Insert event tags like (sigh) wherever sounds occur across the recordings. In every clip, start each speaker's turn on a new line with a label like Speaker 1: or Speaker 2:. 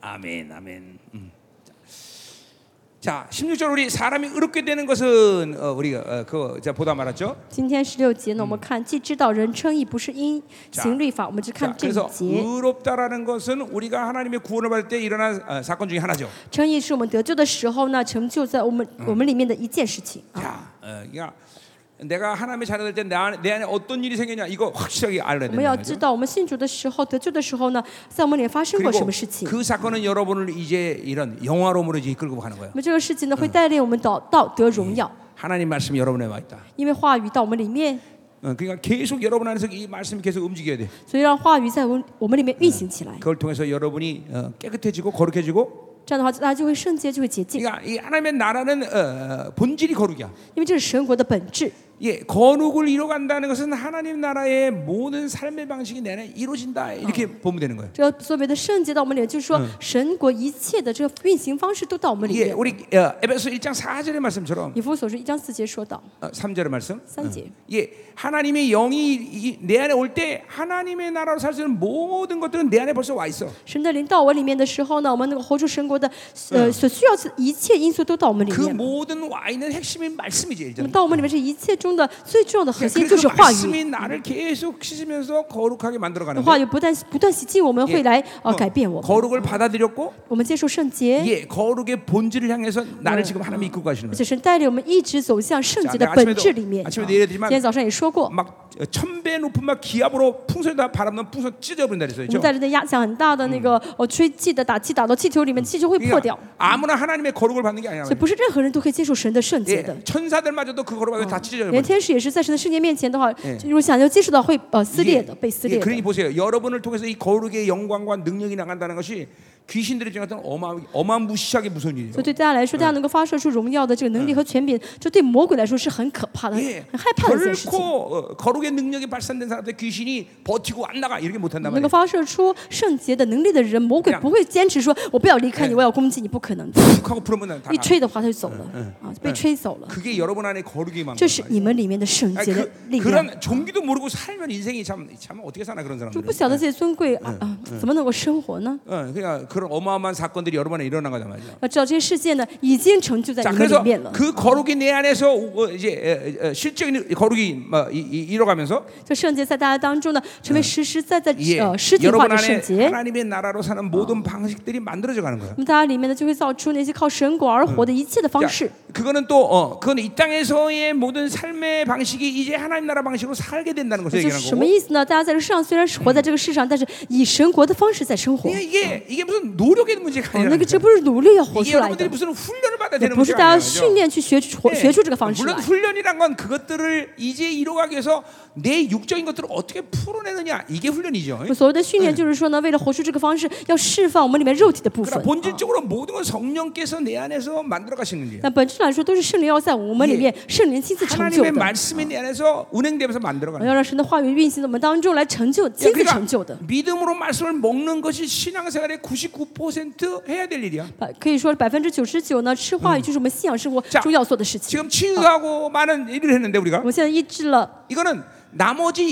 Speaker 1: 아멘, 아멘. 음. 자, 16절 우리 사람이 의롭게 되는 것은 어, 우리가 어, 그거 제가 보다 말았죠.
Speaker 2: 今天十六节呢，我们看既知道人称义不是因
Speaker 1: 자
Speaker 2: 行律法，我们只
Speaker 1: 자,
Speaker 2: 看这
Speaker 1: 그래서
Speaker 2: 一节。
Speaker 1: 의롭다라는 것은 우리가 하나님의 구원을 받을 때 일어난 어, 사건 중에 하나죠.
Speaker 2: 称义是我们得救的时候呢，成就在我们我们里面的一件事情啊。
Speaker 1: 자, 어, 그러니까 내가 하나님의 자녀 될때내 안에, 내 안에 어떤 일이 생겼냐 이거 확실하게 알아야
Speaker 2: 我们要
Speaker 1: 된다.
Speaker 2: 知道，我们信主的时候、得救的时候呢，在我们里面发生过
Speaker 1: 그리고
Speaker 2: 什么事情。
Speaker 1: 그 사건은 여러분을 이제 이런 영화로움으로 이제 이끌고 가는 거예요.
Speaker 2: 那么这个事情呢，会带领我们到到得荣耀，
Speaker 1: 嗯 하나님 말씀이 여러분에 와 있다.
Speaker 2: 因为话语到我们里面，
Speaker 1: 어, 그러니까 계속 여러분 안에서 이 말씀이 계속 움직여야 돼.
Speaker 2: 所以让话语在我们我们里面运行起来。
Speaker 1: 그걸 통해서 여러분이 어, 깨끗해지고 거룩해지고
Speaker 2: 这样的话，大家就会圣洁，就会洁净，
Speaker 1: 그러니까 이 하나님의 나라는 어, 본질이 거룩이야.
Speaker 2: 因为这是神国的本质。
Speaker 1: 예, 거룩을 이루어간다는 것은 하나님 나라의 모든 삶의 방식이 내 안에 이루어진다 이렇게 보면 되는 거예요.
Speaker 2: 这个所谓的圣洁到我们里面，就是说神国一切的这个运行方式都到我们里
Speaker 1: 예,
Speaker 2: 面。
Speaker 1: 우리 어, 에베소 1장 4절의 말씀처럼
Speaker 2: 以弗所书一章四节说到，
Speaker 1: 어, 3절의 말씀.
Speaker 2: 三节，
Speaker 1: 예, 하나님의 영이 이- 내 안에 올 때 하나님의 나라로 살 수 있는 모든 것들은 내 안에 벌써 와 있어.
Speaker 2: 神的灵到我里面的时候呢，我们能够活出神国的，呃，所需要的一切因素都到我们里
Speaker 1: 그
Speaker 2: 面。
Speaker 1: 모든 와 있는 핵심이 말씀이지
Speaker 2: 那么
Speaker 1: 일단.
Speaker 2: 到我们里面，这一切中的最重要的核
Speaker 1: 그러니까
Speaker 2: 心
Speaker 1: 그
Speaker 2: 就是话语。
Speaker 1: 말씀이 나를 계속 씻으면서 거룩하게 만들어
Speaker 2: 那
Speaker 1: 가는
Speaker 2: 话
Speaker 1: 거예요.
Speaker 2: 语不但不断洗净我们，会来呃改变我们。
Speaker 1: 거룩을 받아들였고
Speaker 2: 我们接受圣洁，
Speaker 1: 예, 어. 거룩의 본질을 향해서 나를 지금 하나님이 이끌고 가시는
Speaker 2: 而
Speaker 1: 거예요.
Speaker 2: 且神带领我们一直走向圣洁的本质里面。
Speaker 1: 자내
Speaker 2: 啊
Speaker 1: 아침에도
Speaker 2: 今
Speaker 1: 아침에도얘기했지만
Speaker 2: 天早上也说过，
Speaker 1: 막 어, 천배 높은 막 기압으로 풍선에다 바람넣으면 풍선 찢어버린다 그랬어요.
Speaker 2: 我
Speaker 1: 그죠?
Speaker 2: 们带着的压强很大的那个呃吹气的打气打到气球里面，气球会破掉。
Speaker 1: 그러니까 아무나 하나님의 거룩을 받는 게 아니라
Speaker 2: 所以
Speaker 1: 말이에요.
Speaker 2: 不是任何人都可以接受神的圣洁的。
Speaker 1: 예, 천사들마저도 그 거룩을 받으면 다 찢어져
Speaker 2: 连
Speaker 1: 버려요.
Speaker 2: 天使也是在神的圣洁面前的话，
Speaker 1: 예
Speaker 2: 就如果想要接触到会呃撕裂的，被撕
Speaker 1: 예,
Speaker 2: 裂的。
Speaker 1: 그러니 보세요. 여러분을 통해서 이 거룩의 영광과 능력이 나간다는 것이 귀신들의 중에 어떤 어마, 어마무시하게 무서운 일이에요.
Speaker 2: 所以对大家来说，大家能够发射出荣耀的这个能力和权柄，这对魔鬼来说是很可怕的、
Speaker 1: 예,
Speaker 2: 很害怕的一件事情。
Speaker 1: 결코 어, 거룩의 능력이 발산된 사람들 귀신이 버티고 안 나가 이렇게 못한단
Speaker 2: 能
Speaker 1: 말이에요.
Speaker 2: 够发射出圣洁的能力的人，魔鬼不会坚持说“我不要离开你，我要攻击你”，不可能的。
Speaker 1: 툭 하고 풀으면 다
Speaker 2: 一
Speaker 1: 나가.
Speaker 2: 吹的话，他就走了啊，被吹走了。
Speaker 1: 그게 여러분 안에 거룩이 많은
Speaker 2: 这是你们里面的圣
Speaker 1: 아니,
Speaker 2: 洁的力
Speaker 1: 그,
Speaker 2: 量。
Speaker 1: 그런 종기도 모르고 살면 인생이 참, 참 어떻게 사나 그런
Speaker 2: 就
Speaker 1: 사람들.
Speaker 2: 不晓得自己尊贵啊啊，怎么能够生活呢？
Speaker 1: 어, 그러니까 그런 어마어마한 사건들이 여러분 안에 일어난 거잖아요. 맞죠?
Speaker 2: 要知道这些事件呢，已经成就在
Speaker 1: 자,
Speaker 2: 你们里
Speaker 1: 그래서
Speaker 2: 面了。
Speaker 1: 그 거룩이 내 안에서 어, 이제 에, 에, 실적인 거룩이 막 이- 이- 이뤄가면서
Speaker 2: 这圣洁在大家当中呢，成为实实在在
Speaker 1: 예,
Speaker 2: 呃实体化
Speaker 1: 여러분
Speaker 2: 的圣
Speaker 1: 안에
Speaker 2: 洁。
Speaker 1: 하나님의 나라로 사는 모든 방식들이 만들어져 가는 거야.
Speaker 2: 那么大家里面呢，就会造出那些靠神果而活的一切的方
Speaker 1: 자,
Speaker 2: 式。
Speaker 1: 그거는 또 어, 그건 이 땅에서의 모든 삶의 방식이 이제 하나님 나라 방식으로 살게 된다는 것을
Speaker 2: 这是
Speaker 1: 얘기하는
Speaker 2: 什么
Speaker 1: 거고.
Speaker 2: 意思呢？嗯大家在这世上虽然是活在这个世上，但是以神国的方式在生活。
Speaker 1: 이게 이게, 이게 무슨 노력의 문제가
Speaker 2: 哦，
Speaker 1: 아니라
Speaker 2: 那个这不是努力要活
Speaker 1: 이게
Speaker 2: 出来
Speaker 1: 여러분들이
Speaker 2: 的，
Speaker 1: 무슨 훈련을 받아야
Speaker 2: 也
Speaker 1: 되는
Speaker 2: 不是
Speaker 1: 문제가
Speaker 2: 大家
Speaker 1: 아니에요.
Speaker 2: 训
Speaker 1: 그죠?
Speaker 2: 练去学学
Speaker 1: 예.
Speaker 2: 学出这个方式来
Speaker 1: 물론 。 훈련이란 건 그것들을 이제 이뤄가기 위해서 내 육적인 것들을 어떻게 풀어내느냐 이게 훈련이죠.
Speaker 2: 所谓的训练就是说呢，为了活出这个方式，要释放我们里面肉体的部分
Speaker 1: 그러나 。 본질적으로 모든 건 성령께서 내 안에서 만들어 가시는 일이에요.
Speaker 2: 但本质来说，都是圣灵要在我们里面，圣灵亲自成就
Speaker 1: 하나님의
Speaker 2: 的。
Speaker 1: 말씀이 내 안에서 운행되면서 만들어
Speaker 2: 我
Speaker 1: 가는 그러니까
Speaker 2: 要让神的话语运行在我们当中来成就，亲自成就的。
Speaker 1: 믿음으로 말씀을 먹는 것이 신앙생활의 99% 해야 될 일이야.
Speaker 2: 百呃可以说百分之九十九呢，吃话语就是我们信仰生活
Speaker 1: 자
Speaker 2: 中要做的事情。
Speaker 1: 지금 친수하고 많은 일을 했는데
Speaker 2: 我
Speaker 1: 우리가
Speaker 2: 们现在医治了，
Speaker 1: 이거는 나머지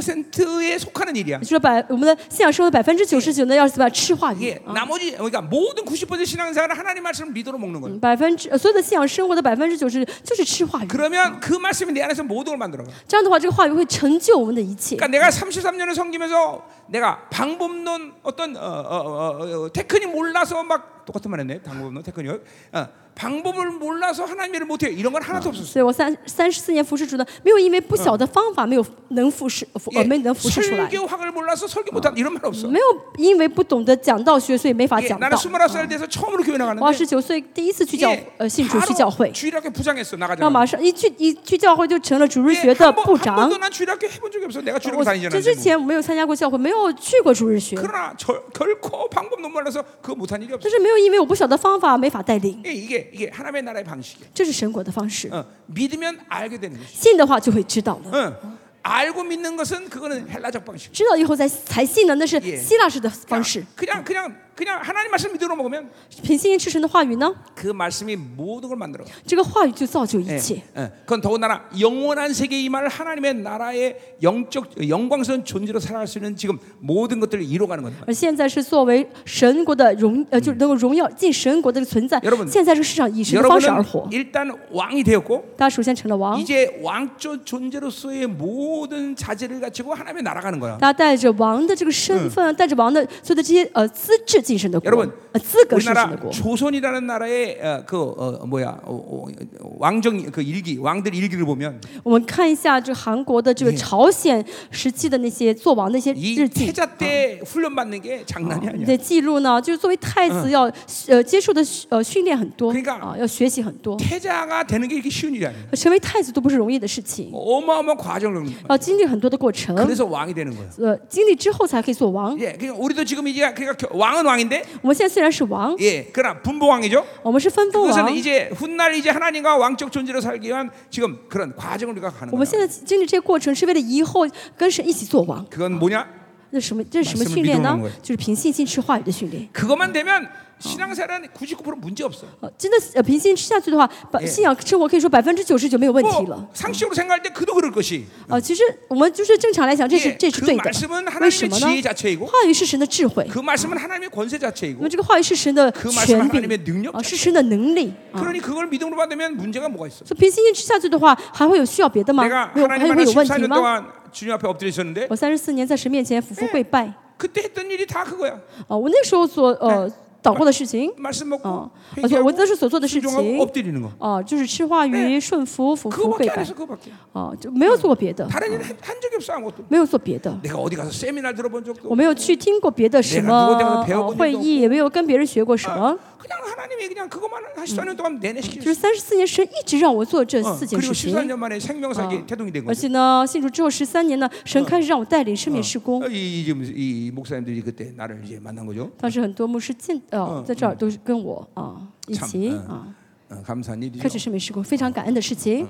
Speaker 1: 1%에 속하는 일이야.
Speaker 2: 就是百我们的信仰生活百分之九十九呢，要怎么样吃话
Speaker 1: 예,
Speaker 2: 语？啊
Speaker 1: 나머지 그러니까 모든 90% 신앙생활은 하나님 말씀을 믿음으로 먹는 거예요.
Speaker 2: 百分之呃所有的信仰生活的百分之九十就是吃话语。
Speaker 1: 그러면 그 말씀이 내 안에서 모든 걸 만들어 가.
Speaker 2: 这样的话，这个话语会成就我们的一切。
Speaker 1: 그러니까 내가 33년을 섬기면서 내가 방법론 어떤 어, 어, 어, 어, 테크닉 몰라서 막 똑같은 말 했네. 방법론 테크닉. 어, 방법을 몰라서 하나님 일을 못 해요. 이런 건 하나도 없었어.
Speaker 2: 所以我三三十四年服侍主呢，没有因为不晓得方法没有能服侍，服呃
Speaker 1: 예,
Speaker 2: 没能服侍出来，
Speaker 1: 설교학을 몰라서 설교 못 한다. 이런 말 없어. 음,
Speaker 2: 没有因为不懂得讲道学，所以没法
Speaker 1: 예,
Speaker 2: 讲
Speaker 1: 나는
Speaker 2: 道。
Speaker 1: 29살 돼서 처음으로 교회
Speaker 2: 我二
Speaker 1: 나갔는데
Speaker 2: 十九岁第一次去教
Speaker 1: 예,
Speaker 2: 呃信主去
Speaker 1: 바로
Speaker 2: 教会，
Speaker 1: 주일학교 부장했어
Speaker 2: 然后
Speaker 1: 나가자마자
Speaker 2: 马上一去一去教会就成了主日
Speaker 1: 예,
Speaker 2: 学的
Speaker 1: 한 번-
Speaker 2: 部
Speaker 1: 한
Speaker 2: 长
Speaker 1: 번도 。난 주일학교 해본 적이 없어 내가 주일학교
Speaker 2: 我这
Speaker 1: 다니잖아
Speaker 2: 之
Speaker 1: 이제 뭐.
Speaker 2: 前我没有参加过教会，没有去过主日学，
Speaker 1: 그러나 절- 결코 방법론 몰라서 그거 못한 일이 없어
Speaker 2: 但是没有因为我不晓得方法没法带领，
Speaker 1: 예, 이게 이게 하나님의 나라의 방식이야
Speaker 2: 这是神国的方式。
Speaker 1: 어, 믿으면 알게 되는 것이
Speaker 2: 信的话就会知道了，
Speaker 1: 어. 알고 믿는 것은 그거는 헬라적 방식.
Speaker 2: 知道以后才才信呢，那是
Speaker 1: 예
Speaker 2: 希腊式的
Speaker 1: 그냥,
Speaker 2: 方式。
Speaker 1: 그냥 그냥 그냥 하나님 말씀 믿으러 먹으면
Speaker 2: 凭信心吃神的话语呢，
Speaker 1: 그 말씀이 모든 걸 만들어.
Speaker 2: 这个话语就造就一
Speaker 1: 예,
Speaker 2: 切。
Speaker 1: 예. 그건 더군다나 영원한 세계 임할 하나님의 나라의 영적 영광스러운 존재로 살아갈 수 있는 지금 모든 것들을 이루어가는 거예요.
Speaker 2: 而现在是作为神国的荣，呃，就是能够荣耀进神国的存在
Speaker 1: 嗯 여러분 。
Speaker 2: 现在这个世上以神的方式而活
Speaker 1: 여러분은 ， 일단 왕이 되었고
Speaker 2: 大家首先成了王，
Speaker 1: 이제 왕적 존재로서의 모든 자질을 갖추고 하나님의 날아가는 거야.
Speaker 2: 大家带着王的这个身份，啊带着王的所有的这些呃资质进神的
Speaker 1: 嗯 여
Speaker 2: 国
Speaker 1: 러분 ，
Speaker 2: 呃资格是神的
Speaker 1: 우리나라
Speaker 2: 国。
Speaker 1: 조선이라는 나라의 어, 그 어, 뭐야 어, 어, 왕정 그 일기 왕들 일기를 보면
Speaker 2: 我们看一下这韩国的这
Speaker 1: 嗯
Speaker 2: 个朝鲜时期的那些做王的一些日
Speaker 1: 이
Speaker 2: 记。
Speaker 1: 태자 때 훈련 받는 게
Speaker 2: (laughs)
Speaker 1: 장난이
Speaker 2: 你
Speaker 1: 아니야.
Speaker 2: 的记录呢，就是作为太子要呃接受的呃训练很多
Speaker 1: 그러니까
Speaker 2: 啊，要学习很多，
Speaker 1: 태자가 되는 게 이렇게 쉬운 일이 아니야. 뭐
Speaker 2: 成为太子都不是容易的事 (laughs) 情，
Speaker 1: 어마어마한 과정을 겪는 거야.
Speaker 2: 要经历很多的过程，
Speaker 1: 그래서 왕이 되는 거야.
Speaker 2: 呃，经历之后才可以做王。
Speaker 1: 예, 그러니까 우리도 지금 이제 그러니까 겨- 왕은 왕인데,
Speaker 2: 我们现在虽然是王，
Speaker 1: 예, 그러나 분봉 왕이죠.
Speaker 2: 我们是分封王
Speaker 1: 그것은 ， 이제 훗날 이제 하나님과 왕적 존재로 살기 위한 지금 그런 과정을 우리가 가는
Speaker 2: 我
Speaker 1: 거예요.
Speaker 2: 们现在经历这个过程是为了以后跟神一起做王。
Speaker 1: 그건 뭐냐?
Speaker 2: 那什么？这是什么
Speaker 1: 말씀을
Speaker 2: 训练
Speaker 1: 믿음으로
Speaker 2: 呢
Speaker 1: 하는거예요 ？
Speaker 2: 就是凭信心吃话语的训练。
Speaker 1: 그것만 되면 신앙생활은 99% 문제 없어.
Speaker 2: 呃，真的呃，凭信心吃下去的话，把
Speaker 1: 예
Speaker 2: 信仰生活可以说百分之九十九没有问题了
Speaker 1: 뭐 。 상식적으로 생각할 때 그도 그럴 것이.
Speaker 2: 呃，其实我们就是正常来讲，这是
Speaker 1: 예,
Speaker 2: 这是
Speaker 1: 그
Speaker 2: 对的。
Speaker 1: 말씀은
Speaker 2: 为
Speaker 1: 하나님의
Speaker 2: 什么呢？
Speaker 1: 지혜 자체이고,
Speaker 2: 话语是神的智慧，
Speaker 1: 그 말씀은 하나님의 권세
Speaker 2: 那
Speaker 1: 자체이고,
Speaker 2: 么这个话语是神的
Speaker 1: 그 말씀은
Speaker 2: 权
Speaker 1: 하나님의
Speaker 2: 柄
Speaker 1: 능력.
Speaker 2: 啊，是神的能力啊。
Speaker 1: 그러니 그걸 믿음으로 받으면 문제가 뭐가 있어?
Speaker 2: 所以凭信心吃下去的话，还会有需要别的吗？
Speaker 1: 내가
Speaker 2: 没有，还
Speaker 1: 하나님 만나
Speaker 2: 会有问题
Speaker 1: 14년
Speaker 2: 吗？
Speaker 1: 동안 주님 앞에 엎드려 있었는데
Speaker 2: 我三十四年在神面前俯伏跪拜啊，
Speaker 1: 그때 했던 일이 다 그거야.
Speaker 2: 我那时候所呃祷告的事情
Speaker 1: 말씀
Speaker 2: 啊
Speaker 1: 먹고 ，
Speaker 2: 而且我
Speaker 1: 회개하고
Speaker 2: 当时所做的事
Speaker 1: 순종하고
Speaker 2: 情
Speaker 1: 엎드리는 거.
Speaker 2: 哦，就是吃话语、顺服、俯伏
Speaker 1: 어, 그거밖에
Speaker 2: 跪
Speaker 1: 그러니까. 안
Speaker 2: 拜
Speaker 1: 해서 그거밖에.
Speaker 2: 哦，就没有做过别的，
Speaker 1: 다른 일은 한- 한 적이 없어 아무것도.
Speaker 2: 没有做别的。
Speaker 1: 내가 어디 가서 세미나 들어본 적도
Speaker 2: 我没有去听过别的什么
Speaker 1: 내가누구한테가서배워본
Speaker 2: 呃
Speaker 1: 적도없고
Speaker 2: 会议，也没有跟别人学过什么
Speaker 1: 없고. 그냥 하나님이 그냥 그것만 한 14년 동안 내내
Speaker 2: 就
Speaker 1: 시켰어.
Speaker 2: 是三十四年，神一直让我做这
Speaker 1: 어,
Speaker 2: 四件
Speaker 1: 嗯 그리고
Speaker 2: 事情。
Speaker 1: 14년 만에 생명사기 태동이 된
Speaker 2: 而
Speaker 1: 거죠.
Speaker 2: 且呢，信主之后十三年呢，
Speaker 1: 嗯
Speaker 2: 神开始让我带领圣冕施工。
Speaker 1: 어, 이, 이 지금 이 목사님들이 그때 나를 이제 만난 거죠.
Speaker 2: 当时很多牧师见呃，在这儿都是跟我啊一
Speaker 1: 참
Speaker 2: 起啊，
Speaker 1: 어, 감사한
Speaker 2: 开
Speaker 1: 일이죠.
Speaker 2: 始圣冕施工，非常感恩的事情。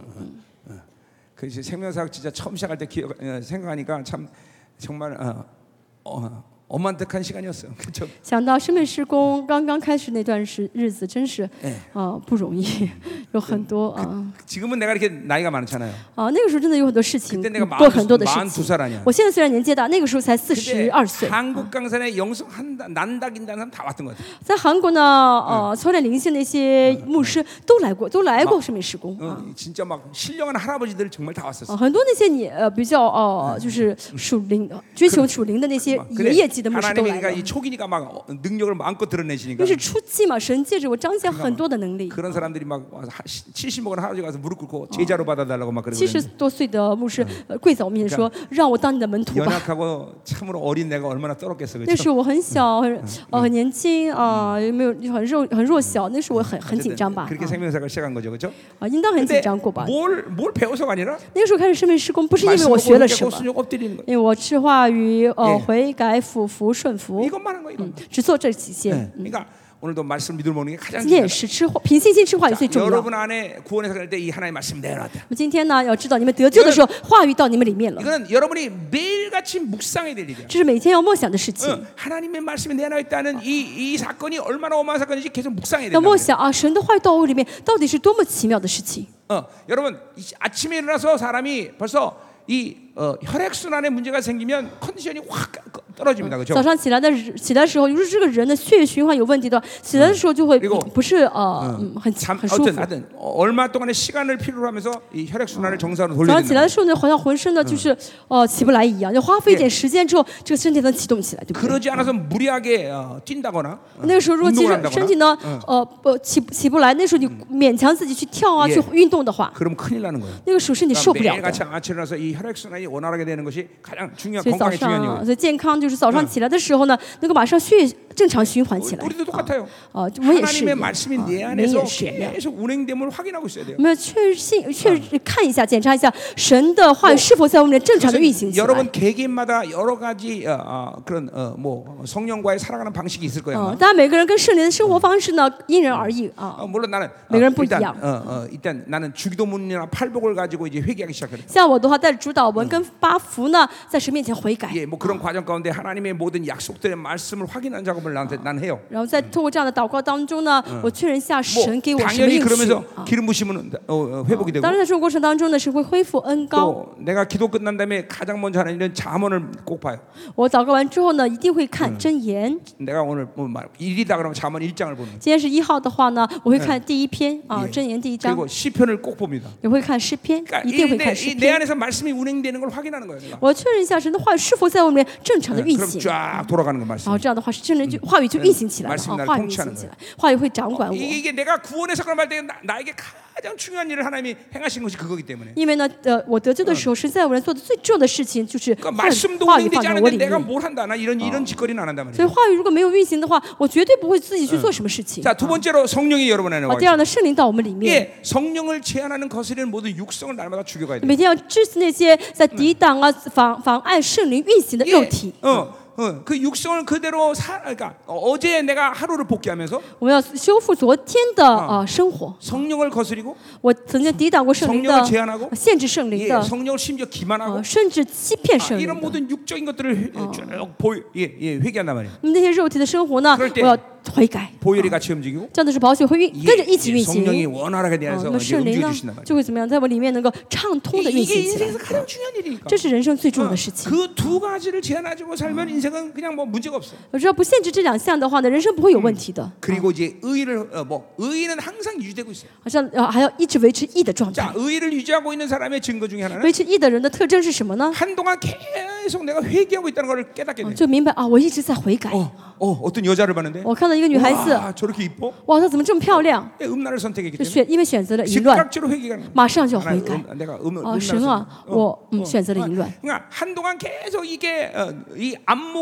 Speaker 1: 그 이제 생명사학 진짜 처음 시작할 때 기억, 어, 생각하니까 참 정말 어, 어, 엄만득한 시간이었어요. (laughs) 그렇죠.
Speaker 2: 想到圣冕施工刚刚开始那段时日子，真是啊不容易， (laughs) 有很多啊
Speaker 1: 지금은 내가 이렇게 나이가 많잖아요.
Speaker 2: 啊那个时候真的有很多事情
Speaker 1: 근데 내가 ，
Speaker 2: 过很多的事情。
Speaker 1: 42살 아니야.
Speaker 2: 我现在虽然年纪大，那个时候才四
Speaker 1: 근데
Speaker 2: 十二岁。
Speaker 1: 한국 강산에 영성 한다 난다긴다는 사람 다 왔던 것 같아.
Speaker 2: 在韩国呢，呃，操练灵性那些牧师都来过，都来过圣冕施工啊。
Speaker 1: 어, 진짜 막 신령한 할아버지들 정말 다 왔었어.
Speaker 2: 啊，很多那些你呃比较哦、就是属灵呃追求属灵的那些
Speaker 1: 막
Speaker 2: 爷爷级的牧师都
Speaker 1: 어, 예, 하나님이
Speaker 2: 来
Speaker 1: 그러니까
Speaker 2: 了
Speaker 1: 이 ， 초기니까 막 어, 능력을 마음껏 드러내시니까
Speaker 2: 因为是初期嘛，神借着我彰显很多的能力。
Speaker 1: 그런 사람들이 막 와서 하- 시- 70 먹은 할아버지 가서 무릎 꿇고 제자로 받아달라고 막
Speaker 2: 七十
Speaker 1: 그러는데
Speaker 2: 多岁的牧师呃跪在我面前说：“让我当你的门徒吧。
Speaker 1: 연약하고 참으로 어린 내가 얼마나 떨었겠어 ”
Speaker 2: 那
Speaker 1: 그렇죠?
Speaker 2: 时候我很小，很呃很年轻啊，有没有很弱很弱小？那时候我很很紧
Speaker 1: 어쨌든
Speaker 2: 张吧，
Speaker 1: 그렇게
Speaker 2: 啊
Speaker 1: 생명사를 시작한 거죠, 그렇죠?
Speaker 2: 啊，应当很紧
Speaker 1: 근데
Speaker 2: 张过吧？
Speaker 1: 뭘, 뭘 배워서가 아니라
Speaker 2: 那个时候开始生命施工，不是因为
Speaker 1: 말씀
Speaker 2: 我学了什
Speaker 1: 듣고
Speaker 2: 么，
Speaker 1: 순종 엎드리는 거
Speaker 2: 因为我吃话语、
Speaker 1: 예
Speaker 2: 呃悔改、俯伏、顺服，
Speaker 1: 이것만 한 거예요. 이것만.
Speaker 2: 只做这几
Speaker 1: 네.
Speaker 2: 件。
Speaker 1: 그러니까 오늘도 말씀 믿음을 먹는 게 가장
Speaker 2: 今天也
Speaker 1: 중요하다.
Speaker 2: 是吃话，凭信心吃话语
Speaker 1: 자,
Speaker 2: 最重要。
Speaker 1: 여러분 안에 구원에서 갈 때 이 하나님 말씀 내놨다.
Speaker 2: 我们今天呢，要知道你们得救的时候，话语到你们里面了，
Speaker 1: 이거는 여러분이 매일같이 묵상해야 될 일이야.
Speaker 2: 这是每天要默想的事
Speaker 1: 어,
Speaker 2: 情。
Speaker 1: 하나님의 말씀이 내놔 있다는 이, 이 사건이 얼마나 어마한 사건인지 계속 묵상해야
Speaker 2: 要
Speaker 1: 된다.
Speaker 2: 默想啊，神的话语到我里面，到底是多么奇妙的事情。
Speaker 1: 어, 여러분 이 아침에 일어나서 사람이 벌써 이 어, 혈액 순환에 문제가 생기면 컨디션이 확 떨어집니다. 그렇죠?
Speaker 2: 早上起来的时起来的时候，如果这个人的血液循环有问题的话，起来的时候就会
Speaker 1: 그리고
Speaker 2: 嗯不是呃嗯很
Speaker 1: 잠
Speaker 2: 很舒服
Speaker 1: 어쨌든 。 하여튼 어, 얼마 동안의 시간을 필요로 하면서 이 혈액 순환을 정상으로
Speaker 2: 早
Speaker 1: 돌려야
Speaker 2: 上起
Speaker 1: 된다.
Speaker 2: 来的时候呢，好像浑身呢就是呃起不来一样，要花费一点时间之后，这个身体能启动起来，对不对？
Speaker 1: 그러지 않아서 무리하게 어, 뛴다거나
Speaker 2: 那个时候如果其
Speaker 1: 운동을 한다거나
Speaker 2: 实身体呢呃不起起不来，那时候你勉强自己去跳啊
Speaker 1: 예
Speaker 2: 去运动的话，
Speaker 1: 그럼 큰일 나는 거예요.
Speaker 2: 那个时候身体受不了
Speaker 1: 매일
Speaker 2: 的。
Speaker 1: 같이 아침에 일어나서 이 혈액 순환이 원활하게 되는 것이 가장 중요한
Speaker 2: 所以早
Speaker 1: 건강에 중요한
Speaker 2: 上，
Speaker 1: 이유.
Speaker 2: 所以健康就是早上起来的时候呢，能够马上血液正常循环起来。
Speaker 1: 우리도 똑같아요. 어,
Speaker 2: 啊，就我们也是
Speaker 1: 하나님의
Speaker 2: 一样，
Speaker 1: 말씀이
Speaker 2: 啊
Speaker 1: 내
Speaker 2: 你们
Speaker 1: 안에서
Speaker 2: 也是一样。
Speaker 1: 계속 운행됨을 확인하고 있어야 돼요.
Speaker 2: 我们要确信、确看一下、检查一下神的话语是否在我们正常的运行
Speaker 1: 그것은
Speaker 2: 起来
Speaker 1: 여러분 。 개개인마다 여러 가지 어, 어, 그런 어, 뭐 성령과의 살아가는 방식이 있을 거야.
Speaker 2: 嗯，
Speaker 1: 아마.
Speaker 2: 当然每个人跟圣灵的生活方式呢，因人而异
Speaker 1: 어,
Speaker 2: 啊。
Speaker 1: 물론 나는 어,
Speaker 2: 매그램 뿔
Speaker 1: 일단
Speaker 2: 이양.
Speaker 1: 어, 어, 일단 나는 주기도문이나 팔복을 가지고 이제 회개하기 시작했어요.
Speaker 2: 像我的话，带着主导文跟八福呢，在神面前悔改。嗯
Speaker 1: 예, 뭐 그런 과정 가운데 하나님의 모든 약속들의 말씀을 확인하는 작업을 작업을 나한테 난 해요. 뭐
Speaker 2: 然后在透过这样的祷告当中呢，我确认下神给我什么
Speaker 1: 당연히
Speaker 2: 应许
Speaker 1: 그러면서
Speaker 2: 啊。
Speaker 1: 기름 부심은 어, 어, 회복이 되고
Speaker 2: 当然，在这个过程当中呢，是会恢复恩高。
Speaker 1: 또 내가 기도 끝난 다음에 가장 먼저 하는 일은 자문을 꼭 봐요.
Speaker 2: 我祷告完之后呢，一定会看真言。
Speaker 1: 내가 오늘 뭐 말, 일이다 그러면 자문 1장을 보는 거예요.
Speaker 2: 今天是一号的话呢，我会看第一篇啊，
Speaker 1: 예
Speaker 2: 真言第一章，
Speaker 1: 그리고 시편을 꼭 봅니다.
Speaker 2: 也会看诗篇，
Speaker 1: 그러니까
Speaker 2: 一定会
Speaker 1: 이내
Speaker 2: 看诗
Speaker 1: 내
Speaker 2: 篇。
Speaker 1: 안에서 말씀이 운행되는 걸 확인하는 거예요. 내가.
Speaker 2: 我要确认一下神的话是否在我里面正常的
Speaker 1: 네,
Speaker 2: 运
Speaker 1: 그럼
Speaker 2: 行。
Speaker 1: 쫙 돌아가는 거
Speaker 2: 然
Speaker 1: 말씀.
Speaker 2: 后这样的话，是真人就话语就运行起来了
Speaker 1: 말씀이나를
Speaker 2: 啊，话语
Speaker 1: 통치하는
Speaker 2: 运行起来，话语会掌管我。
Speaker 1: 이게, 이게 내가 구원해서 그런 말때 나에게 가장 중요한 일을 하나님이 행하신 것이 그거기 때문에.
Speaker 2: 因为呢，呃，我得救的时候，神在我人做的最重要的事情就是话
Speaker 1: 그러니까 말씀도
Speaker 2: 话语
Speaker 1: 운행되지
Speaker 2: 放在我
Speaker 1: 않은데
Speaker 2: 里面
Speaker 1: 내가 。뭘 한다. 나 이런 이런 짓거리는 안 한단
Speaker 2: 所以
Speaker 1: 말이에요.
Speaker 2: 话语如果没有运行的话，我绝对不会自己去做什么事情。
Speaker 1: 자, 두 번째로 성령이 여러분 안에
Speaker 2: 啊，
Speaker 1: 와
Speaker 2: 第
Speaker 1: 있어요.
Speaker 2: 二呢，圣灵到我们里面，
Speaker 1: 예, 성령을 제한하는 거스리는 모든 육성을 날마다 죽여가야 돼요.
Speaker 2: 每天要制止那些在抵挡啊、妨妨碍圣灵运行的
Speaker 1: 예,
Speaker 2: 肉体。
Speaker 1: 어, 어, 그 육성을 그대로 사, 그러니까 어제 내가 하루를 복귀하면서
Speaker 2: 我们要修复昨天的嗯啊生活。
Speaker 1: 성령을 거스리고
Speaker 2: 我曾经抵挡过圣灵
Speaker 1: 성령을제한하고
Speaker 2: 的，呃限制圣灵
Speaker 1: 예,
Speaker 2: 的，
Speaker 1: 성령을 심지어 기만하고
Speaker 2: 啊，甚至欺骗
Speaker 1: 아,
Speaker 2: 圣灵
Speaker 1: 이런
Speaker 2: 的。
Speaker 1: 모든 육적인 것들을 아, 어. 쭉 보여, 예, 예, 회개한단 말이에요.
Speaker 2: 那么那些肉体的生活呢
Speaker 1: 그럴，때
Speaker 2: 我要悔改。
Speaker 1: 보혈이 같이 움직이고
Speaker 2: 这样的是宝血会运
Speaker 1: 예,
Speaker 2: 跟着一起
Speaker 1: 예,
Speaker 2: 运行。
Speaker 1: 어. 성령이 원활하게
Speaker 2: 啊，
Speaker 1: 대해서
Speaker 2: 那么圣灵
Speaker 1: 움직여
Speaker 2: 呢
Speaker 1: 주신단 ， 말이에요.
Speaker 2: 就会怎么样，在我里面能够畅通的运
Speaker 1: 이게
Speaker 2: 行起
Speaker 1: 인생에서
Speaker 2: 来
Speaker 1: 가장 。 중요한 일이니까.
Speaker 2: 这是人生最重要的事情。
Speaker 1: 그 두 가지를 제한하지고 살면 인생은 그냥 뭐 문제가 없어.
Speaker 2: 我知道不限制这两项的话呢，人生不会有问题的。
Speaker 1: 그리고 이제 의를 어, 뭐 의는 항상 유지되고 있어요.
Speaker 2: 好像呃还要一直维持义的状态
Speaker 1: 자 。 의를 유지하고 있는 사람의 증거 중에 하나는
Speaker 2: 维持义的人的特征是什么呢？
Speaker 1: 한동안 계속 내가 회개하고 있다는 걸 깨닫게 돼.
Speaker 2: 就明白啊，我一直在悔改。
Speaker 1: 어, 어, 어떤 여자를 봤는데
Speaker 2: 我看到一个女孩子，
Speaker 1: 와, 저렇게 이뻐?
Speaker 2: 哇，她怎么这么漂亮？
Speaker 1: 예, 음란을 선택했기
Speaker 2: 就
Speaker 1: 때문에
Speaker 2: 选因为选择了淫乱，
Speaker 1: 즉각적으로 회개가 나는 거야.
Speaker 2: 马上就要悔
Speaker 1: 하나님,
Speaker 2: 改。
Speaker 1: 음, 내가 음, 음란을
Speaker 2: 哦，神
Speaker 1: 선택.
Speaker 2: 啊，
Speaker 1: 어.
Speaker 2: 我嗯选择了淫乱。
Speaker 1: 그러니까 한동안 계속 이게 어, 이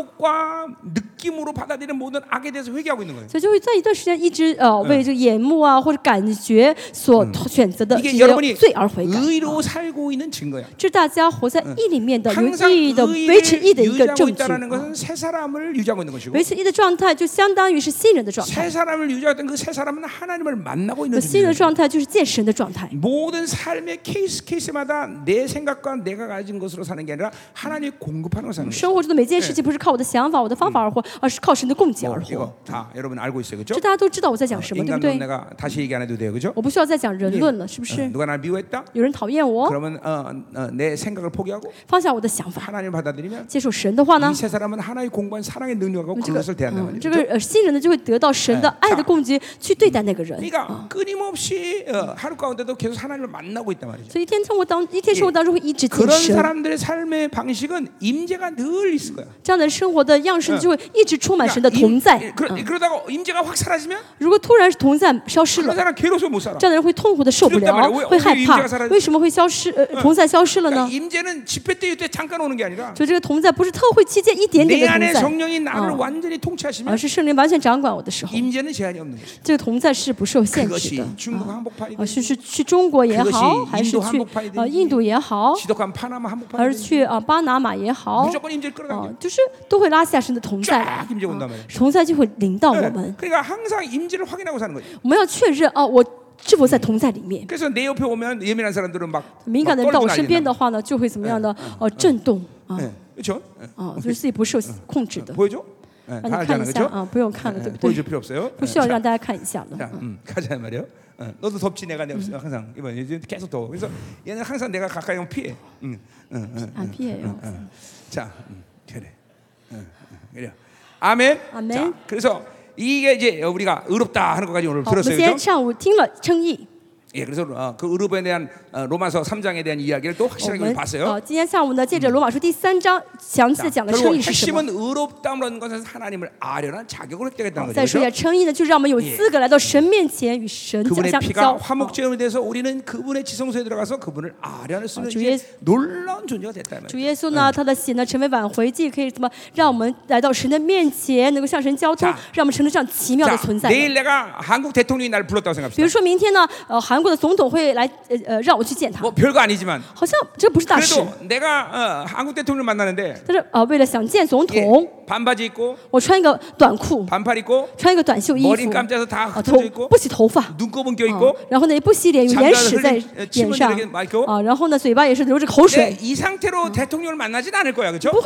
Speaker 1: 안목과 느낌으로 받아들이는 모든 악에 대해서 회개하고 있는 거예요.
Speaker 2: 所以就会在一段时间一直呃
Speaker 1: 嗯
Speaker 2: 为这个眼目啊或者感觉所选择的这
Speaker 1: 이게 여러분이
Speaker 2: 些罪而悔改。
Speaker 1: 의로 살고 있는 증거야.
Speaker 2: 这是大家活在义里面的、有
Speaker 1: 항상
Speaker 2: 意义的、
Speaker 1: 의를
Speaker 2: 维持义的一个
Speaker 1: 그러니까 유지하고 아.
Speaker 2: 证据。
Speaker 1: 있다는 것은 새 사람을 유지하고 있는 것이고
Speaker 2: 维持义的状态就相当于是新人的状态，
Speaker 1: 새 사람을 유지하던 그 새 사람은 하나님을 만나고
Speaker 2: 那
Speaker 1: 있는 嗯
Speaker 2: 新的
Speaker 1: 존재예요.
Speaker 2: 状态就是见神的状态。
Speaker 1: 모든 삶의 케이스 케이스마다 내 생각과 내가 가진 것으로 사는 게 아니라 하나님이 공급하는 걸 사는 거예요.
Speaker 2: 生活中的每件
Speaker 1: 嗯
Speaker 2: 事情不是靠我的想法、我的方法而活，而是靠神的供给
Speaker 1: 어,
Speaker 2: 而活。
Speaker 1: 이거 다 여러분 알고 있어요, 그렇죠?
Speaker 2: 这大家都知道我在讲什么，对不
Speaker 1: 인간론
Speaker 2: 对？
Speaker 1: 내가 다시 얘기 안 해도 돼요, 그렇죠?
Speaker 2: 我不需要再讲人论了，是不
Speaker 1: 어,
Speaker 2: 是？
Speaker 1: 누가 날 미워했다?
Speaker 2: 有人讨厌我，
Speaker 1: 그러면 어, 어, 내 생각을 포기하고
Speaker 2: 放下我的想法，
Speaker 1: 하나님을 받아들이면
Speaker 2: 接受神的话呢
Speaker 1: 이 ？세 사람은 하나의 공부한 사랑의 능력하고
Speaker 2: 这个
Speaker 1: 그것을 음, 대한단
Speaker 2: 嗯，
Speaker 1: 말이죠.
Speaker 2: 这个呃新人呢就会得到神的
Speaker 1: 哎
Speaker 2: 爱的供给，去对待那个人。
Speaker 1: 그러니까 끊임없이 어, 하루 가운데도 계속 하나님을 만나고 있단 말이죠.
Speaker 2: 所以一天生活当一天生活当中会一直见
Speaker 1: 그런
Speaker 2: 神，
Speaker 1: 사람들의 삶의 방식은 임재가 늘 있을 거야.
Speaker 2: 这样的生活的样
Speaker 1: 嗯
Speaker 2: 式就会一直充满神的
Speaker 1: 그러니까
Speaker 2: 同在。
Speaker 1: 임- 그러,
Speaker 2: 嗯
Speaker 1: 그러다가 임재가 확 사라지면
Speaker 2: 如果突然同在消失
Speaker 1: 그런
Speaker 2: 了，
Speaker 1: 사람 괴로워서 못 살아.
Speaker 2: 这样的人会痛苦的受不
Speaker 1: 두렵단
Speaker 2: 了
Speaker 1: 말이야왜 ，
Speaker 2: 会害
Speaker 1: 왜
Speaker 2: 怕
Speaker 1: 임재가사라졌 。
Speaker 2: 为什么会消失？呃，
Speaker 1: 嗯
Speaker 2: 同在消失了
Speaker 1: 그러니까
Speaker 2: 呢？
Speaker 1: 임재는 집회 때 이때 잠깐 오는 게 아니라
Speaker 2: 就这个同在不是特会期间一点
Speaker 1: 내
Speaker 2: 点的
Speaker 1: 안에
Speaker 2: 同在，
Speaker 1: 성령이 나를
Speaker 2: 어.
Speaker 1: 완전히
Speaker 2: 而
Speaker 1: 통치하시면
Speaker 2: 是圣灵完全掌管我的时候，
Speaker 1: 임재는 제한이 없는 거지.
Speaker 2: 这个同在是不受限制
Speaker 1: 그것이 어.
Speaker 2: 的。
Speaker 1: 중국 한복판이든
Speaker 2: 啊，是是去中国也好，
Speaker 1: 그것이
Speaker 2: 还是
Speaker 1: 인도
Speaker 2: 去
Speaker 1: 한복판이든지
Speaker 2: 呃印度也好，
Speaker 1: 지독한 파나마
Speaker 2: 还是
Speaker 1: 한복판이든
Speaker 2: 去啊巴拿马也好，
Speaker 1: 무조건 임재를
Speaker 2: 啊
Speaker 1: 끌어당겨. ，
Speaker 2: 就是都会拉下神的同在来
Speaker 1: 쫙，임재 온단 말이야.
Speaker 2: 同在就会临到我
Speaker 1: 네.
Speaker 2: 们。
Speaker 1: 그러니까 항상 임재를 확인하고 사는 거지.
Speaker 2: 我们要确认哦，我是否在同在里面。
Speaker 1: 그래서 내 옆에 오면 예민한 사람들은 막,
Speaker 2: 敏感的人到我身边
Speaker 1: 난리나.
Speaker 2: 的话呢，就会怎么样呢？呃，震动啊
Speaker 1: 예, 그렇죠? 예.
Speaker 2: 啊，就是自己嗯不受控制的。
Speaker 1: 보여줘? 예,
Speaker 2: 让
Speaker 1: 다
Speaker 2: 你看
Speaker 1: 알잖아,
Speaker 2: 一下
Speaker 1: 그렇죠?
Speaker 2: 啊，不用看了，对不嗯对？
Speaker 1: 보여줄 필요 없어요.
Speaker 2: 不需要让大家看一下的。
Speaker 1: 자, 음, 가자 말이요. 어, 너도 덥지 내가 내가 항상 이번 요즘 계속 더워. 그래서 얘는 항상 내가 가까이 오면 피해. 응, 응, 응.
Speaker 2: 啊，毕业哟。
Speaker 1: 자, 음, 그래. 응, 응, 그래. 아멘.
Speaker 2: 아멘.
Speaker 1: 자, 그래서 이게 이제 우리가 의롭다 하는 것까지 오늘
Speaker 2: 好，我们
Speaker 1: 들었어요.
Speaker 2: 今天
Speaker 1: 그렇죠?
Speaker 2: 上午听了称义，
Speaker 1: 예, 그래서 어, 그 의롭에 대한 어, 로마서 3장에 대한 이야기를 또
Speaker 2: 我
Speaker 1: 확실하게 오늘
Speaker 2: 们啊，
Speaker 1: 봤어요.
Speaker 2: 今天下午呢，借着罗马书第三章详细
Speaker 1: 자,
Speaker 2: 的讲了
Speaker 1: 결국
Speaker 2: 称嗯义是什么。
Speaker 1: 핵심은 의롭다는 것은 하나님을 아련한 자격을 획득했다는
Speaker 2: 再
Speaker 1: 거죠.
Speaker 2: 说一
Speaker 1: 그렇죠?
Speaker 2: 下称义呢，就是让我们有资格来到神面前与神讲
Speaker 1: 그분의
Speaker 2: 相
Speaker 1: 피가
Speaker 2: 交。啊
Speaker 1: 화목제물이 돼서 우리는 그분의 지성소에 들어가서 그분을 아련할 수
Speaker 2: 어,
Speaker 1: 있는
Speaker 2: 주
Speaker 1: 이제
Speaker 2: 예수-
Speaker 1: 놀라운 존재가 됐다는
Speaker 2: 主
Speaker 1: 거예요.
Speaker 2: 耶稣呢，他的血呢成为挽回剂，可以怎么让我们来到神的面前，能够向神交通
Speaker 1: 자 ，
Speaker 2: 让我们成了这样奇妙的
Speaker 1: 자,
Speaker 2: 存在。
Speaker 1: 내일 내가 한국 대통령이 나를 불렀다고
Speaker 2: 比如
Speaker 1: 생각합시다.
Speaker 2: 说明天呢，呃，韩国的总统会来，呃呃，让我去见他，
Speaker 1: 뭐 별거 아니지만
Speaker 2: 好像这不是大事，
Speaker 1: 그래도 내가 어, 한국 대통령 만나는데
Speaker 2: 但是呃，为了想见总
Speaker 1: 예,
Speaker 2: 统，
Speaker 1: 반바지 입고
Speaker 2: 我穿一个短裤，
Speaker 1: 반팔 입고
Speaker 2: 穿一个短袖衣
Speaker 1: 머리
Speaker 2: 服，
Speaker 1: 감자서 다
Speaker 2: 啊，头
Speaker 1: 흩어져 있고
Speaker 2: 不洗头发，啊，
Speaker 1: 눈곱은 껴 있고
Speaker 2: 然后呢也不洗脸，有眼屎在
Speaker 1: 呃亲吻着
Speaker 2: 脸上
Speaker 1: 那个麦克，
Speaker 2: 啊，然后呢嘴巴也是流着口
Speaker 1: 네,
Speaker 2: 水，
Speaker 1: 이 상태로 대통령을 만나진 않을 거야, 그렇죠?
Speaker 2: 不会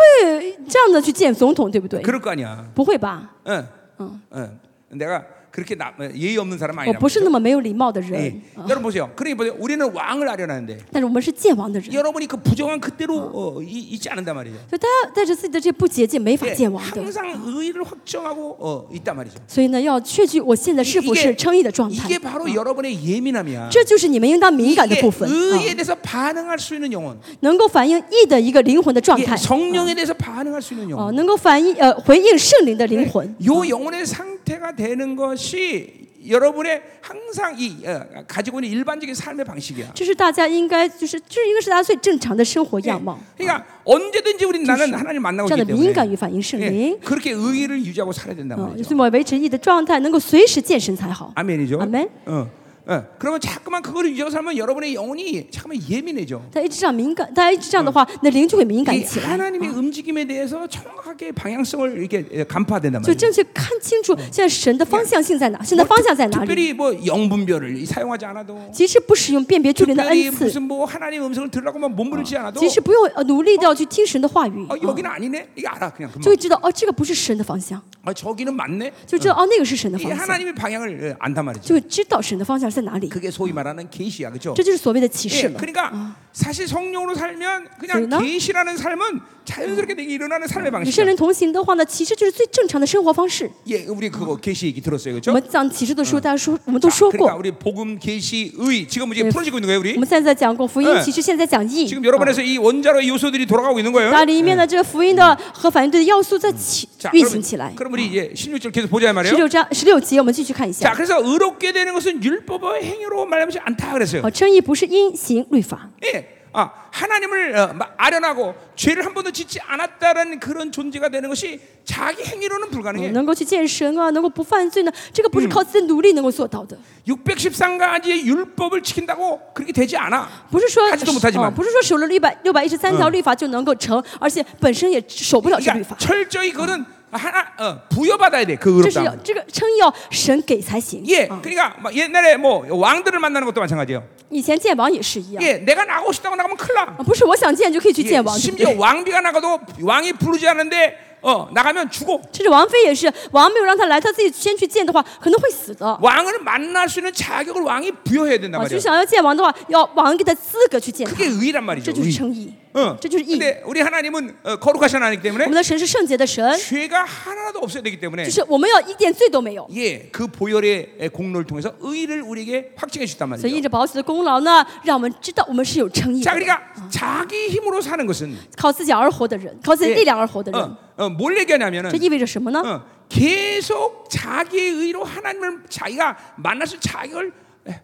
Speaker 2: 这样的去见总统，对不对？
Speaker 1: 그럴 거 아니야.
Speaker 2: 不会吧？
Speaker 1: 응.
Speaker 2: 응.
Speaker 1: 어, 내가 그렇게 나, 어, 예의 없는 사람
Speaker 2: 哎我哎
Speaker 1: 아니라.
Speaker 2: 不是那么没有礼貌的人
Speaker 1: 예. ， 여러분 보세요. 그러니 보세요. 우리는 왕을 아려나는데
Speaker 2: 但是我们是戒王的人，
Speaker 1: 여러분이 그 부정한 그대로 어, 이, 있지 않는단 말이죠.
Speaker 2: 所以大家带着自己的这些不洁净，没法
Speaker 1: 예,
Speaker 2: 见王的。
Speaker 1: 항상 의를 확정하고 어, 있단 말이죠.
Speaker 2: 所以呢，要确据我现在是否是称义的状态啊
Speaker 1: 이게 ， 바로 여러분의 예민함이야.
Speaker 2: 这就是你们应当敏感的
Speaker 1: 이게
Speaker 2: 部分，
Speaker 1: 의에
Speaker 2: 啊，
Speaker 1: 대해서 반응할 수 있는 영혼,
Speaker 2: 能够反映义的一个灵魂的状
Speaker 1: 이게
Speaker 2: 态，
Speaker 1: 성령에 대해서 반응할 수 있는
Speaker 2: 哦、
Speaker 1: 영혼.
Speaker 2: 能够反映呃回应圣灵的灵魂。
Speaker 1: 요 영혼의 상태가 되는 것이 여러분의 항상 이 어, 가지고 있는 일반적인 삶의 방식이야.
Speaker 2: 这是大家应该就是这应该是大家最正常的生活
Speaker 1: 예.
Speaker 2: 样貌，
Speaker 1: 그러니까 언제든지 우리 나는 하나님
Speaker 2: 这
Speaker 1: 만나고
Speaker 2: 样的
Speaker 1: 있기
Speaker 2: 敏
Speaker 1: 때문에
Speaker 2: 感与反映圣
Speaker 1: 예,
Speaker 2: 灵，
Speaker 1: 그렇게 의의를 유지하고 살아야 된단
Speaker 2: 啊、
Speaker 1: 말이죠.
Speaker 2: 所以我维持义的状态，能够随时见神才好。
Speaker 1: 아멘이죠.
Speaker 2: 아멘.
Speaker 1: 어, 어. 그러면 자꾸만 그걸 유지하고 살면 여러분의 영혼이 자꾸만 예민해져.
Speaker 2: 大家一直这样敏感，大家一直这样的话，你的灵就会敏感
Speaker 1: 이 어.
Speaker 2: 起来，
Speaker 1: 하나님의 움직임에 대해서 정확하게 방향성을 이렇게 간파된단
Speaker 2: 就
Speaker 1: 말이죠.
Speaker 2: 正确看清楚现在神的方向性在哪，神的方向在哪里。
Speaker 1: 특별히 뭐 영분별을 사용하지 않아도
Speaker 2: 即使不使用辨别诸灵的
Speaker 1: 특별히
Speaker 2: 恩赐，
Speaker 1: 무슨 뭐 하나님 음성을 들으라고만 어. 몸부림치지 않아도
Speaker 2: 即使不用呃努力掉去听神的话语，
Speaker 1: 어,
Speaker 2: 啊
Speaker 1: 여기는 아니네 이거 알아 그냥
Speaker 2: 就
Speaker 1: 금방
Speaker 2: 会知道哦，这个不是神的方向，
Speaker 1: 아, 저기는 맞네
Speaker 2: 就知道哦，那个是神的
Speaker 1: 이
Speaker 2: 方向，
Speaker 1: 하나님의 방향을 어, 안단
Speaker 2: 就
Speaker 1: 말이죠
Speaker 2: 会知道神的方向在哪里。
Speaker 1: 그게 소위 말하는 계시야 그죠
Speaker 2: 这就是所谓的启
Speaker 1: 예,
Speaker 2: 示了。
Speaker 1: 그러니까 사실 성령으로 살면 그냥
Speaker 2: 그러나?
Speaker 1: 계시라는 삶은 자연스럽게 되게 일어나는 삶의
Speaker 2: 与圣
Speaker 1: 방식이야
Speaker 2: 灵同行的话呢，其实就是最正常的生活方式。
Speaker 1: 예, 우리 그거 계시 얘기 들었어요
Speaker 2: 我
Speaker 1: 그죠
Speaker 2: 们讲启示的时候，大家说我们都
Speaker 1: 자,
Speaker 2: 说
Speaker 1: 그러니까
Speaker 2: 过，
Speaker 1: 우리 복음 계시의 지금 이제
Speaker 2: 네.
Speaker 1: 풀어지고 있는 거예요 뭐,
Speaker 2: 我
Speaker 1: 우리
Speaker 2: 们现在在讲过福音
Speaker 1: 嗯
Speaker 2: 启示，现在讲义。
Speaker 1: 지금 여러분에서 이 원자로의 요소들이 돌아가고 있는 거예요
Speaker 2: 那里面的这个福音的和反应的要素在起
Speaker 1: 자,
Speaker 2: 运行
Speaker 1: 그럼,
Speaker 2: 起来。
Speaker 1: 그럼 우리 이제 16절 계속 보자 이
Speaker 2: 十
Speaker 1: 말이에요
Speaker 2: 六章十六节，我们继续看一
Speaker 1: 자,
Speaker 2: 下。
Speaker 1: 그래서 의롭게 되는 것은 율법의 행위로 말하지 않다 그랬어요.
Speaker 2: 好，称义不是因行律法，
Speaker 1: 예. 아, 하나님을 어, 마- 아련하고 죄를 한 번도 짓지 않았다라는 그런 존재가 되는 것이 자기 행위로는
Speaker 2: 嗯
Speaker 1: 불가능해.
Speaker 2: 能够去见神啊，能够不犯罪呢，这个不是靠自己的努力能够做到的，
Speaker 1: 613가지의 율법을 지킨다고 그렇게 되지 않아.
Speaker 2: 不是说
Speaker 1: 还是这么太极
Speaker 2: 哦
Speaker 1: 嘛
Speaker 2: 不是说守了六百六百一十三条律法就能够成，而且本身也守不了这律
Speaker 1: 그러니까
Speaker 2: 法，
Speaker 1: 철저히 그거는 하나 어, 부여받아야 돼. 그
Speaker 2: 这是要
Speaker 1: 의롭다.
Speaker 2: 这个称义要神给才行。
Speaker 1: 예.
Speaker 2: 啊
Speaker 1: 그러니까 막 옛날에 뭐 왕들을 만나는 것도 마찬가지예요.
Speaker 2: 以前见王也是一样，
Speaker 1: 예. 내가 나고 싶다고 나가면 큰일 나.
Speaker 2: 啊不是我想见就可以去
Speaker 1: 예,
Speaker 2: 见王，对不
Speaker 1: 심지어
Speaker 2: 对？
Speaker 1: 왕비가 나가도 왕이 부르지 않는데 어, 나가면 죽어.
Speaker 2: 这是王妃也是，王没有让他来，他自己先去见的话，可能会死的。
Speaker 1: 왕을 만날 수 있는 자격을 왕이 부여해야 된단
Speaker 2: 啊，就
Speaker 1: 말이야.
Speaker 2: 想要见王的话，要王给他资格去见他
Speaker 1: 그게 ， 의란 말이죠.
Speaker 2: 这就是
Speaker 1: 의.
Speaker 2: 称义
Speaker 1: 어. ，
Speaker 2: 这就是义。
Speaker 1: 근데 우리 하나님은 어, 거룩하신 하나님
Speaker 2: 我
Speaker 1: 때문에
Speaker 2: 们的神是圣洁的神，
Speaker 1: 죄가 하나도 없어야 되기 때문에
Speaker 2: 就是我们要一点罪都没有。
Speaker 1: 예, 그 보혈의 공로를 통해서 의를 우리에게 확증해 주단
Speaker 2: 所以，印
Speaker 1: 말이죠.
Speaker 2: 着保险的功劳呢，让我们知道我们是有诚意的
Speaker 1: 자 ， 그러니까 자기 힘으로 사는 것은 예.
Speaker 2: 靠自己而活的人，靠自己力量而活的人，
Speaker 1: 어, 어, 뭘 얘기하냐면은
Speaker 2: 这意味着什么呢？
Speaker 1: 어, 계속 자기의 의로 하나님을 자기가 만날 수 있는 자격을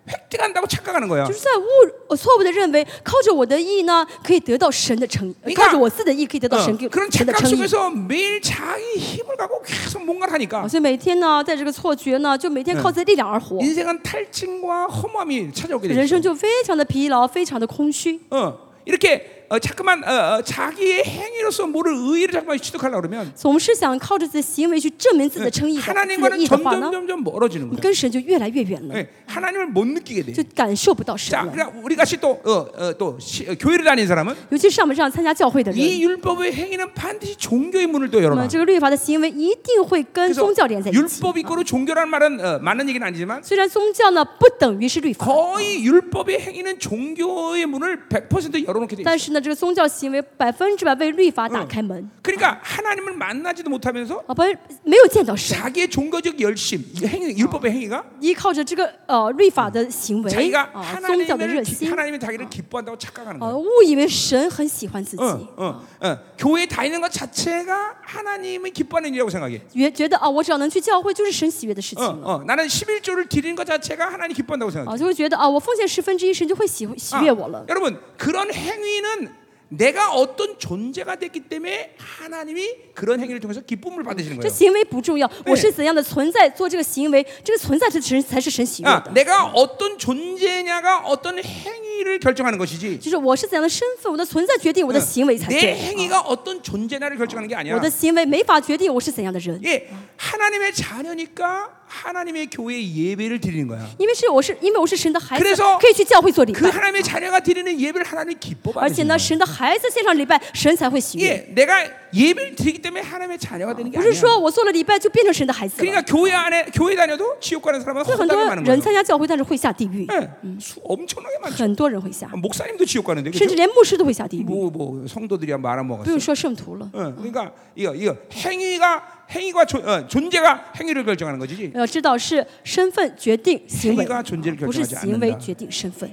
Speaker 1: 획득한다고 착각하는 거야.
Speaker 2: 就是在误呃错误的认为，靠着我的义呢，可以得到神的诚意，呃
Speaker 1: 你看嗯
Speaker 2: 靠着我自己的义可以得到
Speaker 1: 어,
Speaker 2: 神给
Speaker 1: 그런
Speaker 2: 神的
Speaker 1: 착각
Speaker 2: 诚意。
Speaker 1: 속에서 매일 자기 힘을 갖고 계속 뭔가를 하니까
Speaker 2: 啊所以每天呢，在这个错觉呢，就每
Speaker 1: 嗯
Speaker 2: 天靠自己力量而活，
Speaker 1: 인생은 탈진과 허무함이 찾아오게
Speaker 2: 人
Speaker 1: 되죠.
Speaker 2: 生就非常的疲劳，非常的空虚。
Speaker 1: 어, 이렇게 어, 자꾸만 어, 어, 자기의 행위로서 모를 의의를 자꾸만 취득하려고 그러면 예,
Speaker 2: 总是想靠着自己的行为去证明自己的诚意的，自己的
Speaker 1: 하나님과는
Speaker 2: 义的话
Speaker 1: 점점
Speaker 2: 呢，
Speaker 1: 점점 멀어지는
Speaker 2: 我们
Speaker 1: 거예요.
Speaker 2: 跟神就越来越远了，
Speaker 1: 예, 하나님을 못 느끼게 돼.
Speaker 2: 就感受不到神
Speaker 1: 자,
Speaker 2: 了。
Speaker 1: 그러니까 우리 같이 또 어, 어, 또 시- 어, 교회를 다니는 사람은
Speaker 2: 尤其是像我们这样参加教会的人，
Speaker 1: 이 율법의 행위는 반드시 종교의 문을 또
Speaker 2: 那
Speaker 1: 열어놔.
Speaker 2: 么这个律法的行为一定会跟
Speaker 1: 그래서
Speaker 2: 宗教连在一起。
Speaker 1: 율법 있고로 종교라는 말은 어, 맞는 얘기는 아니지만
Speaker 2: 虽然宗教呢不等于是律法，
Speaker 1: 거의 율법의 행위는 종교의 문을 100% 열어놓게 돼. 있어요.
Speaker 2: 但是呢，这个宗教行为百分之百为律法打开门
Speaker 1: 그러니까 하나님을 만나지도 못하면서
Speaker 2: 啊，不没有见到神，
Speaker 1: 자기의 종교적 열심, 이 행위, 율법의 행위가
Speaker 2: 依靠着这个呃律法的行为
Speaker 1: 자기가
Speaker 2: 啊，宗教的
Speaker 1: 하나님을
Speaker 2: 热
Speaker 1: 기,
Speaker 2: 心
Speaker 1: 하나님이 자기를 기뻐한다고 착각하는
Speaker 2: 啊，
Speaker 1: 거예요.
Speaker 2: 误以为神很喜欢自
Speaker 1: 어,
Speaker 2: 己，
Speaker 1: 어, 어. 교회 다니는 것 자체가 하나님이 기뻐하는 일이라고 생각해.
Speaker 2: 觉觉得啊，我只要能去教会就是神喜悦的事
Speaker 1: 어,
Speaker 2: 情了
Speaker 1: 어. 나는 11조를 드리는 것 자체가 하나님 기뻐한다고 생각해.
Speaker 2: 啊，就会觉得啊，我奉献十分之一，神就会喜喜
Speaker 1: 아,
Speaker 2: 悦我了。
Speaker 1: 여러분 그런 행위는 내가 어떤 존재가 됐기 때문에 하나님이 그런 행위를 통해서 기쁨을 받으시는
Speaker 2: 这
Speaker 1: 거예요.
Speaker 2: 行为不重要，我是怎样的存在做这
Speaker 1: 啊
Speaker 2: 个行为，这个存在是神才是神喜悦
Speaker 1: 아,
Speaker 2: 的。
Speaker 1: 내가 어떤 존재냐가 어떤 행위 행위를 결정하는 것이지.
Speaker 2: 就是我是怎样的身份，我的存在决定我的行为才
Speaker 1: 내
Speaker 2: 对。
Speaker 1: 행위가 어떤 존재나를 결정하는 게
Speaker 2: 我
Speaker 1: 아니야.
Speaker 2: 的行为没法决定我是怎样的人，
Speaker 1: 예, 하나님의 자녀니까 하나님의 교회 예배를 드리는 거야.
Speaker 2: 因为是我是因为我是神的孩子
Speaker 1: 그래서 ，
Speaker 2: 可以去教会做礼
Speaker 1: 그
Speaker 2: 拜，
Speaker 1: 하나님의 자녀가 드리는 예배를 하나님
Speaker 2: 而
Speaker 1: 기뻐받는
Speaker 2: 且呢，
Speaker 1: 거야.
Speaker 2: 神的孩子献上礼拜，神才会喜
Speaker 1: 예,
Speaker 2: 悦。
Speaker 1: 내가 예배를 드리기 때문에 하나님의 자녀가 되는 게
Speaker 2: 不是
Speaker 1: 아니야.
Speaker 2: 说我做了礼拜就变成神的孩子了。
Speaker 1: 그러니까 교회 안에 교회 다녀도 지옥 가는 사람은
Speaker 2: 所以很多
Speaker 1: 허다하게 많은
Speaker 2: 人
Speaker 1: 거야.
Speaker 2: 参加教会，但是会下地狱，
Speaker 1: 예, 수, 엄청나게 많죠.
Speaker 2: 很多人会下，
Speaker 1: 아. 목사님도 지옥 가는데
Speaker 2: 甚至
Speaker 1: 그렇죠?
Speaker 2: 连牧师都会下地狱，
Speaker 1: 뭐, 뭐 성도들이야 말아먹었어.
Speaker 2: 不用说圣徒了。
Speaker 1: 어, 그러니까 이거 이거 행위가 행위가 존- 어, 존재가 행위를 결정하는 거지.
Speaker 2: 要呃知道是身份决定行为
Speaker 1: 행위가존재를결정하지，
Speaker 2: 不是行为
Speaker 1: 않는다
Speaker 2: 决定身份。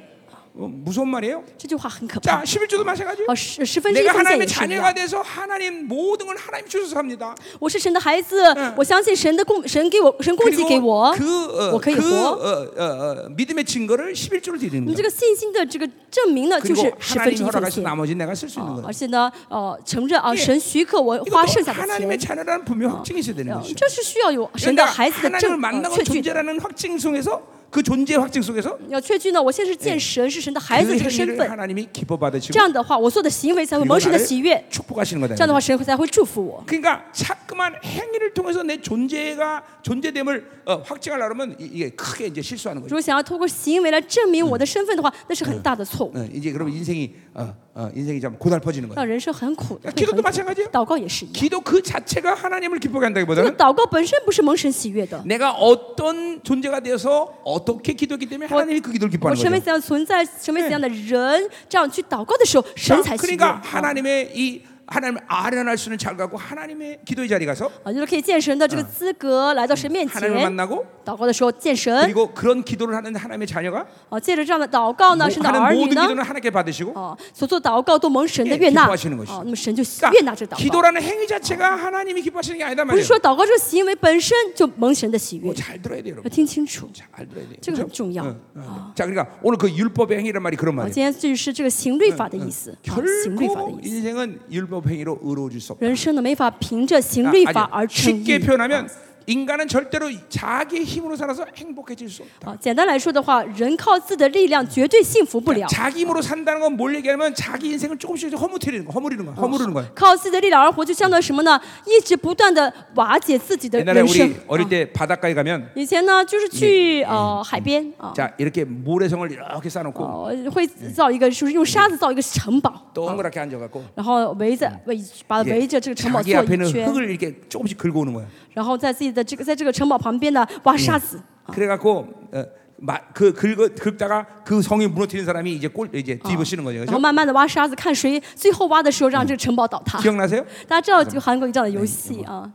Speaker 1: 어, 무서운 말이에요.
Speaker 2: 这句话很可怕
Speaker 1: 자 。 11조도 마찬가지.
Speaker 2: 哦，十十分之一
Speaker 1: 내가
Speaker 2: 奉献也
Speaker 1: 하나님의
Speaker 2: 是一
Speaker 1: 자녀가
Speaker 2: 样。
Speaker 1: 돼서 하나님 모든 걸 하나님 주셔서 합니다.
Speaker 2: 我是神的孩子，我相信神的供，神给我，神供给给
Speaker 1: 그리고
Speaker 2: 我，
Speaker 1: 그 어,
Speaker 2: 我可以
Speaker 1: 그
Speaker 2: 活。
Speaker 1: 어, 어, 어, 믿음의 증거를 11조를
Speaker 2: 那
Speaker 1: 드리는
Speaker 2: 么这
Speaker 1: 거예요.
Speaker 2: 个信心的这个证明呢，就
Speaker 1: 그리고
Speaker 2: 是十分之
Speaker 1: 하나님
Speaker 2: 一奉
Speaker 1: 허락해서
Speaker 2: 献。
Speaker 1: 나머지 아. 는 내가 쓸 수 있는
Speaker 2: 哦，
Speaker 1: 거예요.
Speaker 2: 而且呢，呃，承认啊，神许可我
Speaker 1: 이것도
Speaker 2: 花剩下的
Speaker 1: 하나님의
Speaker 2: 钱，
Speaker 1: 자녀라는 분명 확증이 있어야 되는
Speaker 2: 呃
Speaker 1: 것이죠.
Speaker 2: 这是需要有神的
Speaker 1: 그러니까
Speaker 2: 孩子的
Speaker 1: 하나님을
Speaker 2: 证
Speaker 1: 만
Speaker 2: 呃
Speaker 1: 나고
Speaker 2: 确据的。
Speaker 1: 존재라는 확증 속에서 그 존재의 확증 속에서
Speaker 2: 要确据呢，我现在是见神是神的
Speaker 1: 그
Speaker 2: 孩子这个身
Speaker 1: 행위를
Speaker 2: 份，
Speaker 1: 하나님이 기뻐
Speaker 2: 这
Speaker 1: 받으시고
Speaker 2: 样的话，我做的行为才会
Speaker 1: 그리고
Speaker 2: 蒙神的
Speaker 1: 나를
Speaker 2: 喜悦，
Speaker 1: 축복하시는
Speaker 2: 这样
Speaker 1: 거다.
Speaker 2: 的话，神会才会祝福我。
Speaker 1: 그러니까 자꾸만 행위를 통해서 내 존재가 존재됨을 어, 확증하려면 이게 크게 이제 실수하는
Speaker 2: 如
Speaker 1: 거죠.
Speaker 2: 果想要通过行为来证明我的身份的话，那是很大的错误，
Speaker 1: 어, 이제 그럼 인생이 어, 어, 인생이 참 고달퍼지는 거예요.
Speaker 2: 让人生很苦的。
Speaker 1: 기도도
Speaker 2: 会很
Speaker 1: 마찬가지예요.
Speaker 2: 祷告也是一样，
Speaker 1: 기도 그 자체가 하나님을 기쁘게
Speaker 2: 这个
Speaker 1: 한다기보다는
Speaker 2: 祷告本身不是蒙神喜悦的。
Speaker 1: 내가 어떤 존재가 되어서 어떻게 기도했기 때문에 하나님이 그 기도를
Speaker 2: 我
Speaker 1: 기뻐하는
Speaker 2: 成为
Speaker 1: 거죠.
Speaker 2: 怎样的存在，成为怎样的人，这样去祷告的时候，神
Speaker 1: 자,
Speaker 2: 才喜悦。
Speaker 1: 그러니까
Speaker 2: 啊
Speaker 1: 하나님의 이 하나님을 아련할 수 있는 자리를 갖고 하나님의 기도의 자리 가서
Speaker 2: 啊，就是可以见神的这个资格来到神面
Speaker 1: 하나님을
Speaker 2: 前，
Speaker 1: 만나고
Speaker 2: 祷告的时候见神，
Speaker 1: 그리고 그런 기도를 하는 하나님의 자녀가 뭐
Speaker 2: 啊，借着这样的祷告呢，神的
Speaker 1: 하는
Speaker 2: 儿女
Speaker 1: 모든
Speaker 2: 呢，
Speaker 1: 기도는 하나님께 어, 받으시고
Speaker 2: 哦，所做祷告都蒙神的
Speaker 1: 예
Speaker 2: 悦纳，
Speaker 1: 기뻐하시는것이죠
Speaker 2: 哦，那么神就悦纳这
Speaker 1: 그러니까
Speaker 2: 祷告，
Speaker 1: 기도라는 행위 자체가 하나님이 기뻐하시는 게 아니다
Speaker 2: 不是
Speaker 1: 말이에요.
Speaker 2: 说祷告这个行为本身就蒙神的喜悦
Speaker 1: 뭐잘 들어야 돼요,
Speaker 2: 要
Speaker 1: 여러분.
Speaker 2: 听清楚。
Speaker 1: 잘 들어야 돼요.
Speaker 2: 这个很重要
Speaker 1: 응, 응. 자, 그러니까 오늘 그 율법의 행위란 말이 그런
Speaker 2: 啊，
Speaker 1: 말이에요.
Speaker 2: 今天就是这个行律法的意思，
Speaker 1: 아,
Speaker 2: 啊，行律法的
Speaker 1: 결코
Speaker 2: 意思。
Speaker 1: 인생은 율법 행위로 의로워질 수 없다.
Speaker 2: 人生呢，没法凭着行律
Speaker 1: 아,
Speaker 2: 法
Speaker 1: 아니요.
Speaker 2: 而称义哦
Speaker 1: 쉽게 。 표현하면 인간은 절대로 자기 힘으로 살아서 행복해질 수 없다.
Speaker 2: 啊，简单来说的话，人靠自己的力量绝对幸福不了。
Speaker 1: 자기 힘으로 산다는 건 뭘 얘기하면 자기 인생을 조금씩 허무트리는 거, 허무리는 거, 허무르는 거야.
Speaker 2: 靠自己的力量而活，就相当于什么呢？一直不断的瓦解自己的
Speaker 1: 옛날에
Speaker 2: 人生
Speaker 1: 우리 。 어릴
Speaker 2: 啊
Speaker 1: 때 바닷가에 가면
Speaker 2: 以前呢，就是去呃海边啊，
Speaker 1: 자 이렇게 모래성을 이렇게 쌓아놓고
Speaker 2: 哦，会造一个，就是用沙子造一个城堡，
Speaker 1: 동그랗게 앉아갖고
Speaker 2: 然后围着围把围啊着这个城堡
Speaker 1: 자기
Speaker 2: 做一
Speaker 1: 앞에는
Speaker 2: 圈，
Speaker 1: 흙을 이렇게 조금씩 긁어 오는 거야.
Speaker 2: 然后在自己的这个在这个城堡旁边呢挖沙子，
Speaker 1: 그래갖고 어, 마, 그 긁어 긁다가 그 성이 무너뜨린 사람이 이제 꼴 이제 뒤집어 쓰는 거죠.
Speaker 2: 然后
Speaker 1: 그렇죠?
Speaker 2: 慢慢的挖沙子，看谁最后挖的时候让这个城堡倒塌。
Speaker 1: 기억나세요?
Speaker 2: (laughs) 大家知道这个韩国有这样
Speaker 1: 哎
Speaker 2: 的游戏啊，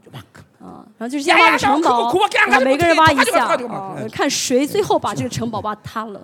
Speaker 2: 啊，然后就是先
Speaker 1: 呀呀
Speaker 2: 挖个城
Speaker 1: 那我
Speaker 2: 堡
Speaker 1: 可不可不，
Speaker 2: 然后每个人挖一下
Speaker 1: 干干干干干干干，
Speaker 2: 哦看谁最后把这个城堡挖塌
Speaker 1: (laughs)
Speaker 2: 了。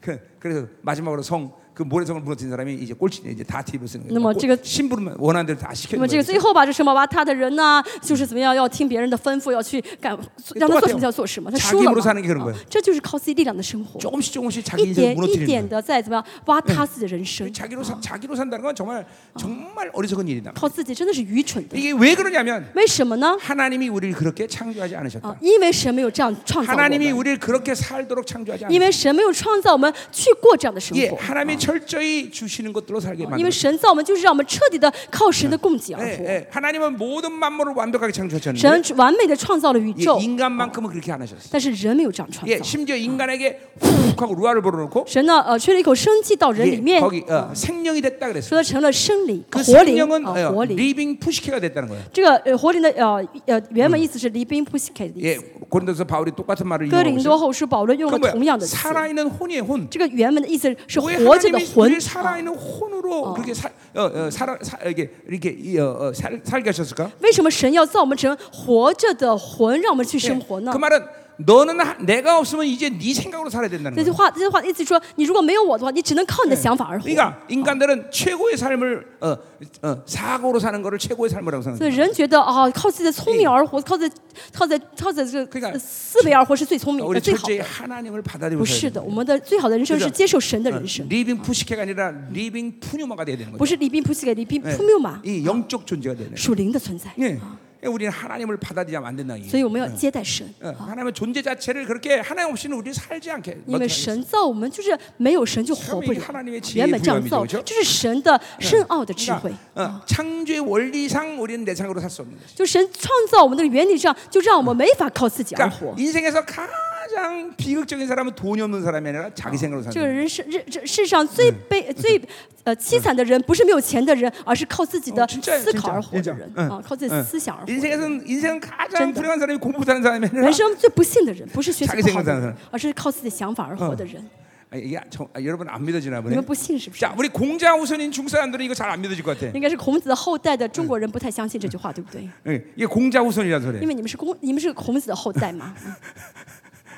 Speaker 1: 그, 그래서 마지막으로 성 그 모래성을 무너뜨린 사람이 이제 꼴찌 이제 다 뒤집어 쓰는 거예요.
Speaker 2: 너무
Speaker 1: 꼴-
Speaker 2: 지금-
Speaker 1: 심부름을 원하는 대로 다
Speaker 2: 那
Speaker 1: 시켜주는
Speaker 2: 么这个
Speaker 1: 거예요.
Speaker 2: 最后把这城堡挖塌的人呢，就是怎么样，要听别人的吩咐，要去干，让他做什么就要做什么，他输了
Speaker 1: 자기힘으로사는게그런거예 요
Speaker 2: 嘛。啊这就是靠自己力量的生活，
Speaker 1: 조금씩 조금씩 자기
Speaker 2: 一
Speaker 1: 인생을
Speaker 2: 点一
Speaker 1: 무너뜨리는 거예요.
Speaker 2: 点的在怎么样挖
Speaker 1: 嗯
Speaker 2: 塌自己的人生，
Speaker 1: 자기로 사, 자기로 산다는 건 정말 정말 어리석은 일이다.
Speaker 2: 靠自己真的是愚蠢的。
Speaker 1: 이게 왜 그러냐면
Speaker 2: 为什么呢？
Speaker 1: 하나님이 우리를 그렇게 창조하지
Speaker 2: 啊
Speaker 1: 않으셨다. ，
Speaker 2: 因为神没有这样创造我
Speaker 1: 하나님이
Speaker 2: 们，
Speaker 1: 우리를 그렇게 살도록 창조하지 않았다.
Speaker 2: 因为神没有创造我们去过这样的生
Speaker 1: 예,
Speaker 2: 活。
Speaker 1: 하나님이 철저히 주시는 것들로 살게
Speaker 2: 因
Speaker 1: 만들었다.
Speaker 2: 为神造我们就是让我们彻底的靠神的供给而
Speaker 1: 예,
Speaker 2: 活。
Speaker 1: 예, 하나님은 모든 만물을 완벽하게 창조하셨는데
Speaker 2: 神完美的创造了宇
Speaker 1: 예,
Speaker 2: 宙，
Speaker 1: 인간만큼은 그렇게 안 하셨어.
Speaker 2: 但是人没有这样创
Speaker 1: 예,
Speaker 2: 造。
Speaker 1: 심지어 인간에게 훅 하고 루아를 불어넣고
Speaker 2: 神呢，呃，吹了一口生气到人
Speaker 1: 예,
Speaker 2: 里面，
Speaker 1: 거기 어, 생명이 됐다 그랬어.
Speaker 2: 说成了生灵、
Speaker 1: 그
Speaker 2: 活灵
Speaker 1: 생명은
Speaker 2: 啊、
Speaker 1: 어,
Speaker 2: 活灵。
Speaker 1: 리빙 푸시케가 됐다는 거예요.
Speaker 2: 这个呃活灵的呃呃原文意思是离宾不西凯的意
Speaker 1: 예,
Speaker 2: 思。
Speaker 1: 고린도서 바울이 똑같은 말을
Speaker 2: 哥
Speaker 1: 이용하고
Speaker 2: 林多
Speaker 1: 있어요.
Speaker 2: 后书保罗用
Speaker 1: 그
Speaker 2: 了
Speaker 1: 뭐야?
Speaker 2: 同样的词，
Speaker 1: 살아있는 혼이에요, 혼.
Speaker 2: 这个原文的意思是
Speaker 1: 왜
Speaker 2: 活着的
Speaker 1: 하나님이
Speaker 2: 魂
Speaker 1: 우리를 。 살아있는 혼으로 그렇게 살, 어, 어, 살아, 사, 이렇게 이렇게 이, 어, 어, 살, 살게 하셨을까?
Speaker 2: 为什么神要造我们成活着的魂，让我们去
Speaker 1: 예,
Speaker 2: 生活呢
Speaker 1: 그 ？ 말은 너는 하, 내가 없으면 이제 네 생각으로 살아야 된다는
Speaker 2: 这句
Speaker 1: 거예요.
Speaker 2: 话，这句话的意思说，你如果没有我的话，你只能靠你的想法而活。
Speaker 1: 그러니까 인간들은 최고의 삶을 어, 어, 사고로 사는 거를 최고의 삶이라고
Speaker 2: 所以
Speaker 1: 생각해요.
Speaker 2: 人觉得啊、靠自己的聪明而活，靠自己靠在靠在这
Speaker 1: 그러니까
Speaker 2: 个思维而活是最聪明的、
Speaker 1: 우리
Speaker 2: 最好
Speaker 1: 철저히
Speaker 2: 的。
Speaker 1: 하나님을
Speaker 2: 不
Speaker 1: 받아들이고
Speaker 2: 是
Speaker 1: 살아야
Speaker 2: 的，
Speaker 1: 돼요.
Speaker 2: 我们的最好的人生
Speaker 1: 그래서
Speaker 2: 是接受神的人生，
Speaker 1: 리빙 푸시케가 아니라 리빙 푸뉴마가 돼야 되는
Speaker 2: 不
Speaker 1: 거죠.
Speaker 2: 是离宾普西给离宾
Speaker 1: 예,
Speaker 2: 普缪玛
Speaker 1: 이 영적 존재가 되는 거예요.
Speaker 2: 属灵的存在。
Speaker 1: 예. 그러니까 우리는 하나님을 받아들이면 안 된다.
Speaker 2: 所以我们要接待神，
Speaker 1: 어, 하나님의 존재 자체를 그렇게 하나님 없이는 우리는 살지 않게.
Speaker 2: 因为神造我们就是没有神就活不
Speaker 1: 참이하나님의
Speaker 2: 了
Speaker 1: 지혜。
Speaker 2: 原本这样
Speaker 1: 불감이죠
Speaker 2: 造，
Speaker 1: 그죠
Speaker 2: 这是神的深奥的智慧
Speaker 1: 그러니까 。 어, 창조의 원리상 우리는 내상으로 살 수 없는 거죠.
Speaker 2: 就神创造我们的原理上，就让我们没法靠自己而
Speaker 1: 그러니까
Speaker 2: 嗯活。
Speaker 1: 인생에서 가장 비극적인 사람은 돈이 없는 사람이 아니라 자기 생각으로 사는
Speaker 2: 这
Speaker 1: 거예요.
Speaker 2: 个人是这这世上最
Speaker 1: 嗯
Speaker 2: 悲最呃凄惨的人，不是没有钱的人，而是靠自己
Speaker 1: 哦
Speaker 2: 的
Speaker 1: 真这样
Speaker 2: 思考而活
Speaker 1: 真这
Speaker 2: 的
Speaker 1: 样嗯
Speaker 2: 人啊，靠自己的思想而活。
Speaker 1: 인생에서는 인생은 가장
Speaker 2: 진짜.
Speaker 1: 불행한 사람이 공부 못하는 사람이 아니라
Speaker 2: 人生最不幸的人，不是学习不好的
Speaker 1: 자기생각하는
Speaker 2: 人，而是靠自己想法
Speaker 1: 嗯
Speaker 2: 而活的人。
Speaker 1: 아, 이게 정- 아, 여러분 안 믿어지나
Speaker 2: 你
Speaker 1: 보네.
Speaker 2: 们不信是不是
Speaker 1: 자 ？ 우리 공자 후손인 중국 사람들은 이거 잘 안 믿어질 것 같아.
Speaker 2: 应该是孔子的后代
Speaker 1: 嗯
Speaker 2: 的中国人不太相信这句话，对不对？
Speaker 1: 예, 이게 공자 후손이라 소리.
Speaker 2: 因为你们是公，你们是孔子的后代嘛，嗯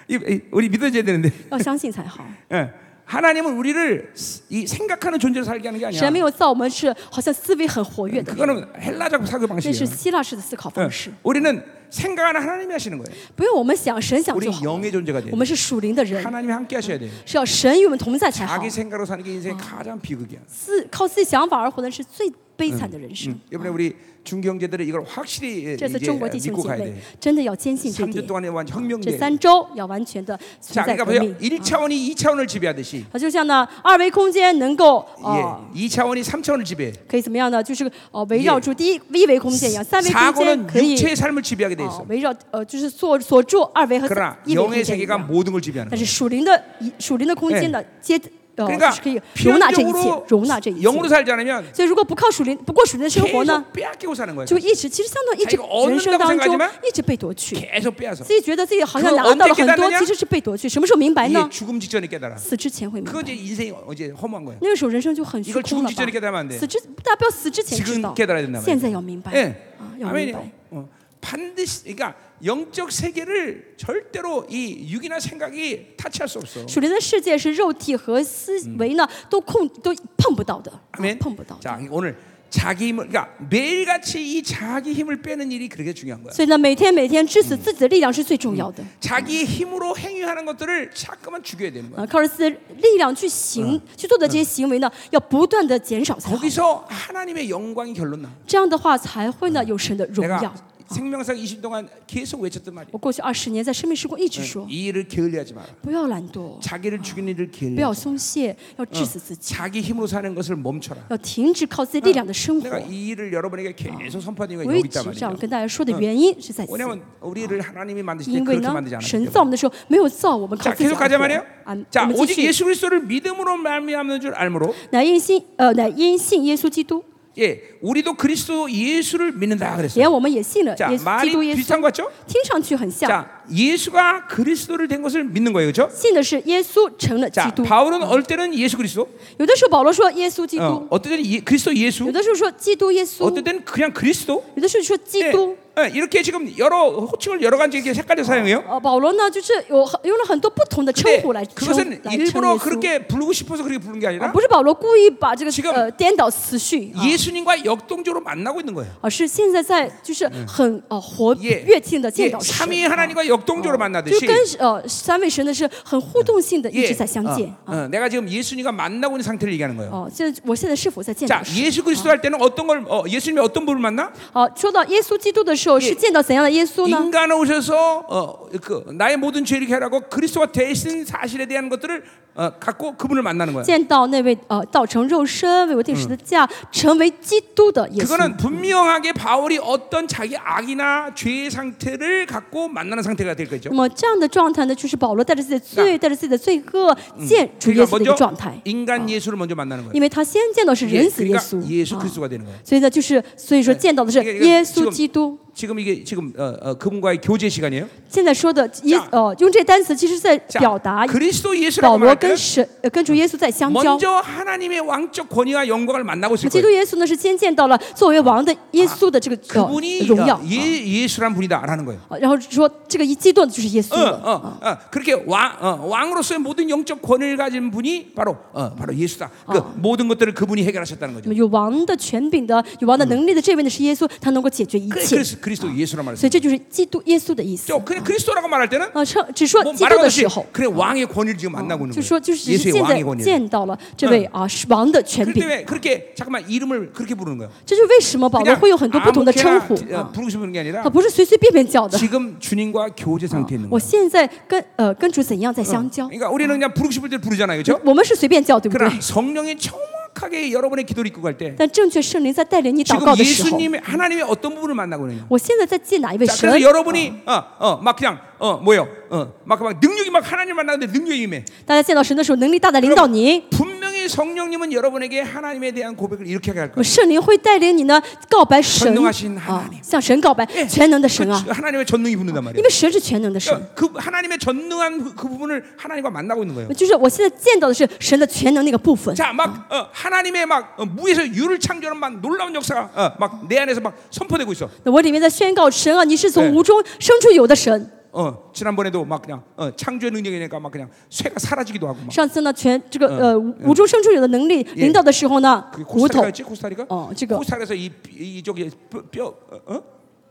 Speaker 1: 이, 이, 우리 믿어져야 되는데
Speaker 2: 要相信才
Speaker 1: (laughs)
Speaker 2: 好。
Speaker 1: 예. 하나님은 우리를 스- 이 생각하는 존재로 살게 하는 게
Speaker 2: 神
Speaker 1: 아니야.
Speaker 2: 没有造我们是好像思维很活跃的人，
Speaker 1: 그거는 헬라적 사고
Speaker 2: 那是
Speaker 1: 방식이에요.
Speaker 2: 希腊式的思考
Speaker 1: 예.
Speaker 2: 方式。
Speaker 1: 우리는 생각하는 하나님이 하시는 거예요.
Speaker 2: 不用我们想，神想
Speaker 1: 우리
Speaker 2: 就好。
Speaker 1: 영의 존재가 돼요.
Speaker 2: 我们是属灵的人，
Speaker 1: 하나님이 함께 하셔야 돼요.
Speaker 2: 是要神与我们同在才好
Speaker 1: 자기 。 생각으로 사는 게 인생의 가장 비극이야.
Speaker 2: 自靠自己想法而活的是最悲惨的人生
Speaker 1: 음, 。 이번에 우리 중경제들은 이걸 확실히 예,
Speaker 2: 这
Speaker 1: 이제
Speaker 2: 次中国弟
Speaker 1: 믿고
Speaker 2: 兄姐
Speaker 1: 가야
Speaker 2: 妹
Speaker 1: 돼.
Speaker 2: 真的要坚信这
Speaker 1: 3주
Speaker 2: 点，
Speaker 1: 동안의 완
Speaker 2: 这
Speaker 1: 혁명제.
Speaker 2: 三周要完全的
Speaker 1: 자,
Speaker 2: 存在
Speaker 1: 그러니까
Speaker 2: 革
Speaker 1: 보세요.
Speaker 2: 命。
Speaker 1: 1차원이 2차원을 지배하듯이
Speaker 2: 啊，就像呢，二维空间能够哦，
Speaker 1: 예, 2차원이 3차원을 지배해.
Speaker 2: 可以怎么样呢？就是哦，围绕住第一 V 维空间一样，三维空间
Speaker 1: 사고는
Speaker 2: 可以
Speaker 1: 육체의 삶을 지배하게 돼
Speaker 2: 哦
Speaker 1: 있어. ，
Speaker 2: 围绕呃，就是锁锁住二维和
Speaker 1: 그러나
Speaker 2: 一维空
Speaker 1: 영의
Speaker 2: 间一
Speaker 1: 세계가
Speaker 2: 样。
Speaker 1: 모든 걸 지배하는
Speaker 2: 但
Speaker 1: 거야.
Speaker 2: 是属灵的属灵的空间呢，接呃就
Speaker 1: 그러니까
Speaker 2: 是可以容纳这一切
Speaker 1: 필연적으로 ，
Speaker 2: 容纳这一切。
Speaker 1: 영으로 살지 않으면
Speaker 2: 所以如果不靠属灵，不过属灵的生活呢，
Speaker 1: 계속 빼앗기고 사는 거야.
Speaker 2: 就一直其实相当于一直
Speaker 1: 자기가얻는다고
Speaker 2: 人生当
Speaker 1: 생각하 지
Speaker 2: 中
Speaker 1: 만
Speaker 2: 一直被夺去，
Speaker 1: 계속 빼앗아.
Speaker 2: 自己觉得自己好像
Speaker 1: 그걸
Speaker 2: 拿到了
Speaker 1: 언제깨
Speaker 2: 很
Speaker 1: 닫느냐
Speaker 2: 多，其实是被夺去。什么时候明白
Speaker 1: 이게
Speaker 2: 呢？
Speaker 1: 죽음 직전에 깨달아.
Speaker 2: 死之前会明
Speaker 1: 그건
Speaker 2: 白
Speaker 1: 이제 。 인생이 어제 허무한 거야.
Speaker 2: 那个时候人生就很虚
Speaker 1: 이걸
Speaker 2: 空
Speaker 1: 죽음
Speaker 2: 了吧
Speaker 1: 직전에 ？ 깨달으면 안 돼.
Speaker 2: 死之大家不要死之前知
Speaker 1: 지금
Speaker 2: 道
Speaker 1: 깨달아야 된다 ，
Speaker 2: 现
Speaker 1: 말이야.
Speaker 2: 在要明白
Speaker 1: 예.
Speaker 2: 啊，要
Speaker 1: 아멘이요.
Speaker 2: 明白。
Speaker 1: 어, 반드시 그러니까 영적 세계를 절대로 이 육이나 생각이 타치할 수 없어.
Speaker 2: 属灵的世界是肉体和思维呢都控都碰不到的，啊
Speaker 1: 아멘.
Speaker 2: 碰不到的。
Speaker 1: 자, 오늘 자기 힘을 그러니까 매일같이 이 자기 힘을 빼는 일이 그렇게 중요한 거야.
Speaker 2: 所以呢，每天每天致死自己的力量是最重要的
Speaker 1: 자기 힘으로 행위하는 것들을 자꾸만 죽여야 되는 거야.
Speaker 2: 啊！靠着自己的力量去行去做的这些行为呢，要不断的减少才好。
Speaker 1: 거기서 하나님의 영광이 결론 나.
Speaker 2: 这样的话才会呢有神的荣
Speaker 1: 내가
Speaker 2: 耀。
Speaker 1: 생명상 20 동안 계속 외쳤던 말이야.
Speaker 2: 我过去二十年在生命时光一直说，
Speaker 1: 이 일을 게을리하지 마라.
Speaker 2: 不要懒惰，
Speaker 1: 자기를 죽이는 일을
Speaker 2: 不
Speaker 1: 게을리.
Speaker 2: 要松懈，要致死自己，
Speaker 1: 자기 힘으로 사는 것을 멈춰라.
Speaker 2: 要停止靠自己力量的生活
Speaker 1: 내가 。이 일을 여러분에게 계속 선포하는
Speaker 2: 我
Speaker 1: 이유가
Speaker 2: 一
Speaker 1: 여기
Speaker 2: 直
Speaker 1: 있단
Speaker 2: 这样
Speaker 1: 말이야.
Speaker 2: 跟大家说的原因是在此，
Speaker 1: 왜냐면 우리를 하나님이 만드실 때
Speaker 2: 因为
Speaker 1: 그렇게
Speaker 2: 呢
Speaker 1: 만들지 ， 않았기
Speaker 2: 神
Speaker 1: 때문에.
Speaker 2: 造我们的时候没有造我们靠
Speaker 1: 자,
Speaker 2: 自己
Speaker 1: 계속
Speaker 2: 而
Speaker 1: 가자
Speaker 2: 活
Speaker 1: 말이요. 。
Speaker 2: 啊，我
Speaker 1: 자,
Speaker 2: 们继
Speaker 1: 오직
Speaker 2: 续。
Speaker 1: 예수 그리스도를 믿음으로 말미암는 줄 알므로
Speaker 2: 乃因信呃乃因信耶稣基督，
Speaker 1: 예, 우리도 그리스도 예수를 믿는다 그랬어요.
Speaker 2: 连我们也信了
Speaker 1: 자,
Speaker 2: 耶稣基督
Speaker 1: 말이
Speaker 2: 耶
Speaker 1: 비슷한
Speaker 2: 稣，
Speaker 1: 것 같죠?
Speaker 2: 听上去很像，
Speaker 1: 자, 예수가 그리스도를 된 것을 믿는 거예요. 그렇죠?
Speaker 2: 信的是耶稣成了基
Speaker 1: 자,
Speaker 2: 督。
Speaker 1: 바울은 어릴 때는 예수 그리스도,
Speaker 2: 有的时候保罗说耶稣基
Speaker 1: 어,
Speaker 2: 督，
Speaker 1: 어떨 때는 예, 그리스도
Speaker 2: 有
Speaker 1: 예수,
Speaker 2: 的时候说基督耶稣，
Speaker 1: 어떨 때는 그냥 그리스도.
Speaker 2: 有的时候说基
Speaker 1: 예,
Speaker 2: 督。
Speaker 1: 예, 이렇게 지금 여러 호칭을 여러 가지 이렇게 헷갈려 사용해요.
Speaker 2: 呃，保罗呢，就是有很用了很多不同的称
Speaker 1: 근데
Speaker 2: 呼来称来
Speaker 1: 그것은
Speaker 2: 称耶
Speaker 1: 일부러
Speaker 2: 稣。
Speaker 1: 그렇게 부르고 싶어서 그렇게 부른 게
Speaker 2: 啊，
Speaker 1: 아니라 뭐, 아.
Speaker 2: 不是保罗故意把这个
Speaker 1: 지금
Speaker 2: 呃颠倒词序啊，
Speaker 1: 예수님과 역동적으로 만나고 있는 거예요.
Speaker 2: 而是现在在就是很呃活
Speaker 1: 예
Speaker 2: 跃性的见
Speaker 1: 예,
Speaker 2: 到神，
Speaker 1: 삼위 하나님과 역동적으로
Speaker 2: 就
Speaker 1: 만나듯이
Speaker 2: 跟呃三位神呢是很互动性的，一
Speaker 1: 예,
Speaker 2: 直在相见
Speaker 1: 어,
Speaker 2: 啊。
Speaker 1: 어, 내가 지금 예수님과 만나고 있는 상태를 얘기하는 거예요.
Speaker 2: 哦，现在我现在是否在见到
Speaker 1: 자,
Speaker 2: 神？
Speaker 1: 예수 그리스도 할 때는 어떤 걸 어, 예수님이 어떤 분을 만나?
Speaker 2: 好，哦说到耶稣基督的时候，是见到怎样的耶稣呢？
Speaker 1: 인간 오셔서 어, 그, 나의 모든 죄를 해라고 그리스도가 대신 사실에 대한 것들을 어, 갖고 그분을 만나는 거야.
Speaker 2: 见到那位呃道成肉身为我定十字架，成为基督的耶稣。
Speaker 1: 그거는 분명하게 바울이 어떤 자기 악이나 죄의 상태를 갖고 만나는 상태가 될 거죠.
Speaker 2: 那么这样的状态呢，就是保罗带着自己的罪，带着自己的罪恶见主耶
Speaker 1: 그러니까
Speaker 2: 稣嗯的一个
Speaker 1: 먼저
Speaker 2: 状态，
Speaker 1: 인간 예수를 먼저 만나는 거예요.
Speaker 2: 因为他先见到是
Speaker 1: 어. 예,
Speaker 2: 人子耶
Speaker 1: 그러니까
Speaker 2: 稣，
Speaker 1: 예수
Speaker 2: 啊哎
Speaker 1: 그리스도가 되는 거예요.
Speaker 2: 所以呢，就是所以说见到的是
Speaker 1: 这个
Speaker 2: 耶
Speaker 1: 这个
Speaker 2: 稣基督。
Speaker 1: 지금 이게 지금 어, 어, 그분과의 교제 시간이에요.
Speaker 2: 现在说的耶呃，用这单词其实在
Speaker 1: 자,
Speaker 2: 表达
Speaker 1: 그리스도
Speaker 2: 保
Speaker 1: 예수라고
Speaker 2: 罗
Speaker 1: 말할 때
Speaker 2: 跟神呃跟主耶稣在相交。
Speaker 1: 먼저 하나님의 왕적 권위와 영광을 만나고 있을
Speaker 2: 基
Speaker 1: 거예요.
Speaker 2: 督耶稣呢是先见到了作为王的耶稣的这个呃
Speaker 1: 그분이
Speaker 2: 荣耀
Speaker 1: 어, 。 예, 예수란 분이다라는 거예요.
Speaker 2: 啊然后说这个一激动就是耶稣
Speaker 1: 어,
Speaker 2: 了。
Speaker 1: 어, 어, 그렇게 왕, 어, 왕으로서의 모든 영적 권위를 가진 분이 바로 어, 바로 예수다. 그 모든 것들을 그분이 해결하셨다는
Speaker 2: 那
Speaker 1: 거죠.
Speaker 2: 嗯么有王的权柄的、有王的能力的这位呢是耶稣，他能够解决一
Speaker 1: 그래,
Speaker 2: 切
Speaker 1: 그래서 그리스도 예수라
Speaker 2: 所以
Speaker 1: 말했어요.
Speaker 2: 这就是基督耶稣的意思
Speaker 1: 저 。 그냥 그리스도라고 말할 때는
Speaker 2: 啊，称只说
Speaker 1: 뭐
Speaker 2: 基督
Speaker 1: 말하고
Speaker 2: 的
Speaker 1: 없이
Speaker 2: 时候，
Speaker 1: 그래 왕의 권위를 지금 만나고 있는
Speaker 2: 就说
Speaker 1: 거예요.
Speaker 2: 就是只是
Speaker 1: 예수의
Speaker 2: 现
Speaker 1: 왕의
Speaker 2: 在
Speaker 1: 권위를.
Speaker 2: 见到了这位啊是王的权
Speaker 1: 그럴
Speaker 2: 柄，
Speaker 1: 때왜 그렇게 잠깐만 이름을 그렇게 부르는 거예요?
Speaker 2: 这就是为什么保罗
Speaker 1: 그냥
Speaker 2: 会有很多不同的称
Speaker 1: 아무렇게나
Speaker 2: 呼
Speaker 1: 어,
Speaker 2: 啊，
Speaker 1: 부르고 싶은 게 아니라
Speaker 2: 他不是随随便便叫的。
Speaker 1: 지금 주님과 교제 상태에 있는 거예요.
Speaker 2: 我现在跟呃跟主怎样在相交？
Speaker 1: 그러니까 우리는 그냥 부르고 싶을 때 부르잖아요. 그렇죠?
Speaker 2: 我们哎是啊随便叫，对不对？
Speaker 1: 그러나 성령이 정확하게 여러분의 기도를 이끌고 갈 때
Speaker 2: 但正确圣灵在带领你祷
Speaker 1: 지금
Speaker 2: 告的时候，
Speaker 1: 예수님의 하나님의 어떤 부분을 만나고 있느냐?
Speaker 2: 我现在在见哪一位
Speaker 1: 자,
Speaker 2: 神
Speaker 1: 그래서 ？ 여러분이 어어막 그냥 어 뭐요? 어막 막 능력이 막 하나님 만나는데 능력이 임해.
Speaker 2: 大家见到神的时候，能力大的领导您。
Speaker 1: 분명히 성령님은 여러분에게 하나님에 대한 고백을 이렇게 하게 할
Speaker 2: 我
Speaker 1: 거예요.
Speaker 2: 圣灵会带领你呢，告白神
Speaker 1: 전능하신하나님
Speaker 2: 啊，向神告白，全能的神啊，
Speaker 1: 그 하나님의 전능이 붙는단
Speaker 2: 因
Speaker 1: 말이에요.
Speaker 2: 为神是全能的神。
Speaker 1: 그러니까 그 하나님의 전능한 그, 그 부분을 하나님과 만나고 있는 거예요.
Speaker 2: 就是我现在见到的是神的全能那个部分，
Speaker 1: 자, 막 어, 하나님의 막 어, 무에서 유를 창조하는 막 놀라운 역사가 어, 막내 안에서 막 선포되고 있어.
Speaker 2: 那我里面在宣告神啊，你是
Speaker 1: 对
Speaker 2: 从无中生出有的神。
Speaker 1: 어, 지난번에도 막 그냥 어, 창조의 능력이니까 막 그냥 쇠가 사라지기도 하고 막.
Speaker 2: 上次呢，全这
Speaker 1: 嗯
Speaker 2: 个呃无中生出有的能力领导的时候呢
Speaker 1: 그 ，
Speaker 2: 骨头
Speaker 1: 코스타리카였지 코스타리카?
Speaker 2: 어, 지금.
Speaker 1: 코스타리카에서 이 이쪽에 뼈, 뼈 어, 어?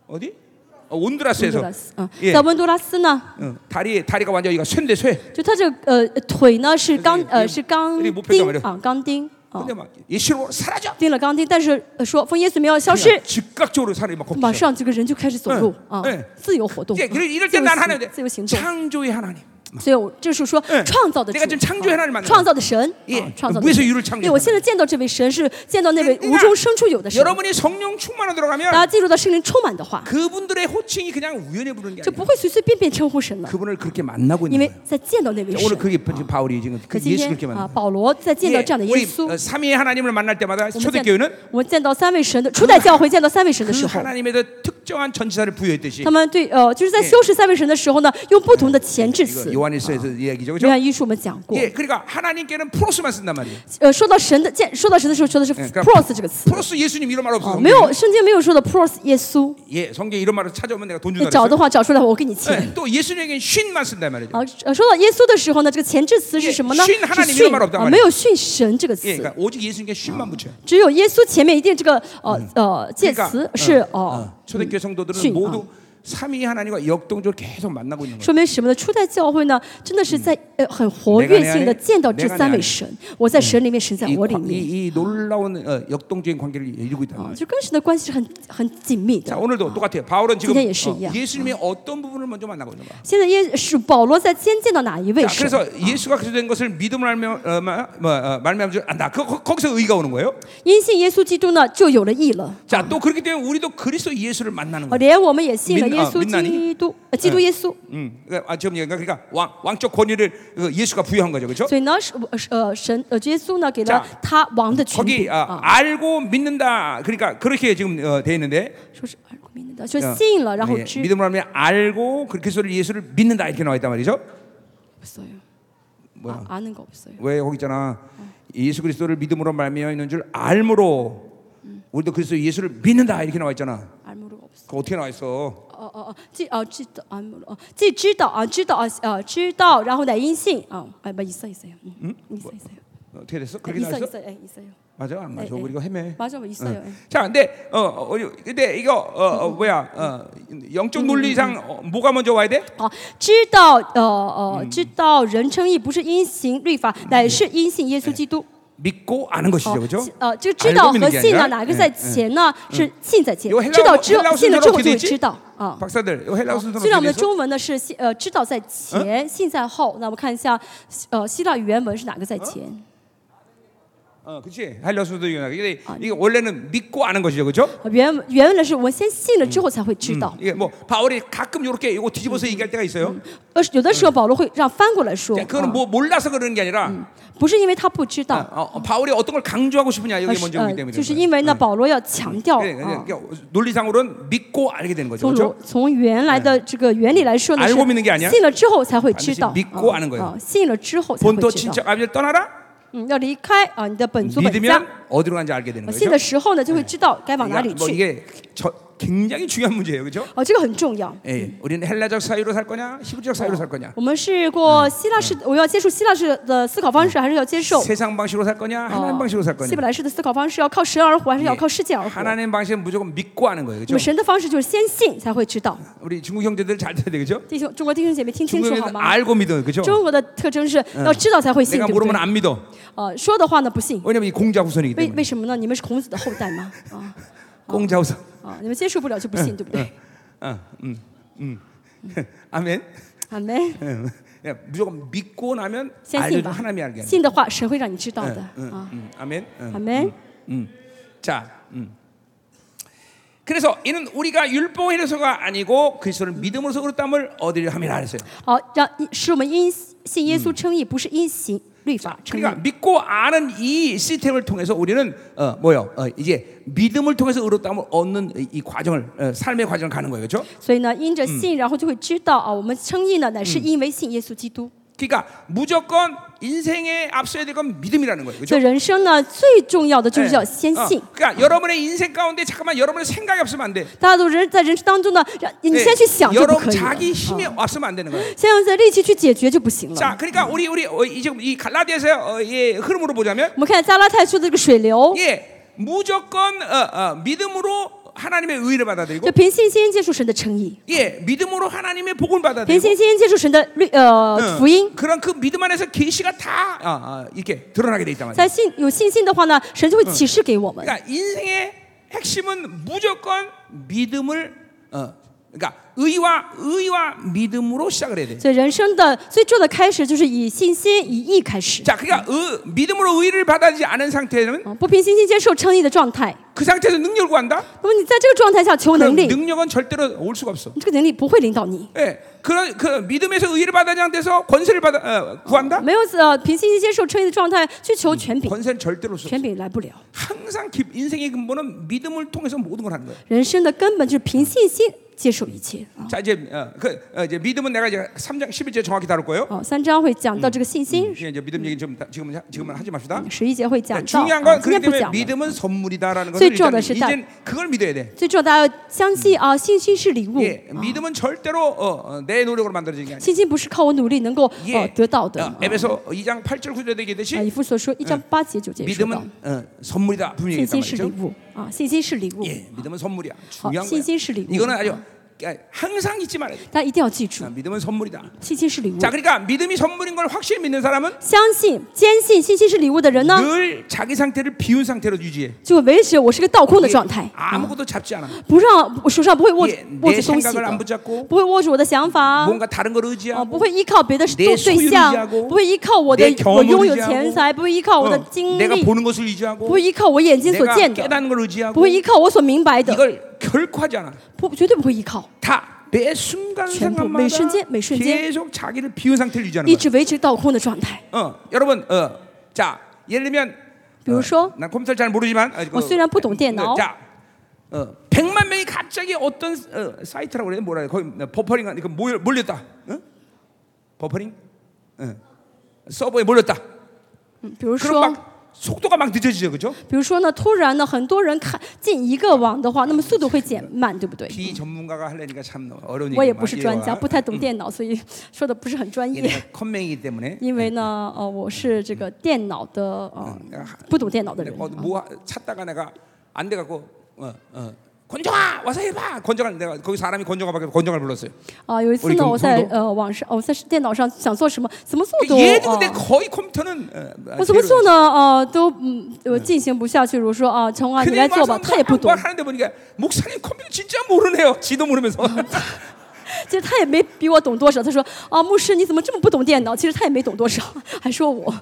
Speaker 1: 어디? 어, 온두라스에서
Speaker 2: 啊
Speaker 1: 예. ，
Speaker 2: 在温多拉斯呢，
Speaker 1: 어, 다리 다리가 완전 이거 쇠인데 쇠.
Speaker 2: 就他这个呃腿呢是钢
Speaker 1: 对
Speaker 2: 呃是钢
Speaker 1: 对목표가아니
Speaker 2: 钉
Speaker 1: 라
Speaker 2: 啊钢钉啊
Speaker 1: 근데 막 예시로 사라져.
Speaker 2: 钉了钢钉，但是呃说奉耶稣名要消
Speaker 1: 그냥
Speaker 2: 失，
Speaker 1: 즉각적으로 사람이 막
Speaker 2: 马
Speaker 1: 걷기.
Speaker 2: 上这个人就开始走路
Speaker 1: 啊嗯
Speaker 2: 啊
Speaker 1: 哎，
Speaker 2: 自由活动，
Speaker 1: 이제 예, 그래 이럴
Speaker 2: 自由
Speaker 1: 때난
Speaker 2: 行
Speaker 1: 하나님
Speaker 2: 自由行动。
Speaker 1: 창조의 하나님.
Speaker 2: 所以我这是说
Speaker 1: 嗯
Speaker 2: 创造的主
Speaker 1: 내가지금창조의하나님만나
Speaker 2: 啊
Speaker 1: 요
Speaker 2: 创造的神，
Speaker 1: 예
Speaker 2: 啊创造
Speaker 1: 무에서
Speaker 2: 的神
Speaker 1: 유를창조했잖아요
Speaker 2: 对，我现在见到这位神是见到那位
Speaker 1: 그러니까
Speaker 2: 无中生出有的神。
Speaker 1: 여러분이 성령 충만으로
Speaker 2: 大
Speaker 1: 들어가면
Speaker 2: 家进入到圣灵充满的话，
Speaker 1: 그분들의 호칭이 그냥 우연히 부르는 게
Speaker 2: 就
Speaker 1: 아니라
Speaker 2: 不会随随便便称呼神了，
Speaker 1: 그분을 그렇게 만나고
Speaker 2: 因
Speaker 1: 있는
Speaker 2: 为
Speaker 1: 거예요.
Speaker 2: 在见到那位
Speaker 1: 자,
Speaker 2: 神
Speaker 1: 오늘 。 그게 지금 바울이 지금 그
Speaker 2: 可今
Speaker 1: 예수 그렇게
Speaker 2: 天啊，
Speaker 1: 만나.
Speaker 2: 保罗在见到这样的
Speaker 1: 우리
Speaker 2: 耶稣
Speaker 1: 어, ， 삼위의 하나님을 만날 때마다
Speaker 2: 我们见
Speaker 1: 초대교회는
Speaker 2: 我们见到三位神的初代教会见到三位神的
Speaker 1: 그
Speaker 2: 时候，
Speaker 1: 하나님에 대해 특정한 전치사를 부여했듯이
Speaker 2: 他们对呃就是在修饰三位神的时候呢，用不同的前置
Speaker 1: 이거
Speaker 2: 词。
Speaker 1: 요한일서에서 이야기죠, 그렇죠?
Speaker 2: 约翰一书我们讲过，
Speaker 1: 예, 그러니까 하나님께는 프로스만 쓴단 말이에요.
Speaker 2: 呃，说到神的见，说到神的时候，说的是
Speaker 1: 예 그러니까
Speaker 2: pros 这个词，
Speaker 1: 프로스 아, 예수님 이런 말 없어.
Speaker 2: 哦，没有圣经没有说的 pros 耶稣。
Speaker 1: 예, 성경 이런 말을 찾아오면 내가 돈
Speaker 2: 你
Speaker 1: 준다
Speaker 2: 找
Speaker 1: 그랬어요.
Speaker 2: 的话找出来，我给你钱。
Speaker 1: 예, 또 예수님에게 쉰만 쓴단 말이죠.
Speaker 2: 好，呃说到耶稣的时候呢，这个前置词是什么呢？
Speaker 1: 예训하나님이란
Speaker 2: 是训
Speaker 1: 말없단말이야
Speaker 2: 啊，没有训神这个
Speaker 1: 예,
Speaker 2: 词
Speaker 1: 그러니까 ， 오직 예수님께 쉰만 붙여요.
Speaker 2: 只有耶稣前面一定这个呃呃介
Speaker 1: 그러니까
Speaker 2: 词
Speaker 1: 어,
Speaker 2: 是
Speaker 1: 어,
Speaker 2: 哦，
Speaker 1: 초대교회 성도들은
Speaker 2: 쉰,
Speaker 1: 모두 삼위 하나님과 역동적으로 계속 만나고 있는 거예요.
Speaker 2: 说明什么呢？初代教会呢，真的是在呃很活跃性的见到这三位神，我在神里面，神在
Speaker 1: 이, 어,
Speaker 2: 我里
Speaker 1: 관-
Speaker 2: 面，
Speaker 1: 이, 이 놀라운 어, 역동적인 관계를 이루고 있다는
Speaker 2: 啊
Speaker 1: 거예요.
Speaker 2: 就跟神的关系是很很紧密
Speaker 1: 자
Speaker 2: 的。
Speaker 1: 오늘도 똑같아요. 바울은 지금
Speaker 2: 그게 예수,
Speaker 1: 어,
Speaker 2: 예.
Speaker 1: 예수님의 어떤 부분을 먼저 만나고 있는 거야.
Speaker 2: 现在耶是保罗在先见到哪一位
Speaker 1: 자,
Speaker 2: 神？
Speaker 1: 그래서 예수가 그리스도된 것을 믿음을 알며 어, 마- 뭐, 어, 말미암아 줄 안다. 그, 거- 거기서 의가 오는 거예요.
Speaker 2: 因信耶稣基督呢，就有了义了。
Speaker 1: 자, 또 그렇기 때문에 우리도 그리스도 예수를 만나는
Speaker 2: 哦，
Speaker 1: 거예요.
Speaker 2: 连我们也信了耶稣
Speaker 1: 民啊民
Speaker 2: 基督，呃基督耶稣。
Speaker 1: 음, 그러니까, 아, 지금 얘기가 그러니까 왕 왕적 권위를 그 예수가 부여한 거죠, 그렇죠?
Speaker 2: 所以呢，是呃是呃神呃耶稣呢给了
Speaker 1: 자
Speaker 2: 他王的权
Speaker 1: 거기
Speaker 2: 柄
Speaker 1: 아,
Speaker 2: 啊，
Speaker 1: 알고 믿는다. 그러니까 그렇게 지금 어, 돼 있는데
Speaker 2: 说是耳光明的，说
Speaker 1: 어,
Speaker 2: 信了，然后
Speaker 1: 예,
Speaker 2: 知
Speaker 1: 믿음을 하면 알고 그렇게 소리 예수를 믿는다 이렇게 나와 있단 말이죠.
Speaker 2: 不所有，
Speaker 1: 뭐야
Speaker 2: 啊아는거없어요。
Speaker 1: 왜 거기 있잖아. 예수 그리스도를 믿음으로 말미암아 있는 줄 알므로 우리도 그리스도 예수를 믿는다 이렇게 나와 있잖아.
Speaker 2: 알모르고없어
Speaker 1: 그 어떻게 나와 있어?
Speaker 2: 哦哦哦，既哦知道알모르哦，
Speaker 1: 어.
Speaker 2: 既知道啊知道啊啊知道，然后乃因信啊
Speaker 1: 어, 아,
Speaker 2: 哎
Speaker 1: 뭐
Speaker 2: 不意思意思呀，嗯意思意思呀，
Speaker 1: 어떻게 됐어?
Speaker 2: 哎
Speaker 1: 뭐, 그렇게
Speaker 2: 意
Speaker 1: 나와 아,
Speaker 2: 思意
Speaker 1: 있어? 네,
Speaker 2: 思哎意思呀，
Speaker 1: 맞아, 안 맞아.
Speaker 2: 예, 예.
Speaker 1: 우리가 헤매.
Speaker 2: 맞아뭐있어요
Speaker 1: 자, 근데 어, 어, 어, 근데 이거 어, 어, 뭐야? 어, 영적 논리상 어, 뭐가 먼저 와야 돼?
Speaker 2: 好，知道呃呃
Speaker 1: 음.
Speaker 2: 知道人称义不是因行律法，乃是因信
Speaker 1: 예.
Speaker 2: 耶稣基督。
Speaker 1: 믿고 아는 것이죠,
Speaker 2: 哦
Speaker 1: 그렇죠? ，
Speaker 2: 呃，这个知道和信呢，哪个
Speaker 1: 예,
Speaker 2: 在前呢？是
Speaker 1: 음.
Speaker 2: 信在前
Speaker 1: 有黑，老
Speaker 2: 知道之
Speaker 1: 黑老
Speaker 2: 后，
Speaker 1: 师
Speaker 2: 信了之
Speaker 1: 这种
Speaker 2: 后就会
Speaker 1: 体积
Speaker 2: 知道啊。
Speaker 1: 박사들, 이거 헬라어 순서로
Speaker 2: 虽然我们的
Speaker 1: 정리해서?
Speaker 2: 中文呢是信呃知道在前，信在后。那我们看一下，呃，希腊语原文是哪个在前？
Speaker 1: 어, 그렇지. 헬라어 순서도 이거나. 근데 이게 원래는 믿고 아는 것이죠, 그렇죠?
Speaker 2: 呃原文原文呢是我们先信了之后才会知道。
Speaker 1: 이게 뭐 바울이 가끔 이렇게 이거 뒤집어서 얘기할 때가 있어요.
Speaker 2: 呃，有的时候保罗会让翻过来说，
Speaker 1: 자, 그거는
Speaker 2: 啊
Speaker 1: 뭐 몰라서 그러는 게 아니라
Speaker 2: 不是因为他不知
Speaker 1: 어,
Speaker 2: 道，
Speaker 1: 어, 바울이 어떤 걸 강조하고 싶으냐
Speaker 2: 而
Speaker 1: 여기
Speaker 2: 是
Speaker 1: 먼저 오기
Speaker 2: 呃，
Speaker 1: 때문에.
Speaker 2: 就是
Speaker 1: 그런 거예요.
Speaker 2: 因为呢保罗要强调
Speaker 1: 그래, 그냥
Speaker 2: 啊，
Speaker 1: 그냥 그러니까 논리상으로는 믿고 알게 되는 거죠,
Speaker 2: 从
Speaker 1: 그
Speaker 2: 罗
Speaker 1: 죠
Speaker 2: 从原来的这个原理来说呢
Speaker 1: 알고
Speaker 2: 是
Speaker 1: 믿는게아니야
Speaker 2: 信了之后才会知道
Speaker 1: 반드시믿고아는거예요
Speaker 2: 啊，信了之后才会
Speaker 1: 본토
Speaker 2: 知道。
Speaker 1: 친척 아비를 떠나라.
Speaker 2: 嗯，要离开啊你的本族本家。啊
Speaker 1: 믿으면 어디로 간지 알게 되는
Speaker 2: 信
Speaker 1: 거죠.
Speaker 2: 的时候呢，就会知道该往哪里
Speaker 1: 그러니까 뭐
Speaker 2: 去。
Speaker 1: 이게 저, 굉장히 중요한 문제예요, 그렇죠?
Speaker 2: 哦，这个很重要。
Speaker 1: 예, 우리는 헬라적 사유로 살 거냐, 히브리적 사유로 살 거냐,
Speaker 2: 我们是过希腊式，我要接触希腊式的思考方式，还是要接受
Speaker 1: 세상 방식으로 살 거냐, 하나님 방식으로 살
Speaker 2: 哦希
Speaker 1: 거냐. 예.
Speaker 2: 伯来式的思考方式？要靠神而活，还是要靠世界而活？
Speaker 1: 하나님 방식은 무조건 믿고 하는 거예요,
Speaker 2: 我们
Speaker 1: 그렇죠?
Speaker 2: 神的方式就是嗯先信才会知道。
Speaker 1: 우리 중국 형제들 잘 들어야 되겠죠?
Speaker 2: 弟兄，中国弟兄姐妹听清
Speaker 1: 중국
Speaker 2: 楚好
Speaker 1: 형제들
Speaker 2: 吗？
Speaker 1: 알고 믿어요, 그렇죠?
Speaker 2: 中国的特征是要知道才会信，
Speaker 1: 내가
Speaker 2: 对不对
Speaker 1: 모르면 ？안 믿어.
Speaker 2: 呃，说的话呢不信，
Speaker 1: 왜냐면 이 공자 후손이기
Speaker 2: 为
Speaker 1: 때문에.
Speaker 2: 为什么呢？你们是孔子的后代吗？啊
Speaker 1: 공자 후손. (laughs)
Speaker 2: 啊，你们接受不了就不信，对不对？
Speaker 1: 어, 음, 음. 아멘. (laughs)
Speaker 2: 阿门。
Speaker 1: 예, 예, 무조건 믿고 나면
Speaker 2: 先信
Speaker 1: 알려줘
Speaker 2: 吧
Speaker 1: 하나님이 알게 ， 하는
Speaker 2: 信的话神会让你知道
Speaker 1: 거예요.
Speaker 2: 的
Speaker 1: 응,
Speaker 2: 啊。
Speaker 1: 응, 아멘. 응,
Speaker 2: 阿门。
Speaker 1: 응. 자, 음. 그래서 이는 우리가 율법에 의해서가 아니고 그리스도를 믿음으로서 그렇다함을 얻으려 함이라 했어요.
Speaker 2: 好，让使我们因信耶稣称义，不是因行律法称义。
Speaker 1: 그러니까 믿고 아는 이 시스템을 통해서 우리는 어, 뭐요? 어, 이제 믿음을 통해서 의롭다함을 얻는 이, 이 과정을 어, 삶의 과정을 가는 거예요, 그렇죠?
Speaker 2: 所以呢，因着信，然后就会知道啊，我们称义呢，乃是因为信耶稣基督。
Speaker 1: 그러니까 무조건 인생에 앞서야 될 건 믿음이라는 거예요, 그렇죠?
Speaker 2: 所以人生呢，最重要的就是
Speaker 1: 예.
Speaker 2: 要先
Speaker 1: 어,
Speaker 2: 信。
Speaker 1: 그러니까 여러분의 인생 가운데 잠깐만 여러분의 생각이 없으면 안 돼.
Speaker 2: 大家都人在人生当中呢，让你
Speaker 1: 예,
Speaker 2: 先去想就不
Speaker 1: 여러분
Speaker 2: 可以了，
Speaker 1: 자기
Speaker 2: 啊
Speaker 1: 힘이 없으면 안 되는 거예요.
Speaker 2: 先用自己的力气去解决就不行了
Speaker 1: 자, 。 그러니까 우리 우리 어, 이 지금 이 갈라디아서 어, 예, 흐름으로 보자면
Speaker 2: 我们看加拉太书的这个水流，
Speaker 1: 예, 무조건 어, 어, 믿음으로 하나님의 의를 받아들이고
Speaker 2: 就凭信心接受神的称义，
Speaker 1: 예, 믿음으로 하나님의 복을
Speaker 2: 凭
Speaker 1: 받아들이고
Speaker 2: 信心接受神的律呃
Speaker 1: 응,
Speaker 2: 福音。
Speaker 1: 그런 그 믿음 안에서 계시가 다 아, 아, 이렇게 드러나게 돼 있단 말이에요.
Speaker 2: 在信有信心的话呢，神就会启示给我们。
Speaker 1: 그러니까 인생의 핵심은 무조건 믿음을 어, 그러니까 의와 의와 믿음으로 시작을 해야 돼.
Speaker 2: 所以人生的最重要的开始就是以信心以义开始，
Speaker 1: 자, 그러니까 의, 믿음으로 의를 받아들이지 않은 상태는
Speaker 2: 啊，不凭信心接受称义的状态。
Speaker 1: 그 상태에서 능력을 구한다.
Speaker 2: 那么你在这个状态下求
Speaker 1: 그럼
Speaker 2: 能力，
Speaker 1: 능력은 절대로 올 수가 없어.
Speaker 2: 这个能力不会领导你。
Speaker 1: 예, 그런 그 믿음에서 의를 받은 상태에서 권세를 받아 어, 구한다.
Speaker 2: 没有呃凭信心接受称义的状态去求权柄，
Speaker 1: 권세는 절대로 올 수 없어.
Speaker 2: 权柄来不了。
Speaker 1: 항상 기- 인생의 근본은 믿음을 통해서 모든 걸 하는 거야.
Speaker 2: 人生的根本就是凭信心接受一切啊。
Speaker 1: 자, 이제 어, 그 어, 이제 믿음은 내가 이제 3장 11절 정확히 다룰 거예요.
Speaker 2: 哦，三章会讲到这个信心，
Speaker 1: 예, 이제 믿음 얘기 좀 다- 지금은 지금은 하지 맙시다.
Speaker 2: 十一节会
Speaker 1: 자,
Speaker 2: 讲到，
Speaker 1: 중요한
Speaker 2: 啊
Speaker 1: 건
Speaker 2: 今
Speaker 1: 그렇기
Speaker 2: 天不
Speaker 1: 때문에
Speaker 2: 讲了。
Speaker 1: 믿음은 선물이다라는 것을
Speaker 2: 수익
Speaker 1: 일단
Speaker 2: 주어다, 싫다.
Speaker 1: 이제 그걸 믿어야 돼.
Speaker 2: 最重要，大家要相信啊，信心是礼物，
Speaker 1: 예, 믿음은 절대로 어, 어, 내 노력으로 만들어진 게 아니야.
Speaker 2: 信心不是靠我努力能够
Speaker 1: 예,
Speaker 2: 呃得到的。哦
Speaker 1: 어, 에베소 2장 8절 9절에 아, 얘기듯이
Speaker 2: 啊，以父所说一章八节九节说到，
Speaker 1: 믿음은 어, 선물이다 분명히
Speaker 2: 信
Speaker 1: 했단
Speaker 2: 心是礼
Speaker 1: 말이죠.
Speaker 2: 物啊，信心是礼物，
Speaker 1: 예, 믿음은 선물이야. 중요한 거야.
Speaker 2: 어, 신신실리고.
Speaker 1: 이거는 아주 그러니까 항상 잊지 말아야 돼.
Speaker 2: 大家一定要记住
Speaker 1: 아 ， 믿음은 선물이다.
Speaker 2: 信心是礼物。
Speaker 1: 자, 그러니까 믿음이 선물인 걸 확실히 믿는 사람은
Speaker 2: 相信、坚信信心是礼物的人呢，
Speaker 1: 늘 자기 상태를 비운 상태로 유지해.
Speaker 2: 就会维持我是个倒空的
Speaker 1: 예,
Speaker 2: 状态，啊
Speaker 1: 아무것도 잡지 않아.
Speaker 2: 不让我手上不会握
Speaker 1: 예,
Speaker 2: 握
Speaker 1: 내
Speaker 2: 着东西
Speaker 1: 생각을 안
Speaker 2: 的，
Speaker 1: 붙잡고
Speaker 2: 不会握住我的想法，
Speaker 1: 뭔가 다른 걸
Speaker 2: 啊，
Speaker 1: 의지하고
Speaker 2: 不会依靠别的对
Speaker 1: 내소유를
Speaker 2: 对象
Speaker 1: 의지하고，
Speaker 2: 不会依靠我的
Speaker 1: 내경험을
Speaker 2: 我拥有
Speaker 1: 의지하고
Speaker 2: 钱财，不会依靠我的
Speaker 1: 어,
Speaker 2: 经
Speaker 1: 내가
Speaker 2: 历，
Speaker 1: 보는 것을
Speaker 2: 不
Speaker 1: 의지하고
Speaker 2: 会依靠我眼睛所
Speaker 1: 내가
Speaker 2: 见的，
Speaker 1: 깨닫는 걸
Speaker 2: 不
Speaker 1: 의지하고
Speaker 2: 会依靠我所明白的，
Speaker 1: 이걸 결코 하지 않아.
Speaker 2: 不绝对不会依靠，
Speaker 1: 다매 순간
Speaker 2: 전부,
Speaker 1: 순간마다
Speaker 2: 매 순간, 매 순간.
Speaker 1: 계속 자기를 비운 상태를 유지하는
Speaker 2: 一
Speaker 1: 거야.
Speaker 2: 直维持倒空的状态。
Speaker 1: 어, 여러분, 어, 자, 예를 들면,
Speaker 2: 比如说，
Speaker 1: 난 컴퓨터 잘 모르지만, 어, 그,
Speaker 2: 我虽然不懂电脑
Speaker 1: 자, 어, 100만 명이 갑자기 어떤 어, 사이트라고 그래, 뭐라 그래, 거기 버퍼링, 그러니까 몰- 몰렸다, 응? 버퍼링, 응. 서버에 몰렸다.
Speaker 2: 嗯比如
Speaker 1: 그럼
Speaker 2: 说。
Speaker 1: 막 속도가 막 늦어지죠, 그죠
Speaker 2: 比如说呢，突然呢，很多人看进一个网的话，那么速度会减慢，对不对？
Speaker 1: 비전문가가 하려니까 참 어려운
Speaker 2: 我也
Speaker 1: 얘기구만.
Speaker 2: 不是专家，
Speaker 1: 이해가.
Speaker 2: 不太懂电脑，所以说的不是很专
Speaker 1: 이게
Speaker 2: 业。
Speaker 1: 내가 컴맹이기 때문에
Speaker 2: 因为呢，呃，我是这个电脑的，呃，不懂电脑的人。啊
Speaker 1: 어, 뭐 하- 찾다가 내가 안 돼갖고 어, 어. 권정아 와서 해봐 권정아 내가 거기 사람이 권정아밖에 없- 권정아를 불렀어요
Speaker 2: 啊，有一次
Speaker 1: 我
Speaker 2: 呢，
Speaker 1: 有
Speaker 2: 我在
Speaker 1: 空
Speaker 2: 呃网上，哦我在电脑上想做什么，怎么速度
Speaker 1: 그러니까 얘도
Speaker 2: 啊？
Speaker 1: 근데 거의 컴퓨터는 어,
Speaker 2: 我怎么做呢？呃，都嗯，我进行不下去。如说啊，成啊，你
Speaker 1: 근데
Speaker 2: 来做
Speaker 1: 와서
Speaker 2: 吧，他也不懂
Speaker 1: 말 ， 하는데 보니까 목사님 컴퓨터 진짜 모르네요 지도 모르면서
Speaker 2: 其实他也没比我懂多少。他说啊，牧师你怎么这么不懂电脑？其实他也没懂多少， (laughs) 还说我。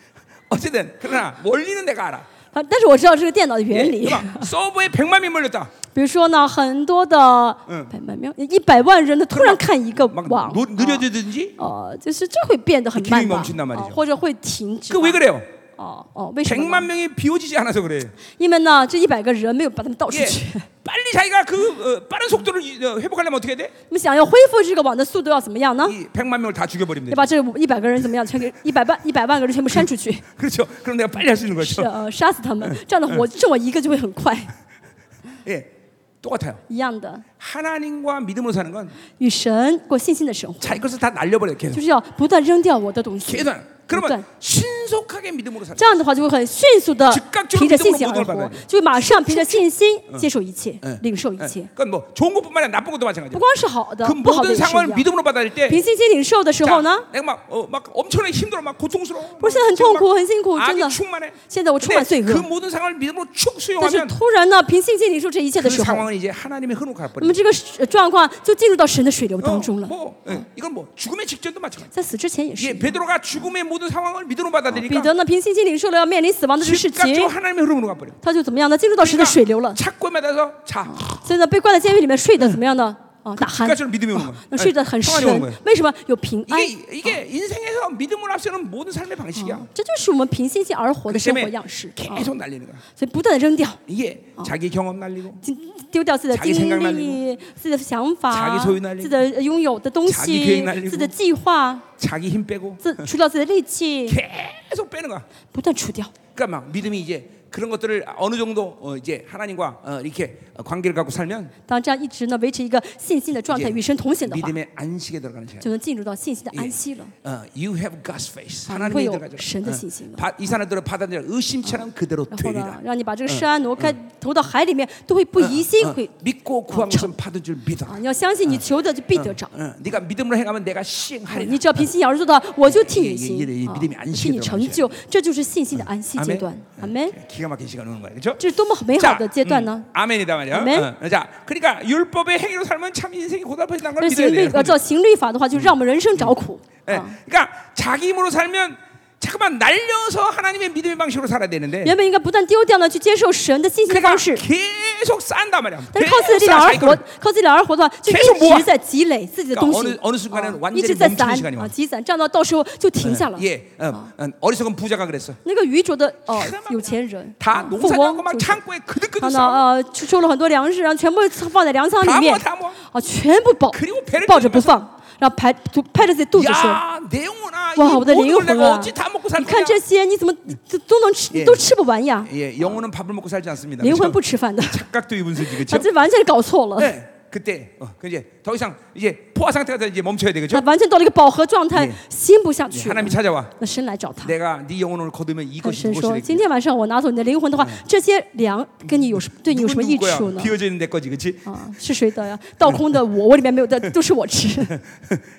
Speaker 1: (laughs) 어쨌든 그러나 원리는 내가 알아
Speaker 2: 啊，但是我知道这个电脑的
Speaker 1: 예,
Speaker 2: 原理。
Speaker 1: 그러니까 서버에 100만 명 몰렸다
Speaker 2: 比如说呢，很多的百万秒，一百万嗯人，他突然看一个
Speaker 1: 막
Speaker 2: 网，
Speaker 1: 노- 느려지든지
Speaker 2: 哦、呃，就是这会变得很慢吧
Speaker 1: 기능이멈춘단말이죠
Speaker 2: 哦或者会停止吧。
Speaker 1: 그왜 그래요
Speaker 2: 哦哦，为什么
Speaker 1: 100만 아,
Speaker 2: 呢？
Speaker 1: 명이 비워지지 않아서 그래요
Speaker 2: 因为呢，这一百个人没有把他们倒出
Speaker 1: 예,
Speaker 2: (laughs) 去。
Speaker 1: 빨리 자기가 그 어, 빠른 속도를 이- 어, 회복하려면 어떻게 해야 돼?
Speaker 2: 那么想要恢复这个网的速度要怎么样呢？
Speaker 1: 어? 이 100만 명을 다 죽여버리면 돼
Speaker 2: 要把这一百个人怎么样，全给一百万一百万个人全部删出去，
Speaker 1: 그렇죠. 그럼 내가 빨리 할 수 있는
Speaker 2: 是
Speaker 1: 거죠.
Speaker 2: 呃杀死他们。这样的我剩我一个就会很快。
Speaker 1: 예. 똑같아요.
Speaker 2: 一样的，
Speaker 1: 하나님과 믿음으로 사는 건
Speaker 2: 与神过信心的生活，
Speaker 1: 자기 것을 다 날려버려 계속
Speaker 2: 就是要不断扔掉我的东西
Speaker 1: 계속 。 그러면
Speaker 2: 일단.
Speaker 1: 신속하게 믿음으로 살아.
Speaker 2: 这样的话，就会很迅速的
Speaker 1: 즉각적으로
Speaker 2: 凭着信心
Speaker 1: 믿음으로모든
Speaker 2: 而
Speaker 1: 걸받아야
Speaker 2: 活
Speaker 1: 돼 ，嗯
Speaker 2: 就会马上凭着信心接受一切，领受一切。
Speaker 1: 그건 뭐 좋은 것뿐만 아니라 나쁜 것도
Speaker 2: 不
Speaker 1: 마찬가지야.
Speaker 2: 光是好的
Speaker 1: 그 ，
Speaker 2: 不好的
Speaker 1: 모든
Speaker 2: 也是
Speaker 1: 상황을
Speaker 2: 一样。
Speaker 1: 믿음으로 받아들일 때
Speaker 2: 凭信心领受的时候呢，
Speaker 1: 내가 막, 어, 막 엄청나게 힘들어 막 고통스러워.
Speaker 2: 不是很痛苦，很辛苦，真
Speaker 1: 아주
Speaker 2: 的。
Speaker 1: 충만해.
Speaker 2: 现在我充满
Speaker 1: 근데
Speaker 2: 罪
Speaker 1: 그
Speaker 2: 恶，
Speaker 1: 모든 상황을 믿음으로 축
Speaker 2: 但是
Speaker 1: 수용하면
Speaker 2: 突然呢，凭信心领受这一切
Speaker 1: 그
Speaker 2: 的时候，
Speaker 1: 상황은 이제 하나님의 흐뭇할
Speaker 2: 那么
Speaker 1: 뻔해.
Speaker 2: 这个呃状况就进入到神的水流
Speaker 1: 어,
Speaker 2: 当中了。
Speaker 1: 뭐 예, 이건 뭐 죽음의 직전도 마찬가지.
Speaker 2: 在死之前也
Speaker 1: 예,
Speaker 2: 是。
Speaker 1: 베드로가 죽음의 모든 상황을 믿음으로
Speaker 2: 彼
Speaker 1: 받아들이니까
Speaker 2: 得呢，凭信心领受了要面临死亡的这个事情
Speaker 1: 즉각적으로 ， 하나님의 흐름으로 가버려.
Speaker 2: 他就怎么样呢？进入到神的水流了
Speaker 1: 그러니까 ， 착고에 맞아서 자.
Speaker 2: 所以呢，被关在监狱里面睡得怎么样呢？啊，打鼾。
Speaker 1: 그까처럼 믿음이 오는 거야.
Speaker 2: 那睡得很
Speaker 1: 평안이
Speaker 2: 深
Speaker 1: 오는 거야. ，
Speaker 2: 为什么有哎平安？
Speaker 1: 이게 이게 인생에서 믿음을 앞서는 모든 삶의 방식이야.
Speaker 2: 这就是我们凭信心而活的
Speaker 1: 그
Speaker 2: 生活
Speaker 1: 때문에
Speaker 2: 样式 어。 啊！
Speaker 1: 계속 날리는 거야.
Speaker 2: 所以不断的扔掉，
Speaker 1: 이게 자기 경험 날리고
Speaker 2: 丢掉自己的
Speaker 1: 자기생각
Speaker 2: 经
Speaker 1: 날리
Speaker 2: 历、自己的想
Speaker 1: 자기
Speaker 2: 法、
Speaker 1: 소유날리고
Speaker 2: 自己的拥有的东
Speaker 1: 자기계획
Speaker 2: 西
Speaker 1: 날리고 、
Speaker 2: 自己的计划，
Speaker 1: 자기 힘 빼고
Speaker 2: 自除掉自己的力气，
Speaker 1: 계속 빼는 거야.
Speaker 2: 不断除掉。
Speaker 1: 그러니까 막 믿음이 이제 그런 것들을 어느 정도 어, 이제 하나님과 어, 이렇게 어, 관계를 갖고 살면
Speaker 2: 当这样一直呢维持一个信心的状态，
Speaker 1: 이제
Speaker 2: 与神同行的话，
Speaker 1: 믿음의 안식에 들어가는 시간.
Speaker 2: 就能进入到信心的安息了。
Speaker 1: 어, you have God's faith.
Speaker 2: 아,
Speaker 1: 하나님의
Speaker 2: 이거요.
Speaker 1: 들어가죠.
Speaker 2: 神的
Speaker 1: 어,
Speaker 2: 信心了。 아，
Speaker 1: 바- 이 사람들을 받아들여 의심치 않으면 그대로
Speaker 2: 然后呢
Speaker 1: 되리라. ，
Speaker 2: 让你把这个山挪
Speaker 1: 嗯
Speaker 2: 开，投到海里面，都会不疑心，
Speaker 1: 어,
Speaker 2: 会 아，
Speaker 1: 믿고 구한 것은 받은 줄 믿어.
Speaker 2: 啊！你要相
Speaker 1: 嗯
Speaker 2: 信，你求的就必得着。
Speaker 1: 어, 네가 믿음으로 행하면
Speaker 2: 아，
Speaker 1: 내가
Speaker 2: 啊
Speaker 1: 시행하리라.
Speaker 2: 你只要凭信仰而做到，我就替
Speaker 1: 也
Speaker 2: 你
Speaker 1: 嗯也也也
Speaker 2: 行，啊
Speaker 1: 믿음이안식에
Speaker 2: 替你
Speaker 1: 들어가는
Speaker 2: 成就，这就是信心的安
Speaker 1: 嗯
Speaker 2: 息阶段。阿门。
Speaker 1: 예, 기가 막힌 시간 오는 거야, 그렇죠?
Speaker 2: 这是多么美好
Speaker 1: 嗯
Speaker 2: 的阶段呢？
Speaker 1: 음, 아멘이다 말이야.
Speaker 2: 아멘.
Speaker 1: 어, 자, 그러니까 율법의 행위로 살면 참 인생이 고달퍼진다는 걸
Speaker 2: 这行
Speaker 1: 믿어야
Speaker 2: 律
Speaker 1: 돼요.
Speaker 2: 要照行律法的话，就让我们人生找苦。
Speaker 1: 예,
Speaker 2: 啊，
Speaker 1: 그러니까 자기 힘으로 살면 잠깐만 날려서 하나님의 믿음의 방식으로 살아야 되는데
Speaker 2: 原本应该不断丢掉呢，去接受神的信心的
Speaker 1: 그러니까
Speaker 2: 方式，
Speaker 1: 계속 쌓는단 말이야.
Speaker 2: 但是靠自
Speaker 1: 계속
Speaker 2: 己的力量
Speaker 1: 쌓아,
Speaker 2: 而
Speaker 1: 자기
Speaker 2: 活
Speaker 1: 거를. ，
Speaker 2: 靠自己的力量而活的话，就
Speaker 1: 계속
Speaker 2: 一
Speaker 1: 모아
Speaker 2: 直在积累自己的东
Speaker 1: 그러니까
Speaker 2: 西
Speaker 1: 어느 ，
Speaker 2: 啊
Speaker 1: 어느 순간에는
Speaker 2: 一
Speaker 1: 완전히
Speaker 2: 直在
Speaker 1: 멈추는
Speaker 2: 攒
Speaker 1: 시간이
Speaker 2: 啊
Speaker 1: 와.
Speaker 2: 积攒，这样到到时候就停下了。
Speaker 1: 예, 어, 어, 어리석은 부자가 그랬어.
Speaker 2: 那个愚拙的哦
Speaker 1: 天哪
Speaker 2: 有钱人
Speaker 1: 다
Speaker 2: 啊富
Speaker 1: 농사짓고
Speaker 2: 翁
Speaker 1: 막
Speaker 2: 就是，
Speaker 1: 창고에 그득그득
Speaker 2: 他呢
Speaker 1: 쌓아.
Speaker 2: 呃收收了很多粮食，然后全部放在粮仓里
Speaker 1: 다
Speaker 2: 面
Speaker 1: 모아, ，다 모아.
Speaker 2: 啊，全部抱
Speaker 1: 그리고배를
Speaker 2: 抱着
Speaker 1: 들면서
Speaker 2: 不放，然后拍拍着自己肚子说。
Speaker 1: 야, 내 영혼아, 이
Speaker 2: 哇，我的
Speaker 1: 모든
Speaker 2: 灵
Speaker 1: 걸
Speaker 2: 魂
Speaker 1: 내가
Speaker 2: 啊
Speaker 1: 어찌 ！다 먹고 살
Speaker 2: 你看
Speaker 1: 거냐?
Speaker 2: 这些，你怎么都都能吃，
Speaker 1: 예
Speaker 2: 你都吃不完呀？
Speaker 1: 예, 영혼은 밥을 먹고 살지 않습니다.
Speaker 2: 灵魂
Speaker 1: 그렇죠?
Speaker 2: 不吃饭的，
Speaker 1: 착각도 이분수지
Speaker 2: 他
Speaker 1: 그렇죠?
Speaker 2: 这完全是搞错了，
Speaker 1: 네, 그때 어, 그 이제 더 이상 이제 포화 상태가 돼 이제 멈춰야 돼
Speaker 2: 他
Speaker 1: 그렇죠?
Speaker 2: 啊完全到了一个饱和状态
Speaker 1: 예 ，
Speaker 2: 心不下
Speaker 1: 예,
Speaker 2: 去了。
Speaker 1: 하나님이 찾아와.
Speaker 2: 嗯那神来找他，
Speaker 1: 내가 네 영혼을 거두면
Speaker 2: 他
Speaker 1: 이것이
Speaker 2: 神说：“
Speaker 1: 무엇이
Speaker 2: 今
Speaker 1: 되겠니?
Speaker 2: 天晚上我拿走你的灵魂的话，这些粮跟你有什嗯对你有
Speaker 1: 누군
Speaker 2: 什么益
Speaker 1: 누구
Speaker 2: 处
Speaker 1: 거야?
Speaker 2: 呢？”
Speaker 1: 비어져 있는 내 거지, 그렇지?
Speaker 2: 啊，是谁的呀？倒空的我，我里面没有的都是我 (laughs) 吃，
Speaker 1: (laughs)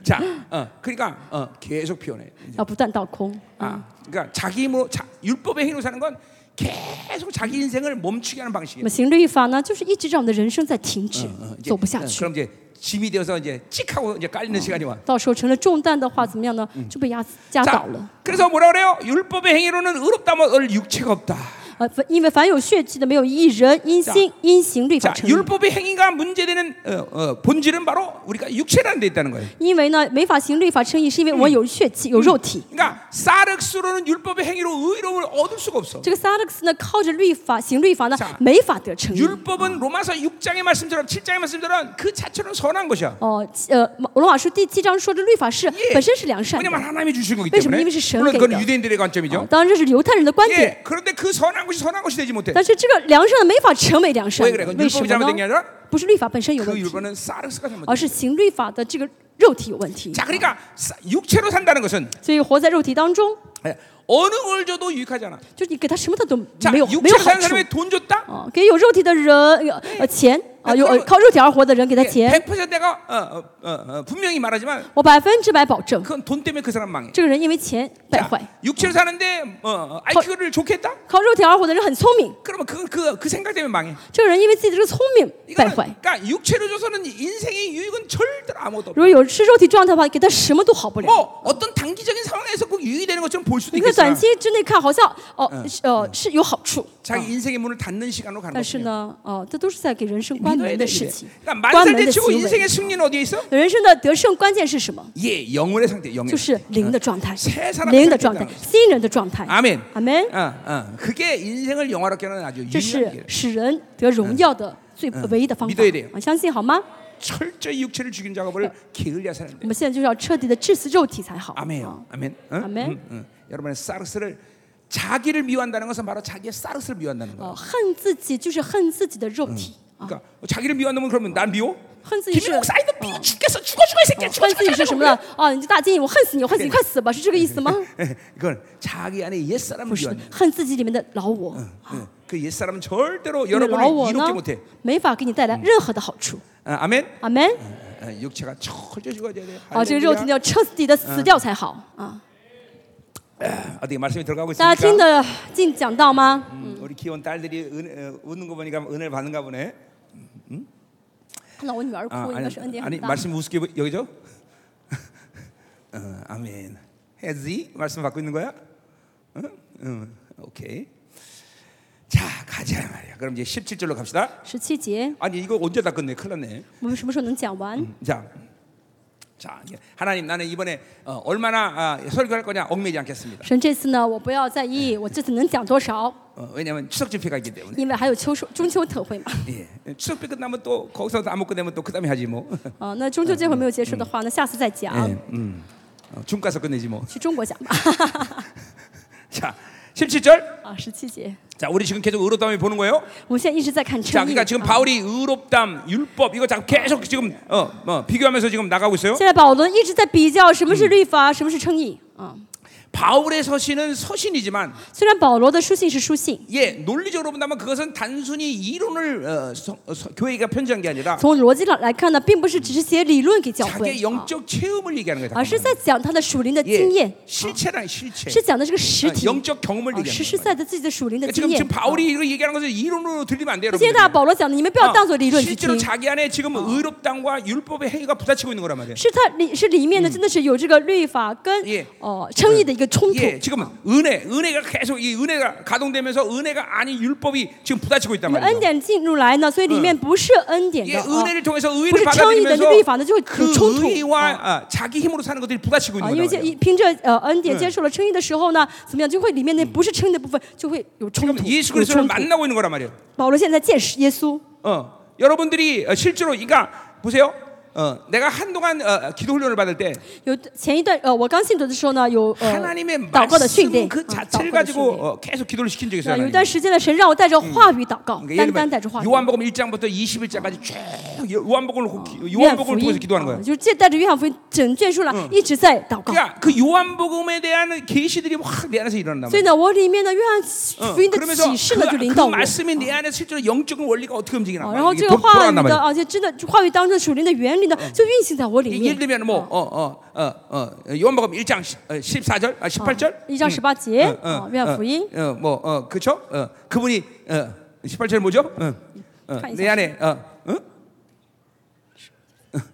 Speaker 1: 자, 어, 그러니까 어, 계속 피어내.
Speaker 2: 要啊不断倒空。
Speaker 1: 아, 그러니까 자기 힘으로 자, 율법의 행위로 사는 건 계속 자기 인생을 멈추게 하는
Speaker 2: 那
Speaker 1: 방식이에요.
Speaker 2: 么行律法呢，就是一直让我们的人生在停滞
Speaker 1: 어, 어, ， 이제,
Speaker 2: 走不下
Speaker 1: 어,
Speaker 2: 去。
Speaker 1: 그럼 이제 짐이 되어서 이제 찍하고 이제 깔리는 시간이 와.
Speaker 2: 到时候成了重担的话，怎么样呢？就被压死压倒了。
Speaker 1: 그래서 뭐라 그래요? 율법의 행위로는 의롭다면 얻을 육체가 없다.
Speaker 2: 呃，凡因为凡有血气的，没有一人因心因行律法
Speaker 1: 자,
Speaker 2: 成立。
Speaker 1: 율법의 행위가 문제되는 어, 어, 본질은 바로 우리가 육체라는 데 있다는 거예요.
Speaker 2: 因为呢，没法行律法称义，是因为我们有血气，有肉体。
Speaker 1: 그러니까 사륵수로는 율법의 행위로 의로움을 얻을 수가 없어.
Speaker 2: 这个萨勒克斯呢，靠着律法行律法呢
Speaker 1: 자 ，
Speaker 2: 没法得称义。
Speaker 1: 율법은 로마서 6장의 말씀처럼 7장의 말씀처럼 그 자체로는 선한 것이야.
Speaker 2: 哦，呃，罗马书第七章说这律法是本身是良善的。
Speaker 1: 왜냐면 하나님이 주신 거기
Speaker 2: 왜냐면
Speaker 1: 때문에.
Speaker 2: 이미 시-
Speaker 1: 물론 그건
Speaker 2: 시험이니까. 어,
Speaker 1: 유대인들의 관점이죠.
Speaker 2: 当然这是犹太人的观点，
Speaker 1: 예, 그런데 그 선한 것이 선한 것이 되지 못해.
Speaker 2: 但是这个良善的没法成为良善
Speaker 1: 왜
Speaker 2: 的
Speaker 1: 그래? ，
Speaker 2: 为什
Speaker 1: 율법이
Speaker 2: 么
Speaker 1: 잘못된 게
Speaker 2: 呢？
Speaker 1: 아니라
Speaker 2: 不是律法本身有问
Speaker 1: 그
Speaker 2: 题，
Speaker 1: 율법은 사륵수가 잘못된 거야.
Speaker 2: 而是行律法的这个肉体有问题。
Speaker 1: 자, 그러니까 사- 육체로 산다는 것은 예,
Speaker 2: 所以活在肉体当中，
Speaker 1: 어느 걸 줘도 유익하지 않아.
Speaker 2: 就是你给他什么他都
Speaker 1: 자,
Speaker 2: 没有没有
Speaker 1: 육체로
Speaker 2: 好
Speaker 1: 사는
Speaker 2: 处。
Speaker 1: 사람이 돈 줬다?
Speaker 2: 哦，给有肉体的人呃呃钱啊，有呃靠肉体而活的人给他
Speaker 1: 예,
Speaker 2: 钱，
Speaker 1: 100% 내가 어, 어, 어, 어, 분명히 말하지만
Speaker 2: 我百分之百保证，
Speaker 1: 그건 돈 때문에 그 사람 망해.
Speaker 2: 这个人因为钱败
Speaker 1: 자,
Speaker 2: 坏。
Speaker 1: 육체로 사는데 어, 어, IQ를 좋게 했다?
Speaker 2: 靠肉体而活的人很聪明，
Speaker 1: 그러면 그그 그, 그 생각 때문에 망해.
Speaker 2: 这个人因为自己的这个聪明败
Speaker 1: 이거는
Speaker 2: 坏。
Speaker 1: 그러니까 육체로 줘서는 인생의 유익은 절대로 아무것도 없어.
Speaker 2: 如果有是肉体状态的话，给他什么都好不了。
Speaker 1: 뭐 어떤 단기적인 상황에서 꼭 유익이 되는 것처럼 볼 수도
Speaker 2: 你在短
Speaker 1: 있겠지만
Speaker 2: 期之内看好像哦是呃是有好处，
Speaker 1: 자기 인생의 문을 닫는 시간으로 가는
Speaker 2: 但是
Speaker 1: 거예요.
Speaker 2: 呢哦这都是在给人生
Speaker 1: 믿어야
Speaker 2: 关门
Speaker 1: 돼
Speaker 2: 的事
Speaker 1: 이래.
Speaker 2: 情，
Speaker 1: 그러니까
Speaker 2: 关门的
Speaker 1: 만살대치고
Speaker 2: 行为。
Speaker 1: 인생의 승리는 어디에 있어?
Speaker 2: 人生的得胜关键是什么？
Speaker 1: 예, 영혼의 상태, 영혼.
Speaker 2: 就是灵的状态
Speaker 1: 새，사람
Speaker 2: 灵的状态
Speaker 1: 살，때
Speaker 2: 新人的状态。
Speaker 1: 아멘.
Speaker 2: 阿门
Speaker 1: 어, 。 어. 그게 인생을 영화롭게 하는 아주
Speaker 2: 这
Speaker 1: 유일한
Speaker 2: 是
Speaker 1: 길.
Speaker 2: 使人得荣耀的最唯一的方
Speaker 1: 믿
Speaker 2: 法
Speaker 1: 어야돼요 。
Speaker 2: 啊，相信好吗？
Speaker 1: 철저히 육체를 죽인 작업을 게을려 사는데.
Speaker 2: 我们现在就是要彻底的致死肉体才好。
Speaker 1: 아멘요.
Speaker 2: 啊
Speaker 1: 어. 아멘. 응?
Speaker 2: 아멘.
Speaker 1: 응, 응. 여러분의 사르스를 자기를 미워한다는 것은 바로 자기의 사르스를 미워한다는 거예요.
Speaker 2: 哦，恨自己就是恨自己的肉体。
Speaker 1: 그러니까 자기를 미워하는 놈은 그러면 난 미워?
Speaker 2: 恨自己是
Speaker 1: 김민국 사이도 미워 죽겠어 죽어 죽어 이 새끼야
Speaker 2: 恨
Speaker 1: 죽어
Speaker 2: 自己
Speaker 1: 죽어
Speaker 2: 是什么 (laughs) 呢？啊，你这大金，我恨死你，我恨死你，快死吧，是这个意思吗？
Speaker 1: 그건 예, 자기 안에 옛 사람을
Speaker 2: 不 (laughs) 是啊嗯
Speaker 1: 미워하는 ，
Speaker 2: 恨自己里面的老我，
Speaker 1: 거야. 그옛 사람은 절대로
Speaker 2: 你的老
Speaker 1: 여러분을
Speaker 2: 我嗯
Speaker 1: 이롭게
Speaker 2: 呢
Speaker 1: 못해 ，
Speaker 2: 没法给你带来任何的好处。
Speaker 1: 아, 아멘
Speaker 2: 阿门。
Speaker 1: 아, 육체가 철저 아, 죽어야 돼
Speaker 2: 啊，这个肉体
Speaker 1: 할렐루야.
Speaker 2: 要彻底的死掉才好啊！
Speaker 1: 어떻게 말씀이 들어가고
Speaker 2: 大家听
Speaker 1: 있습니까?
Speaker 2: 得进讲道吗？
Speaker 1: 음, 우리 귀여운 딸들이 은, 어, 웃는 거 보니까 은혜를 받는가 보네
Speaker 2: 看到我女儿哭，
Speaker 1: 아,
Speaker 2: 应该是恩
Speaker 1: 아니,
Speaker 2: 典
Speaker 1: 아니
Speaker 2: 很大。
Speaker 1: 말씀 우습게 보- 여기죠? (laughs) 어, 아멘. 해지 말씀 받고 있는 거야? 응? 응. 오케이. 자 가자 말이야. 그럼 이제 17절로 갑시다.
Speaker 2: 十七节，
Speaker 1: 아니 이거 언제 다 끝내? 큰일 났네.
Speaker 2: 我们什么时候能讲完？
Speaker 1: 자. 자, 이제 하나님 나는 이번에 어, 얼마나 아, 설교할 거냐 얽매지 않겠습니다.
Speaker 2: 神这次呢，我不要在 (laughs) 意我这次能讲多少，
Speaker 1: 어, 왜냐하면 추석 집회가 있기 때문에.
Speaker 2: 因为还有秋收中秋特会嘛。
Speaker 1: 예. 추석 집회 끝나면 또 거기서 안 먹고 되면 또 그다음에 하지 뭐. (laughs)
Speaker 2: 啊，那中秋这会没有结束的话，那下次再讲
Speaker 1: 예, ， 음. 어, 중 가서 끝내지 뭐.
Speaker 2: 去中国讲吧。
Speaker 1: 자, 17절.
Speaker 2: 啊，十七节，
Speaker 1: 자, 우리 지금 계속 의롭다함이 보는 거예요.
Speaker 2: 我们现在一直在看
Speaker 1: 자
Speaker 2: 正义。
Speaker 1: 그러니까 지금
Speaker 2: 啊
Speaker 1: 바울이 의롭담, 율법 이거 자꾸 계속 지금 어, 어, 비교하면서 지금 나가고 있어요.
Speaker 2: 现在保罗一直在比较什么是律法，什么是称义啊。
Speaker 1: 바울의 서신은 서신이지만
Speaker 2: 虽然保罗的书信是书信，
Speaker 1: 예 논리적으로 본다면 그것은 단순히 이론을 어, 서- 어, 서- 교회가 편지한 게 아니라
Speaker 2: 从逻辑上来看呢，并不是只是写理论给教会
Speaker 1: 자기의 ，
Speaker 2: 啊
Speaker 1: 영적 체험을 얘기하는 거예요.
Speaker 2: 而是在讲他的属灵的
Speaker 1: 예,
Speaker 2: 经验，
Speaker 1: 실체란 아, 실체.
Speaker 2: 是讲的这个实
Speaker 1: 어,
Speaker 2: 体，
Speaker 1: 영적 경험을
Speaker 2: 啊
Speaker 1: 얘기하는
Speaker 2: 实实
Speaker 1: 거예요.
Speaker 2: 在在自己的属灵的
Speaker 1: 그러니까
Speaker 2: 经
Speaker 1: 지금
Speaker 2: 验。
Speaker 1: 지금
Speaker 2: 啊
Speaker 1: 바울이 이거 얘기하는 것을 이론으로 들리면 안 돼요,
Speaker 2: 现在
Speaker 1: 여러분.
Speaker 2: 保罗讲的，你们
Speaker 1: 뭐
Speaker 2: 不要当做理论去
Speaker 1: 실제로
Speaker 2: 听，
Speaker 1: 자기 안에 지금 의롭당과 율법의 행위가 부딪히고 있는 거란 말이에요.
Speaker 2: 是他里是里面呢，真的是有这个律法跟
Speaker 1: 예
Speaker 2: 哦称义的一个冲突。
Speaker 1: 예, 지금 은혜, 은혜가 계속 이 은혜가 가동되면서 은혜가 아닌 율법이 지금 부딪히고 있단
Speaker 2: 因为恩
Speaker 1: 말이에요.
Speaker 2: 典进入来呢，所以里面不是恩典
Speaker 1: 예,
Speaker 2: 的，啊
Speaker 1: 은혜를 통해서
Speaker 2: 不
Speaker 1: 의를
Speaker 2: 是称义的
Speaker 1: 받아들이면서
Speaker 2: 律法呢，就会有冲
Speaker 1: 그
Speaker 2: 突。
Speaker 1: 의와
Speaker 2: 啊
Speaker 1: 아, 자기 힘으로 사는 것들이 부딪히고
Speaker 2: 啊，
Speaker 1: 있는
Speaker 2: 因为
Speaker 1: 거란
Speaker 2: 这
Speaker 1: 말이에요.
Speaker 2: 凭着呃恩典接受了称义的时候呢，怎么样就会里面那不是称义的部分就会有冲突，
Speaker 1: 그럼 예수
Speaker 2: 有
Speaker 1: 그리스도를
Speaker 2: 冲突。
Speaker 1: 만나고 있는 거란 말이에요.
Speaker 2: 保罗现在见识耶稣，
Speaker 1: 어, 여러분들이 어, 실제로 그러니까 보세요. 어, 내가 한동안 어, 기도 훈련을 받을 때
Speaker 2: 有前一段呃我刚信主的时候呢，有呃
Speaker 1: 어. 하나님의
Speaker 2: 祷告的训练，
Speaker 1: 말씀
Speaker 2: 啊
Speaker 1: 그
Speaker 2: 祷
Speaker 1: 자체를
Speaker 2: 告的训
Speaker 1: 가지고
Speaker 2: 练。
Speaker 1: 어, 계속 기도를 시킨 적이
Speaker 2: 对
Speaker 1: 있어요.
Speaker 2: 啊，有一
Speaker 1: 하나님.
Speaker 2: 段时间呢，神让我带着话语祷告，
Speaker 1: 그러니까
Speaker 2: 单
Speaker 1: 예를
Speaker 2: 单带着
Speaker 1: 들면
Speaker 2: 话语。
Speaker 1: 요한복음 1장부터 21절까지 쭉 요한복음을 기-
Speaker 2: 约翰
Speaker 1: 요한복음을 통해서 기도하는 거예요.
Speaker 2: 啊就是借带着约翰福音整卷书来一直在祷告。
Speaker 1: 그러니까 그 요한복음에 대한 계시들이 확 내 안에서 일어난다
Speaker 2: 所以
Speaker 1: 말이야.
Speaker 2: 呢，我里面的约翰
Speaker 1: 어,
Speaker 2: 福音的
Speaker 1: 그러면서
Speaker 2: 启示呢，就
Speaker 1: 그,
Speaker 2: 临
Speaker 1: 그
Speaker 2: 到我。
Speaker 1: 말씀이 내 안에 실제로 영적인 원리가 어떻게 움직이나
Speaker 2: 啊，
Speaker 1: 막
Speaker 2: 然后
Speaker 1: 이게
Speaker 2: 这个
Speaker 1: 돌-
Speaker 2: 话语
Speaker 1: 돌아간단
Speaker 2: 的，
Speaker 1: 말이야.
Speaker 2: 而且真的话语当中属灵的原理呢，就运行在我里
Speaker 1: 예를
Speaker 2: 面。啊
Speaker 1: 들면 뭐 어, 어, 어, 어, 요한복음 1장 14절, 아, 18절,
Speaker 2: 啊一章十嗯八节，啊，约翰福音，
Speaker 1: 어, 뭐 어, 그쵸? 어, 그분이 어, 18절 뭐죠? 어, 어,
Speaker 2: 가만히
Speaker 1: 내 안에 어, 어?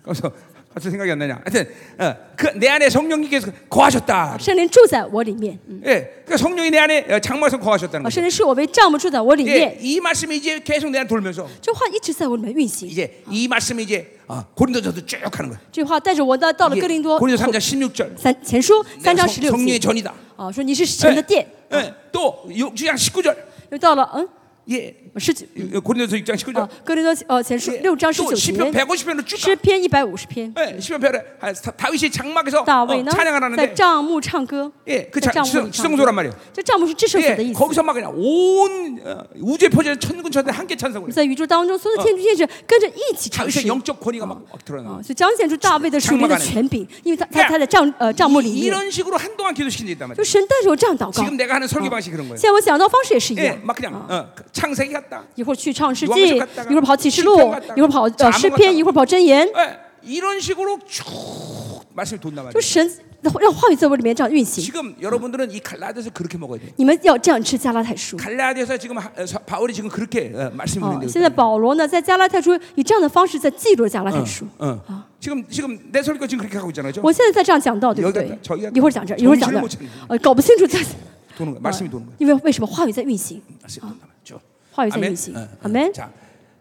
Speaker 1: 그래서 갑자기 생각이 안 나냐? 하여튼 어, 그, 내 안에 성령님께서 거하셨다.
Speaker 2: 圣灵住在我里面，嗯，
Speaker 1: 예, 그러니까 성령이 내 안에 장막에서 거하셨다는
Speaker 2: 啊，
Speaker 1: 거죠.
Speaker 2: 圣灵是我为帐幕住在我里
Speaker 1: 예,
Speaker 2: 面，
Speaker 1: 이 말씀이 이제 계속 내 안에 돌면서
Speaker 2: 这话一直在我里面运行。
Speaker 1: 이제 이 말씀이 이제 어, 고린도전서 쭉 하는 거야.
Speaker 2: 这话带着我到到了
Speaker 1: 이게
Speaker 2: 哥林多
Speaker 1: 고린도 3장 16절.
Speaker 2: 三前书三
Speaker 1: 내가
Speaker 2: 章十
Speaker 1: 성,
Speaker 2: 六
Speaker 1: 성령의
Speaker 2: 节，
Speaker 1: 전이다.
Speaker 2: 啊，说你是神的殿，
Speaker 1: 예, 예, 또 6장 19절.
Speaker 2: 又到了嗯
Speaker 1: 예.
Speaker 2: 十九
Speaker 1: 고린도전서 6장
Speaker 2: 啊
Speaker 1: 19절. ，
Speaker 2: 哥林多呃前书
Speaker 1: 예,
Speaker 2: 六章十
Speaker 1: 또
Speaker 2: 九
Speaker 1: 시편
Speaker 2: 节，
Speaker 1: 150편으로 쭉
Speaker 2: 诗篇一百五十篇，
Speaker 1: 가. 예, 시편 150편. 다윗이 장막에서
Speaker 2: 大
Speaker 1: 어,
Speaker 2: 卫呢
Speaker 1: 찬양을
Speaker 2: 在
Speaker 1: 하는데
Speaker 2: 帐幕唱歌，
Speaker 1: 예, 그
Speaker 2: 在
Speaker 1: 자,
Speaker 2: 帐幕
Speaker 1: 지성,
Speaker 2: 里唱歌
Speaker 1: 지성소란 말이에요.
Speaker 2: 这帐幕是至圣所的
Speaker 1: 예,
Speaker 2: 意思。
Speaker 1: 거기서 막 그냥 온 어, 우주의 표제는 천군 천대 함께 찬성을 해요.
Speaker 2: 在宇宙当中，所有的天主天使跟着一起 Oh 唱诗
Speaker 1: 다윗의 。 영적 권위가 막, 막
Speaker 2: 啊
Speaker 1: 드러나요. ，
Speaker 2: 所以彰显出大卫的属灵的权柄，因为他他
Speaker 1: 呀
Speaker 2: 他在帐呃帐幕里
Speaker 1: 이-
Speaker 2: 面，
Speaker 1: 이런 식으로 한동안 기도시킨 적 있단 말이에요.
Speaker 2: 就神带着我这样祷告。
Speaker 1: 지금 내가 하는 설교 방식이 그런 거예요.
Speaker 2: 现在我想到方式也是一
Speaker 1: 예,
Speaker 2: 样，
Speaker 1: 막 그냥 어, 그 창세기 같다.
Speaker 2: 一会儿去唱世
Speaker 1: 요한복음
Speaker 2: 纪，
Speaker 1: 갔다가
Speaker 2: 一会儿跑启示
Speaker 1: 시편
Speaker 2: 录
Speaker 1: 갔다가，
Speaker 2: 一会儿跑
Speaker 1: 잠언
Speaker 2: 呃诗
Speaker 1: 갔다가
Speaker 2: 篇，一会儿跑箴言，
Speaker 1: 예, 이런 식으로 쭉 말씀이 돈단
Speaker 2: 就
Speaker 1: 말이에요.
Speaker 2: 神让话语在我里面这样运行。
Speaker 1: 지금 여러분들은 이 갈라디아서 그렇게 먹어야 돼요.
Speaker 2: 你们要这样吃加拉太书。
Speaker 1: 갈라디아서 지금 하- 어, 서- 바울이 지금 그렇게 어, 말씀을
Speaker 2: 啊，
Speaker 1: 드리는
Speaker 2: 现在保罗呢，在加拉太书以这样的方式在记录加拉太书。
Speaker 1: 어. 뭐, 지금 지금 내 설교 지금 그렇게 하고 있잖아요. 그죠?
Speaker 2: 我现在在这样讲道，对不
Speaker 1: 여기다
Speaker 2: 对
Speaker 1: 저기가 ？
Speaker 2: 一会儿讲这儿，一会儿讲那儿，呃，搞不清 (laughs) 楚在，呃
Speaker 1: 도는 거야. 말씀이 도는 거야.
Speaker 2: 因为为什么话语在运行，
Speaker 1: 말씀이 돈단 어. 말이에요. 쭉.
Speaker 2: 화요
Speaker 1: 아멘.
Speaker 2: 생일이지.
Speaker 1: 어, 어.
Speaker 2: 아멘.
Speaker 1: 자,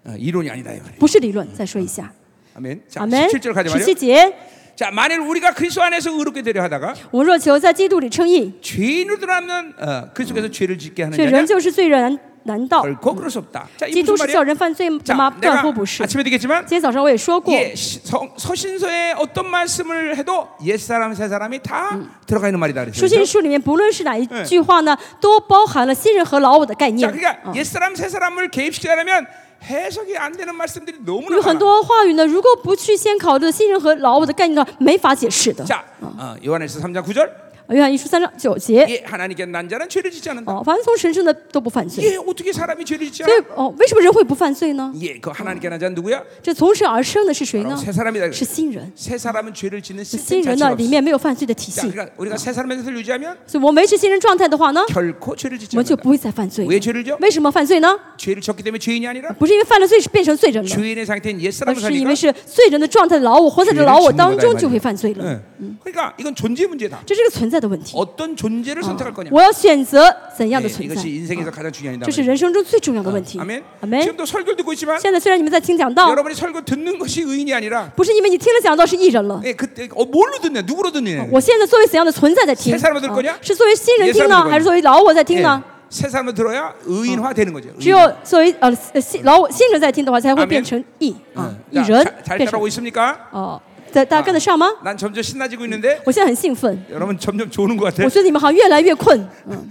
Speaker 1: 어, 이론이 아니다 이 말이에요.
Speaker 2: 不是理论。再说一下，
Speaker 1: 아멘. 자,
Speaker 2: 阿门。
Speaker 1: 17절 가자
Speaker 2: 嗯十
Speaker 1: 말이요.
Speaker 2: 七节。
Speaker 1: 자, 만일 우리가 그리스도 안에서 의롭게 되려 하다가
Speaker 2: 我们若求在基督里称义，
Speaker 1: 죄인으로 드러나면 어, 그리스도께서 죄를 짓게 하는
Speaker 2: 却仍
Speaker 1: 자냐?
Speaker 2: 旧是罪人。难道
Speaker 1: 결코 그럴 수 없다. 자, 이
Speaker 2: 基
Speaker 1: 무슨
Speaker 2: 督是叫
Speaker 1: 말이야?
Speaker 2: 人犯罪
Speaker 1: 자,
Speaker 2: 吗？
Speaker 1: 내가
Speaker 2: 断乎不是。
Speaker 1: 아침에 되겠지만
Speaker 2: 今天早上我也说过，
Speaker 1: 예, 시- 성- 서신서에 어떤 말씀을 해도 옛 사람 새 사람이 다 들어가 있는 말이다
Speaker 2: 书
Speaker 1: 그랬어요.
Speaker 2: 信
Speaker 1: 그죠?
Speaker 2: 书里面不论是哪一句话呢，都包含了新人和老我的概
Speaker 1: 자,
Speaker 2: 念。
Speaker 1: 그러니까
Speaker 2: 啊
Speaker 1: 옛 사람 새 사람을 개입시키려면 해석이 안 되는 말씀들이
Speaker 2: 有
Speaker 1: 너무나
Speaker 2: 很
Speaker 1: 많아.
Speaker 2: 多话语呢，如果不去先考虑新人和老我的概念的话，没法解释的。
Speaker 1: 자, 어, 요한일서 3장 9절.
Speaker 2: 约翰一书三章九节，
Speaker 1: 예, 어, 하나님께 난 자는 죄를 짓지 않는다.
Speaker 2: 哦，凡从神生的都不犯罪，
Speaker 1: 예, 어떻게 사람이 죄를 짓지 않아?
Speaker 2: 所以哦，为什么人会不犯罪呢？
Speaker 1: 예, 그 하나님께 난 자는 누구야?
Speaker 2: 这从神而生的是谁呢
Speaker 1: 바로새사람이다 ？
Speaker 2: 是新人，
Speaker 1: 새그 사람은 죄를 짓는 시스템
Speaker 2: 新人呢
Speaker 1: 자체가
Speaker 2: 里
Speaker 1: 없어.
Speaker 2: 面没有犯罪的体
Speaker 1: 자,
Speaker 2: 系，
Speaker 1: 그러니까 우리가 새 사람의 뜻을 유지하면
Speaker 2: 所以我们维持新人状态的话呢，
Speaker 1: 결코 죄를 짓지 네.
Speaker 2: 我们就
Speaker 1: 않는다.
Speaker 2: 不会再犯罪了
Speaker 1: 왜 。 죄를 져?
Speaker 2: 为什么犯罪呢？
Speaker 1: 죄를 졌기 때문에 죄인이 아니라
Speaker 2: 不是因为犯了罪是变成罪人了，
Speaker 1: 죄인의 상태인 옛
Speaker 2: 而
Speaker 1: 사람을
Speaker 2: 是因为
Speaker 1: 사니까
Speaker 2: 是罪人的状态的老我活在这老我当中就会犯罪了。
Speaker 1: 예. 그러니까 이건 존재 문제다.
Speaker 2: 这是个存在的问题。
Speaker 1: 어떤 존재를 선택할 거냐?
Speaker 2: 我要选择怎样
Speaker 1: 예,
Speaker 2: 的存在
Speaker 1: 이것이 ， 인생에서 가장 중요한 일이다.
Speaker 2: 这是人生中最重要的问题。
Speaker 1: 아멘.
Speaker 2: 哎阿门。
Speaker 1: 지금도 설교 듣고 있지만
Speaker 2: 现在虽然你们在听讲道，
Speaker 1: 여러분이 설교 듣는 것이 의인이 아니라
Speaker 2: 不是因为你听了讲道是艺人了。
Speaker 1: 예, 그때 어, 뭘로 듣냐? 누구로 듣냐?
Speaker 2: 我现在作为怎样的存在在听？
Speaker 1: 새사람을들거냐
Speaker 2: 啊是作为新人听呢，还是作为老我在听呢？
Speaker 1: 새 사람을 예, 들어야 의인화 되는 거죠.
Speaker 2: 只有作为呃呃新老我新人在听的话，才
Speaker 1: 阿
Speaker 2: 会
Speaker 1: 门
Speaker 2: 变成艺啊
Speaker 1: 응.
Speaker 2: 艺
Speaker 1: 자,
Speaker 2: 人
Speaker 1: 자, 잘
Speaker 2: 变成
Speaker 1: 따라오고 있습니까?
Speaker 2: 哦，在大家跟得上吗？
Speaker 1: 난 점점 신나지고 있는데
Speaker 2: 我现在很兴奋，
Speaker 1: 여러분 점점 조는 것 같아.
Speaker 2: 我觉得你们好像越来越困，嗯，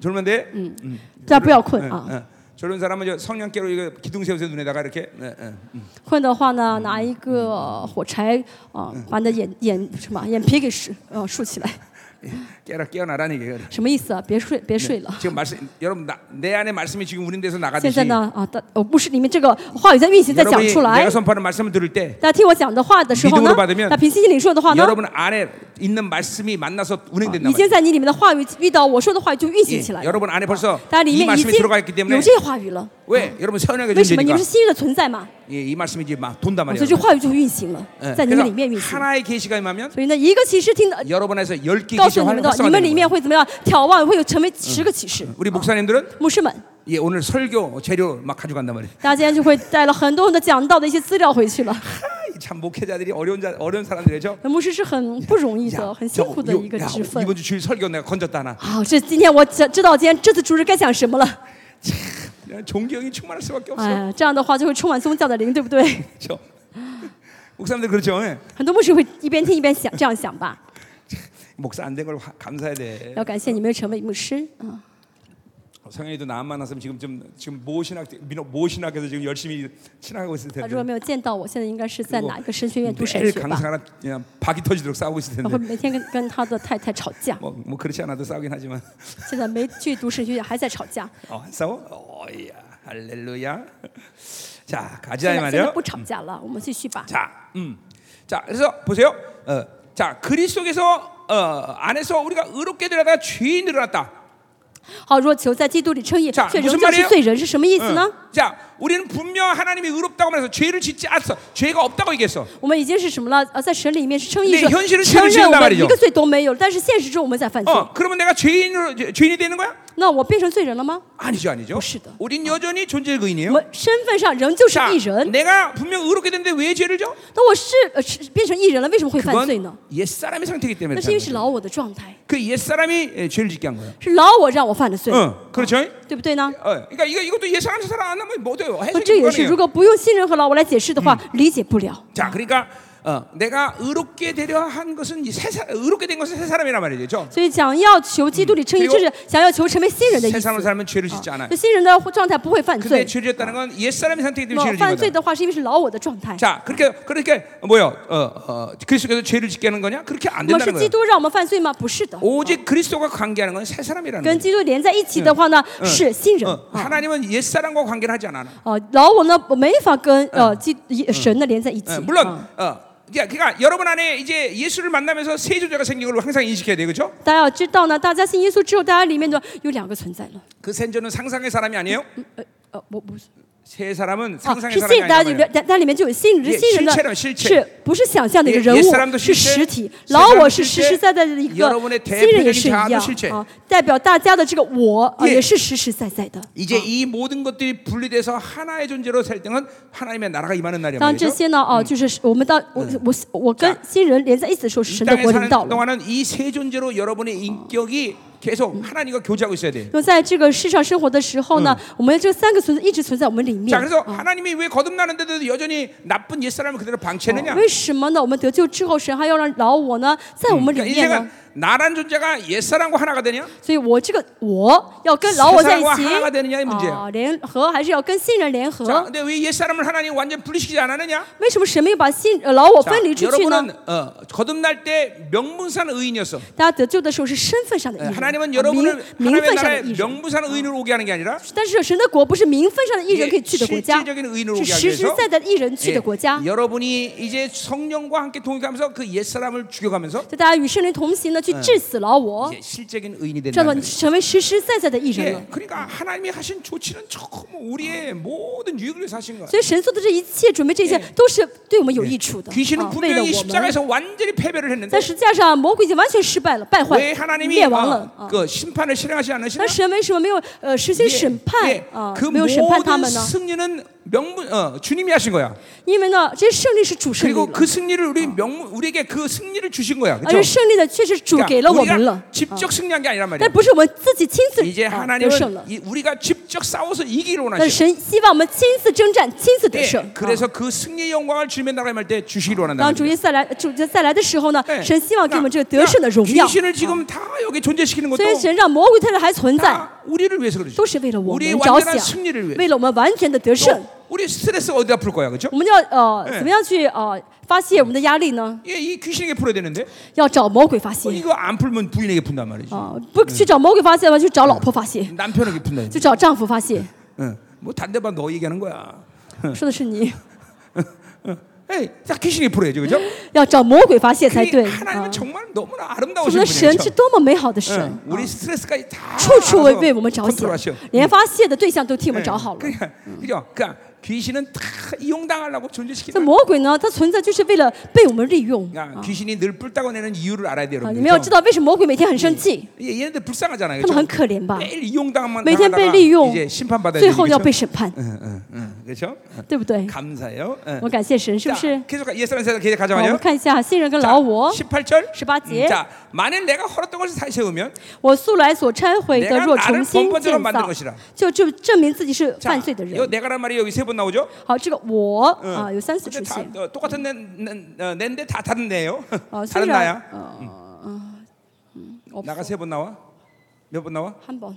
Speaker 1: 졸면 돼.
Speaker 2: 大家不要困
Speaker 1: 응,
Speaker 2: 啊。
Speaker 1: 응. 졸은 사람은 저 성냥개로 이거 기둥 세우세요 눈에다가 이렇게. 예, 응, 응, 응.
Speaker 2: 困的话呢，拿一个呃火柴啊、把你的眼眼什么眼皮给竖呃竖起来，
Speaker 1: 깨라 깨어나라는 얘기예요.
Speaker 2: 什么意思啊？别睡，别睡了。
Speaker 1: 지금 말씀 여러분 나, 내 안에 말씀이 지금 우린 데서
Speaker 2: 现
Speaker 1: 나가듯이
Speaker 2: 在呢啊，大我不是里面这个话语在运行，在讲
Speaker 1: 여러분이
Speaker 2: 出来
Speaker 1: 내가 。 선포하는 말씀을 들을 때
Speaker 2: 大家听我讲的话的时候
Speaker 1: 믿음으 로
Speaker 2: 呢
Speaker 1: 받으면 ，
Speaker 2: 那凭信心领受的话呢，
Speaker 1: 여러분 안에 있는 말씀이 만나서 운행된단
Speaker 2: 已经
Speaker 1: 아, 말이에요.
Speaker 2: 在你里面的话语遇到我说的话语就运行起
Speaker 1: 예,
Speaker 2: 来了。
Speaker 1: 여러분 안에 벌써
Speaker 2: 大家里
Speaker 1: 이
Speaker 2: 面已
Speaker 1: 말씀이
Speaker 2: 经
Speaker 1: 들어가 있기
Speaker 2: 有
Speaker 1: 때문에
Speaker 2: 这些话语了，
Speaker 1: 왜 여러분 선하게
Speaker 2: 为什么你
Speaker 1: 존재니까
Speaker 2: 们是新约的存在嘛？
Speaker 1: 예, 이 말씀이 이제 막 돈단
Speaker 2: 啊
Speaker 1: 말이에요.
Speaker 2: 所以这话语就运行嗯了
Speaker 1: 예, ，
Speaker 2: 在你们里面运
Speaker 1: 그래서
Speaker 2: 行。
Speaker 1: 하나의 계시가 임하면
Speaker 2: 所以呢，一个启示听的，
Speaker 1: 여러분에서 열개
Speaker 2: 告诉
Speaker 1: 계시
Speaker 2: 你们的，你
Speaker 1: 활성화되는
Speaker 2: 们里
Speaker 1: 거예요.
Speaker 2: 面会怎么样？眺望会有成为十个启示。
Speaker 1: 우리 목사님들은
Speaker 2: 牧师们，
Speaker 1: 예, 오늘 설교 재료 막 가져간단 말이에요. (laughs)
Speaker 2: 大家今天就会带了很多很多讲到的一些资料回去了。 (laughs)
Speaker 1: 이참 목회자들이 어려운 자, 어려운 사람들이죠.
Speaker 2: 牧师是很不容易
Speaker 1: 야,
Speaker 2: 的，很辛
Speaker 1: 저거
Speaker 2: 苦的
Speaker 1: 요-
Speaker 2: 一个
Speaker 1: 야,
Speaker 2: 职分。
Speaker 1: 이번 주 주일 설교 내가 건졌다 하나.
Speaker 2: 好，这今天我知知道今天这次主日该讲什么了。
Speaker 1: 야, 존경이 충만할 수밖에
Speaker 2: 哎
Speaker 1: 없어.
Speaker 2: 呀，这样的话就会充满宗教的灵，对不 (laughs) 对？
Speaker 1: 그렇죠. (laughs) 목사님들 그렇죠. 예.
Speaker 2: 很多牧师会一边听一边想，这样想吧。
Speaker 1: 목사 안 된 걸 감사해야 돼. 어,
Speaker 2: 要感谢你们成为牧师啊！
Speaker 1: 성현이도 나만 만났으면 지금 좀 지금 모신학 민호 모신학에서 지금 열심히 친학하고 있을
Speaker 2: 啊如
Speaker 1: 텐데.
Speaker 2: 果没有见到我，现在应该是在哪一个神学院读神
Speaker 1: 매
Speaker 2: 学吧？
Speaker 1: 강사랑 그냥 박이 터지도록 싸우고 있을
Speaker 2: 哎然后
Speaker 1: 텐데.
Speaker 2: 每天跟跟他的太太吵架，
Speaker 1: 뭐, 뭐 그렇지 않아도 싸우긴 하지만.
Speaker 2: 现在没去读神学院，还在吵架。
Speaker 1: 어, 안 싸워? 어이야. 할렐루야. 자,
Speaker 2: 现
Speaker 1: 가자 이
Speaker 2: 在现在
Speaker 1: 말이요.
Speaker 2: 不吵架了，我们继续吧。
Speaker 1: 자, 음. 자, 그래서 보세요. 어, 자, 그리스도 속에서 어, 안에서 우리가 의롭게 되다가 죄인 늘어났다.
Speaker 2: 好，若求在基督里称义，
Speaker 1: 자
Speaker 2: 却
Speaker 1: 무슨
Speaker 2: 仍旧
Speaker 1: 말이에요
Speaker 2: 是罪人，是什么意思呢？
Speaker 1: 자, 우리는 분명 하나님이 의롭다고 말해서 죄를 짓지 않았어. 죄가 없다고 얘기했어.
Speaker 2: 我们已经是什么了？呃，在神里面是称义
Speaker 1: 네
Speaker 2: 者
Speaker 1: 현실은， 죄를짓는단
Speaker 2: 承认我
Speaker 1: 말이
Speaker 2: 们
Speaker 1: 죠
Speaker 2: 一个罪都没有，但是现实中我们在犯罪。
Speaker 1: 어, 그러면 내가 죄인으로 죄인이 되는 거야?
Speaker 2: 那我变成罪人了吗？
Speaker 1: 아니죠, 아니죠.
Speaker 2: 시다.
Speaker 1: 우린 여전히 존재의
Speaker 2: 我
Speaker 1: 의인이에요.
Speaker 2: 们身份上仍旧是
Speaker 1: 자,
Speaker 2: 义人。
Speaker 1: 내가 분명 의롭게 됐는데 왜 죄를 져?
Speaker 2: 那我是呃是变成义人了，为什么会犯罪呢
Speaker 1: 그건 ？ 옛사람의 상태이기 때문에
Speaker 2: 那是因为
Speaker 1: 그렇다는
Speaker 2: 是
Speaker 1: 거예요.
Speaker 2: 老我的状态，
Speaker 1: 그 옛사람이 예, 죄를 짓게 한 거예요.
Speaker 2: 是老我让我犯的罪，
Speaker 1: 응, 그렇죠.
Speaker 2: 对不对呢？
Speaker 1: 어, 그러니까 이거 이것도 옛사람 사람 안 하면 뭐 돼요?
Speaker 2: 那这
Speaker 1: 해석이
Speaker 2: 也是，
Speaker 1: 불가능해요.
Speaker 2: 如果不用新人和老我来解释的话，
Speaker 1: 嗯
Speaker 2: 理解不了。
Speaker 1: 자, 그러니까 어, 내가 의롭게 되려 한 것은 이세 사 의롭게 된 것은 세 사람이란 말이죠.
Speaker 2: 所以想要求基督里称义，
Speaker 1: 그리고
Speaker 2: 这是想要求成为新人的意
Speaker 1: 세
Speaker 2: 思。
Speaker 1: 사람을 살면 죄를 짓지 않아요. 어.
Speaker 2: 那新人的状态不会犯
Speaker 1: 근데
Speaker 2: 罪，
Speaker 1: 죄를 짓다는 건 옛사람의 상태이기
Speaker 2: 那
Speaker 1: 때문에 죄를
Speaker 2: 犯罪
Speaker 1: 짓는 거다.
Speaker 2: 的话是因为是老我的状态。
Speaker 1: 자, 그렇게 그렇게 뭐요? 어, 어, 그리스도께서 죄를 짓게 하는 거냐? 그렇게 안
Speaker 2: 我们是
Speaker 1: 된다는 거예요.
Speaker 2: 基督让我们犯罪吗？不是的，
Speaker 1: 오직 그리스도가 관계하는 건 세 사람이라는
Speaker 2: 跟
Speaker 1: 거예요.
Speaker 2: 基督连在一起的话呢，是新人
Speaker 1: 어,
Speaker 2: 啊。
Speaker 1: 하나님은 옛 사람과 관계를 하지 않아. 요 어,
Speaker 2: 哦，老我呢没法跟呃基神呢连在一起。
Speaker 1: 물론
Speaker 2: 啊
Speaker 1: 아, 어, 그러니까- 그러니까 여러분 안에 이제 예수를 만나면서 세 존재가 생긴 걸 항상 인식해야 돼요, 그렇죠?
Speaker 2: 大家要知道呢，大家信耶稣之后，大家里面的有两个存在了。
Speaker 1: 그 센저는 상상의 사람이 아니에요.
Speaker 2: 呃呃，我不是，
Speaker 1: 세 사람은
Speaker 2: 啊，
Speaker 1: 상상의
Speaker 2: 是信
Speaker 1: 사람이 ，
Speaker 2: 大家就
Speaker 1: 아니에요.
Speaker 2: 大家里面就有信人，
Speaker 1: 예
Speaker 2: 信人
Speaker 1: 실체라면실체
Speaker 2: 的是不是想象的一个人
Speaker 1: 예, 옛 사람도
Speaker 2: 物，是
Speaker 1: 실체,
Speaker 2: 实体。
Speaker 1: 새
Speaker 2: 老
Speaker 1: 사람도
Speaker 2: 我是实
Speaker 1: 실체,
Speaker 2: 实在在的一个
Speaker 1: 여러분의 ，
Speaker 2: 新人
Speaker 1: 대표적인
Speaker 2: 也是一
Speaker 1: 자아도
Speaker 2: 样
Speaker 1: 실체.
Speaker 2: 啊，代表大家的这个我啊，
Speaker 1: 예
Speaker 2: 也是实实在在的。
Speaker 1: 이제 이 모든 것들이 분리돼서 하나의 존재로 살 때는 하나님의 나라가 임하는 날이에요.
Speaker 2: 当这
Speaker 1: 말이죠.
Speaker 2: 些呢，哦，就是我们当我我我跟新人连在一起的时候，是
Speaker 1: 이
Speaker 2: 神的
Speaker 1: 땅에
Speaker 2: 国临到
Speaker 1: 사는
Speaker 2: 了。
Speaker 1: 동안은 이 세 존재로 여러분의 인격이 계속 하나님과 교제하고 있어야 돼.
Speaker 2: 那么在这个世上生活的时候呢，我们这三个存在一直存在我们里面。
Speaker 1: 자, 그래서 하나님이 왜 거듭나는데도 여전히 나쁜 옛 사람을 그대로 방치했느냐?
Speaker 2: 为什么呢？我们得救之后，神还要让老我呢，在我们里
Speaker 1: 그러니까
Speaker 2: 面呢
Speaker 1: 인생은 ？ 나란 존재가 옛 사람과 하나가 되냐?
Speaker 2: 所以我这个我要跟老我在一 (laughs)
Speaker 1: 세상과하나가되느냐의문제예
Speaker 2: 起
Speaker 1: 요
Speaker 2: 啊，联合还是要跟新人联
Speaker 1: 자,
Speaker 2: 合？
Speaker 1: 근데 왜 옛 사람을 하나님 완전 분리시키지 않았느냐?
Speaker 2: 为什么神没有把新呃老我
Speaker 1: 자,
Speaker 2: 分离出去呢？
Speaker 1: 여러분은 어, 거듭날 때 명분산 의인이었어.
Speaker 2: 大家得救的时候是身份上的义
Speaker 1: 예,
Speaker 2: 人，
Speaker 1: 하나님은
Speaker 2: 啊名
Speaker 1: 여러분을
Speaker 2: 名
Speaker 1: 하나님의
Speaker 2: 分上的
Speaker 1: 나라에
Speaker 2: 义人。
Speaker 1: 명분산 의인으로 오게 하는 게 아니라
Speaker 2: 但是神的国不是名分上的义人可以去的国家
Speaker 1: 예，실질적인의인으로
Speaker 2: 是
Speaker 1: 오게하기
Speaker 2: 实实
Speaker 1: 위해서
Speaker 2: 在在的义人去
Speaker 1: 예,
Speaker 2: 的国家。
Speaker 1: 여러분이 이제 성령과 함께 동행하면서 그 옛 사람을 죽여가면서
Speaker 2: 就大家与圣灵同行呢，去致死老我
Speaker 1: 이제 ， 실적인 의인이
Speaker 2: 这样
Speaker 1: 된다는
Speaker 2: 呢成为实实在在的义
Speaker 1: 거예요.
Speaker 2: 人了
Speaker 1: 예, 。 그러니까 하나님이 하신 조치는 전부 우리의 모든 유익을 위해서 하신 거예요.
Speaker 2: 所以神做的这一切，准备这些，都是对我们有益处的，
Speaker 1: 귀신은
Speaker 2: 啊为了
Speaker 1: 분명히
Speaker 2: 我们。
Speaker 1: 십자가에서 완전히 패배를 했는데
Speaker 2: 在十字架上，魔鬼已经完全失败了，败
Speaker 1: 왜
Speaker 2: 坏、
Speaker 1: 하나님이
Speaker 2: 灭亡
Speaker 1: 어,
Speaker 2: 了啊！
Speaker 1: 그 심판을 실행하지 않으시나?
Speaker 2: 但神为什么没有呃实行
Speaker 1: 예,
Speaker 2: 审判
Speaker 1: 예,
Speaker 2: 啊
Speaker 1: 그 ？
Speaker 2: 没有审判他
Speaker 1: 모든
Speaker 2: 们呢？
Speaker 1: 승리는 명분 어, 주님이 하신 거야.
Speaker 2: 因为呢，这胜利是主胜利
Speaker 1: 그리고
Speaker 2: 了，
Speaker 1: 그 승리를 우리 명 우리에게 그 승리를 주신 거야.
Speaker 2: 而
Speaker 1: 그렇죠?
Speaker 2: 这胜利呢，确实主给了我们了
Speaker 1: 우리가 ， 직접 승리한 게 아니란 말이야.
Speaker 2: 但不是我们自己亲自
Speaker 1: 이제
Speaker 2: 啊得胜
Speaker 1: 하나님은
Speaker 2: 了，
Speaker 1: 이- 우리가 직접 싸워서 이기기를
Speaker 2: 但
Speaker 1: 원하시죠.
Speaker 2: 神希望我们亲自征战，亲自得
Speaker 1: 예,
Speaker 2: 胜。啊
Speaker 1: 그래서 그 승리의 영광을 주님의 나라에 말때 주시기를
Speaker 2: 当
Speaker 1: 원한다.
Speaker 2: 主耶稣再来，主耶稣再来的时候呢，
Speaker 1: 예.
Speaker 2: 神希望给我们这个
Speaker 1: 그러니까 어.
Speaker 2: 得胜的荣耀。
Speaker 1: 귀신을 지금 다 여기 존재시키는
Speaker 2: 所
Speaker 1: 것도
Speaker 2: 以神让魔鬼在这还存在，
Speaker 1: 다 우리를 위해서 그러죠.
Speaker 2: 都是为了我
Speaker 1: 우리의
Speaker 2: 们着
Speaker 1: 완전한
Speaker 2: 想，
Speaker 1: 승리를 위해.
Speaker 2: 为了我们完全的得
Speaker 1: 哦
Speaker 2: 胜。
Speaker 1: 우리 스트레스 어디다 풀 거야, 그렇죠?
Speaker 2: 我们要呃
Speaker 1: 예
Speaker 2: 怎么样去呃发泄我们的压力呢？
Speaker 1: 예, 이 귀신에게 풀어야 되는데
Speaker 2: 要找魔鬼发
Speaker 1: 어,
Speaker 2: 泄
Speaker 1: 이거 안 풀면 부인에게 푼단 말이지.
Speaker 2: 啊、不去找魔鬼发泄吧，去找老婆发
Speaker 1: 嗯
Speaker 2: 泄，
Speaker 1: 남편에게 푼다. 이제.
Speaker 2: 去找丈夫发泄。
Speaker 1: 응. 뭐 단대방 너 얘기하는 거야.
Speaker 2: 说的是你，
Speaker 1: 에이, 딱 귀신이 풀어야죠, 그렇죠?
Speaker 2: 要找魔鬼发泄才
Speaker 1: (laughs)
Speaker 2: 对啊
Speaker 1: 하나님은 ！ 정말 너무나
Speaker 2: 我们
Speaker 1: 아름다우신
Speaker 2: 的神
Speaker 1: 분이죠. 예.
Speaker 2: 是多么美好的神，
Speaker 1: 우리 스트레스까지 다
Speaker 2: 处处为
Speaker 1: 알아서
Speaker 2: 为我们着想
Speaker 1: 컨트롤하셔. ，
Speaker 2: 连发泄的对象都替我
Speaker 1: 네.
Speaker 2: 们找好了。
Speaker 1: 그러니까 그죠? 그러니까 귀신은 다 이용당하려고 존재시키는.
Speaker 2: 这魔鬼呢，他存在就是为了被我们利用
Speaker 1: 그러니까 귀신이 늘 뿔따고 내는 이유를 알아야 돼요,
Speaker 2: 啊！你
Speaker 1: 여러분.
Speaker 2: 们要知道，为什么魔鬼每天很生气，
Speaker 1: 얘네들 불쌍하잖아요.
Speaker 2: 他们很
Speaker 1: 그렇죠?
Speaker 2: 可怜吧？
Speaker 1: 매일 이용당만
Speaker 2: 每天被
Speaker 1: 당하다가
Speaker 2: 利用
Speaker 1: 이제 ， 심판받아야
Speaker 2: 最后要
Speaker 1: 되죠.
Speaker 2: 被审判，
Speaker 1: 그렇죠? 응.
Speaker 2: 对不对？
Speaker 1: 감사해요. 응.
Speaker 2: 我感谢神，是不
Speaker 1: 자,
Speaker 2: 是？
Speaker 1: 계속 예사람 세상 뭐, 어, 계속
Speaker 2: 好，我
Speaker 1: 가져가요.
Speaker 2: 们看一下新人跟
Speaker 1: 자
Speaker 2: 老我，
Speaker 1: 18절. 음,
Speaker 2: 18절.
Speaker 1: 자, 만일 내가 헐었던 것을 다시 세우면
Speaker 2: 我素来所拆毁的
Speaker 1: 내가
Speaker 2: 若重
Speaker 1: 나를
Speaker 2: 新建
Speaker 1: 범퍼처럼 만든
Speaker 2: 造，
Speaker 1: 것이라.
Speaker 2: 就就证明自己是
Speaker 1: 자,
Speaker 2: 犯罪的
Speaker 1: 요네
Speaker 2: 人。
Speaker 1: 내가란 말이 여기 세 번 나오죠?
Speaker 2: 好，这个我
Speaker 1: 응.
Speaker 2: 啊有三次
Speaker 1: 근데
Speaker 2: 出
Speaker 1: 다
Speaker 2: 现
Speaker 1: 어, 똑같은 낸데 다 다른 내예요. (laughs)
Speaker 2: 啊，虽
Speaker 1: 다른
Speaker 2: 然
Speaker 1: 나야.
Speaker 2: 呃嗯嗯，我
Speaker 1: 나가 세 번 나와. 몇 번 나와?
Speaker 2: 한번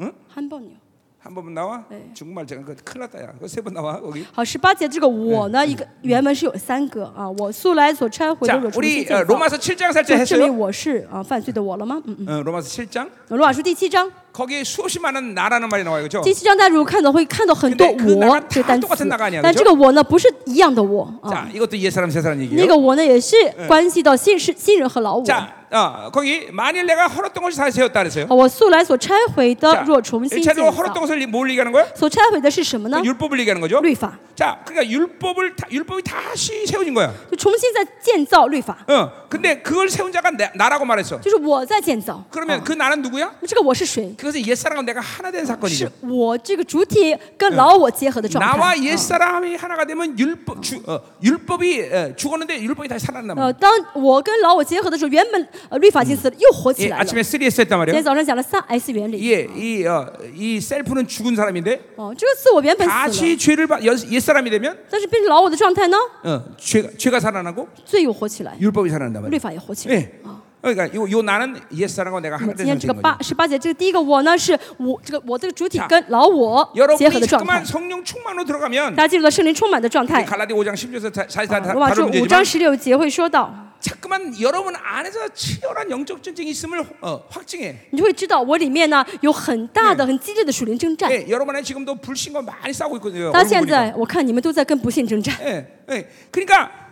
Speaker 1: 응
Speaker 2: 한번이요
Speaker 1: 한 번만 나와?
Speaker 2: 네.
Speaker 1: 중국말 제가 그 큰일 났다야. 그거 세 번 나와 거기.
Speaker 2: 好，十八节这个我呢，一个原文是有三个啊，我素来所拆毁的
Speaker 1: 자,
Speaker 2: 若重
Speaker 1: 우리
Speaker 2: 新
Speaker 1: 어,
Speaker 2: 建造，
Speaker 1: 로마서 7장 살때
Speaker 2: 就证
Speaker 1: 했어요.
Speaker 2: 明我是啊犯罪的我了吗？嗯嗯。
Speaker 1: 어, 로마서 7장.
Speaker 2: 罗马书第七章，
Speaker 1: 거기에 수없이 많은 나라는 말이 나와요. 그렇죠?
Speaker 2: 第七章大家如果看到会看到很多
Speaker 1: 근데그
Speaker 2: 我
Speaker 1: 나가다
Speaker 2: 这个单
Speaker 1: 똑같은
Speaker 2: 词
Speaker 1: 나가아니야，
Speaker 2: 但
Speaker 1: 그죠
Speaker 2: 这个我呢不是一样的我啊，
Speaker 1: 자, 이것도 옛 사람 새 사람
Speaker 2: 那
Speaker 1: 얘기예요.
Speaker 2: 个我呢也是关系到新是新人和老我。
Speaker 1: 자, 어, 거기 만일 내가 헐었던 것이 다시 세웠다 그랬어요.
Speaker 2: 啊我素来所拆毁的，
Speaker 1: 자,
Speaker 2: 若重新建
Speaker 1: 일차적으로
Speaker 2: 造，
Speaker 1: 헐었던 것을 뭘 얘기하는 거야?
Speaker 2: 所拆毁的是什么呢
Speaker 1: 그 ？ 율법을 얘기하는 거죠.
Speaker 2: 律法，
Speaker 1: 자, 그러니까 율법을 다, 율법이 다시 세워진 거야.
Speaker 2: 就重新再建造律法，
Speaker 1: 어, 근데 그걸 세운 자가 나, 나라고 말했어.
Speaker 2: 就是我在建造。
Speaker 1: 그러면 그 나는 누구야?
Speaker 2: 那这个我是谁？
Speaker 1: 그것은 옛 사람과 내가 하나 된
Speaker 2: 是
Speaker 1: 사건이죠.
Speaker 2: 我这个主体跟老我结合的状态。
Speaker 1: 나와
Speaker 2: 啊
Speaker 1: 옛 사람이 하나가 되면 율법 주, 어, 율법이 어, 죽었는데 율법이 다시 살아난단 말이야.
Speaker 2: 呃，当我跟老我结合的时候，原本呃律法已经死了，又活起
Speaker 1: 예,
Speaker 2: 来了。
Speaker 1: 아침에 3S 했단
Speaker 2: 今
Speaker 1: 말이에요.
Speaker 2: 天早上讲了三 S 原理。
Speaker 1: 예, 이, 어, 이 셀프는 죽은 사람인데
Speaker 2: 哦，这个自我原本死了，
Speaker 1: 다시 죄를 받, 연- 옛 사람이 되면
Speaker 2: 但是变成老我的状态呢，
Speaker 1: 어, 죄가, 죄가 살아나고
Speaker 2: 罪又活起来，
Speaker 1: 율법이 살아난단 말이야.
Speaker 2: 律法也活起来。
Speaker 1: 예. 그러니까 요, 요 나는 옛 사람과 내가
Speaker 2: 那么
Speaker 1: 하나
Speaker 2: 今
Speaker 1: 된
Speaker 2: 哎天这个啊
Speaker 1: 상태인
Speaker 2: 八
Speaker 1: 거죠.
Speaker 2: 十八节，这个第一个我呢，是我这个我这个主体
Speaker 1: 자
Speaker 2: 跟老我结合
Speaker 1: 여러분이
Speaker 2: 的状态
Speaker 1: 자꾸만 。 성령 충만으로 들어가면
Speaker 2: 大家进入到圣灵充满的状态。
Speaker 1: 갈라디 5장 10절에서 자- 사실 다 다-
Speaker 2: 罗马
Speaker 1: 다른
Speaker 2: 书五章
Speaker 1: 문제지만
Speaker 2: 十六节会说到，
Speaker 1: 자꾸만 여러분 안에서 치열한 영적 전쟁이 있음을 어, 확증해.
Speaker 2: 你就会知道我里面呢有很大的、很激烈的属灵征战。
Speaker 1: 예, 여러분 안에 지금도 불신과 많이 싸우고 있거든요.
Speaker 2: 大家
Speaker 1: 얼굴
Speaker 2: 现
Speaker 1: 보니까.
Speaker 2: 在我看你们都在跟不幸征战，
Speaker 1: 예, 예. 그러니까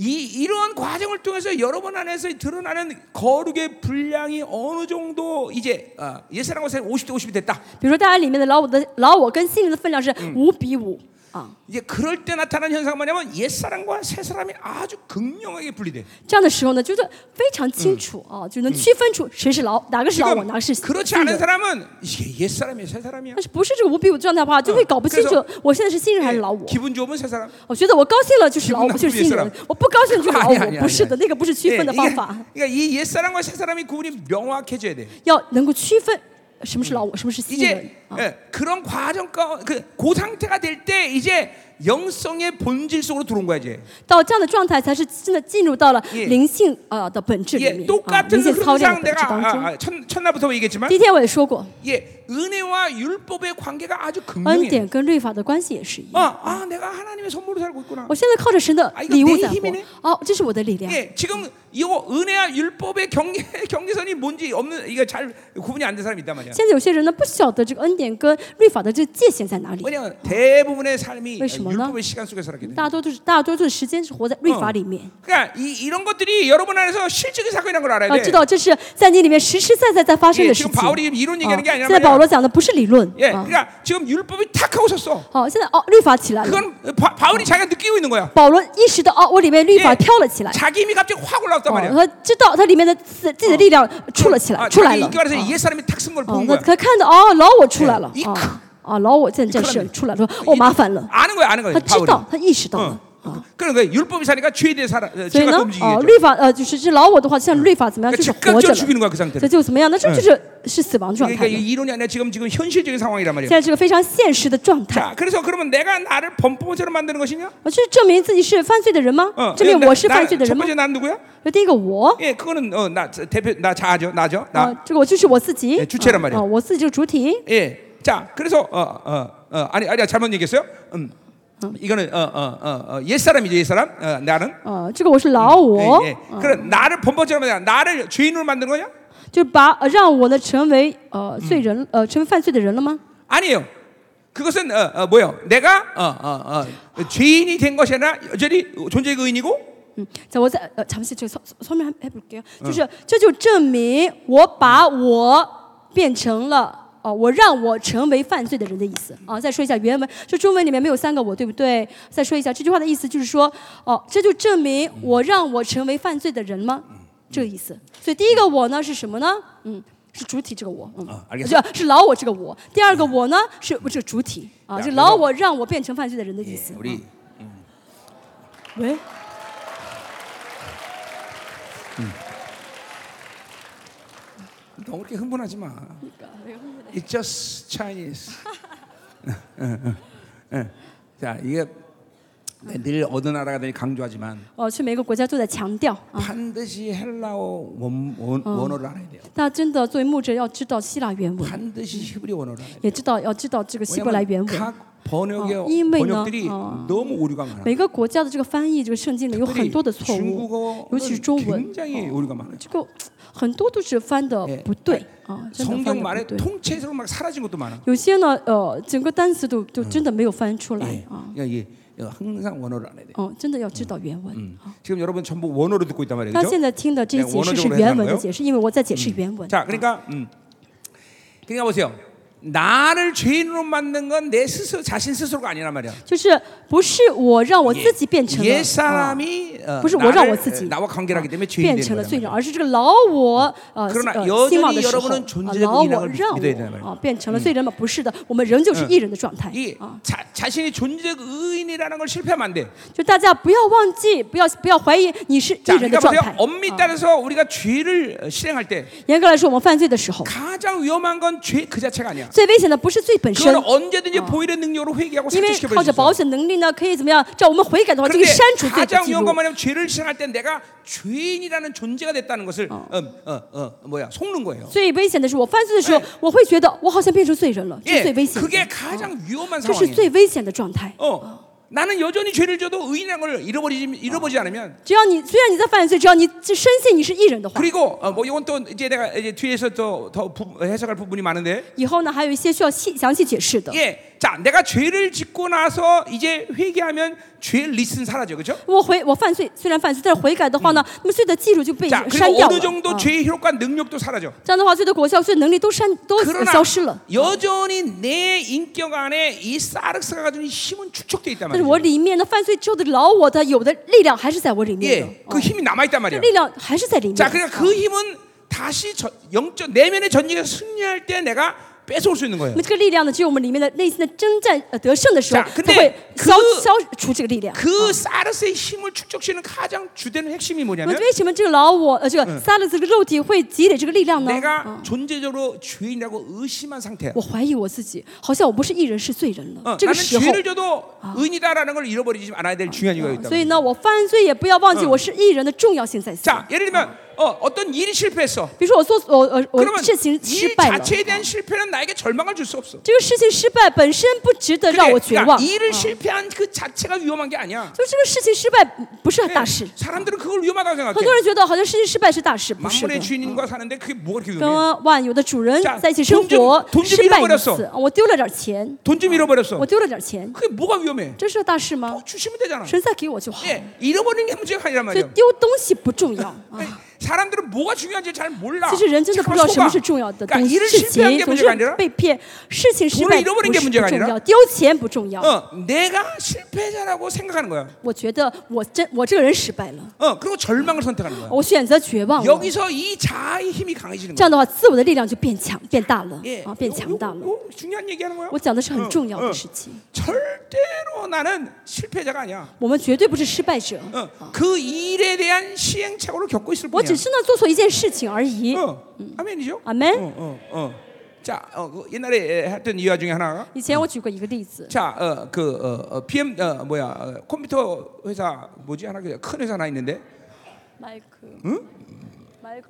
Speaker 1: 이 이러한 과정을 통해서 여러분 안에서 드러나는 거룩의 분량이 어느 정도 이제 아, 어, 옛사람과 새 50대 50이 됐다.
Speaker 2: 嗯比如说大家里面的老我的老我跟心灵的分量是五比五，啊。
Speaker 1: 이제 그럴 때 나타나는 현상은 뭐냐면 옛 사람과 새 사람이 아주 극명하게 분리돼.
Speaker 2: 这样的时候呢，就是非常清楚啊，就能区分出谁是老嗯哪个是老我，
Speaker 1: 지금
Speaker 2: 哪个是自
Speaker 1: 그렇지
Speaker 2: 人
Speaker 1: 않은 。 사람은 이게 옛 사람이야, 새 사람이야.
Speaker 2: 但是不是这个无比我状态的话，就会搞不清楚
Speaker 1: 그래서
Speaker 2: 我现在是新人还是老我。
Speaker 1: 예, 기분 좋으면 새 사람.
Speaker 2: 我觉得我高兴了哎就是老我，
Speaker 1: 기분
Speaker 2: 就是新
Speaker 1: 나쁘게
Speaker 2: 人；我不高兴就是老
Speaker 1: 아니야,
Speaker 2: 我，
Speaker 1: 아니야,
Speaker 2: 不是
Speaker 1: 아니야.
Speaker 2: 的，那个不是
Speaker 1: 예,
Speaker 2: 区分的
Speaker 1: 이게-
Speaker 2: 方法，
Speaker 1: 그러니까 이옛 사람과 새 사람의 구분이 그 명확해져야 돼.
Speaker 2: 要能够区分什么是老我，什么是新人
Speaker 1: 이제
Speaker 2: 啊。
Speaker 1: 예, 그런 과정 그그 상태가 될 때 이제 영성의 본질 속으로 들어온 거야 이제.
Speaker 2: 到这样的状态，才是真的进入到了
Speaker 1: 예
Speaker 2: 灵性呃的本质里
Speaker 1: 예,
Speaker 2: 面啊，灵
Speaker 1: 똑같은
Speaker 2: 性操练的啊哎
Speaker 1: 흐름상 내가
Speaker 2: 本质当
Speaker 1: 아,
Speaker 2: 中。
Speaker 1: 아, 첫, 첫날부터 얘기했지만
Speaker 2: 第一天我也说过，
Speaker 1: 예, 은혜와 율법의 관계가 아주
Speaker 2: 恩
Speaker 1: 극명해.
Speaker 2: 典跟律法的关系也是一样。
Speaker 1: 아, 아, 내가 하나님의 선물로 살고 있구나.
Speaker 2: 我现在靠着神的
Speaker 1: 啊一个
Speaker 2: 礼物
Speaker 1: 内
Speaker 2: 在
Speaker 1: 힘이네
Speaker 2: 活，哦，这是我的力量。
Speaker 1: 예, 지금 이거 은혜와 율법의 경계 (laughs) 경계선이 뭔지 없는 이거 잘 구분이 안 된 사람이 있단 말이야.
Speaker 2: 现在有些人呢不晓得这个恩典跟律法的这个界限在哪里，
Speaker 1: 왜냐면 대부분의 삶이
Speaker 2: 为什么呢?
Speaker 1: 율법의 시간 속에 살았기 때문에.
Speaker 2: 大多都是大多数的时间是活在律法里面。
Speaker 1: 그러니까 이, 이런 것들이 여러분 안에서 실질적인 사건이라는 걸
Speaker 2: 啊，
Speaker 1: 알아야
Speaker 2: 知
Speaker 1: 돼.
Speaker 2: 道这是在你里面实实在在在发生
Speaker 1: 예
Speaker 2: 的
Speaker 1: 지
Speaker 2: 事
Speaker 1: 금
Speaker 2: 情。哦
Speaker 1: 바울이이론얘기하는게아니란
Speaker 2: 现在
Speaker 1: 말이야
Speaker 2: 保罗讲的不是理论
Speaker 1: 예,
Speaker 2: 啊，
Speaker 1: 그러니까 지금 율법이 탁 하고 섰어.
Speaker 2: 好，现在哦，律法起来了。
Speaker 1: 그건 바, 바울이 자기가 느끼고 있는 거야.
Speaker 2: 保罗意识到哦，我里面律法
Speaker 1: 예
Speaker 2: 飘了起来，
Speaker 1: 자기 힘이 갑자기 확 올라왔단
Speaker 2: 哦，
Speaker 1: 말이야.
Speaker 2: 他知道他里面的自自己的力量出了起来，
Speaker 1: 아,
Speaker 2: 出来
Speaker 1: 자기
Speaker 2: 了。
Speaker 1: 인격에서
Speaker 2: 哦啊
Speaker 1: 옛 사람이 탁 쓴 걸
Speaker 2: 哦
Speaker 1: 본 ，
Speaker 2: 那
Speaker 1: 거야.
Speaker 2: 他看到哦，老我出来了
Speaker 1: 예一看
Speaker 2: 啊啊，老我现在是出来了，哦，麻烦了，
Speaker 1: 아는 거야, 아는 거야.
Speaker 2: 他知
Speaker 1: 바울이.
Speaker 2: 道，他意识到了
Speaker 1: 어. 。 그런 거야. 율법이 사니까 죄에 대해 살아, 어,
Speaker 2: 所以
Speaker 1: 죄가
Speaker 2: 呢
Speaker 1: 또 ，
Speaker 2: 哦，
Speaker 1: 움직이겠죠.
Speaker 2: 律法呃，就是这老我的话，像律法怎么样，
Speaker 1: 그러니까
Speaker 2: 就是活着
Speaker 1: 즉각적으로
Speaker 2: 了，嗯
Speaker 1: 죽이는 거야 그
Speaker 2: 这
Speaker 1: 상태로.
Speaker 2: 就怎么样呢？这就是是死亡状
Speaker 1: 그러니까
Speaker 2: 态
Speaker 1: 이
Speaker 2: 了。
Speaker 1: 이론이 아니라 지금 지금 현실적인 상황이란 말이야.
Speaker 2: 现在是个非常现实的状态。
Speaker 1: 자, 그래서 그러면 내가 나를 범법자로 만드는 것이냐?
Speaker 2: 我去证明自己是犯罪的人吗
Speaker 1: 어, ？
Speaker 2: 证明
Speaker 1: 나-
Speaker 2: 我是犯罪的
Speaker 1: 첫
Speaker 2: 人吗？
Speaker 1: 번째 나는 누구야?
Speaker 2: 那第一个我，
Speaker 1: 예, 그거는 어, 나 저, 대표 나 자아죠, 나죠,
Speaker 2: 啊、
Speaker 1: 나.
Speaker 2: 这个我就是我自己，
Speaker 1: 예主체란 말이에요
Speaker 2: 啊、我自己就是主体。
Speaker 1: 예, 자, 그래서 어, 어, 어, 아니, 아니야, 잘못 얘기했어요. 음, 이거는 어, 어, 어, 어, 옛 사람이죠, 옛 사람. 어, 나는.
Speaker 2: 呃，这个我是老我，
Speaker 1: 예, 예. 그럼 나를 범법자로 만드냐? 나를 죄인으로 만드는 거냐?
Speaker 2: 就把呃让我呢成为呃罪人，呃成为犯罪的人了吗？
Speaker 1: 아니에요. 그것은 어, 어, 뭐요? 내가 어, 어, 어, 죄인이 된 것이 아니라 여전히 존재의 의인이고
Speaker 2: 嗯，在我在呃，잠시저 서, 설명해볼게요，就是、这就证明我把我变成了哦、我让我成为犯罪的人的意思啊。再说一下原文，就中文里面没有三个我，对不对？再说一下这句话的意思，就是说哦、这就证明我让我成为犯罪的人吗？这个意思。所以第一个我呢是什么呢？嗯。是主体这个我，嗯
Speaker 1: 啊알겠어 ，
Speaker 2: 就是老我这个我。第二个我呢，是这个主体啊，
Speaker 1: 야
Speaker 2: 就
Speaker 1: 그래서
Speaker 2: 老我让我变成犯罪的人的意
Speaker 1: 예,
Speaker 2: 思。啊
Speaker 1: 우리
Speaker 2: 喂，
Speaker 1: 너무 그렇게 흥분하지 마. It's just Chinese. (laughs) 어, 응, 응, 응. 예. 자 이게
Speaker 2: 아.
Speaker 1: 늘 어느 나라가 되니 강조하지만
Speaker 2: 哦，去每个国家都在强调啊。
Speaker 1: 반드시 헬라어 원, 원, 원어를 알아야 돼요.
Speaker 2: 大家真的作为牧者要知道希腊
Speaker 1: (laughs)
Speaker 2: 原文，
Speaker 1: 반드시 히브리 원어를 알아야 돼요.
Speaker 2: 也知道要知道这个希伯来原
Speaker 1: 왜냐면
Speaker 2: 文。
Speaker 1: 각 번역의
Speaker 2: 어, 이메일이나,
Speaker 1: 번역들이
Speaker 2: 어.
Speaker 1: 너무 오류가 많아.
Speaker 2: 每个国家的这个翻译，这个圣经里有很多的错误，
Speaker 1: 중국어
Speaker 2: 尤其是中文，
Speaker 1: 굉장히 오류가 많아요.
Speaker 2: 这个很多都是翻的不对啊，真的
Speaker 1: 성경
Speaker 2: 翻的
Speaker 1: 말에
Speaker 2: 不对。
Speaker 1: 통째로 막 사라진 것도 많아.
Speaker 2: 有些呢，呃，整个单词都都真的没有翻出来
Speaker 1: 예.
Speaker 2: 啊，
Speaker 1: 그러니까 이게 항상 원어를 알아야 돼.
Speaker 2: 哦，真的要知道原
Speaker 1: 嗯
Speaker 2: 文。
Speaker 1: 지금 여러분 전부 원어로 듣고 있단 말이죠.
Speaker 2: 他现
Speaker 1: 그죠?
Speaker 2: 在听的这
Speaker 1: 그냥
Speaker 2: 解释是
Speaker 1: 원어적으로
Speaker 2: 原文
Speaker 1: 해석한
Speaker 2: 的
Speaker 1: 거예요?
Speaker 2: 解释，因为我在解释原文。
Speaker 1: 자, 그러니까 음. 그러니까 보세요. 나를 죄인으로 만든 건 내 스스로 자신 스스로가 아니란 말이야.
Speaker 2: 就是不是我让我自己变成了
Speaker 1: 옛
Speaker 2: 啊
Speaker 1: 사람이 어,
Speaker 2: 不是我让我
Speaker 1: 나를,
Speaker 2: 自己
Speaker 1: 나와 관계하기 때문에
Speaker 2: 变
Speaker 1: 죄인이
Speaker 2: 成了
Speaker 1: 되는
Speaker 2: 罪
Speaker 1: 거야.
Speaker 2: 人，而是这个老我呃
Speaker 1: 그러나
Speaker 2: 呃兴旺的
Speaker 1: 여전히
Speaker 2: 时候，
Speaker 1: 여러분은
Speaker 2: 啊
Speaker 1: 존재적인
Speaker 2: 老
Speaker 1: 인하
Speaker 2: 我
Speaker 1: 을
Speaker 2: 让
Speaker 1: 믿어야되는말
Speaker 2: 我
Speaker 1: 이야
Speaker 2: 啊变成了罪人嗯嘛？不是的，我们仍旧是艺人的状态
Speaker 1: 이
Speaker 2: 啊！
Speaker 1: 자, 자신이 존재적 의인이라는 걸 실패하면 안 돼.
Speaker 2: 就大家不要忘记，不要不要怀疑你是艺
Speaker 1: 자,
Speaker 2: 人的
Speaker 1: 그러니까
Speaker 2: 状
Speaker 1: 보세요.
Speaker 2: 态。
Speaker 1: 엄밀히 따라서 우리가 죄를 어, 실행할 때
Speaker 2: 严格来说，我们犯罪的时候，
Speaker 1: 가장 위험한 건 죄 그 자체가 아니야.
Speaker 2: 最危险的不是罪本身
Speaker 1: 그거는 ， 언제든지 어. 보이는 능력으로 회개하고
Speaker 2: 因为
Speaker 1: 삭제시켜
Speaker 2: 靠着
Speaker 1: 버릴 수
Speaker 2: 保
Speaker 1: 있어.
Speaker 2: 险能力呢，可以怎么样？叫我们悔改的话，就可以
Speaker 1: 그런데
Speaker 2: 删除罪的
Speaker 1: 가장
Speaker 2: 记
Speaker 1: 위험한
Speaker 2: 录
Speaker 1: 건 。 뭐냐면 죄를 실행할 때 내가 죄인이라는 존재가 됐다는 것을 어, 어, 어, 뭐야 속는 거예요.
Speaker 2: 最危险的是，我犯罪的时候，我会觉得我好像变成罪人了，这是
Speaker 1: 예,
Speaker 2: 最危险
Speaker 1: 그게
Speaker 2: 的，
Speaker 1: 가장 위험한
Speaker 2: 这是
Speaker 1: 상황이에요.
Speaker 2: 最危险的状态。
Speaker 1: 어, 나는 여전히 죄를 져도 의인한 걸 잃어버리지 잃어버리지 않으면
Speaker 2: 只要你虽然你在犯罪，只要你就深信你是义人的话，
Speaker 1: 그리고 어, 뭐 이건 또 이제 내가 이제 뒤에서 또더 해석할 부분이 많은데
Speaker 2: 以后呢还有一些需要细详细解释的。
Speaker 1: 예, 자 내가 죄를 짓고 나서 이제 회개하면 죄 리스는 사라져, 그렇죠?
Speaker 2: 我悔我犯罪，虽然犯罪，但是悔改的话呢，那么罪的记录就被
Speaker 1: 자
Speaker 2: 删
Speaker 1: 그리고
Speaker 2: 掉了。
Speaker 1: 어느 어, 정도
Speaker 2: 啊
Speaker 1: 죄 효과 능력도 사라져.
Speaker 2: 这样的话，罪的果效、罪的能力都删都
Speaker 1: 그러나
Speaker 2: 消失了。
Speaker 1: 여전히 내 인격 안에 이 사르스가 가진 힘은 축적돼 있단
Speaker 2: 但是我
Speaker 1: 말이야.
Speaker 2: 里面呢，犯罪之后的老我的有的力量还是在我里面
Speaker 1: 예,
Speaker 2: 的，
Speaker 1: 그 힘이 남아 있단
Speaker 2: 这
Speaker 1: 말이야.
Speaker 2: 力量还是在里面。啊
Speaker 1: 자, 그러니까 그 힘은 다시 저, 영적 내면의 전쟁에 승리할 때 내가 뺏어올 수 있는 거예요.
Speaker 2: 那么这个力量呢，只有我们里面的内心的征战呃得胜的时候
Speaker 1: 자，
Speaker 2: 才
Speaker 1: 근데
Speaker 2: 会消
Speaker 1: 그
Speaker 2: 消除这个力量。
Speaker 1: 그 사르스의 힘을 축적시키는 가장 주된 핵심이
Speaker 2: 那
Speaker 1: 뭐냐면
Speaker 2: 么为什么这个老我呃这个撒勒斯这个肉体会积累这个力量呢？
Speaker 1: 내가
Speaker 2: 啊
Speaker 1: 존재적으로 죄인이라고 의심한 상태야.
Speaker 2: 我怀疑我自己，好像我不是艺人是罪人
Speaker 1: 어,
Speaker 2: 了。这
Speaker 1: 나는
Speaker 2: 个时候，
Speaker 1: 죄를 져도 의인이다라는 걸 잃어버리지 아. 않아야 될 중요한 이유가
Speaker 2: 所
Speaker 1: 있다.
Speaker 2: 以呢，我犯罪也不要忘记我是艺人的重要性在此。
Speaker 1: 자, 예를 들면 어, 어떤 일이 실패했어.
Speaker 2: 比如说我做我呃我
Speaker 1: 그러면
Speaker 2: 事情失
Speaker 1: 일
Speaker 2: 败了，
Speaker 1: 자체에 대한 실패는 나에게 절망을 줄 수 없어.
Speaker 2: 这个事情失败本身不值得让我
Speaker 1: 근데
Speaker 2: 绝望。
Speaker 1: 그러니까
Speaker 2: 就
Speaker 1: 일을 실패한 그 자체가 위험한 게 아니야.
Speaker 2: 这个事情失败不是
Speaker 1: 네,
Speaker 2: 大事，
Speaker 1: 사람들은 그걸 위험하다고
Speaker 2: 很多
Speaker 1: 생각해.
Speaker 2: 人觉得好像事情失败是大事，不是的
Speaker 1: 만물의 。 주인과 사는데 그게 뭐가 그렇게 위험해?
Speaker 2: 跟万有的主人
Speaker 1: 자
Speaker 2: 在一起生
Speaker 1: 돈좀
Speaker 2: 活
Speaker 1: 돈좀，
Speaker 2: 失败一
Speaker 1: 잃어버렸어
Speaker 2: 次，啊我丢了点钱，
Speaker 1: 돈 좀 잃어버렸어.
Speaker 2: 我丢了点钱，
Speaker 1: 그게 뭐가 위험해?
Speaker 2: 这是大事吗
Speaker 1: 뭐 ？ 주시면 되잖아.
Speaker 2: 神再给我就好。
Speaker 1: 예, 잃어버리는 게 문제가 아니란
Speaker 2: 所以
Speaker 1: 말이야.
Speaker 2: 丢东西不重要啊。
Speaker 1: 사람들은 뭐가 중요한지 잘 몰라.
Speaker 2: 其实人真的不
Speaker 1: 자꾸만
Speaker 2: 知道什么
Speaker 1: 속아.
Speaker 2: 是重要的
Speaker 1: 그러니까
Speaker 2: 东西
Speaker 1: 일을
Speaker 2: 事
Speaker 1: 실패한
Speaker 2: 情，
Speaker 1: 게
Speaker 2: 总
Speaker 1: 문제가 아니라
Speaker 2: 是被骗，事情失
Speaker 1: 돈을
Speaker 2: 败
Speaker 1: 잃어버린
Speaker 2: 不
Speaker 1: 게
Speaker 2: 是不
Speaker 1: 문제가아니
Speaker 2: 重
Speaker 1: 라
Speaker 2: 要，丢钱不重要。
Speaker 1: 어, 내가 실패자라고 생각하는 거야.
Speaker 2: 我觉得我真我这个人失败了，
Speaker 1: 어, 그리고 절망을 선택하는 거야.
Speaker 2: 我选择绝望了。
Speaker 1: 여기서 이 자아의 힘이 강해지는 거야.
Speaker 2: 这样的话，自我的力量就变强变大了
Speaker 1: 예,
Speaker 2: 啊，变
Speaker 1: 요-
Speaker 2: 强
Speaker 1: 요-
Speaker 2: 大了。
Speaker 1: 요- 중요한 얘기하는 거야.
Speaker 2: 我讲的是很重要
Speaker 1: 嗯
Speaker 2: 的事情，
Speaker 1: 절대로 나는 실패자가 아니야.
Speaker 2: 我们绝对不是失败者，
Speaker 1: 어, 그 일에 대한 시행착오를 겪고 있을
Speaker 2: 我
Speaker 1: 뿐이야.
Speaker 2: 只是呢做错一件事情而已。
Speaker 1: 어, 아멘이죠?
Speaker 2: 아멘.
Speaker 1: 어, 어, 어. 자, 어, 그 옛날에 에, 했던 이유 중에 하나가
Speaker 2: 以前我举过一个例子，
Speaker 1: 자, 어, 그 어, 어, PM 어, 뭐야 어, 컴퓨터 회사 뭐지 하나 그큰 회사 하나 있는데,
Speaker 2: 麦克，麦克，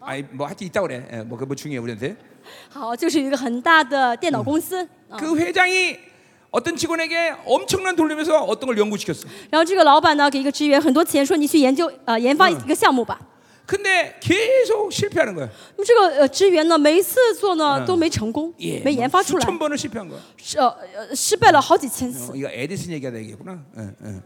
Speaker 1: 아니 뭐 하여튼 있다 그래, 예, 뭐그 뭐 중요해 우리한테.
Speaker 2: 好，就是一个很大的电脑公司。啊。
Speaker 1: 그 회장이 어떤 직원에게 엄청난 돌리면서 어떤 걸 연구시켰어.
Speaker 2: 然后这个老板呢，给一个职员很多钱，说你去研究呃研发一个项目吧。
Speaker 1: 근데 계속 실패하는 거야.
Speaker 2: 那么这个呃职员呢，每一次做呢都没成功，
Speaker 1: 예,
Speaker 2: 没研发出来
Speaker 1: 천 ， 번을 실패한 거야.
Speaker 2: 是呃呃失败了好几千
Speaker 1: 어,
Speaker 2: 次。
Speaker 1: 이거 에디슨 얘기하다 얘기구나. 예, 예.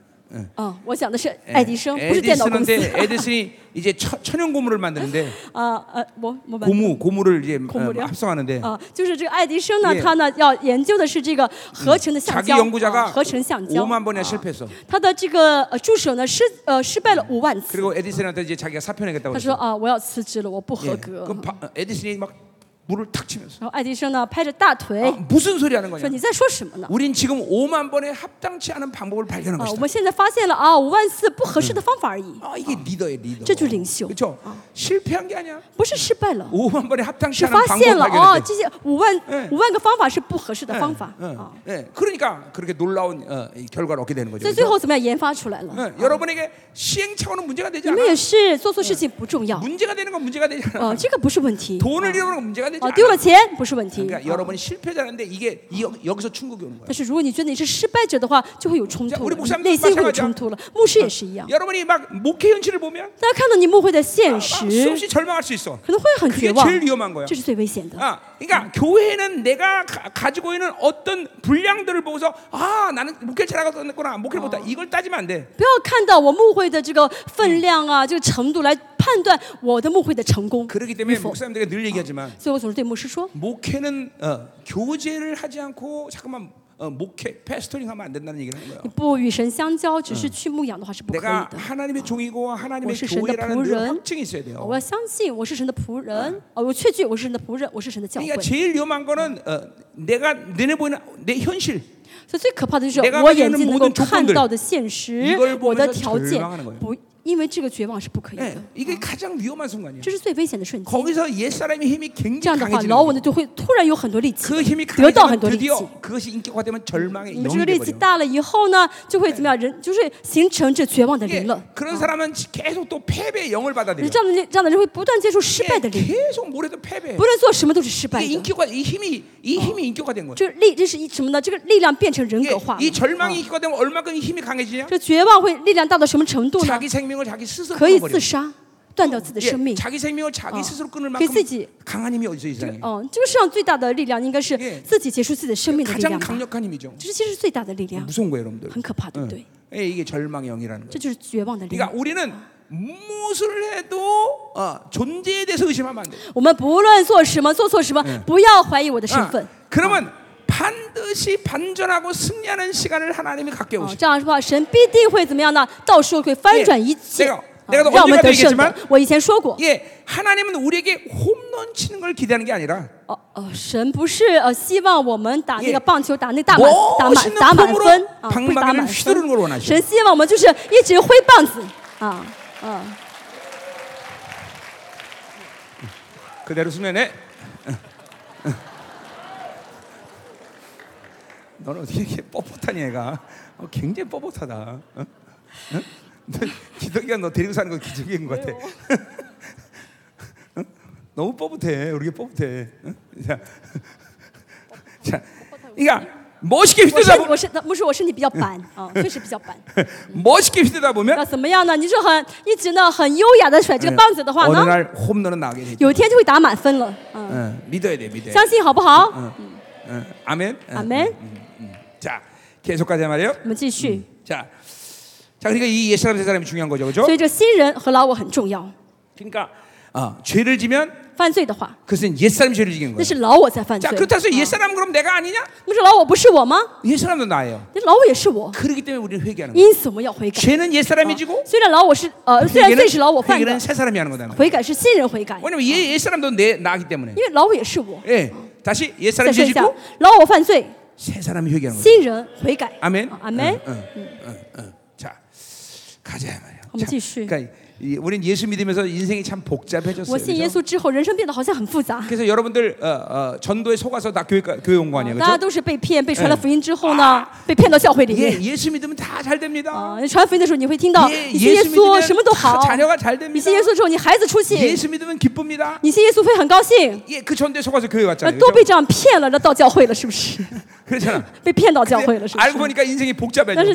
Speaker 2: 啊，我讲的是
Speaker 1: 예.
Speaker 2: 爱迪生，不是电
Speaker 1: 哎
Speaker 2: 脑公司。
Speaker 1: 에디슨한테 에디슨이 이제 처, 천연 고무를 (laughs) 만드는데
Speaker 2: 啊呃，我我们
Speaker 1: 고무 고무를 이제 어,
Speaker 2: 고무요?
Speaker 1: 합성하는데
Speaker 2: 啊，就是这个爱迪生呢
Speaker 1: 예 ，
Speaker 2: 他呢要研究的是这个合成的橡
Speaker 1: 자기
Speaker 2: 胶，啊
Speaker 1: 연구자가
Speaker 2: 合成橡胶。
Speaker 1: 5만 번이나
Speaker 2: 啊
Speaker 1: 실패했어.
Speaker 2: 他的这个呃助手呢失呃失败了五万次，
Speaker 1: 그리고 에디슨한테 이제 자기가 사표 내겠다고
Speaker 2: 他说
Speaker 1: 그랬어.
Speaker 2: 啊我要辞职了，我不合
Speaker 1: 예.
Speaker 2: 格。
Speaker 1: 그 바- 에디슨이 막 물을 탁 치면서
Speaker 2: 然后爱迪生呢拍着大腿
Speaker 1: 아, 무슨 소리 하는 거냐?
Speaker 2: 说你在说什么呢？
Speaker 1: 우린 지금 5만 번의 합당치 않은 방법을 발견한
Speaker 2: 啊，我
Speaker 1: 것이다.
Speaker 2: 们现在发现了啊五万次不合适的方法而已，
Speaker 1: 아, 이게 리더의 리더.
Speaker 2: 저주 링쇼.
Speaker 1: 그렇죠? 실패한 게 아니야.
Speaker 2: 不是失败了，
Speaker 1: 5만 번의 합당치
Speaker 2: 是
Speaker 1: 않은
Speaker 2: 发
Speaker 1: 방법을
Speaker 2: 现了哦
Speaker 1: 발견했대.
Speaker 2: 这些五万
Speaker 1: 嗯
Speaker 2: 五万个方法是不合适的方法
Speaker 1: 예,
Speaker 2: 啊，
Speaker 1: 예. 그러니까 그렇게 놀라운 어, 이 결과를 얻게 되는 거죠.
Speaker 2: 所以最
Speaker 1: 그렇죠?
Speaker 2: 后怎么样研发出来了？
Speaker 1: 예, 여러분에게 시행착오는 문제가 되지
Speaker 2: 你们
Speaker 1: 않아.
Speaker 2: 也是做错事情不重要，
Speaker 1: 문제가 되는 건 문제가 되지 않아.
Speaker 2: 呃，这个不是问题，
Speaker 1: 돈을 어. 잃어버리는 건 문제가 되지
Speaker 2: 啊，丢
Speaker 1: 않아.
Speaker 2: 了钱不是问题。
Speaker 1: 그러니까
Speaker 2: 啊
Speaker 1: 여러분이 실패자인데 이게 이, 여- 여기서 충격이 오는 거야.
Speaker 2: 但是如果你觉得你是失败者的话，就会有冲
Speaker 1: 자
Speaker 2: 突
Speaker 1: 우리목사님도
Speaker 2: 了，内心会
Speaker 1: 마찬가지야
Speaker 2: 有冲突了。牧师也是一样，
Speaker 1: 여러분이 막 목회 현실을 보면
Speaker 2: 大家看到你牧会的现
Speaker 1: 막
Speaker 2: 实，
Speaker 1: 수없이 절망할 수 있어.
Speaker 2: 可能会很绝
Speaker 1: 그게
Speaker 2: 望，
Speaker 1: 제일 위험한 거야.
Speaker 2: 这是最危险的。
Speaker 1: 아, 그러니까 교회는 내가 가, 가지고 있는 어떤 불량들을 보고서 아 나는 목회를 잘하겠구나 목회를 못하 이걸 따지면 안 돼.
Speaker 2: 不要看到我牧会的这个分量啊，这个程度来判断我的牧会的成功
Speaker 1: 그렇기
Speaker 2: 与
Speaker 1: 때문에
Speaker 2: 否。
Speaker 1: 목사님들에게 늘 얘기하지만
Speaker 2: 所以我总是对牧师说，
Speaker 1: 목회는 어, 교제를 하지 않고 잠깐만 어, 목회 패스토링 하면 안 된다는 얘기를 하는 거예요.
Speaker 2: 你不与神相交，只是去牧养的话是不可以
Speaker 1: 내가
Speaker 2: 的。
Speaker 1: 하나님의 종이고 하나님의
Speaker 2: 어, 실신의
Speaker 1: 교회라는 늘
Speaker 2: 부른.
Speaker 1: 확증이 있어야
Speaker 2: 我
Speaker 1: 돼요.
Speaker 2: 要相信我是神的仆人，哦，我确据我是神的仆人，我是神的教会
Speaker 1: 그러니까 。 제일 위험한 거는 어, 내가 눈에 보이는 내 현실
Speaker 2: 所以最可怕的就是
Speaker 1: 내가
Speaker 2: 我
Speaker 1: 가지고
Speaker 2: 眼
Speaker 1: 있는
Speaker 2: 睛能够
Speaker 1: 모든
Speaker 2: 看
Speaker 1: 조건들
Speaker 2: 到的现实
Speaker 1: 이걸보면서，
Speaker 2: 我的条
Speaker 1: 절망
Speaker 2: 件
Speaker 1: 하는거예요
Speaker 2: 不因为这个绝望是不可以
Speaker 1: 예,
Speaker 2: 的，
Speaker 1: 이게 가장 위험한 순간이에요.
Speaker 2: 这是最危险的瞬间。
Speaker 1: 거기서 옛 사람의 힘이
Speaker 2: 这样
Speaker 1: 굉장히
Speaker 2: 的话，老我
Speaker 1: 강해지는
Speaker 2: 呢就会突然有很多力气
Speaker 1: 그 힘이 ，
Speaker 2: 得到很
Speaker 1: 강해지면 음,
Speaker 2: 多力气。
Speaker 1: 드디어 그것이 인격화되면 절망의
Speaker 2: 你们这个力气
Speaker 1: 영이버려
Speaker 2: 大了以后呢，就会怎么样？人就是形成这绝望的灵了。
Speaker 1: 예, 그런 사람은 계속 또 패배의 영을
Speaker 2: 这
Speaker 1: 받아들여.
Speaker 2: 样的人，这样的人会不断接触失败
Speaker 1: 예,
Speaker 2: 的灵，
Speaker 1: 계속 뭘 해도 패배.
Speaker 2: 不论做什么都是失败
Speaker 1: 이게
Speaker 2: 的。
Speaker 1: 인격화, 이 힘이 이 힘이 인격화된 거예요.
Speaker 2: 这力，这是一什么呢？这个力量变成人
Speaker 1: 이게
Speaker 2: 格化了。
Speaker 1: 이 절망이
Speaker 2: 啊
Speaker 1: 인격화되면 얼마큼 이 힘이 강해지냐?
Speaker 2: 这绝望会力量大到什么程度呢？
Speaker 1: 자기 생명을 자기 스스로
Speaker 2: 可以
Speaker 1: 끊어버려.
Speaker 2: 自杀，断掉自己的生
Speaker 1: 예,
Speaker 2: 命。
Speaker 1: 자기 생명을 자기
Speaker 2: 어.
Speaker 1: 스스로 끊을
Speaker 2: 그게
Speaker 1: 만큼
Speaker 2: 쓰지.
Speaker 1: 강한 힘이 어디서 있어요?
Speaker 2: 嗯，这个世上最大的力量应该是
Speaker 1: 예
Speaker 2: 自己结束自己的生命的力
Speaker 1: 가장
Speaker 2: 量吧。
Speaker 1: 강력한 힘이죠.
Speaker 2: 这是其实是最大的力量，
Speaker 1: 무서운 거예요, 여러분들.
Speaker 2: 很可怕，
Speaker 1: 嗯
Speaker 2: 对不对？
Speaker 1: 예, 이게 절망의 영이라는
Speaker 2: 这
Speaker 1: 거예요.
Speaker 2: 就是绝望的力量
Speaker 1: 그러니까 。 우리는 무엇을 해도 어, 존재에 대해서 의심하면 안 돼.
Speaker 2: 我们不论做什么，做错什么，不要怀疑我的身
Speaker 1: 아,
Speaker 2: 份。
Speaker 1: 그러면 반드시 반전하고 승리하는 시간을 하나님이 갖게
Speaker 2: 哦，
Speaker 1: 오시.
Speaker 2: 这样说话，神必定会怎么样呢？到时候会翻转一切，
Speaker 1: 예
Speaker 2: 啊
Speaker 1: 내가내가너
Speaker 2: 让我们
Speaker 1: 언제가
Speaker 2: 得
Speaker 1: 얘기했지만
Speaker 2: 胜的。我以前说过，
Speaker 1: 예, 하나님은 우리에게 홈런 치는 걸 기대하는 게 아니라
Speaker 2: 哦哦，神不是呃希望我们打那
Speaker 1: 예
Speaker 2: 个棒球，打那大满打
Speaker 1: 멋있
Speaker 2: 满
Speaker 1: 는
Speaker 2: 打满
Speaker 1: 폼으로
Speaker 2: 分啊，不是打
Speaker 1: 방망이를
Speaker 2: 满
Speaker 1: 휘두르는 걸
Speaker 2: 分。
Speaker 1: 원하시죠.
Speaker 2: 神希望我们就是一直挥棒子啊啊，
Speaker 1: 그대로 수면해. 너는 어떻게 이렇게 뻣뻣하니 얘가? 어, 굉장히 뻣뻣하다. 어? 어? 너, 기덕이가 너 데리고 사는 거 기적인 것 같아. 어? 너무 뻣뻣해. 우리 뻣뻣해. 어? 자, 자, 그러니까 멋있게
Speaker 2: 我
Speaker 1: 휘두다
Speaker 2: 身
Speaker 1: 보면
Speaker 2: 我身不是我身体比较 (laughs) 板啊，确实比较板。
Speaker 1: 멋있게 휘두다
Speaker 2: 那
Speaker 1: 보면
Speaker 2: 怎么样呢？你是很一直呢很优雅的甩嗯这个棒子的话
Speaker 1: 어느
Speaker 2: 呢，
Speaker 1: 날 홈런은 나게 돼.
Speaker 2: 有一天就会打满分了。嗯，
Speaker 1: 어, 믿어야 돼, 믿어야 돼.
Speaker 2: 相信好不好？
Speaker 1: 어, 아멘. 어,
Speaker 2: 阿门。
Speaker 1: 자, 계속 가자 말이에요.
Speaker 2: 我们继续。
Speaker 1: 자, 자 그러니까 이 옛사람 새 사람이 중요한 거죠, 그렇죠?
Speaker 2: 所以这新人和老我很重要。
Speaker 1: 그러니까 아, 죄를 지면
Speaker 2: 犯罪的话，
Speaker 1: 그것은 옛사람 죄를 지는
Speaker 2: 那
Speaker 1: 거예요.
Speaker 2: 是老我在犯罪。
Speaker 1: 자, 그렇다고 어. 해서
Speaker 2: 啊
Speaker 1: 옛사람 그럼 내가 아니냐?
Speaker 2: 那是老我不是我吗？
Speaker 1: 옛사람도 나예요.
Speaker 2: 那老我也是我，
Speaker 1: 그렇기 때문에 우리는 회개하는 거예요.
Speaker 2: 因此我们要悔改。
Speaker 1: 죄는 옛사람이 어. 그 지고
Speaker 2: 虽然老我是呃，虽然罪是老我
Speaker 1: 회개는,
Speaker 2: 犯的
Speaker 1: 회개는 ，새 사람이 하는 거다.
Speaker 2: 悔改是新人悔改，
Speaker 1: 왜냐면 얘 옛사람도 내 나기 때문에.
Speaker 2: 因为老我也是我。
Speaker 1: 예, 다시 옛사람
Speaker 2: 再说
Speaker 1: 죄
Speaker 2: 一下
Speaker 1: 짓고 ，
Speaker 2: 老我犯罪，
Speaker 1: 새 사람이 회개하는 거예요.
Speaker 2: 新人悔改。
Speaker 1: 아멘.
Speaker 2: 啊阿门
Speaker 1: 응, 。 응, 응, 응. 자, 가자 말이야.
Speaker 2: 한번继续.
Speaker 1: 그러니까 이- 우린 예수 믿으면서 인생이 참 복잡해졌어요.
Speaker 2: 我信
Speaker 1: 그죠?
Speaker 2: 耶稣之后，人生变得好像很复杂。
Speaker 1: 그래서 여러분들 어, 어, 전도에 속아서 다 교회 가- 교회 온 거 아니에요,
Speaker 2: 大家
Speaker 1: 그렇죠?
Speaker 2: 都是被骗，被传了福音之后呢，被骗到教会里
Speaker 1: 예,
Speaker 2: 面。
Speaker 1: 예수 믿으면 다 잘 됩니다.
Speaker 2: 啊，传福音的时候你会听到，
Speaker 1: 예,
Speaker 2: 你信耶
Speaker 1: 예수
Speaker 2: 稣
Speaker 1: 믿으면
Speaker 2: 什么都好
Speaker 1: 다 ， 자녀가 잘
Speaker 2: 你信耶
Speaker 1: 됩니다.
Speaker 2: 稣之后你孩子出息，
Speaker 1: 예수 믿으면 기쁩니다.
Speaker 2: 你信耶稣会很高兴。
Speaker 1: 예, 그 전도에 속아서 교회
Speaker 2: 呃
Speaker 1: 왔잖아요.
Speaker 2: 都
Speaker 1: 그렇죠?
Speaker 2: 被这样骗了，那到教会了是不是？
Speaker 1: 그렇잖아.
Speaker 2: 被骗到教会
Speaker 1: 근데
Speaker 2: 了是不
Speaker 1: 알고
Speaker 2: 是？
Speaker 1: 보니까 인생이
Speaker 2: 但 是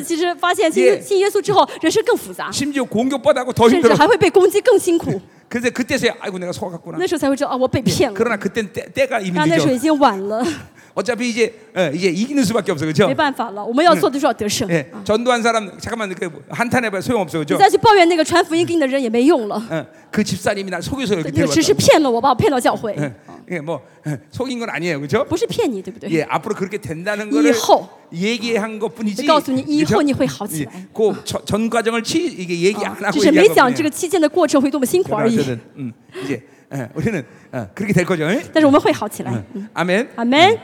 Speaker 1: 복잡해져.
Speaker 2: 其实发现信
Speaker 1: 예
Speaker 2: 信耶稣之后，人生更复杂，
Speaker 1: 심지어 공격받아고 더
Speaker 2: 甚
Speaker 1: 힘들어.
Speaker 2: 至还会被攻击更辛 (laughs) 苦。
Speaker 1: 그래서 그때서야 아이고 아, 네, 내가 속았구나.
Speaker 2: 那时候才会知道啊，我被骗了。
Speaker 1: 그러나 그땐 때, 때가 이미
Speaker 2: 但那时候
Speaker 1: 늦어.
Speaker 2: 已经晚 (laughs) 了，
Speaker 1: 어차피 이제 어, 이제 이기는 수밖에 없어, 그렇죠?
Speaker 2: 没办法了。我们要做的就是要得胜。
Speaker 1: 예, 전도한 사람 잠깐만 그 한탄해봐야 소용없어,
Speaker 2: 你
Speaker 1: 그렇죠?
Speaker 2: 再去抱怨那个传福音给你的人也没用了。
Speaker 1: 어, 그 집사님이 날 속여서 이렇게
Speaker 2: (laughs) 那个只是
Speaker 1: 데려왔다.
Speaker 2: 嗯骗了我，把我骗到教会，
Speaker 1: 예, 뭐 예, 속인 건 아니에요, 그렇죠?
Speaker 2: 不是骗你，对不对？
Speaker 1: 예, 앞으로 그렇게 된다는
Speaker 2: 以
Speaker 1: 거를
Speaker 2: 后
Speaker 1: 얘기한 그러니까 것뿐이지.
Speaker 2: 告诉你,以后
Speaker 1: 그죠?
Speaker 2: 你会好起来。
Speaker 1: 예, 그 저- 전 과정을 치 이게 얘기 어, 안
Speaker 2: 只
Speaker 1: 하고
Speaker 2: 是没
Speaker 1: 얘기한
Speaker 2: 讲
Speaker 1: 거예요.
Speaker 2: 这个期间的过程会多么辛苦而已。
Speaker 1: 어쨌든 음, 이제 예, 우리는 어, 그렇게 될 거죠. 예?
Speaker 2: 但是我们会好起来。
Speaker 1: 아멘.
Speaker 2: 阿门。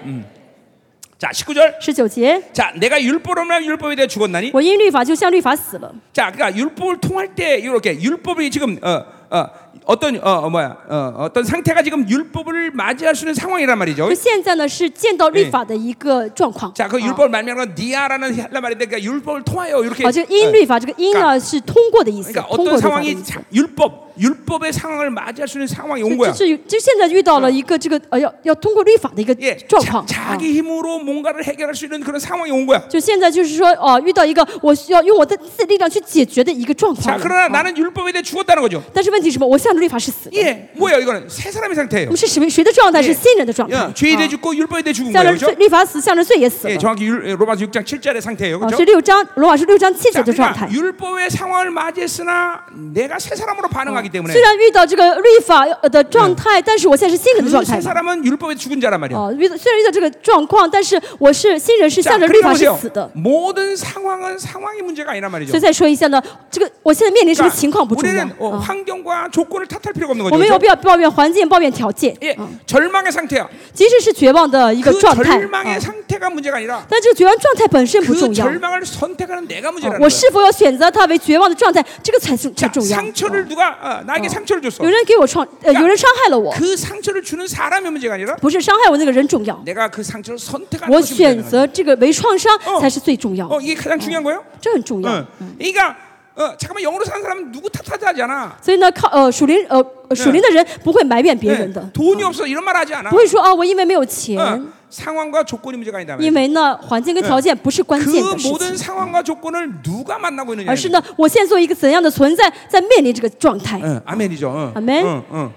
Speaker 1: 자, 19절.
Speaker 2: 十九节，
Speaker 1: 자, 내가 율법으로만 율법에 대해 죽었나니.
Speaker 2: 我因律法就像律法死了。
Speaker 1: 자, 그러니까 율법을 통할 때 이렇게 율법이 지금 어, 어, 어떤 어, 어 뭐야 어, 어떤 상태가 지금 율법을 맞이할 수 있는 상황이란 말이죠.
Speaker 2: 就现在呢是见到律法的一个状况。
Speaker 1: 자, 그
Speaker 2: 啊
Speaker 1: 율법을 말미암아 니아라는 헬라 말인데 그러니까 율법을 통하여 이렇게
Speaker 2: 哦，这个因律法这个因
Speaker 1: 그러니까
Speaker 2: 呢是通过的意思，
Speaker 1: 그러니까
Speaker 2: 通过
Speaker 1: 어떤
Speaker 2: 律法的意
Speaker 1: 상황이
Speaker 2: 思。
Speaker 1: 자- 율법 율법의 상황을 맞이할 수 있는 상황이 온
Speaker 2: 就
Speaker 1: 거야.
Speaker 2: 就就就现在遇到了一个这个呃要要通过律法的一个
Speaker 1: 예,
Speaker 2: 状况
Speaker 1: 자,
Speaker 2: 啊。
Speaker 1: 자기 힘으로 뭔가를 해결할 수 있는 그런 상황이 온 거야.
Speaker 2: 就现在就是说哦、遇到一个我需要用我的自己力量去解决的一个状
Speaker 1: 자,
Speaker 2: 况了。
Speaker 1: 그러나
Speaker 2: 啊
Speaker 1: 나는 율법에 대해 죽었다는 거죠.
Speaker 2: 但是问题是什么？我向着律法是死的。
Speaker 1: 예, 뭐예요 이거는 세 사람의
Speaker 2: 我
Speaker 1: 상태예요.
Speaker 2: 们是谁谁的状态？
Speaker 1: 예
Speaker 2: 是新人的状态。
Speaker 1: 야, 죄에 대해
Speaker 2: 啊
Speaker 1: 죽고 율법에 대해 죽은
Speaker 2: 向
Speaker 1: 거예요,
Speaker 2: 着罪
Speaker 1: 그렇죠?
Speaker 2: 律法死，向着罪也死
Speaker 1: 예,
Speaker 2: 了。
Speaker 1: 정확히 율- 로마서 6장 7절의 상태예요,
Speaker 2: 啊，
Speaker 1: 그렇죠?
Speaker 2: 是六章罗马是六章七节
Speaker 1: 자,
Speaker 2: 的状
Speaker 1: 그러니까
Speaker 2: 态。
Speaker 1: 율법의 상황을 맞이했으나 내가 어. 세 사람으로 반응하기 때문에
Speaker 2: 虽然遇到这个律法呃的状态，但是我嗯现在是新人的状态
Speaker 1: 그 세
Speaker 2: 嘛。
Speaker 1: 사람은 율법에 죽은 자란 말이야.
Speaker 2: 哦，遇到虽然遇到这个状况，但是我是新人，是
Speaker 1: 자,
Speaker 2: 向着律
Speaker 1: 그러니까
Speaker 2: 法是
Speaker 1: 어. 보세요.
Speaker 2: 死的。
Speaker 1: 모든 상황은 상황의 문제가 아니란 말이죠.
Speaker 2: 所以再说一下呢，这个我现在面临什么
Speaker 1: 그러니까
Speaker 2: 情况不重要
Speaker 1: 우리는 ， 어,
Speaker 2: 啊
Speaker 1: 환경과 환경과 조건을 탓할 필요가 없는
Speaker 2: 我
Speaker 1: 거죠.
Speaker 2: 没有
Speaker 1: 그렇죠?
Speaker 2: 必要抱怨环境、抱怨条件，
Speaker 1: 예, 절망의 상태야.
Speaker 2: 即使是绝望的一个
Speaker 1: 그
Speaker 2: 状态，啊
Speaker 1: 절망의 상태가 문제가 아니라
Speaker 2: 但这个绝望状态本身不
Speaker 1: 어. 그
Speaker 2: 重要。
Speaker 1: 절망을 선택하는 내가
Speaker 2: 啊
Speaker 1: 문제라는 거야.
Speaker 2: 我是否要选择它为绝望的状态，这个才是才
Speaker 1: 자,
Speaker 2: 重要。啊
Speaker 1: 상처를 누가 어, 나에게 상처를 줬어.
Speaker 2: 有人给我创，呃，
Speaker 1: 야
Speaker 2: 有人伤害了我，
Speaker 1: 그 상처를 주는 사람의 문제가 아니라
Speaker 2: 不是伤害我那个人重要，
Speaker 1: 내가 그 상처를 선택하는
Speaker 2: 我
Speaker 1: 것이 문제라는
Speaker 2: 选
Speaker 1: 거야.
Speaker 2: 择这个为创伤
Speaker 1: 哦嗯
Speaker 2: 才是最重要的
Speaker 1: 어, ， 이게 가장 중요한 거예요.
Speaker 2: 这很重
Speaker 1: 어.
Speaker 2: 要。
Speaker 1: 그러니까 어, 잠깐만 영어로 사는 사람은 누구 탓하지 않아.
Speaker 2: 所以呢，靠呃属灵呃呃属
Speaker 1: 嗯
Speaker 2: 灵的人不会埋怨别
Speaker 1: 예,
Speaker 2: 人的，
Speaker 1: 돈이 없어 이런 말 하지 않아.
Speaker 2: 不会说啊我因为没有钱，
Speaker 1: 어, 상황과 조건이 문제가 아니다.
Speaker 2: 因为呢
Speaker 1: 嗯
Speaker 2: 环境跟条件不是关键的
Speaker 1: 그
Speaker 2: 事
Speaker 1: 모든
Speaker 2: 情，
Speaker 1: 상황과 조건을 누가 만나고 있느냐.
Speaker 2: 而是呢我现在做一个怎样的存在，在面临这个状态。
Speaker 1: 어, 아멘이죠. 어,
Speaker 2: 아멘.
Speaker 1: 어, 어.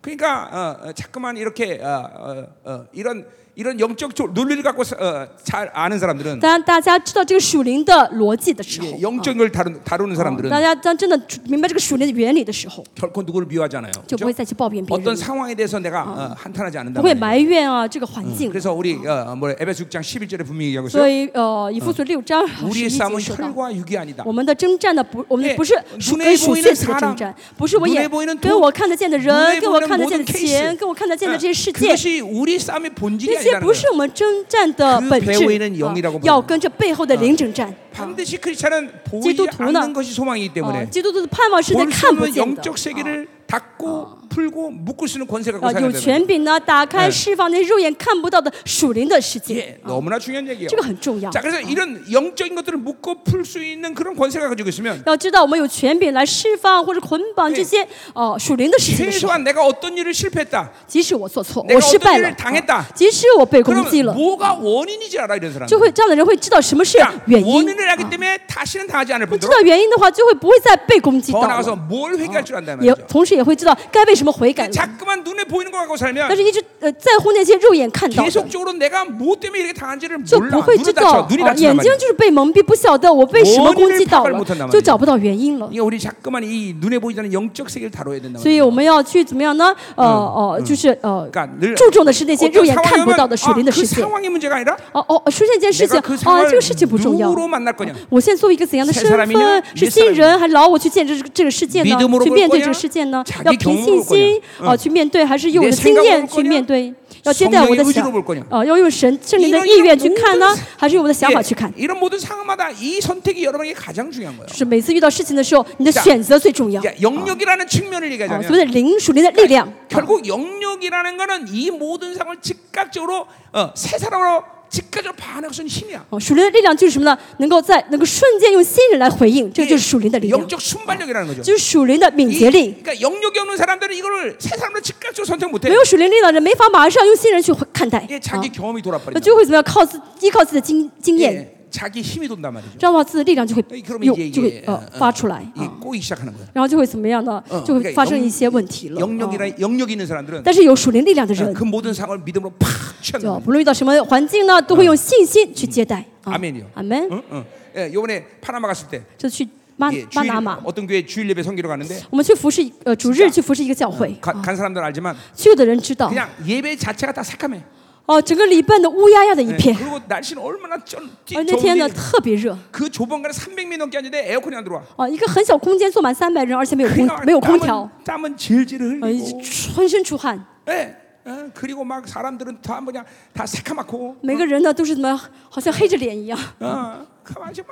Speaker 1: 그러니까 어, 어, 자꾸만 이렇게 어, 어, 어, 이런 이런 영적 조, 논리를 갖고 사- 어, 잘 아는 사람들은
Speaker 2: 当大家知道这个属灵的逻辑的时候，
Speaker 1: 이게 영적인 걸 다루, 다루는
Speaker 2: 大
Speaker 1: 사람들은
Speaker 2: 家当真的明白这个属灵的原理的时候，
Speaker 1: 결코 누구를 미워하지 않아요.
Speaker 2: 就不
Speaker 1: 그죠?
Speaker 2: 会再去抱怨别人
Speaker 1: 어떤
Speaker 2: 了，
Speaker 1: 상황에 대해서 내가 어, 한탄하지
Speaker 2: 不会
Speaker 1: 않는다.
Speaker 2: 埋怨啊这个环境。
Speaker 1: 그래서 우리 어, 뭐 에베소 6장 11절에 분명히 얘기하고
Speaker 2: 所
Speaker 1: 있어요.
Speaker 2: 以呃，以弗所六章好十一
Speaker 1: 우리의
Speaker 2: 节
Speaker 1: 싸움은
Speaker 2: 说到。
Speaker 1: 혈과 육이 어, 아니다.
Speaker 2: 我们的征战呢，不，我
Speaker 1: 예
Speaker 2: 哎们不是属
Speaker 1: 눈에
Speaker 2: 跟属
Speaker 1: 보이는
Speaker 2: 血气的
Speaker 1: 사람
Speaker 2: 征战，不是我
Speaker 1: 눈에
Speaker 2: 眼
Speaker 1: 보이는
Speaker 2: 跟
Speaker 1: 돈
Speaker 2: 我看得见的人，
Speaker 1: 눈에
Speaker 2: 跟我
Speaker 1: 보이는
Speaker 2: 看得见
Speaker 1: 모든
Speaker 2: 的钱，
Speaker 1: 케이스,
Speaker 2: 跟我看得见的
Speaker 1: 어,
Speaker 2: 这些世界，
Speaker 1: 그것이 우리 싸움의 본질이
Speaker 2: 这些
Speaker 1: 아니라는
Speaker 2: 不
Speaker 1: 거예요.
Speaker 2: 是我们征战的
Speaker 1: 그
Speaker 2: 本质
Speaker 1: 배우이는영이라고
Speaker 2: 啊
Speaker 1: 부르는
Speaker 2: 要跟着背后的灵征战。啊
Speaker 1: 반드시 크리스천은 보이지
Speaker 2: 기도도나-
Speaker 1: 않는 것이 소망이기
Speaker 2: 啊
Speaker 1: 때문에
Speaker 2: 基督徒的盼望是在
Speaker 1: 볼 수
Speaker 2: 看不
Speaker 1: 없는
Speaker 2: 见的
Speaker 1: 영적 。 세계를 닫고 풀고 묶을 수 있는 권세가
Speaker 2: 啊，
Speaker 1: 갖고 어. 살아야
Speaker 2: 有
Speaker 1: 되는
Speaker 2: 权柄呢，打开
Speaker 1: 예
Speaker 2: 释放那些肉眼看不到的属灵的世
Speaker 1: 예,
Speaker 2: 界，
Speaker 1: 너무나 중요한 얘기예요.
Speaker 2: 这个很重要
Speaker 1: 자, 。 그래서 이런 영적인 것들을 묶고 풀 수 있는 그런 권세가 가지고 있으면
Speaker 2: 要知道，我们有权柄来释放或者捆绑这些哦、属灵的事情的时候，
Speaker 1: 최소한 내가 어떤 일을 실패했다.
Speaker 2: 即使我做错，
Speaker 1: 내가
Speaker 2: 我失败
Speaker 1: 어떤
Speaker 2: 了
Speaker 1: 일을 ， 당했다.
Speaker 2: 即使我被攻击
Speaker 1: 그러면
Speaker 2: 了，
Speaker 1: 뭐가 원인인지 알아 이런 사람.
Speaker 2: 就会这样的人会知道什么是
Speaker 1: 자,
Speaker 2: 原因。
Speaker 1: 원인을 알기 때문에 다시는 당하지 않을
Speaker 2: 知
Speaker 1: 뿐더러
Speaker 2: 道原因的话，就会不会再被攻击到
Speaker 1: 더 나가서
Speaker 2: 了。
Speaker 1: 뭘 회개할 줄 안다는
Speaker 2: 也
Speaker 1: 말이죠.
Speaker 2: 同时也会知道该为什么悔改
Speaker 1: 어.
Speaker 2: 了。
Speaker 1: 자꾸만 눈에 보이는 거 갖고
Speaker 2: 但
Speaker 1: 살면
Speaker 2: 是一直呃在乎那些肉眼看到的，
Speaker 1: 계속적으로 내가 뭐 때문에 이렇게 당한지를
Speaker 2: 就
Speaker 1: 몰라.
Speaker 2: 不会
Speaker 1: 눈이
Speaker 2: 知道
Speaker 1: 다쳐. 눈이
Speaker 2: 啊眼
Speaker 1: 다친단
Speaker 2: 睛
Speaker 1: 말이야.
Speaker 2: 就是被蒙蔽，不晓得我被什么攻击到
Speaker 1: 원인을파악을못한단말이죠
Speaker 2: 了，就找不到原因了。
Speaker 1: 이게 우리 자꾸만 이 눈에 보이지 않는 영적 세계를 다뤄야 된다
Speaker 2: 所以我们要去怎么样呢？呃呃，就是呃
Speaker 1: 그러니까늘 ，
Speaker 2: 注重的是那些
Speaker 1: 어떤
Speaker 2: 肉眼看
Speaker 1: 상황이
Speaker 2: 不
Speaker 1: 오면,
Speaker 2: 到的属灵
Speaker 1: 아,
Speaker 2: 的
Speaker 1: 그
Speaker 2: 世界。
Speaker 1: 상황이 문제가 아니라
Speaker 2: 哦哦，出现一件事情
Speaker 1: 내가 그
Speaker 2: 啊，
Speaker 1: 상황을
Speaker 2: 这个事情不重要。
Speaker 1: 누구로 만날 거냐
Speaker 2: 我现在作为一个怎样的
Speaker 1: 새
Speaker 2: 身
Speaker 1: 사람이냐
Speaker 2: 份？是
Speaker 1: 옛
Speaker 2: 新
Speaker 1: 사람이냐
Speaker 2: 人还是老我去见这这个事件呢
Speaker 1: 믿음으로？
Speaker 2: 去
Speaker 1: 볼
Speaker 2: 面对
Speaker 1: 거냐
Speaker 2: 这个事件呢
Speaker 1: 자기？
Speaker 2: 要凭
Speaker 1: 경험으로 볼
Speaker 2: 信心
Speaker 1: 거냐
Speaker 2: 啊去面对，还是用我的
Speaker 1: 내
Speaker 2: 经
Speaker 1: 생각으로 볼
Speaker 2: 验去
Speaker 1: 거냐
Speaker 2: 面对？要接待我
Speaker 1: 성령의
Speaker 2: 的
Speaker 1: 의지로
Speaker 2: 想
Speaker 1: 볼 거냐
Speaker 2: 啊，要用神圣灵的
Speaker 1: 이런
Speaker 2: 意愿去
Speaker 1: 이런
Speaker 2: 看呢，还是用我的想法去看？
Speaker 1: 예, 이런 모든 상황마다 이 선택이 여러분에게 가장 중요한 거예요
Speaker 2: 就是每次遇到事情的时候，你的
Speaker 1: 자
Speaker 2: 选择最重要。
Speaker 1: 그러니까 영역이라는 측면을
Speaker 2: 啊，
Speaker 1: 얘기하자면
Speaker 2: 所谓的灵属灵的力量。
Speaker 1: 결국 영역이라는 거는 이 모든 상황을 즉각적으로 어, 새 사람으로 즉각적으로 반응할 수 있는 힘이야
Speaker 2: 哦，属灵的力量就是什么呢？能够在能够瞬间用新人来回应，这个
Speaker 1: 이게
Speaker 2: 就是属灵的力量，
Speaker 1: 영적 순발력이라는 거죠
Speaker 2: 就是属灵的敏
Speaker 1: 이-
Speaker 2: 捷力。
Speaker 1: 그러니까 영역이 없는 사람들은 이거를 새 사람으로 즉각적으로 선택 못해
Speaker 2: 没有属灵力量的人，没法马上用新人去回看待
Speaker 1: 예,
Speaker 2: 啊
Speaker 1: 자기 ， 경험이
Speaker 2: 那
Speaker 1: 돌아버린다
Speaker 2: 就会怎么样？靠自依靠自己的经经验，
Speaker 1: 예, 자기 힘이 돈단 말이죠
Speaker 2: 这样的话自己的力量就会
Speaker 1: 이- 그러면
Speaker 2: 用
Speaker 1: 이제 ，
Speaker 2: 就
Speaker 1: 이게 예, 어,
Speaker 2: 会呃发出来
Speaker 1: 이게
Speaker 2: 啊，
Speaker 1: 꼬이기 시작하는 거야
Speaker 2: 然后就会怎么样呢
Speaker 1: 어 ？
Speaker 2: 就会发生一些问题了。啊
Speaker 1: 영역이나 영역이 있는 사람들은
Speaker 2: 但是有属灵力量的
Speaker 1: 어,
Speaker 2: 人
Speaker 1: 그 ， 모든 상황을 믿음으로 팍
Speaker 2: 就
Speaker 1: 취한다.
Speaker 2: 不论遇到什么环境呢，都会用信心去接待。啊
Speaker 1: 아멘이요
Speaker 2: 阿门。
Speaker 1: 응, 응. 예, 요번에 파나마 갔을 때
Speaker 2: 就去巴
Speaker 1: 예,
Speaker 2: 巴
Speaker 1: 주일,
Speaker 2: 拿马，
Speaker 1: 어떤 교회 주일 예배 성기로 갔는데
Speaker 2: 我们去服侍一呃主日去服侍一个教会，
Speaker 1: 가- 간 사람들 은 알지만
Speaker 2: 去的人知道。
Speaker 1: 그냥 예배 자체가 다 새카매.
Speaker 2: 哦，整个礼拜的乌压压的一
Speaker 1: 예,
Speaker 2: 片，哦
Speaker 1: 그리고 날씨는 얼마나 쩐, 찌,
Speaker 2: 而那天呢
Speaker 1: 좋은데
Speaker 2: 特别热，
Speaker 1: 그 좁은 간에 300명 넘게 앉는데 에어컨이 안 들어와.
Speaker 2: 啊，一个很小空间坐满三百人，而且没有空
Speaker 1: 그냥
Speaker 2: 没有空调，
Speaker 1: 땀은, 땀은 질질
Speaker 2: 呃，一
Speaker 1: 흘리고.
Speaker 2: 直浑身出汗，
Speaker 1: 예, 어, 그리고 막 사람들은 다뭐 그냥 다 새카맣고.
Speaker 2: 每个人呢都是怎么好像黑着脸一样，
Speaker 1: 어, 가만히 있어,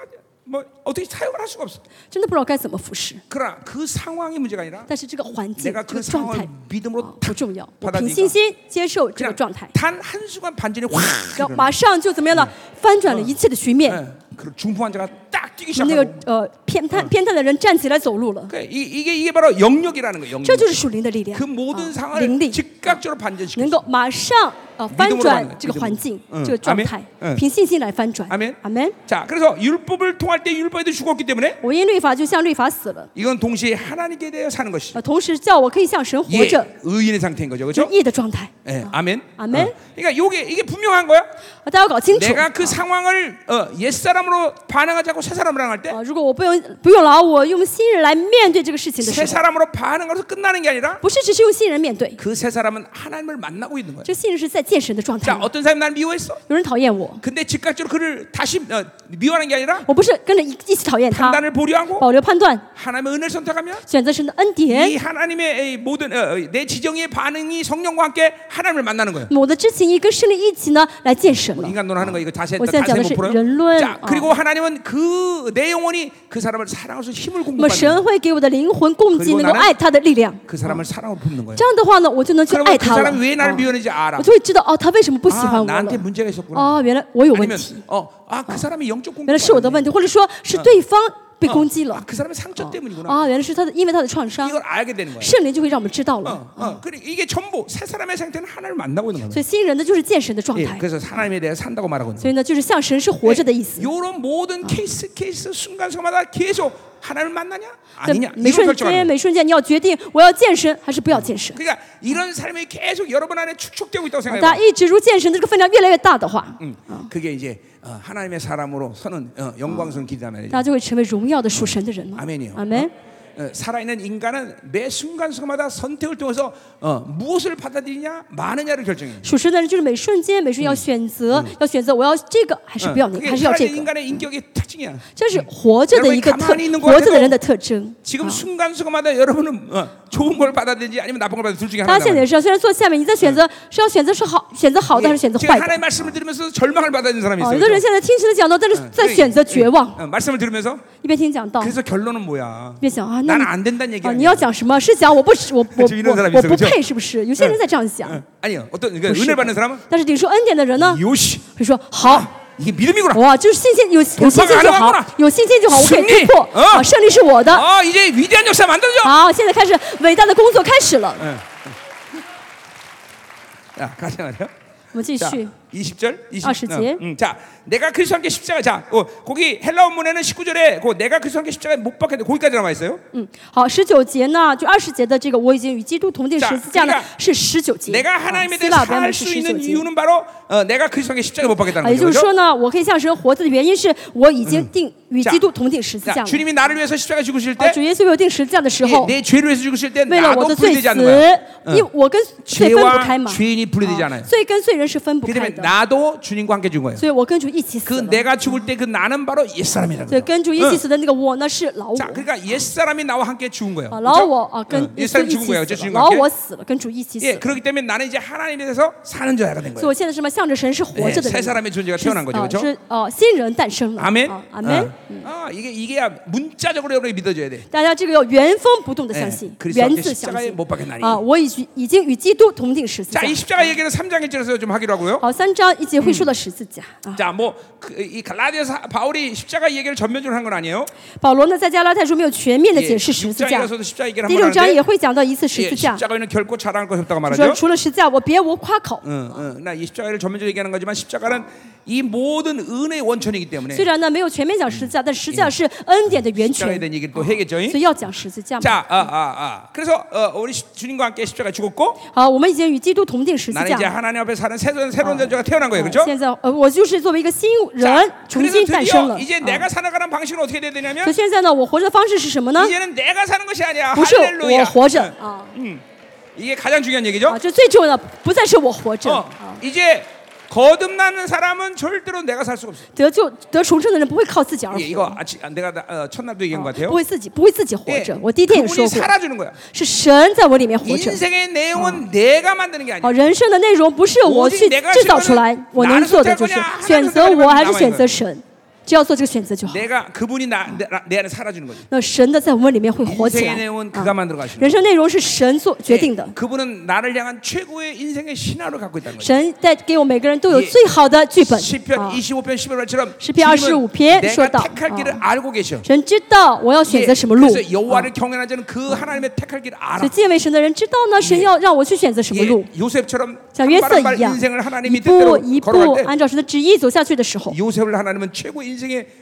Speaker 1: 뭐 어떻게 사용을 할 수가 없어.
Speaker 2: 真的不知道该怎么服侍。
Speaker 1: 그러나 그 상황이 문제가 아니라
Speaker 2: 但是这个环境
Speaker 1: 내가
Speaker 2: 这
Speaker 1: 그
Speaker 2: 个状态
Speaker 1: 상황을 믿음으로
Speaker 2: 啊不重要，我
Speaker 1: 받아들이니까
Speaker 2: 凭信心接受这个
Speaker 1: 그냥
Speaker 2: 状态，
Speaker 1: 단 한 순간 반전이 확
Speaker 2: 然后马上就怎么样呢？翻转了一切的局面，
Speaker 1: 예, 그 중풍환자가 딱 뛰기
Speaker 2: 那个
Speaker 1: 시작하고
Speaker 2: 呃偏瘫偏瘫的人站起来走路了，
Speaker 1: 그, 이, 이게 이게 바로 영역이라는 거예요. 영역.
Speaker 2: 这就是属灵的力量
Speaker 1: 그 ， 모든
Speaker 2: 啊
Speaker 1: 상황을
Speaker 2: 灵力。
Speaker 1: 즉각적으로 반전시켜.
Speaker 2: 能够马上呃翻
Speaker 1: 믿음으로가는
Speaker 2: 转
Speaker 1: 거야
Speaker 2: 这个环境
Speaker 1: 믿음으로、
Speaker 2: 这个状态
Speaker 1: 嗯，
Speaker 2: 凭信心来翻转。
Speaker 1: 아멘.
Speaker 2: 阿门。
Speaker 1: 자, 그래서 율법을 통할 때 율법에도 죽었기 때문에
Speaker 2: 我因律法就像律法死了，
Speaker 1: 이건 동시에 하나님께 대해 사는 것이.
Speaker 2: 呃，同时叫我可以向神活
Speaker 1: 예,
Speaker 2: 着，
Speaker 1: 의인의 상태인 거죠,
Speaker 2: 就
Speaker 1: 그렇죠?
Speaker 2: 是义的状态。
Speaker 1: 예, 아멘.
Speaker 2: 그렇죠. 아멘. 그렇죠.
Speaker 1: 어. 그러니까 요게 이게 분명한 거야.
Speaker 2: 啊大家要搞清楚。
Speaker 1: 내가 그 상황을 어, 옛 사람으로 반응하지 않고 새 사람으로 반응할 때.
Speaker 2: 啊，如果我不用不用劳我，用新人来面对这个事情的时
Speaker 1: 새
Speaker 2: 候，
Speaker 1: 사람으로 반응해서 끝나는 게 아니라
Speaker 2: 不是只是用新人面对，
Speaker 1: 그 새 사람은 하나님을 만나고 있는 거예요.
Speaker 2: 这个新人是在见神的状态
Speaker 1: 자, 。 어떤 사람이 나를 미워했어?
Speaker 2: 有人讨厌我，
Speaker 1: 근데 즉각적으로 그를 다시 어, 미워하는 게 아니라
Speaker 2: 我不是跟着一一起讨厌他，
Speaker 1: 판단을 보류하고
Speaker 2: 保留判断，
Speaker 1: 하나님의 은혜를 선택하면
Speaker 2: 选择神的恩典
Speaker 1: 이 。 하나님의 이 모든 어, 어, 내 지정의 반응이 성령과 함께 하나님을 만나는 거예요.
Speaker 2: 那么我的知情意跟圣灵一起呢来见神了。
Speaker 1: 인간론 하는 거 이거 자세
Speaker 2: 어,
Speaker 1: 자세 못
Speaker 2: 어,
Speaker 1: 풀어요.
Speaker 2: 어.
Speaker 1: 자 그리고 하나님은 그 내 영혼이 그 사람을 사랑할 수 힘을
Speaker 2: 那么
Speaker 1: 공급하는 거예요.
Speaker 2: 神会给我的灵魂供给
Speaker 1: 그리고
Speaker 2: 能够
Speaker 1: 나는
Speaker 2: 爱他的力量，
Speaker 1: 그 사람을 사랑으로 품는 거예요.
Speaker 2: 这样的话呢，我就能去爱
Speaker 1: 그러면 그
Speaker 2: 他了。
Speaker 1: 사람이 왜 나를
Speaker 2: 哦
Speaker 1: 미워하는지 알아.
Speaker 2: 我就会知道哦，他为什么不喜
Speaker 1: 아,
Speaker 2: 欢我
Speaker 1: 나한테
Speaker 2: 了。
Speaker 1: 문제가 있었구나.
Speaker 2: 哦，原来我有问
Speaker 1: 아니면
Speaker 2: 题，
Speaker 1: 어, 아, 그 사람이 영적
Speaker 2: 原来是我的
Speaker 1: 공격.
Speaker 2: 问题，或者说是对方被攻击了
Speaker 1: 아, 。그 사람의 상처 때문이구나.
Speaker 2: 啊，原来是他的，因为他的创伤，
Speaker 1: 이걸 알게 되는 거예요.
Speaker 2: 圣灵就会让我们知道
Speaker 1: 어,
Speaker 2: 了。
Speaker 1: 어, 그리고 이게 전부 세 사람의 상태는 하나를 만나고 있는
Speaker 2: 所
Speaker 1: 거예요.
Speaker 2: 以新人呢，哎就是见神的状
Speaker 1: 예,
Speaker 2: 态。
Speaker 1: 그래서 하나님에 대해 산다고 말하고 있는
Speaker 2: 所以呢，就是像神是活着的意思。
Speaker 1: 거예요. 이런 모든 케이스 케이스 순간순간마다 계속 하나님을 만나냐
Speaker 2: 对
Speaker 1: 아니냐 ，
Speaker 2: 每
Speaker 1: 이걸
Speaker 2: 瞬
Speaker 1: 결정하는
Speaker 2: 间，
Speaker 1: 거예요.
Speaker 2: 每瞬间，你要决定我要见神还是不要见神。
Speaker 1: 그러니까 이런 삶이 계속 여러분 안에 축적되고 있다고
Speaker 2: 大家
Speaker 1: 생각해요.
Speaker 2: 一直如见神的这个分量越来越大的话，
Speaker 1: 음, 그게 이제 어, 하나님의 사람으로 서는 어, 영광스러운 기도하면
Speaker 2: 大家就会成为荣耀的属神的人了。
Speaker 1: 아멘이요.
Speaker 2: 阿门。
Speaker 1: 어, 어, 살아있는 인간은 매 순간순간마다 선택을 통해서 어, 무엇을 받아들이냐 마느냐를 결정해요.
Speaker 2: 属神的人就是每瞬间、每瞬间要选择，要选择我要这个还是
Speaker 1: 어,
Speaker 2: 不要那个，
Speaker 1: 그게
Speaker 2: 还是要这
Speaker 1: 살아있는
Speaker 2: 个。
Speaker 1: 인간의 인격의 특징이야.
Speaker 2: 这是活着的一个特
Speaker 1: 여러분이가만히있는것，
Speaker 2: 活着
Speaker 1: 같아도
Speaker 2: 的人的特征。啊
Speaker 1: 지금 순간순간마다 여러분은 어, 좋은 걸 받아들인지 아니면 나쁜 걸 받아들인지 둘 중에
Speaker 2: 大家现在
Speaker 1: 하나다.
Speaker 2: 也是，啊虽然坐下面，你在选择是要选择是好，选择好的还是选择
Speaker 1: 지금
Speaker 2: 坏的？
Speaker 1: 예. 하나님의 말씀을 들으면서 절망을 받아들이는 사람이
Speaker 2: 哦，
Speaker 1: 있어요.
Speaker 2: 有的人现在听神的讲道，但是在选择绝望，
Speaker 1: 어, 말씀을 들으면서
Speaker 2: 一边听讲道，
Speaker 1: 그래서 결론은 뭐야?
Speaker 2: 一边想啊，那
Speaker 1: 난
Speaker 2: 你
Speaker 1: 안 된다는 얘기야.
Speaker 2: 啊，你要讲什么？是讲我不是 (laughs) 我我
Speaker 1: 지금 이런 사람이
Speaker 2: 我我
Speaker 1: 있어요,
Speaker 2: 不
Speaker 1: 그죠?
Speaker 2: 配，是不是？有些人在这样想
Speaker 1: 어, ， 아니요. 어떤 그러니까
Speaker 2: 不是
Speaker 1: 은혜 받는
Speaker 2: 的
Speaker 1: 사람은 。
Speaker 2: 但是领受恩典的人呢，
Speaker 1: 요시
Speaker 2: 会说好。
Speaker 1: 이게 믿음이구나.
Speaker 2: 哇，就是信心有有信心就好，有信心就好，我可以突破。啊，胜利是我的。
Speaker 1: 아 이제 위대한 역사 만들어져.
Speaker 2: 好，现在开始伟大的工作开始了。
Speaker 1: 자, 가자 말이야.
Speaker 2: 我们继
Speaker 1: 자,
Speaker 2: 续
Speaker 1: 20절, 20,
Speaker 2: 아, 실제.
Speaker 1: 어, 음, 자, 내가 그리스도 함께 십자가. 자, 어, 거기 헬라어 문에는 19절에 그 내가 그리스도 함께 십자가에 못 박혔는데 거기까지 남아 있어요.
Speaker 2: 嗯，好，十九节呢，就二十节的这个，我已经与基督同定十字架呢
Speaker 1: 자그러니까 ，
Speaker 2: 是十九节。
Speaker 1: 내가
Speaker 2: 啊
Speaker 1: 하나님에
Speaker 2: 希
Speaker 1: 대해서
Speaker 2: 腊原
Speaker 1: 살
Speaker 2: 文是
Speaker 1: 수
Speaker 2: 十九
Speaker 1: 있는
Speaker 2: 节。
Speaker 1: 이유는 바로 어, 내가 그리스도 함께 십자가에 못 박혔다는
Speaker 2: 啊，也
Speaker 1: 거죠.
Speaker 2: 就是说
Speaker 1: 그렇죠?
Speaker 2: 呢，我可以向神活着的原因是我已经定与
Speaker 1: 자
Speaker 2: 基督同定十字架
Speaker 1: 자,
Speaker 2: 了。
Speaker 1: 주님이 나를 위해서 십자가 죽으실
Speaker 2: 啊，
Speaker 1: 때,
Speaker 2: 主耶稣为我定十字架的时
Speaker 1: 예,
Speaker 2: 候，
Speaker 1: 내 죄를 위해서 죽으실 때
Speaker 2: 为了
Speaker 1: 나도
Speaker 2: 我的罪
Speaker 1: 분리되지
Speaker 2: 死
Speaker 1: 않는 거야. ，
Speaker 2: 因为我跟罪分不开
Speaker 1: 죄와
Speaker 2: 嘛，啊
Speaker 1: 죄인이 분리되지 않아요.
Speaker 2: 罪跟罪人是分不
Speaker 1: 그렇기
Speaker 2: 开
Speaker 1: 때문에
Speaker 2: 的，
Speaker 1: 나도 주님과 함께 죽은 거예요.
Speaker 2: 所以我跟主一起死
Speaker 1: 그
Speaker 2: 了。
Speaker 1: 내가 죽을 때 그 나는 바로 옛 사람이라는
Speaker 2: 对，
Speaker 1: 거예요.
Speaker 2: 跟主一起死的那个我呢是老我，
Speaker 1: 자, 그러니까 옛 사람이 나와 함께 죽은 거예요.
Speaker 2: 啊，老
Speaker 1: 그렇죠?
Speaker 2: 我啊
Speaker 1: 응,
Speaker 2: 跟
Speaker 1: 옛
Speaker 2: 耶稣
Speaker 1: 사람이
Speaker 2: 一起
Speaker 1: 죽은
Speaker 2: 死
Speaker 1: 거예요.
Speaker 2: 了
Speaker 1: 저 ，
Speaker 2: 老
Speaker 1: 주님과
Speaker 2: 我
Speaker 1: 함께.
Speaker 2: 死了，跟主一起死
Speaker 1: 예,
Speaker 2: 了。
Speaker 1: 그렇기 때문에 나는 이제 하나님에 대해서 사는 자가 된
Speaker 2: 所以
Speaker 1: 거예요.
Speaker 2: 我现在什么向着神是活
Speaker 1: 예,
Speaker 2: 着的
Speaker 1: 哎 새
Speaker 2: 人，
Speaker 1: 사람의 존재가
Speaker 2: 是
Speaker 1: 태어난 거죠,
Speaker 2: 啊，
Speaker 1: 그렇죠?
Speaker 2: 是哦，新人诞生了。
Speaker 1: 아멘.
Speaker 2: 啊阿门
Speaker 1: 어. 。 아, 이게 이게야 문자적으로 여러분이 믿어줘야 돼.
Speaker 2: 大家这个要原封不动的相信
Speaker 1: 예，그리스도함哎
Speaker 2: 源
Speaker 1: 께
Speaker 2: 自
Speaker 1: 십자가
Speaker 2: 相
Speaker 1: 에
Speaker 2: 信
Speaker 1: 못박혔나니
Speaker 2: 啊！我已经已经与基督同定十字架
Speaker 1: 자, 。이 십자가 얘기는 3장 1절에서 좀 하기로 하고요.
Speaker 2: 好，三章一节会说到十字架啊。
Speaker 1: 자, 뭐이 갈라디아서 바울이 십자가 얘기를 전면적으로 한 건 아니에요.
Speaker 2: 保罗呢，在加拉太书没有全面的
Speaker 1: 예,
Speaker 2: 解释十字架，
Speaker 1: 6장에서도 십자가 얘기를
Speaker 2: 第
Speaker 1: 한
Speaker 2: 六
Speaker 1: 번
Speaker 2: 章也
Speaker 1: 하는데
Speaker 2: 会讲到一次十
Speaker 1: 예,
Speaker 2: 字架，
Speaker 1: 십자가에는 결코 자랑할 것이 없다고
Speaker 2: 说
Speaker 1: 말하죠. 嗯
Speaker 2: 除了十字架，我别无夸口。
Speaker 1: 응, 응. 나이 십자가를 전면적으로 얘기하는 거지만 십자가는 이 모든 은혜의 원천이기 때문에
Speaker 2: 虽然呢没有全面讲
Speaker 1: 嗯
Speaker 2: 十字架，但十字架是恩典的源
Speaker 1: 십자가에
Speaker 2: 泉，
Speaker 1: 대한 얘기를 또 해겠죠.
Speaker 2: 所以要讲十字架嘛。
Speaker 1: 자, 아, 아, 아. 그래서 어, 우리 시- 주님과 함께 십자가 죽었고
Speaker 2: 好，我们已经与基督同定十字
Speaker 1: 나는
Speaker 2: 架
Speaker 1: 이제
Speaker 2: 了。
Speaker 1: 하나님 앞에 사는 새로운 새로운 존재가 태어난 거예요, 그렇죠?
Speaker 2: 现在呃，我就是啊作为一个新人
Speaker 1: 자,
Speaker 2: 重
Speaker 1: 그래서
Speaker 2: 新诞生
Speaker 1: 드디어
Speaker 2: 了。啊
Speaker 1: 이제
Speaker 2: 所
Speaker 1: 내가 살아가는 방식은 어떻게 돼야 되냐면
Speaker 2: 以现在呢，我活着的方式是什么呢？
Speaker 1: 이제는 내가 사는 것이 아니야.
Speaker 2: 不是我
Speaker 1: 할렐루야.
Speaker 2: 活着
Speaker 1: 응.
Speaker 2: 啊
Speaker 1: 이게 가장 중요한
Speaker 2: 啊，
Speaker 1: 얘기죠.
Speaker 2: 这最重要的不再是我活着
Speaker 1: 어,
Speaker 2: 啊，
Speaker 1: 이제 거듭나는 사람은 절대로 내가 살 수가 없어.
Speaker 2: 得救得重生的人不会靠自己而
Speaker 1: 예, 이거
Speaker 2: 活，啊
Speaker 1: 아치, 아, 내가 나- 어, 첫날도 얘기한 것
Speaker 2: 不
Speaker 1: 같아요.
Speaker 2: 会自己不会自己活
Speaker 1: 예,
Speaker 2: 着。我第一天也说
Speaker 1: 그분이
Speaker 2: 过，
Speaker 1: 살아주는 거야.
Speaker 2: 是神在我里面
Speaker 1: 뭐
Speaker 2: 活着。
Speaker 1: 인생의 내용은 내가 만드는 게
Speaker 2: 好，
Speaker 1: 아니야.
Speaker 2: 人生的内容不是我去制造出来，我能做的就是选择我还是选择神，只要做这个选择就好。
Speaker 1: 내가 그분이 나, 내, 나- 내 안에 살아주는 거지.
Speaker 2: 那神的在我们里面会活起来
Speaker 1: 인생의 。 내용은
Speaker 2: 啊
Speaker 1: 그가 만들어 가시는
Speaker 2: 人生内容是神做决
Speaker 1: 예,
Speaker 2: 定的，
Speaker 1: 그분은 나를 향한 최고의 인생의 신화를 갖고 있다는 거죠.
Speaker 2: 神在给我们每个人都有
Speaker 1: 예
Speaker 2: 最好的剧本。
Speaker 1: 시편 어.
Speaker 2: 啊
Speaker 1: 25편 11절처럼
Speaker 2: 10편 25편
Speaker 1: 내가
Speaker 2: 쇼다.
Speaker 1: 택할
Speaker 2: 어.
Speaker 1: 길을 알고 계셔.
Speaker 2: 神知道我要选
Speaker 1: 예,
Speaker 2: 择什么路，
Speaker 1: 그래서
Speaker 2: 啊
Speaker 1: 여호와를 경외하는 자는 그 하나님의 택할 길을
Speaker 2: 所
Speaker 1: 알아.
Speaker 2: 以敬畏神的人知道呢，神要让我去选择什么
Speaker 1: 예,
Speaker 2: 路，
Speaker 1: 요셉처럼
Speaker 2: 像约瑟
Speaker 1: 한 발
Speaker 2: 一
Speaker 1: 인생을
Speaker 2: 样，
Speaker 1: 하나님이
Speaker 2: 一步
Speaker 1: 뜻대로
Speaker 2: 一步
Speaker 1: 걸어갈 때
Speaker 2: 按照神的旨意走下去的时候，
Speaker 1: 요셉을 하나님은 최고 인생의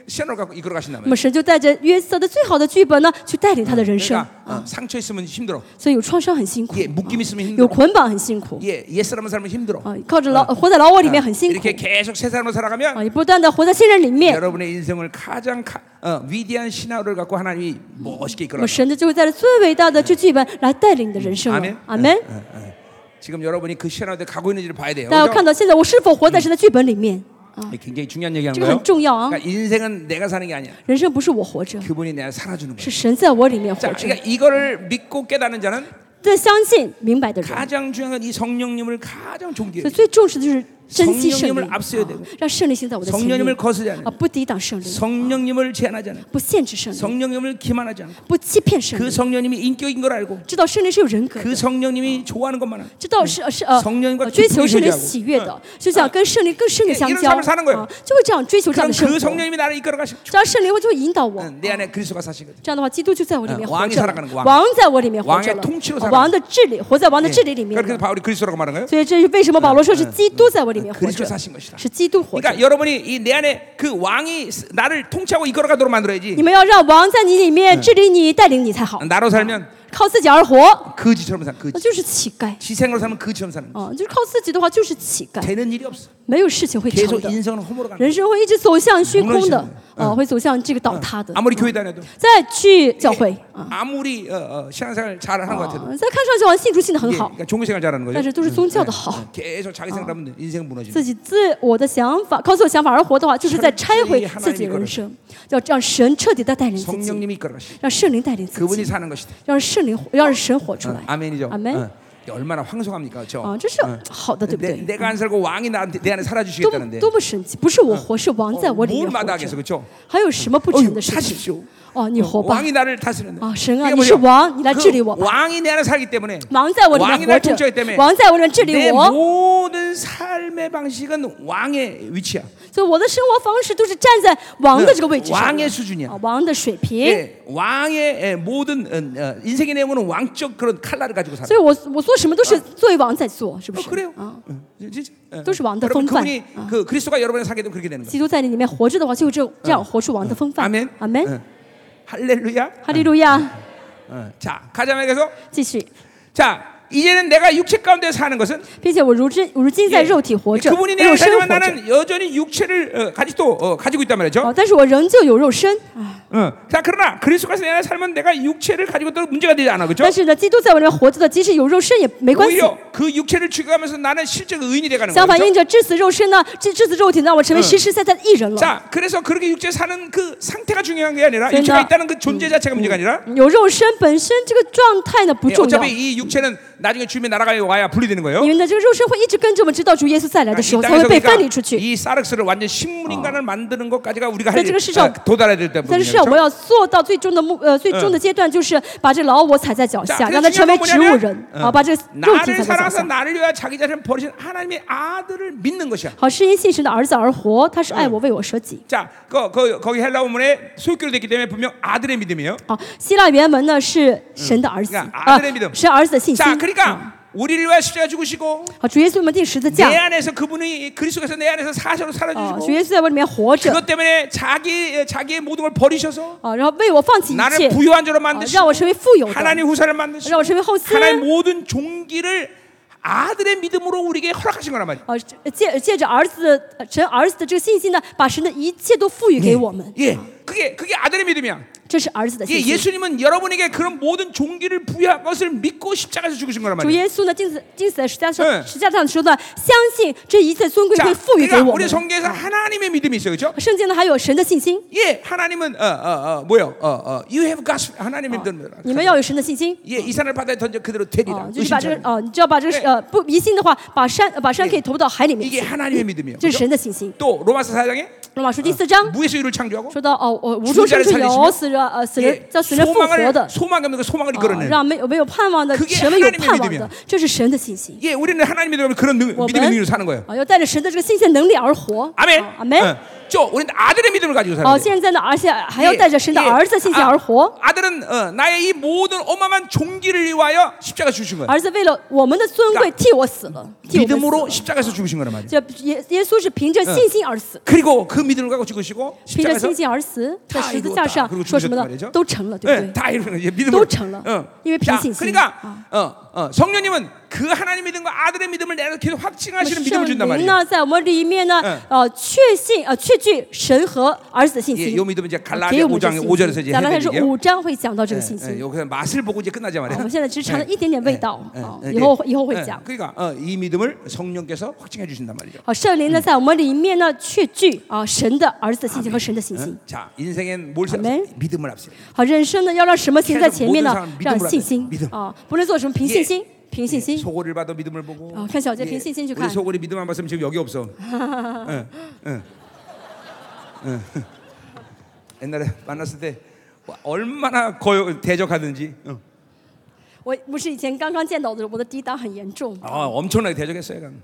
Speaker 1: 신화를 갖고 이끌어 가신다
Speaker 2: 那么
Speaker 1: 말이야.
Speaker 2: 神就带着约瑟的最好的剧本呢，去带领他的人生。
Speaker 1: 그러니까 어, 상처 있으면 힘들어.
Speaker 2: 所以有创伤很辛苦，
Speaker 1: 예, 묶임 있으면 힘들어.
Speaker 2: 有捆绑很辛苦
Speaker 1: 예, 옛사람은 살면 힘들어.
Speaker 2: 啊，靠着老活在老我里面很辛苦
Speaker 1: 이렇게 계속 새 사람으로 살아가면
Speaker 2: 啊，也不断的活在信任里面，
Speaker 1: 여러분의 인생을 가장 가, 어, 위대한 신화를 갖고 하나님이 멋있게
Speaker 2: 那
Speaker 1: 이끌어
Speaker 2: 么神的就会带着最伟大的这剧本来带领你的人生
Speaker 1: 阿门
Speaker 2: 了。阿门。
Speaker 1: 가신다. 지금 여러분이 그 시간한테 가고 있는지를 봐야 돼요.
Speaker 2: 大家要
Speaker 1: 그죠? 예,
Speaker 2: 看到现在我是否活在神的剧本里面啊？
Speaker 1: 굉장히 중요한 얘기한
Speaker 2: 这个
Speaker 1: 거예요.
Speaker 2: 很重要啊！
Speaker 1: 그러니까 인생은 내가 사는 게 아니야.
Speaker 2: 人生不是我活着，
Speaker 1: 그분이 내가 살아주는 거야.
Speaker 2: 是神在我里面活
Speaker 1: 자,
Speaker 2: 着。
Speaker 1: 그러니까 이거를 믿고 깨닫는 자는
Speaker 2: 但相信明白的人，
Speaker 1: 가장 중요한 건 이 성령님을 가장 존귀해.
Speaker 2: 所以最重视的就是珍惜圣
Speaker 1: 성령님을
Speaker 2: 灵，
Speaker 1: 앞세워야되고
Speaker 2: 啊让圣灵行在我的前
Speaker 1: 성령님을
Speaker 2: 面
Speaker 1: 거스르지 않아.
Speaker 2: 啊，不抵挡圣灵，
Speaker 1: 성령님을 제한하지 않아.
Speaker 2: 不限制圣灵，
Speaker 1: 성령님을 기만하지 않아.
Speaker 2: 不欺骗圣
Speaker 1: 그
Speaker 2: 灵，
Speaker 1: 성령님이 인격인 걸 알고
Speaker 2: 知道圣灵是有人格
Speaker 1: 그
Speaker 2: 的，
Speaker 1: 성령님이 좋아하는 것만 알아.
Speaker 2: 知道是呃是呃嗯
Speaker 1: 성령님과
Speaker 2: 呃追求圣灵
Speaker 1: 깊은이교제하고
Speaker 2: 喜悦的，就想跟圣灵更深的相
Speaker 1: 이런사
Speaker 2: 交
Speaker 1: 람을사는거예요
Speaker 2: 啊，就会这样追求这样
Speaker 1: 그럼 어.
Speaker 2: 的生
Speaker 1: 그
Speaker 2: 活。
Speaker 1: 성령님이 나를 이끌어 가시고
Speaker 2: 这样圣灵会就会引导我。
Speaker 1: 응, 내 안에 그리스도가 사시거든.
Speaker 2: 这样的话，基督就在我里面
Speaker 1: 嗯
Speaker 2: 活
Speaker 1: 王이
Speaker 2: 着
Speaker 1: 살아가는거야
Speaker 2: 了，
Speaker 1: 왕
Speaker 2: 嗯王在我里面活着
Speaker 1: 왕의
Speaker 2: 了
Speaker 1: 통치로살아가는，
Speaker 2: 王的治理活在王的治理里
Speaker 1: 그러니까
Speaker 2: 面
Speaker 1: 그래서
Speaker 2: 了。
Speaker 1: 바울이 그리스도라고 말한 거예요.
Speaker 2: 所以这是为什么保罗说是基督在我里面活
Speaker 1: 그리스도
Speaker 2: 着，
Speaker 1: 사신 것이다.
Speaker 2: 是基督活着
Speaker 1: 그러니까 。 여러분이 이 내 안에 그 왕이 스- 나를 통치하고 이끌어 가도록 만들어야지.
Speaker 2: 你们要让王在你里面治理你、带领你才好，
Speaker 1: 나로 살면 그
Speaker 2: 靠自己而活，
Speaker 1: 거지처럼 살. 거지. 어.
Speaker 2: 那就是乞丐。
Speaker 1: 지생으로 살면 그 거지처럼 사는. 거야.
Speaker 2: 啊，就是靠自己的话就是乞丐，
Speaker 1: 되는 일이 없어.
Speaker 2: 没有事情会成
Speaker 1: 계속
Speaker 2: 的，
Speaker 1: 인생은 허물어 가는. 거야.
Speaker 2: 人生会一直走向虚空的
Speaker 1: 无论是，
Speaker 2: 啊，会走向这个倒塌的。
Speaker 1: 아무리 교회 다녀도
Speaker 2: 再去教会
Speaker 1: 嗯
Speaker 2: 啊，
Speaker 1: 아무리 어, 어, 신앙생활 잘하는 것
Speaker 2: 啊
Speaker 1: 같아도
Speaker 2: 再看上去好像信主信的
Speaker 1: 이게
Speaker 2: 很好，
Speaker 1: 그러니까 종교생활 잘하는
Speaker 2: 但
Speaker 1: 거죠. 네.
Speaker 2: 是都是宗教的好。
Speaker 1: 계속 자기 생각하면 인생 무너지는.
Speaker 2: 自己自我的想法，靠自我想法而活的话，就是在拆毁自己的人生，要让神彻底的带领自己，
Speaker 1: 성령님이 이끌어 가시.
Speaker 2: 让圣灵带领自
Speaker 1: 그분이
Speaker 2: 己，
Speaker 1: 사는 것이다.
Speaker 2: 让圣灵活，让神活出
Speaker 1: 어,
Speaker 2: 来。
Speaker 1: 아멘이죠.
Speaker 2: 아멘.
Speaker 1: 어, 얼마나 황송합니까, 그렇죠?
Speaker 2: 啊，这是好的，对不
Speaker 1: 내,
Speaker 2: 对？
Speaker 1: 내가 안 살고 왕이 나한테 내 안에
Speaker 2: 多么
Speaker 1: 살아주시겠다는데
Speaker 2: 多么神奇！不是我活，是王在我里
Speaker 1: 뭘
Speaker 2: 面活
Speaker 1: 마다하겠어,
Speaker 2: 着。
Speaker 1: 그렇죠?
Speaker 2: 还有什么不成的事
Speaker 1: 사십시오.
Speaker 2: 情？哦，你活吧！
Speaker 1: 왕이 나를 다스리는.
Speaker 2: 아, 신아,
Speaker 1: 이게
Speaker 2: 니是
Speaker 1: 뭐죠?
Speaker 2: 王，你来
Speaker 1: 그
Speaker 2: 治理我吧。
Speaker 1: 왕이 내 안에 살기 때문에
Speaker 2: 王在我里面活着
Speaker 1: 왕이나통치하기때문에 ，
Speaker 2: 王在我里面治理
Speaker 1: 내
Speaker 2: 我，
Speaker 1: 모든 삶의 방식은 왕의 위치야.
Speaker 2: 所以我的生活方式都是站在王的这个位置上
Speaker 1: 왕의
Speaker 2: 的
Speaker 1: 수준이야
Speaker 2: 啊，王的水平。
Speaker 1: 예, 왕의 예, 모든 어, 어, 인생의 내용은 왕적 그런 칼날을 가지고 살아.
Speaker 2: 所以我我做什么都是作为王在做，是不
Speaker 1: 어,
Speaker 2: 是？
Speaker 1: 그래요.
Speaker 2: 啊，
Speaker 1: 예, 진짜. 예.
Speaker 2: 또시 왕의
Speaker 1: 여러분,
Speaker 2: phong
Speaker 1: 그분이
Speaker 2: 范.
Speaker 1: 그 그리스도가 여러분의 살게 되면 그렇게 되는 거예요.
Speaker 2: 基督在你里面活着的话，就这这样活出王的风范。
Speaker 1: 아멘.
Speaker 2: 嗯阿门，嗯
Speaker 1: 예. 할렐루야.
Speaker 2: 哈利路亚！
Speaker 1: 어. 자, 가자 말해서
Speaker 2: 继续，
Speaker 1: 자, 이제는 내가 육체 가운데 사는 것은
Speaker 2: 并且我如今如今
Speaker 1: 예,
Speaker 2: 在肉体活着，
Speaker 1: 그분이 내
Speaker 2: 肉
Speaker 1: 안에
Speaker 2: 身
Speaker 1: 살지만
Speaker 2: 活着。
Speaker 1: 나는 여전히 육체를 어, 가지고 어, 가지고 있단 말이죠.
Speaker 2: 哦，但是我仍旧有肉身啊。
Speaker 1: 어. 자, 그러나 그리스도가 내 안에 살면 내가 육체를 가지고 있도 문제가 되지 않아. 그렇죠?
Speaker 2: 但是呢，基督在我里面活着的，即使有肉身也没关系。
Speaker 1: 오히려 그 육체를 죽여가면서 나는 실제 그 의인이 돼가는
Speaker 2: 相反，
Speaker 1: 거죠.
Speaker 2: 因着致死肉身呢，致致死肉体呢，让我成为实实在在的艺人了。
Speaker 1: 자, 그래서 그렇게 육체 사는 그 상태가 중요한 게 아니라
Speaker 2: 그러니까-
Speaker 1: 육체가 있다는 그 존재 자체가 문제가 아니라
Speaker 2: 有肉身本身这个状态呢不
Speaker 1: 예,
Speaker 2: 重要，
Speaker 1: 어차피 이 육체는 나중에 주님의 나라가 와야 분리되는 거예요.
Speaker 2: 因为呢这个肉身会一直跟着我们，直到主耶稣
Speaker 1: 아, 그러니까
Speaker 2: 再来的时候才会被分离出去。
Speaker 1: 이 어. 사르스를 완전 식물 인간을 만드는 것까지가 우리가 할
Speaker 2: 그러니까
Speaker 1: 일,
Speaker 2: 시장-
Speaker 1: 아, 도달해야 될
Speaker 2: 但是，我们
Speaker 1: 때문이죠.
Speaker 2: 要做到最终的目呃最终的阶段，就是把这老我踩在脚
Speaker 1: 자
Speaker 2: 下，
Speaker 1: 그
Speaker 2: 让它成为
Speaker 1: 중요한
Speaker 2: 植
Speaker 1: 건
Speaker 2: 物
Speaker 1: 뭐냐면
Speaker 2: 人，啊，把这个肉
Speaker 1: 나를
Speaker 2: 体踩在脚
Speaker 1: 사랑해서
Speaker 2: 下。
Speaker 1: 나를 위하여 자기 자신을 버리신 하나님의 아들을 믿는 것이야.
Speaker 2: 好，是因信神的儿子而活，他是爱我，为我舍己。
Speaker 1: 자, 거, 거, 거기 헬라 원문에 소유교로 됐기 때문에 분명 아들의 믿음이에요.
Speaker 2: 好，希腊原文呢是神的儿子
Speaker 1: 嗯
Speaker 2: 啊
Speaker 1: 아들의믿음 ，
Speaker 2: 神儿子的信心。
Speaker 1: 자, 그러니까 우리를 위하여 십자가 죽으시고
Speaker 2: 好，啊主耶稣我们定十字架
Speaker 1: 내 ， 안에서 그분이 그리스도께서 내 안에서 사셔로
Speaker 2: 啊，主
Speaker 1: 어, 살아주시고
Speaker 2: 耶稣在我里面活着，
Speaker 1: 그것 때문에 자기 자기의 모든 걸 버리셔서
Speaker 2: 啊，然后为我放弃一
Speaker 1: 나를
Speaker 2: 切，
Speaker 1: 부유한 자로
Speaker 2: 啊，让
Speaker 1: 만드시고
Speaker 2: 我成为富有的，
Speaker 1: 하나님 후사를 만드시고
Speaker 2: 让我成为后嗣。
Speaker 1: 하나님 모든 종기를 아들의 믿음으로 우리에게 허락하신 거란 말이에요.
Speaker 2: 啊，借借着儿子呃神儿子的这个信心呢，把神的一切都赋予给我们，
Speaker 1: 예, 그게 그게 아들의 믿음이야.
Speaker 2: 这是儿子的
Speaker 1: 예,
Speaker 2: 信心。
Speaker 1: 예수님은 여러분에게 그런 모든 종기를 부여한 것을 믿고 십자가에서 죽으신 거란
Speaker 2: 主
Speaker 1: 말이에요.
Speaker 2: 耶稣呢，钉死钉死在十字架
Speaker 1: 嗯
Speaker 2: 上，十字架上的时候呢，相信这一切尊贵
Speaker 1: 자,
Speaker 2: 会赋予给
Speaker 1: 그러니까
Speaker 2: 我
Speaker 1: 우리
Speaker 2: 们。
Speaker 1: 성경에서 하나님의 믿음이 있어요, 그렇죠?
Speaker 2: 圣经呢还有神的信心，
Speaker 1: 예, 하나님은 어, 어, 어, 뭐요? 어, 어, you have God's 하나님의 믿음.
Speaker 2: 你们要有神的信心
Speaker 1: 예, 이 산을 바다에 던져 그대로 되리라.
Speaker 2: 啊，就是把这个
Speaker 1: 의심처럼.
Speaker 2: 啊，你只要把这个
Speaker 1: 네
Speaker 2: 呃不疑心的话，把山呃把山可以投到海里面
Speaker 1: 이게
Speaker 2: 去，
Speaker 1: 하나님의 믿음이에요.
Speaker 2: 这是
Speaker 1: 그죠?
Speaker 2: 神的信心。
Speaker 1: 또 로마서 4장에
Speaker 2: 罗马书第四章
Speaker 1: 무에서 유를 창조하고
Speaker 2: 说到哦，我无
Speaker 1: 죽은
Speaker 2: 中
Speaker 1: 자를
Speaker 2: 生出
Speaker 1: 살리시며
Speaker 2: 有死人呃死人
Speaker 1: 예,
Speaker 2: 叫死人复活的
Speaker 1: 소망을 。 소망이 없는 그 소망을
Speaker 2: 啊
Speaker 1: 이끌어내는
Speaker 2: 让没有没有盼望的
Speaker 1: 그게
Speaker 2: 什么有
Speaker 1: 하나님의
Speaker 2: 盼望
Speaker 1: 믿음이야
Speaker 2: 的，这是神的信心
Speaker 1: 예, 우리는 하나님의 믿음으로 그런 능,
Speaker 2: 뭐,
Speaker 1: 믿음의
Speaker 2: 맨?
Speaker 1: 능력으로 사는 거예요.
Speaker 2: 啊！要带着神的这个信心能力而活。
Speaker 1: 아멘.
Speaker 2: 啊阿门。
Speaker 1: 어, 저 우리는 아들의 믿음을 가지고 사는
Speaker 2: 哦，
Speaker 1: 거예요.
Speaker 2: 现在呢，而且还要带着神的
Speaker 1: 예, 啊
Speaker 2: 儿子信心
Speaker 1: 아,
Speaker 2: 而活。
Speaker 1: 아들은 어, 나의 이 모든 어마어마한 종기를 위하여 십자가 주신 거예요.
Speaker 2: 儿子为了我们的尊贵替我死了，替我们
Speaker 1: 믿음으로 嗯
Speaker 2: 死了。
Speaker 1: 십자가에서 죽으신 거란 말이에요.
Speaker 2: 这耶耶稣是凭着信心而死，
Speaker 1: 그리고 그 믿음을 갖고 죽으시고
Speaker 2: 凭着
Speaker 1: 십자가에서
Speaker 2: 信心而死，在十字
Speaker 1: 다
Speaker 2: 架上说什么呢？都成了，对
Speaker 1: 예,
Speaker 2: 不对？
Speaker 1: 다 이루는 거예요. 믿음으로. 어.
Speaker 2: 또成了，因为凭
Speaker 1: 자,
Speaker 2: 信心。
Speaker 1: 그러니까 어, 어, 성령님은 그 하나님 믿음과 아들의 믿음을 내서 계속
Speaker 2: 那么
Speaker 1: 뭐 확증하시는 믿음을
Speaker 2: 圣
Speaker 1: 준단
Speaker 2: 灵
Speaker 1: 말이에요.
Speaker 2: 呢，在我们里面呢
Speaker 1: 嗯，
Speaker 2: 呃，确信呃，确据神和儿子的信
Speaker 1: 예,
Speaker 2: 心
Speaker 1: 이 ， 믿음은 이제
Speaker 2: 呃给
Speaker 1: 갈라디아
Speaker 2: 我们这
Speaker 1: 5장
Speaker 2: 信
Speaker 1: 5절에서
Speaker 2: 心。
Speaker 1: 이제
Speaker 2: 咱们开始
Speaker 1: 해드리죠.
Speaker 2: 五章会讲到这个信
Speaker 1: 예, 예,
Speaker 2: 心。
Speaker 1: 여기서 맛을 보고 이제 끝나자
Speaker 2: 啊
Speaker 1: 말이야.
Speaker 2: 我们现在只尝了
Speaker 1: 예,
Speaker 2: 一点点味道
Speaker 1: 예,
Speaker 2: 啊，
Speaker 1: 예,
Speaker 2: 以后
Speaker 1: 예,
Speaker 2: 以后会
Speaker 1: 예,
Speaker 2: 讲。
Speaker 1: 그러니까 어, 이 믿음을 성령께서 확증해 주신단 말이죠.
Speaker 2: 好，圣
Speaker 1: 嗯
Speaker 2: 灵呢，在我们里面呢，确据啊神的儿子的信心和神的信心。
Speaker 1: 자, 인생엔 뭘 세워?
Speaker 2: 아멘.
Speaker 1: 믿음을 앞세워.
Speaker 2: 好，人生呢，要让什么行在前面呢
Speaker 1: 看着摩？登上
Speaker 2: 让
Speaker 1: 믿음으로하자
Speaker 2: 信心
Speaker 1: 믿음
Speaker 2: 啊，不论做什么，凭信心，凭信
Speaker 1: 예,
Speaker 2: 心。
Speaker 1: 소고를 봐도 믿음을 보고.
Speaker 2: 네.
Speaker 1: 예,
Speaker 2: 어, 편지 어제 빈신 신주
Speaker 1: 우리
Speaker 2: 간.
Speaker 1: 소고리 믿음 안 봤으면 지금 여기
Speaker 2: (laughs)
Speaker 1: 없어. 예, 응, 응, 응. 예. 옛날에 만났을 때 와, 얼마나 거요 대적하든지 어, 응.
Speaker 2: 我不是以前刚刚见到的时候，我的抵挡很严重，
Speaker 1: 아, 엄청나게 대적했어요. 난.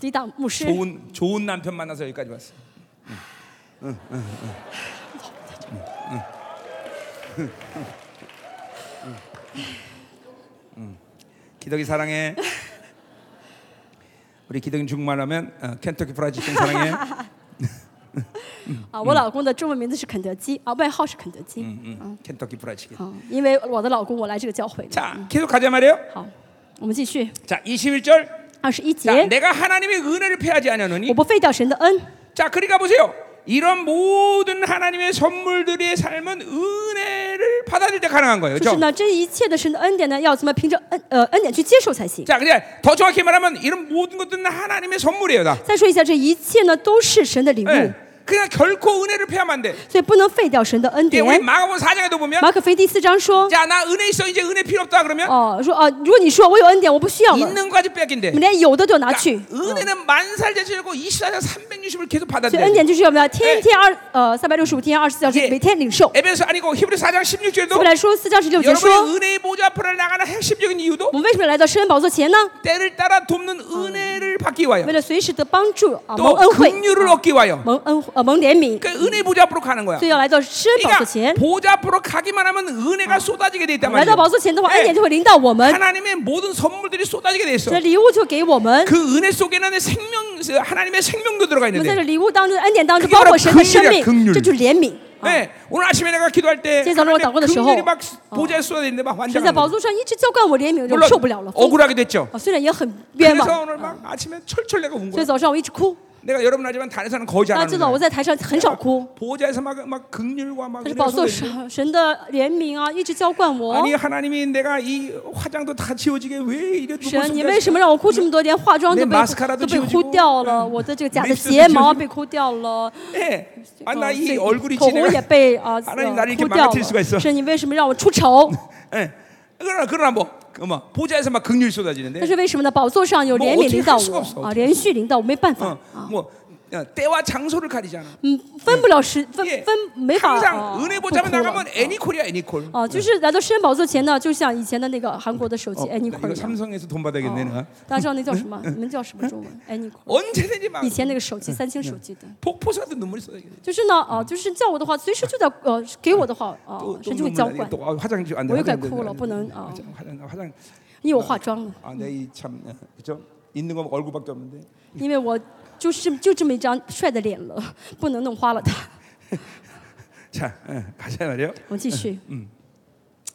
Speaker 2: 抵挡牧师。
Speaker 1: 좋은 좋은 남편 만나서 여기까지 왔어. 기덕이 사랑해. 우리 기덕이 중국말하면 어, 켄터키 프라이치킨 사랑해.
Speaker 2: 啊，
Speaker 1: 嗯
Speaker 2: 我老公的中文名字是肯德基啊，外号是肯德基
Speaker 1: 음, 음, 켄터키 프라이치킨.
Speaker 2: 啊，因为我的老公我来这个教会的。
Speaker 1: 자 계속 가자 말이에요.
Speaker 2: 好，我们继续
Speaker 1: 자 21절.
Speaker 2: 二十一
Speaker 1: 자
Speaker 2: 节，
Speaker 1: 내가 하나님의 은혜를 패하지
Speaker 2: 我
Speaker 1: 않으니.
Speaker 2: 不废掉神的恩。
Speaker 1: 자 그러니까 보세요. 이런 모든 하나님의 선물들의 삶은 은혜를 받아들일 때 가능한 거예요.
Speaker 2: 就是
Speaker 1: 그렇죠?
Speaker 2: 呢，这一切的神的恩典呢，要怎么凭着恩呃恩典去接受才行。
Speaker 1: 자, 그냥 더 정확히 말하면 이런 모든 것들은 하나님의 선물이에요, 다.
Speaker 2: 再说一下，这一切呢都是神的礼物，
Speaker 1: 예. 그냥 결코 은혜를 패하면 안 돼.
Speaker 2: 所以不能废掉神的恩
Speaker 1: 이게
Speaker 2: 典。
Speaker 1: 우리 마가복음 4장에도 보면
Speaker 2: 马可菲第四章说，
Speaker 1: 자, 나 은혜 있어. 이제 은혜 필요 없다 그러면
Speaker 2: 哦，说哦，如果你说我有恩典，我不需要了，
Speaker 1: 있는 거까지 뺏긴대.
Speaker 2: 你连有的都拿去。
Speaker 1: 그러니까 은혜는 만살 대주고 24장 360을 계속
Speaker 2: 所以恩典
Speaker 1: 받아들여야 돼.
Speaker 2: 就是我们要天天二呃三百六十五天二十四小时
Speaker 1: 예
Speaker 2: 每天领受。
Speaker 1: 에베소 아니고 그 히브리 4장 16절도
Speaker 2: 我们来说四章十六节说，
Speaker 1: 여러분의 은혜의 보좌 앞으로 나가는 핵심적인
Speaker 2: 我
Speaker 1: 이유도
Speaker 2: 们为什么来到施恩宝座前呢？
Speaker 1: 때를 따라 돕는 은혜를 받기 위하여
Speaker 2: 为了随时的帮助啊，蒙
Speaker 1: 또
Speaker 2: 恩惠，
Speaker 1: 긍휼을 얻기 위하여
Speaker 2: 蒙恩呃蒙怜悯，
Speaker 1: 어. 뭐, 그러니까 은혜 보좌 앞으로 가는 거야.
Speaker 2: 所以要来到施恩宝座前
Speaker 1: 그러니까 。 보좌 앞으로 가기만 하면 은혜가 쏟아지게 돼 있단
Speaker 2: 来到
Speaker 1: 말이에요.
Speaker 2: 宝座前的话，恩
Speaker 1: 예.
Speaker 2: 典就会临到我们，
Speaker 1: 하나님의 모든 선물들이 쏟아지게 돼 있어.
Speaker 2: 这礼物就给我们。
Speaker 1: 그 은혜 속에는 생명 하나님의 생명도 들어가
Speaker 2: 我们在
Speaker 1: 있는데.
Speaker 2: 这礼物当中，恩典当中
Speaker 1: 그게
Speaker 2: 包括
Speaker 1: 바로
Speaker 2: 神的生
Speaker 1: 긍 휼이야
Speaker 2: 命
Speaker 1: 긍，휼
Speaker 2: 这就是怜悯。啊
Speaker 1: 네, 오늘 아침에 내가 기도할 때
Speaker 2: 제자로
Speaker 1: 하나님의
Speaker 2: 祷告的时候，
Speaker 1: 긍휼이 막 보좌에 쏟아지는데 막
Speaker 2: 神在
Speaker 1: 환장하는
Speaker 2: 宝
Speaker 1: 거예요.
Speaker 2: 座上一直浇灌我怜悯，我就受不了了
Speaker 1: 물론 。 억울하게 됐죠.
Speaker 2: 啊，虽然也很冤
Speaker 1: 그래서
Speaker 2: 枉，
Speaker 1: 오늘 막 아침에 철철 내가 운
Speaker 2: 所
Speaker 1: 거야.
Speaker 2: 以早上我一直哭。
Speaker 1: 내가 여러분 하지만 다른사람 거의
Speaker 2: 大家
Speaker 1: 안
Speaker 2: 知道我
Speaker 1: 하는
Speaker 2: 在台上很少哭，
Speaker 1: 보좌에서 막막 극률과 막
Speaker 2: 但是
Speaker 1: 은혜가
Speaker 2: 宝座
Speaker 1: 쏟아지고.
Speaker 2: 上神的怜悯啊，一直浇灌我
Speaker 1: 아니 。 하나님이 내가 이 화장도 다 지워지게 왜 이래 누굴
Speaker 2: 神，你
Speaker 1: 속였어?
Speaker 2: 为什么让我哭这么多天？化妆都
Speaker 1: 내
Speaker 2: 被
Speaker 1: 마스카라도
Speaker 2: 都被
Speaker 1: 지워지고
Speaker 2: 哭掉了，我的这个假的
Speaker 1: 립스틱도
Speaker 2: 睫毛
Speaker 1: 지워지고
Speaker 2: 被哭掉了，
Speaker 1: 예.
Speaker 2: 呃
Speaker 1: 아나이
Speaker 2: 这
Speaker 1: 啊 얼굴이
Speaker 2: 口红
Speaker 1: 지내가
Speaker 2: 也被
Speaker 1: (laughs)
Speaker 2: 啊
Speaker 1: 나
Speaker 2: 呃
Speaker 1: 를나를이렇게
Speaker 2: 哭掉
Speaker 1: 망가뜨릴수가있어
Speaker 2: 了。神，你为什么让我出
Speaker 1: (laughs)
Speaker 2: 丑？
Speaker 1: 예. 그러나 그러나 뭐그뭐 보좌에서 막 극률 쏟아지는데
Speaker 2: 但是为什么呢？宝座上有
Speaker 1: 뭐
Speaker 2: 怜
Speaker 1: 어떻게
Speaker 2: 悯领导
Speaker 1: 할수가없어
Speaker 2: 我啊，连续领导我没办法
Speaker 1: 어, ，뭐 어, 때와 장소를 가리잖아.
Speaker 2: 嗯，分不了时分
Speaker 1: 예.
Speaker 2: 分没法
Speaker 1: 항상
Speaker 2: 啊，
Speaker 1: 은혜
Speaker 2: 不
Speaker 1: 보자면
Speaker 2: 哭了
Speaker 1: 나가면 애니콜이야 애니콜.
Speaker 2: 啊，就是来到施恩宝座前呢，就像以前的那个韩国的手机
Speaker 1: 어, 나
Speaker 2: Anycore
Speaker 1: 이거
Speaker 2: 一样。
Speaker 1: 삼성에서 돈 받아야겠네
Speaker 2: 哦
Speaker 1: 내가.
Speaker 2: 大家知道那叫什么？你们叫什么中文？Anycore。
Speaker 1: 언제든지 막
Speaker 2: 以前那个手机，三星手机的。
Speaker 1: 폭포사도 눈물이 쏟아지겠네.
Speaker 2: 就是呢，啊，就是叫我的话，随时就在呃给我的话，啊，
Speaker 1: 어,
Speaker 2: 神就会
Speaker 1: 눈물
Speaker 2: 浇
Speaker 1: 나게
Speaker 2: 灌。
Speaker 1: 또 아, 화장 지금 안 돼.
Speaker 2: 뭐 이렇게
Speaker 1: 화장 안 돼,
Speaker 2: 哭了,
Speaker 1: 안 돼.
Speaker 2: 不能, 어.
Speaker 1: 화장 화장 화장
Speaker 2: 因为我化妆了，
Speaker 1: 아 내 이참 그죠? 있는 거 얼굴밖에 없는데.
Speaker 2: (laughs) 因为我就是这就这么一张帅的脸了， (laughs) 不能弄花了它。
Speaker 1: 자 예, 가자 말이요.
Speaker 2: 我们继续，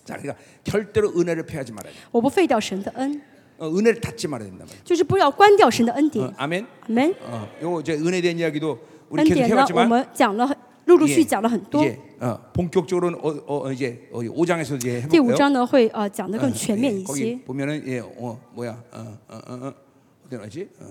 Speaker 1: 자 그러니까 절대로 은혜를 패하지 말아야 돼.
Speaker 2: 我不废掉神的恩，
Speaker 1: 어, 은혜를 닫지 말아야 된다 말이야.
Speaker 2: 就是不要关掉神的恩
Speaker 1: 어,
Speaker 2: 典。
Speaker 1: 아멘.
Speaker 2: 阿门。
Speaker 1: 어, 요 이제 은혜에 대한 이야기도
Speaker 2: 恩
Speaker 1: 우리 계속
Speaker 2: 典呢，嗯我
Speaker 1: 해왔지만
Speaker 2: 们讲了很陆陆续
Speaker 1: 예,
Speaker 2: 续讲了很多。
Speaker 1: 이제 어, 본격적으로는 어, 어, 이제 5장에서 이제
Speaker 2: 第五
Speaker 1: 해볼까요?
Speaker 2: 章呢会呃讲得更
Speaker 1: 어,
Speaker 2: 全面
Speaker 1: 예,
Speaker 2: 一
Speaker 1: 거기
Speaker 2: 些。
Speaker 1: 보면은 예, 어, 뭐야, 어, 어, 어, 어, 어디 나지? 어,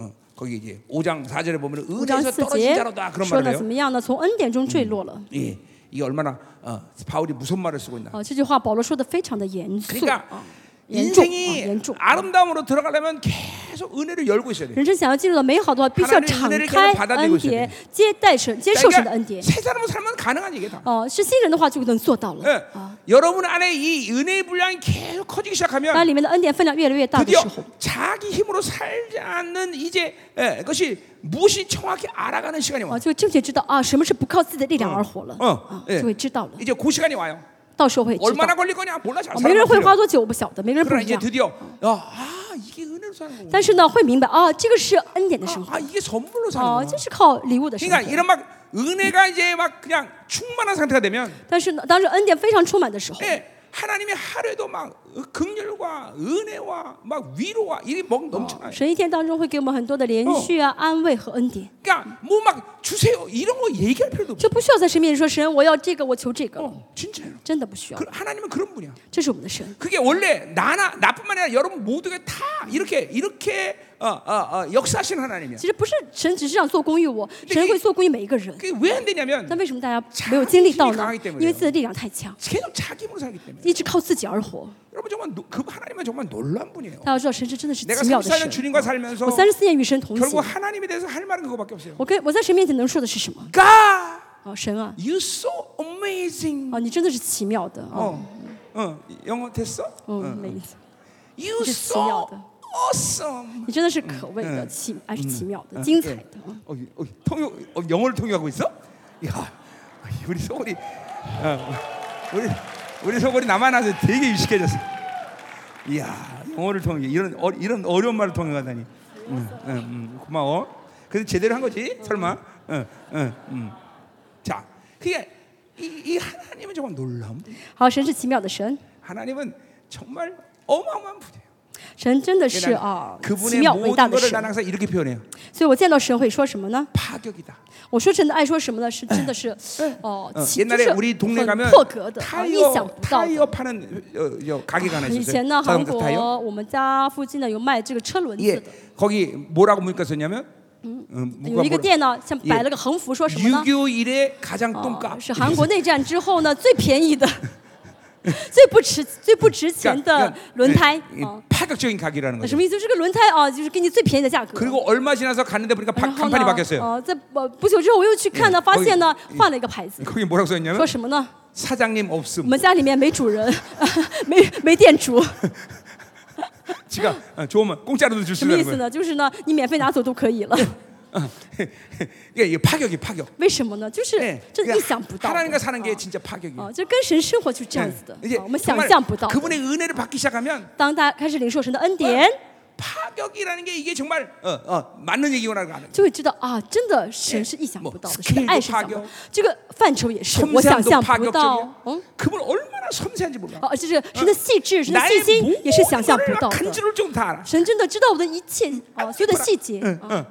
Speaker 1: 어, 어, 거기 이제 5장 4절에 보면
Speaker 2: 五章
Speaker 1: 은혜에서
Speaker 2: 四
Speaker 1: 떨어진
Speaker 2: 节
Speaker 1: 자로다 그런
Speaker 2: 说呢
Speaker 1: 말을
Speaker 2: 怎
Speaker 1: 해요.
Speaker 2: 么样呢？从恩典中坠落了。
Speaker 1: 예, 이게 얼마나 어, 바울이 무슨 말을 쓰고 있나?
Speaker 2: 啊，这句话保罗说的非常的严肃
Speaker 1: 그러니까
Speaker 2: 啊，严重啊，
Speaker 1: 인생이
Speaker 2: 严重。
Speaker 1: 아름다움으로 들어가려면 계속 은혜를 열고 있어야 돼.
Speaker 2: 人生想要进入到美好的话，必须要敞开恩典，接待神，接受神的恩
Speaker 1: 그러니까
Speaker 2: 典。
Speaker 1: 세 사람은 살면 가능한 얘기 다.
Speaker 2: 哦、是新人的话就能做到了。啊
Speaker 1: 예, 여러분 안에 이 은혜의 분량이 계속 커지기
Speaker 2: 当
Speaker 1: 시작하면
Speaker 2: 里面的恩典分量越来越大的
Speaker 1: 드디어
Speaker 2: 时候，
Speaker 1: 자기 힘으로 살지 않는 이제 예, 그것이 무엇이 정확히 알아가는 시간이
Speaker 2: 啊，
Speaker 1: 와.
Speaker 2: 就会正确知道啊，什么是不靠自己的力量而活了，
Speaker 1: 嗯
Speaker 2: 啊，
Speaker 1: 嗯
Speaker 2: 就会知道了。
Speaker 1: 이제 그 시간이 와요.
Speaker 2: 到时候会知道
Speaker 1: 얼마나 ， 걸릴 거냐 몰라 잘
Speaker 2: 啊每个人会
Speaker 1: 살아요.
Speaker 2: 花多久我不晓得，每个人不
Speaker 1: 그러나
Speaker 2: 一
Speaker 1: 이제
Speaker 2: 样。
Speaker 1: 드디어 야, 아 이게 은혜로 사는 거고
Speaker 2: 但是呢，会明白啊，这个是恩典的生活，
Speaker 1: 아, 아, 이게 선물로 사는
Speaker 2: 哦、
Speaker 1: 거야
Speaker 2: 这是靠礼物的生
Speaker 1: 그러니까
Speaker 2: 活。
Speaker 1: 이런 막 은혜가 이제 막 그냥 충만한 상태가 되면
Speaker 2: 但是呢，当时恩典非常充满的时候，
Speaker 1: 예, 하나님의 하루에도 막 긍휼과 은혜와 막 위로와 이게 막 넘쳐나요.
Speaker 2: 神一天当中会给我们很多的连续啊、安慰和恩典，
Speaker 1: 그러니까 뭐 막 주세요 이런 거 얘기할 필요도 없어.
Speaker 2: 就不需要在神面前说神我要这个我求这个，
Speaker 1: 어, 진짜요.
Speaker 2: 真的不需要
Speaker 1: 그 ， 하나님은 그런 분이야.
Speaker 2: 这是我们的神。
Speaker 1: 그게 원래 나나 나뿐만 아니라 여러분 모두가 다 이렇게 이렇게 어, 어, 어, 역사하시는 하나님이야.
Speaker 2: 其实不是神只是想做公益我，神会做公益每一个人。
Speaker 1: 그게 왜 안 되냐면
Speaker 2: 但为什么大家没有经历到呢
Speaker 1: 자기힘이강하기때문에요 ？
Speaker 2: 因为自己的力量太强，
Speaker 1: 계속 자기 힘으로 살기 때문에.
Speaker 2: 一直靠自己而活。
Speaker 1: 여러분 정말 노, 그 하나님은 정말 놀란 분이에요.
Speaker 2: 大家要知道，神是真的是
Speaker 1: 내가
Speaker 2: 奇妙的
Speaker 1: 34년
Speaker 2: 神。
Speaker 1: 주님과 살면서
Speaker 2: 我三十四年与神同
Speaker 1: 결국
Speaker 2: 行，
Speaker 1: 하나님에 대해서 할 말은 그거밖에 없어요.
Speaker 2: 我跟我在神面前能说的是什么？
Speaker 1: God,
Speaker 2: 啊，神啊，
Speaker 1: you so amazing.
Speaker 2: 啊，你真的是奇妙的啊，
Speaker 1: 어, 어, 영어 됐어? 네.
Speaker 2: 嗯，没意思，
Speaker 1: You
Speaker 2: 这是奇
Speaker 1: so
Speaker 2: 妙的，
Speaker 1: awesome.
Speaker 2: 你真的是可畏的
Speaker 1: 嗯
Speaker 2: 奇，还是奇妙的，精彩的。
Speaker 1: 어, 어, 통역, 어, 영어를 통역하고 있어? 야, 우리 소골이, 어, 우리 우리 소골이 나만 아서 되게 유식해졌어. 이야, 영어를 통역, 이런 어, 이런 어려운 말을 통역하다니. 응, 응, 응, 고마워. 그래서 제대로 한 거지? 설마? 응, 응, 응. 자, 그게 이, 이 하나님은 정말 놀라운 분이에요.
Speaker 2: 好，神是奇妙的神，
Speaker 1: 하나님은 정말 어마어마한 분이에요.
Speaker 2: 神真的是
Speaker 1: 그러니까
Speaker 2: 啊，奇
Speaker 1: 그분의
Speaker 2: 妙伟大
Speaker 1: 모든
Speaker 2: 的
Speaker 1: 것을
Speaker 2: 神
Speaker 1: 난 。 항상 이렇게 표현해요.
Speaker 2: 所以我见到神会说什么呢？
Speaker 1: 파격이다.
Speaker 2: 我说真的爱说什么呢？是真的是哦，
Speaker 1: 어,
Speaker 2: 奇就
Speaker 1: 哎嗯 옛날에
Speaker 2: 是
Speaker 1: 우리 동네
Speaker 2: 很
Speaker 1: 가면
Speaker 2: 破格的，啊意
Speaker 1: 타이어
Speaker 2: 想不到
Speaker 1: 타이어
Speaker 2: 的。
Speaker 1: 파는 어, 어, 가게가 하나
Speaker 2: 以
Speaker 1: 있었어요.
Speaker 2: 前呢，韩
Speaker 1: 자동차 타이어.
Speaker 2: 国我们家附近呢有卖这个车轮子
Speaker 1: 예,
Speaker 2: 的，
Speaker 1: 거기 뭐라고 문가 썼냐면 음,
Speaker 2: 有
Speaker 1: 문구가
Speaker 2: 一个
Speaker 1: 뭐라-
Speaker 2: 店呢，像摆
Speaker 1: 예
Speaker 2: 了个横幅，说什么呢？
Speaker 1: 6.25 이래 가장
Speaker 2: 哦
Speaker 1: 똥값.
Speaker 2: 是韩国内战之后呢最便
Speaker 1: (laughs)
Speaker 2: 宜的、最不值、最不值钱
Speaker 1: 그러니까
Speaker 2: 的
Speaker 1: 그냥,
Speaker 2: 轮
Speaker 1: 예,
Speaker 2: 胎
Speaker 1: 예,
Speaker 2: 啊。
Speaker 1: 파격적인 가게라는
Speaker 2: 那什
Speaker 1: 거죠.
Speaker 2: 么意思？这个轮胎啊，就是给你最便宜的价格。
Speaker 1: 그리고 얼마 지나서 갔는데 보니까 파,
Speaker 2: 然后呢
Speaker 1: 간판이 ， 바뀌었어요.
Speaker 2: 哦，在不不久之后我又去看呢，
Speaker 1: 예
Speaker 2: 发现呢
Speaker 1: 거기
Speaker 2: 换了一个牌子，
Speaker 1: 거기 뭐라고 썼냐면
Speaker 2: 说什么呢？
Speaker 1: 사장님
Speaker 2: 我
Speaker 1: 없음.
Speaker 2: 们家里面没主人， (laughs) 没没店
Speaker 1: (laughs)
Speaker 2: 主，
Speaker 1: 지가 어, 좋으면 공짜로도 줄
Speaker 2: 什么
Speaker 1: 수있는
Speaker 2: 意思
Speaker 1: 거예요. 어.
Speaker 2: 呢？就是呢，你免费拿走都可以了。
Speaker 1: (laughs) 그러니까 이게 이게 파격이 파격.
Speaker 2: 为什么呢？就是
Speaker 1: 예,
Speaker 2: 真的
Speaker 1: 그러니까
Speaker 2: 意想不到的。
Speaker 1: 하나님과 사는 게 진짜 파격이에요.
Speaker 2: 啊，就跟神生活就是这样子的，
Speaker 1: 이제
Speaker 2: 啊我们想
Speaker 1: 정말
Speaker 2: 象不到的。
Speaker 1: 그분의 은혜를 받기 시작하면
Speaker 2: 当大家开始领受神的恩典，
Speaker 1: 파격이라는 게 이게 정말 어, 어, 맞는 얘기구나 하는
Speaker 2: 就会知道啊，真的神是意想不到
Speaker 1: 뭐
Speaker 2: 的，神的爱是想不到
Speaker 1: 스케일도파격
Speaker 2: 的，这个范畴也是我想
Speaker 1: 섬세함도
Speaker 2: 象不到
Speaker 1: 파격적이야 。
Speaker 2: 嗯，
Speaker 1: 그분 얼마나 섬세한지 몰라
Speaker 2: 哦、这是神的细致，神的细
Speaker 1: 나의
Speaker 2: 心也是想
Speaker 1: 모든
Speaker 2: 象不
Speaker 1: 거를 막
Speaker 2: 到的。
Speaker 1: 간지러울 정도 다 알아
Speaker 2: 神真的知道我的一切啊，所有的细节
Speaker 1: 응,
Speaker 2: 啊，
Speaker 1: 응.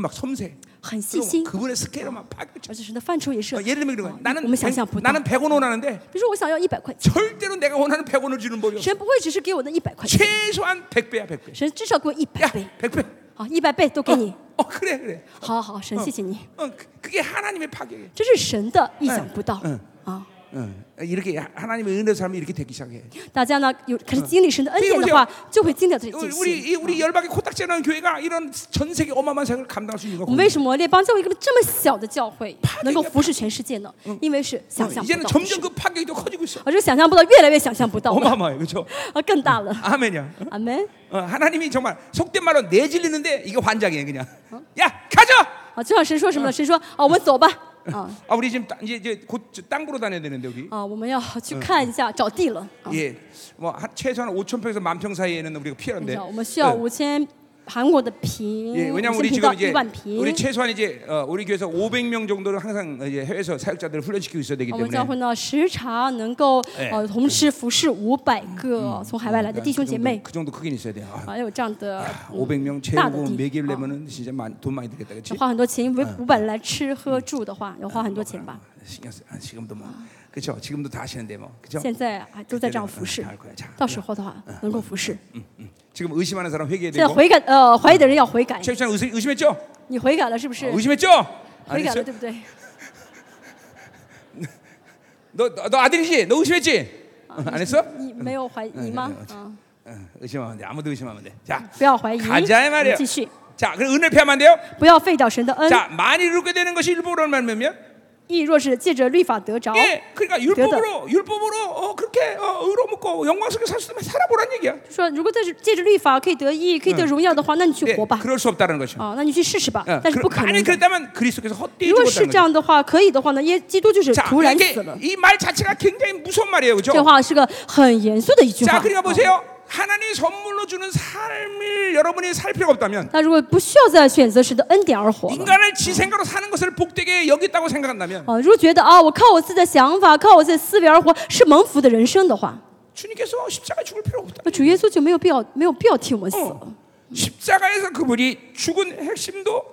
Speaker 1: 막 섬세
Speaker 2: 很细
Speaker 1: 그리고
Speaker 2: 心，
Speaker 1: 그분의 스케일은 막 파격적
Speaker 2: 而且神的范畴哦也是
Speaker 1: 어, 。 예를 들면 이런 거야
Speaker 2: 我
Speaker 1: 나는
Speaker 2: 们想象不
Speaker 1: 100,
Speaker 2: 到。
Speaker 1: 나는 100원 원하는데
Speaker 2: 比如说我想要一百块钱，
Speaker 1: 절대로 내가 원하는 100원을 주는 법이 없어
Speaker 2: 神不会只是给我那一百块钱，
Speaker 1: 최소한 100배야 100배
Speaker 2: 神至少给我一百
Speaker 1: 야
Speaker 2: 倍，
Speaker 1: 100배
Speaker 2: 好，一百倍都给你。
Speaker 1: 어, 그래 그래
Speaker 2: 好好，神谢谢你，
Speaker 1: 어, 그- 그게 하나님의 파격이에요
Speaker 2: 这是神的意想不到
Speaker 1: 嗯
Speaker 2: 啊！
Speaker 1: 어, 이렇게 하나님의 은혜로 살면 이렇게 되기 시작해
Speaker 2: 大家呢有开始经历神的恩典的话，就会经历到这
Speaker 1: 우리
Speaker 2: 进
Speaker 1: 우리
Speaker 2: 行。
Speaker 1: 이- 우리 열방의 코딱지라는 교회가 이런 전 세계 어마어마한 사역을 감당할 수 있는
Speaker 2: 我
Speaker 1: 거고.
Speaker 2: 们为什么列邦教会一个这么小的教会能够服侍全世界呢？因为是想象不
Speaker 1: 이제는
Speaker 2: 到，
Speaker 1: 점점 그 파격이 더 커지고 있어.
Speaker 2: 而这个想象不到，越来越想象不到了，
Speaker 1: 어마어마해, 그렇죠?
Speaker 2: 啊，更大
Speaker 1: (laughs)
Speaker 2: 了。
Speaker 1: 아멘이야.
Speaker 2: 阿门。
Speaker 1: 어, 하나님이 정말 속된 말로 내질리는데 이게 환장이야 그냥. 야 가자.
Speaker 2: 啊，就像神说什么呢？神说啊，我们走吧，啊
Speaker 1: 아, 우리 지금 땅- 이제 이제 곧 저- 땅 보러 다녀야 되는데 우리.
Speaker 2: 啊，我们要去看一下，找地了。啊
Speaker 1: 예, 뭐 한- 최소한 5천 평에서 만 평 사이에는 우리가
Speaker 2: 你
Speaker 1: 필요한데.
Speaker 2: 知道我们需要
Speaker 1: 예.
Speaker 2: 五千韩国的平，
Speaker 1: 예,
Speaker 2: 五千
Speaker 1: 왜냐면 우리
Speaker 2: 平到
Speaker 1: 지금
Speaker 2: 一
Speaker 1: 이제
Speaker 2: 万
Speaker 1: 우리
Speaker 2: 平。
Speaker 1: 최소한 이제 어, 우리 교회에서 500명 정도를 항상 이제 해외에서 사역자들을 훈련시키고 있어야 되기
Speaker 2: 我们
Speaker 1: 때문에
Speaker 2: 教会呢，时常能够
Speaker 1: 哎
Speaker 2: 呃同时服侍五百个从海外来的
Speaker 1: 그러니까
Speaker 2: 弟兄姐妹
Speaker 1: 그 정도, 그 정도 크긴 있어야 돼요. 아,
Speaker 2: 啊，要有这样的
Speaker 1: 500명
Speaker 2: 따뜻히.
Speaker 1: 채우고 매기를
Speaker 2: 어.
Speaker 1: 내면은 진짜 많- 돈 많이 들겠다, 그렇지?
Speaker 2: 要花很多钱，因
Speaker 1: 嗯
Speaker 2: 为五百人来吃喝住的话，要花很多钱吧。
Speaker 1: 신경 쓰. 아, 지금도 뭐, 그렇죠? 지금도 다 하시는데 뭐, 그렇죠?
Speaker 2: 现在还都在这样服侍
Speaker 1: 嗯好快点，
Speaker 2: 到时候的话能
Speaker 1: 嗯
Speaker 2: 够服侍。
Speaker 1: 지금 의심하는 사람 회개해야
Speaker 2: 现在
Speaker 1: 되고.
Speaker 2: 悔改
Speaker 1: 嗯
Speaker 2: 呃怀疑的人要悔改，
Speaker 1: 최욱씨는 의심, 의심했죠?
Speaker 2: 你悔改了是不
Speaker 1: 어,
Speaker 2: 是？
Speaker 1: 의심했죠?
Speaker 2: 悔改了
Speaker 1: 알겠어?
Speaker 2: 对不对？
Speaker 1: 너, 너, 너 아들이지? 너 의심했지? 어, 안 했어?
Speaker 2: 你没有怀疑吗？
Speaker 1: 嗯
Speaker 2: 啊，
Speaker 1: 어, 의심하면 돼. 아무도 의심하면 돼. 자,
Speaker 2: 不要怀疑，
Speaker 1: 가자이말이야
Speaker 2: 继续，
Speaker 1: 자, 그럼 은혜 피하면 안 돼요.
Speaker 2: 不要废掉神的恩。
Speaker 1: 자, 많이 이루게 되는 것이 율법으로 말하면,
Speaker 2: 义若是借着律法得着，
Speaker 1: 예, 그러니까 율법으로 율법으로 어, 그렇게 어, 의로먹고 영광스럽게 살 수 있으면 살아보란 얘기야.
Speaker 2: 就说如果在这借着律法可以得义，可以
Speaker 1: 嗯
Speaker 2: 得荣耀的话，那你去
Speaker 1: 예,
Speaker 2: 活吧。
Speaker 1: 그럴 수 없다는 거죠.
Speaker 2: 啊，那你去试试吧
Speaker 1: 어, ，
Speaker 2: 但是
Speaker 1: 그,
Speaker 2: 不可能
Speaker 1: 만약
Speaker 2: 的。
Speaker 1: 그랬다면 그리스도께서 헛되이
Speaker 2: 如果是
Speaker 1: 죽었다는
Speaker 2: 这
Speaker 1: 거죠.
Speaker 2: 样的话，可以的话呢，耶基督就是
Speaker 1: 자,
Speaker 2: 突然
Speaker 1: 이게
Speaker 2: 死了。
Speaker 1: 이 말 자체가 굉장히 무서운 말이에요,
Speaker 2: 这
Speaker 1: 그렇죠?
Speaker 2: 话是个很严肃的一句话
Speaker 1: 자, 。
Speaker 2: 啊
Speaker 1: 그러니까 보세요. 하나님이 선물로 주는 삶을 여러분이 살 필요가 없다면
Speaker 2: 那如果不需要再选择神的恩典而活了，
Speaker 1: 인간을 지 생각으로 사는 것을 복되게 여겼다고 생각한다면
Speaker 2: 哦啊，如果觉得啊，我靠我自己的想法，靠我自己的思维而活是蒙福的人生的话，
Speaker 1: 주님께서 십자가에 죽을 필요 없다.
Speaker 2: 那主耶稣就没有必要没有必要替我们死。
Speaker 1: 어, 십자가에서 그분이 죽은 핵심도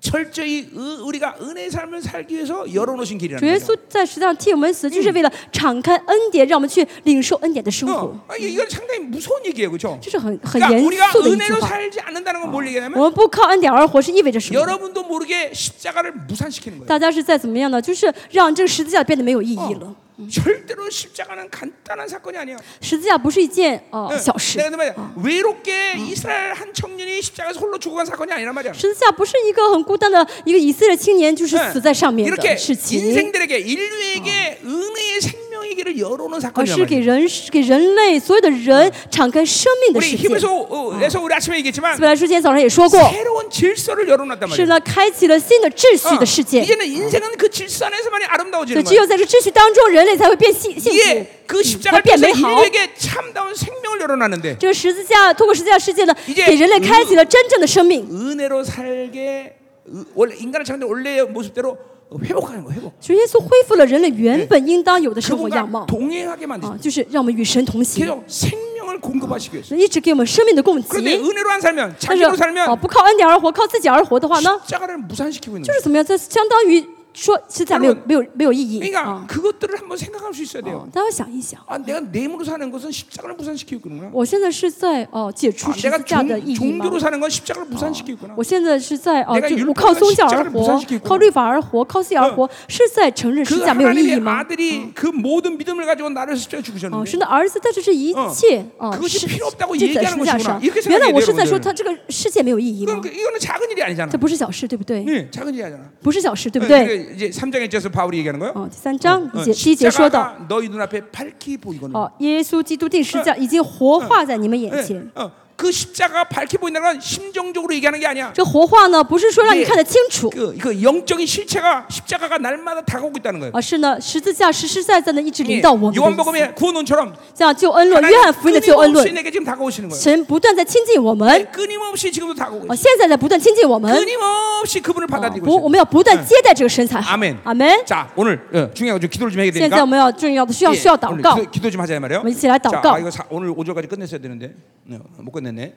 Speaker 1: 철저히 의- 우리가 은혜의 삶을 살기 위해서 열어놓으신
Speaker 2: 主
Speaker 1: 길이라는
Speaker 2: 耶
Speaker 1: 거죠.
Speaker 2: 稣在十字上替我们死，就是为了敞开恩典，让我们去领受恩典的生活。
Speaker 1: 어, 아, 이- 이건 상당히 무서운 얘기예요, 그렇죠?
Speaker 2: 这是很很
Speaker 1: 그러니까
Speaker 2: 严
Speaker 1: 우리가
Speaker 2: 肃的一句
Speaker 1: 은혜로
Speaker 2: 话。
Speaker 1: 살지 않는다는 건 뭘 얘기하냐면
Speaker 2: 我们不靠恩典而活是意味着什么？
Speaker 1: 여러분도 모르게 십자가를 무산시키는 거예요.
Speaker 2: 大家是在怎么样呢？就是让这个十字架变得没有意义
Speaker 1: 哦
Speaker 2: 了。
Speaker 1: 음. 절대로 십자가는 간단한 사건이 아니야.
Speaker 2: 十字架不是一件呃
Speaker 1: 응.
Speaker 2: 小事，
Speaker 1: 내가 근데 말이야. 외롭게 이스라엘 한 청년이 십자가에서 홀로 죽어간 사건이 아니란 말이야.
Speaker 2: 十字架不是一个很孤单的一个以色列青年就是
Speaker 1: 응.
Speaker 2: 死在上面
Speaker 1: 이렇게
Speaker 2: 的事情，
Speaker 1: 인생들에게 인류에게 은혜의 생명의 길을 어. 열어놓은
Speaker 2: 而
Speaker 1: 사건이란
Speaker 2: 是
Speaker 1: 말이야.
Speaker 2: 给人给人类所有的人敞开生命的
Speaker 1: 우리
Speaker 2: 事情。
Speaker 1: 힘에서 어, 에서 우리 아침에 얘기했지만
Speaker 2: 本来说今天早上也说过，
Speaker 1: 새로운 질서를 열어놨단 말이야.
Speaker 2: 是呢，开启了新的秩序
Speaker 1: 어,
Speaker 2: 的世界。
Speaker 1: 이제는 인생은 그 질서 안에서만이
Speaker 2: 对，
Speaker 1: 그 아름다워지는
Speaker 2: 只
Speaker 1: 거야.
Speaker 2: 有在这秩序当中，人类才会变幸幸福
Speaker 1: 이게 ，그
Speaker 2: 才
Speaker 1: 십자가를
Speaker 2: 变
Speaker 1: 통해서
Speaker 2: 美好。
Speaker 1: 인류에게 참다운 생명을 열어놨는데
Speaker 2: 这个十字架，通过十字架世界呢，
Speaker 1: 이제
Speaker 2: 给人类开启了真正的
Speaker 1: 嗯
Speaker 2: 生命。
Speaker 1: 은혜로 살게 으- 원래 인간을 창조 원래의 모습대로 회복하는 거야. 회복.
Speaker 2: 主耶稣恢复了人类原本应当有的生活样
Speaker 1: 그분과
Speaker 2: 貌
Speaker 1: 동행하게 만드시.
Speaker 2: 啊，就是让我们与神同行，
Speaker 1: 계속 생명을 공급하시기 위해서.
Speaker 2: 神一直给我们生命的供
Speaker 1: 그런데
Speaker 2: 给。
Speaker 1: 은혜로 안 살면
Speaker 2: 但是
Speaker 1: 자기로
Speaker 2: 啊，
Speaker 1: 살면
Speaker 2: 不靠恩典而活，靠自己而活的话呢，
Speaker 1: 십자가를 무산시키고 있는
Speaker 2: 就
Speaker 1: 거예요.
Speaker 2: 是怎么样？这相当于说实在没有
Speaker 1: 여러분
Speaker 2: 没有没有意义
Speaker 1: 그러니까
Speaker 2: 啊。
Speaker 1: 그것들을 한번 생각할 수 있어야
Speaker 2: 啊
Speaker 1: 돼요.
Speaker 2: 大家想一想，
Speaker 1: 아, 내가 내 힘으로 사는 것은 십자가를 무산시키고 있구나.
Speaker 2: 我现在是在哦解
Speaker 1: 아,
Speaker 2: 除十
Speaker 1: 내가
Speaker 2: 字架的
Speaker 1: 종,
Speaker 2: 意义吗
Speaker 1: 종교로 ？ 사는 건 십자가를 아. 무산시키고 있구나.
Speaker 2: 我现在是在哦，
Speaker 1: 내가
Speaker 2: 就
Speaker 1: 율법을
Speaker 2: 我靠宗教而
Speaker 1: 십자가를무산
Speaker 2: 活
Speaker 1: 시키고 ，
Speaker 2: 靠律法而活，靠自己而活，是在承认十
Speaker 1: 그
Speaker 2: 字架没有意义
Speaker 1: 하나님의
Speaker 2: 吗？
Speaker 1: 아들이 아, 그 모든 믿음을 가지고 나를 위해서 십자가
Speaker 2: 哦，
Speaker 1: 죽으셨는데
Speaker 2: 神的儿子，但是这一切
Speaker 1: 어
Speaker 2: 哦
Speaker 1: 그것이
Speaker 2: 是
Speaker 1: 필요없다고
Speaker 2: 这
Speaker 1: 얘기하는
Speaker 2: 在十字架
Speaker 1: 것이구나
Speaker 2: 上
Speaker 1: 이렇게생각해야，
Speaker 2: 原来
Speaker 1: 돼요
Speaker 2: 我是在说
Speaker 1: 여러분들
Speaker 2: 他这个世界没有意义吗
Speaker 1: 그럼 ？ 이거는 작은 일이 아니잖아.
Speaker 2: 这不是小事，对不对？
Speaker 1: 네, 작은 일이 아니잖아.
Speaker 2: 不是小事，对不
Speaker 1: 네,
Speaker 2: 嗯
Speaker 1: 그러니까
Speaker 2: 对？
Speaker 1: 이제 3장에 째서 바울이 얘기하는 거예요.
Speaker 2: 哦，第三章一
Speaker 1: 어,
Speaker 2: 节第一节说到，
Speaker 1: 십자가가 너희 눈앞에 밝히 보이거든.
Speaker 2: 哦，耶稣基督定十字架已经活化在你们眼前。
Speaker 1: 어, 어, 그 십자가 밝히 보인다는 건 심정적으로 얘기하는 게 아니야.
Speaker 2: 这活化呢，不是说让你看得清楚，
Speaker 1: 그, 그 영적인 실체가 십자가가 날마다 다가오고 있다는 거예요.
Speaker 2: 而啊是呢，十字架实实在在的一直
Speaker 1: 예,
Speaker 2: 临到我们的意思。
Speaker 1: 요한복음의 구원론처럼
Speaker 2: 像救恩论，约翰
Speaker 1: 하나님
Speaker 2: 福音的救恩
Speaker 1: 끊임없이
Speaker 2: 论，
Speaker 1: 내게 지금 다가오시는 거예요.
Speaker 2: 神不断在亲近我们
Speaker 1: 예, ， 끊임없이 지금도 다가오고
Speaker 2: 哦，
Speaker 1: 있어요.
Speaker 2: 现在在不断亲近我们，
Speaker 1: 끊임없이 그분을
Speaker 2: 哦
Speaker 1: 받아들이고
Speaker 2: 不，我
Speaker 1: 있어요. 뭐,
Speaker 2: 们要不断接待这个神才好。
Speaker 1: 아멘
Speaker 2: 阿门。
Speaker 1: 자, 오늘 어, 중요한 거좀 기도를 좀 해야
Speaker 2: 现在我
Speaker 1: 되니까
Speaker 2: 们要重要的需要
Speaker 1: 예,
Speaker 2: 需要
Speaker 1: 오늘
Speaker 2: 祷告，
Speaker 1: 기도, 기도 좀 하자 이 말이에요.
Speaker 2: 我们一起来祷告。
Speaker 1: 자, 아, 이거 사, 오늘 5절까지 끝냈어야 되는데 네, 못 끝냈네.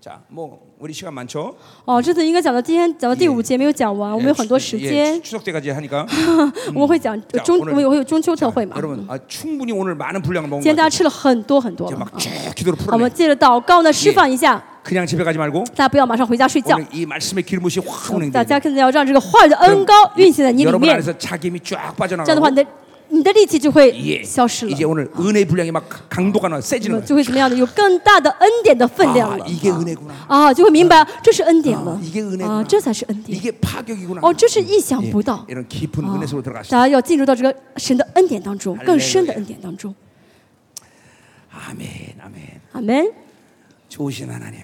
Speaker 1: 자, 뭐 우리 시간 많죠.
Speaker 2: 哦，这次应该讲到今天讲到第五节没有讲完，我
Speaker 1: 예,
Speaker 2: 们有很多
Speaker 1: 추-
Speaker 2: 时
Speaker 1: 예,
Speaker 2: 间
Speaker 1: 추- ， 추석 때까지 하니까
Speaker 2: 我们会嗯讲
Speaker 1: 자
Speaker 2: 中，
Speaker 1: 오늘
Speaker 2: 我们会有中秋特会嘛。
Speaker 1: 여러분 아, 충분히 오늘 많은 분량을
Speaker 2: 今
Speaker 1: 먹은 것
Speaker 2: 天大
Speaker 1: 같아요.
Speaker 2: 家吃了很多很多
Speaker 1: 이제
Speaker 2: 了，啊
Speaker 1: 막쭉 기도를
Speaker 2: 我们
Speaker 1: 풀어내.
Speaker 2: 借着祷告呢释放一下，
Speaker 1: 그냥 집에 가지 말고
Speaker 2: 大家不要马上回家睡觉，
Speaker 1: 오늘 이 말씀의 길못이 확 운행돼.
Speaker 2: 大家更加要让这个话语的恩高运行在你里
Speaker 1: 여러분
Speaker 2: 面，
Speaker 1: 안에서 자기 힘이 쫙
Speaker 2: 这样的话，
Speaker 1: 빠져나가고
Speaker 2: 你的你的力气就
Speaker 1: 예,
Speaker 2: 会消失了，
Speaker 1: 이제 오늘 은혜의 분량이 막 강도가 나
Speaker 2: 那么
Speaker 1: 세지는
Speaker 2: 就
Speaker 1: 거예요.
Speaker 2: 会怎么样呢？有更大的恩典的分量了
Speaker 1: 아 。 이게 은혜구나.
Speaker 2: 啊，就会明白这是恩典了
Speaker 1: 啊이게은혜구나 아, 어, 아.
Speaker 2: 啊，这才是恩典
Speaker 1: 이게 파격이구나.
Speaker 2: 哦，这是意想不到
Speaker 1: 이런 깊은
Speaker 2: 啊
Speaker 1: 은혜 속으로 ！
Speaker 2: 大
Speaker 1: 들어가시다.
Speaker 2: 家要进入到这个神的恩典当中，
Speaker 1: 할렐루야
Speaker 2: 更深的恩典当中。
Speaker 1: 아멘, 아멘.
Speaker 2: 阿门。
Speaker 1: 좋으신 하나님,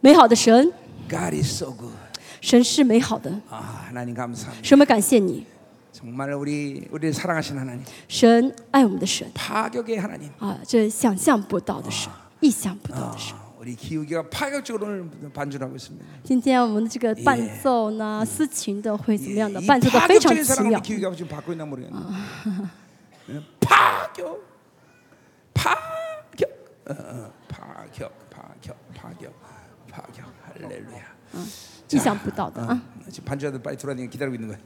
Speaker 2: 美好的神，
Speaker 1: God is so good.
Speaker 2: 神是美好的，
Speaker 1: 아, 하나님 감사합니다.
Speaker 2: 神我们感谢你，
Speaker 1: 정말 우리 우리를 사랑하신 하나님,
Speaker 2: 神爱我们的神
Speaker 1: 파격의 하나님.
Speaker 2: 啊，这想象不到的神，意想不到的神。
Speaker 1: 아, 우리 기우기가 파격적으로 오늘 반주하고 있습니다.
Speaker 2: 今天我们的这个伴奏呢，思琴的会怎么样呢？
Speaker 1: 이
Speaker 2: 伴奏的非常
Speaker 1: 파격적인
Speaker 2: 奇
Speaker 1: 사랑을
Speaker 2: 妙
Speaker 1: 우리 ， 기우기가 지금 받고 있나 모르겠네. 예, 파격, 파격, 어, 어, 파격, 파격, 파격, 파격. 할렐루야.
Speaker 2: 意想不到的啊！
Speaker 1: 어, 지금 반주자들 빨리 돌아다니고 기다리고 있는 거야.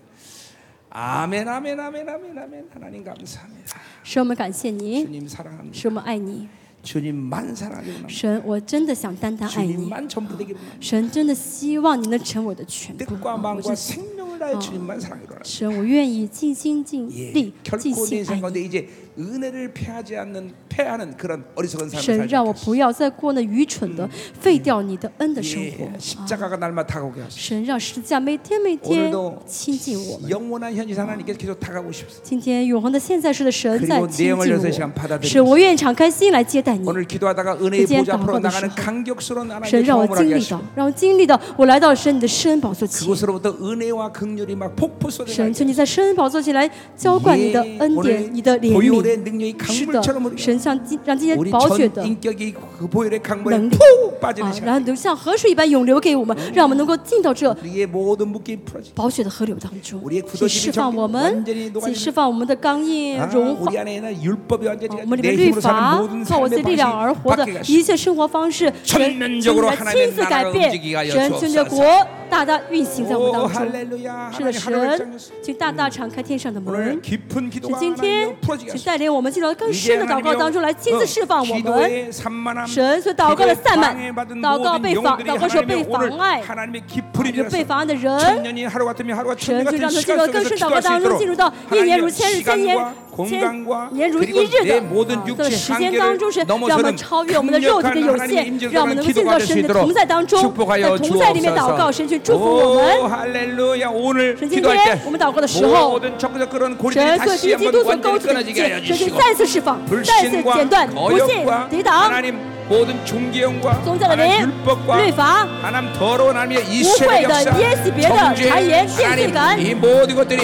Speaker 1: 아멘, 아멘, 아멘, 아멘, 아멘. 하나님 감사합니다.
Speaker 2: 神我们感谢你，
Speaker 1: 주님 사랑합니다.
Speaker 2: 神我们爱你，
Speaker 1: 주님만 사랑하기 원합니다.
Speaker 2: 神我真的想单
Speaker 1: 아,
Speaker 2: 单爱你。
Speaker 1: 주님만 전부 되기 원합니다.
Speaker 2: 神真的希望你能成我的全部，
Speaker 1: 뜻과
Speaker 2: 啊我
Speaker 1: 마음과
Speaker 2: 真
Speaker 1: 생명을 다해 주님만 사랑하기 원합니다.
Speaker 2: 神，我愿意尽心尽
Speaker 1: 예,
Speaker 2: 力、尽
Speaker 1: 결코 내
Speaker 2: 心爱
Speaker 1: 인생
Speaker 2: 你。
Speaker 1: 가운데 이제 은혜를 패하지 않는 패하는 그런 어리석은 삶을
Speaker 2: 神，
Speaker 1: 살지
Speaker 2: 让我
Speaker 1: 않게
Speaker 2: 不要再过那愚蠢的、废掉你的恩的生
Speaker 1: 하시고.
Speaker 2: 活。
Speaker 1: 예, 십자가가 날마다 다가오게 하소서.
Speaker 2: 神，让十字架每天每天
Speaker 1: 오늘도
Speaker 2: 亲近我们。
Speaker 1: 영원한 현지 하나님께서 계속 다가오고 싶소.
Speaker 2: 今天永恒的现在式的神在
Speaker 1: 그리고내
Speaker 2: 亲近
Speaker 1: 영을열서시간받아들이고
Speaker 2: 我，使我愿意敞开心来接待你。
Speaker 1: 오늘 기도하다가 은혜의
Speaker 2: 네. 그제야
Speaker 1: 보좌 앞으로
Speaker 2: 다가오는
Speaker 1: 나가는
Speaker 2: 시간.
Speaker 1: 강격스러운 하나님의
Speaker 2: 神，让我
Speaker 1: 경험을 하게
Speaker 2: 经历到
Speaker 1: 하시고 ，
Speaker 2: 让我经历到，我来到神你的施恩宝座前。
Speaker 1: 그곳으로부터 은혜와 긍휼이 막 폭포 쏟아져.
Speaker 2: 神，求你在施恩宝座前来浇灌你的恩典、你的怜悯。
Speaker 1: 보혈의 능력이
Speaker 2: 是的
Speaker 1: 강물처럼 ， 우리-
Speaker 2: 神像今让今天
Speaker 1: 우리
Speaker 2: 宝血的
Speaker 1: 전 인격이 그 보혈의 강물에
Speaker 2: 能力
Speaker 1: 푹 빠지는
Speaker 2: 啊，然
Speaker 1: 시간
Speaker 2: 后流像河水一般涌流给我们，让我们能够进到这
Speaker 1: 우리의 모든 묶임 풀어지
Speaker 2: 宝血的河流当中
Speaker 1: 우리의 ，
Speaker 2: 请释放我
Speaker 1: 구
Speaker 2: 们
Speaker 1: 더기를，
Speaker 2: 请释放我们的刚硬、
Speaker 1: 啊
Speaker 2: 融化
Speaker 1: 우리 。 안에 있는 율법이 완전히
Speaker 2: 啊我们里
Speaker 1: 내
Speaker 2: 面律
Speaker 1: 힘으로 사는
Speaker 2: 法
Speaker 1: 모든
Speaker 2: 靠我自己
Speaker 1: 삶의
Speaker 2: 力量而
Speaker 1: 방식이
Speaker 2: 活的
Speaker 1: 바뀌게 하시고
Speaker 2: 一切生活方式，神
Speaker 1: 全面적으로
Speaker 2: 来亲自改变
Speaker 1: 하나님의나라가움직이게하여，
Speaker 2: 神
Speaker 1: 주옵소서
Speaker 2: 就着国大大运行在我们
Speaker 1: 오,
Speaker 2: 当中。
Speaker 1: 할렐루야
Speaker 2: 是的，
Speaker 1: 하나님 하늘을
Speaker 2: 神嗯
Speaker 1: 장했어
Speaker 2: 请大大敞开天上的
Speaker 1: 오늘
Speaker 2: 门。
Speaker 1: 깊은
Speaker 2: 是
Speaker 1: 기도가
Speaker 2: 今天
Speaker 1: 하나님 ， 풀어지게
Speaker 2: 请
Speaker 1: 하소서
Speaker 2: 带领我们进入到更深的祷告当中，来亲
Speaker 1: 嗯
Speaker 2: 自释放我们。
Speaker 1: 기도의 산만함,
Speaker 2: 神所祷告的散漫，
Speaker 1: 기도에 방해받은
Speaker 2: 祷告
Speaker 1: 모든
Speaker 2: 被妨，
Speaker 1: 영혼들이
Speaker 2: 祷告时候被
Speaker 1: 하나님의
Speaker 2: 妨
Speaker 1: 오늘
Speaker 2: 碍，
Speaker 1: 하나님의 깊은
Speaker 2: 就
Speaker 1: 일이라서
Speaker 2: 被妨碍的人。
Speaker 1: 천년이 하루 같으면 하루가 천년
Speaker 2: 神就
Speaker 1: 같은
Speaker 2: 让他进
Speaker 1: 시간
Speaker 2: 入到更
Speaker 1: 속에서
Speaker 2: 深祷告
Speaker 1: 기도할 수
Speaker 2: 当中，
Speaker 1: 있도록
Speaker 2: 进入到一年如
Speaker 1: 하나님의
Speaker 2: 千日、千年
Speaker 1: 시간과 、
Speaker 2: 千
Speaker 1: 공간과
Speaker 2: 年如一
Speaker 1: 그리고
Speaker 2: 日
Speaker 1: 내
Speaker 2: 的
Speaker 1: 모든
Speaker 2: 啊在
Speaker 1: 육체
Speaker 2: 时间当
Speaker 1: 한계를
Speaker 2: 中，是让我们
Speaker 1: 넘어서는
Speaker 2: 超越我们的肉体的
Speaker 1: 강력한
Speaker 2: 有
Speaker 1: 하나님의
Speaker 2: 限，让我
Speaker 1: 임재로
Speaker 2: 们能够进入到
Speaker 1: 기도할 수
Speaker 2: 神的
Speaker 1: 있도록
Speaker 2: 同在当中，在
Speaker 1: 축복하여
Speaker 2: 同在里面祷告，神去祝福我
Speaker 1: 주옵소서
Speaker 2: 们
Speaker 1: 오 。哦 할렐루야 오늘
Speaker 2: 神今
Speaker 1: 기도할
Speaker 2: 天
Speaker 1: 때
Speaker 2: 我们祷告的时候，
Speaker 1: 모든 적그적 그런 고리들이
Speaker 2: 神所
Speaker 1: 다시
Speaker 2: 敌基督
Speaker 1: 한번
Speaker 2: 所勾
Speaker 1: 완전히
Speaker 2: 起的
Speaker 1: 끊어지게
Speaker 2: 剑
Speaker 1: 하여 ，
Speaker 2: 神去
Speaker 1: 주시고
Speaker 2: 再次释放，再次剪断，
Speaker 1: 불신과
Speaker 2: 不信
Speaker 1: 거역과
Speaker 2: 抵挡
Speaker 1: 하나님 모든 종교형과
Speaker 2: 宗教的
Speaker 1: 하나님
Speaker 2: 灵、律
Speaker 1: 율법과
Speaker 2: 法。
Speaker 1: 하나님 더러운 하나님의 이
Speaker 2: 无
Speaker 1: 세력
Speaker 2: 悔的
Speaker 1: 역사 、
Speaker 2: 耶洗别的、谗
Speaker 1: 정죄
Speaker 2: 言、定罪
Speaker 1: 하나님
Speaker 2: 感，
Speaker 1: 이 모든 것들이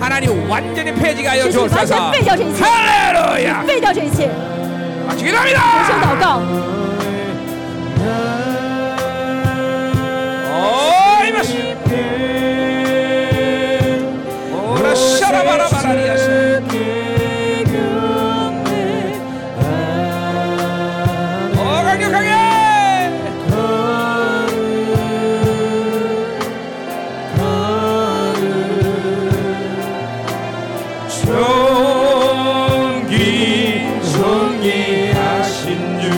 Speaker 1: 하나님 완전히 폐지가 하여
Speaker 2: 神完
Speaker 1: 주옵소서
Speaker 2: 全废掉这一切，
Speaker 1: 할렐루야
Speaker 2: 废掉这一切。
Speaker 1: 같이
Speaker 2: 同声
Speaker 1: 기도합니다
Speaker 2: 祷告，
Speaker 1: 어, 오이마시 오라 샤라바라바라리아시 오 강력하게
Speaker 3: 존귀 존귀하신 주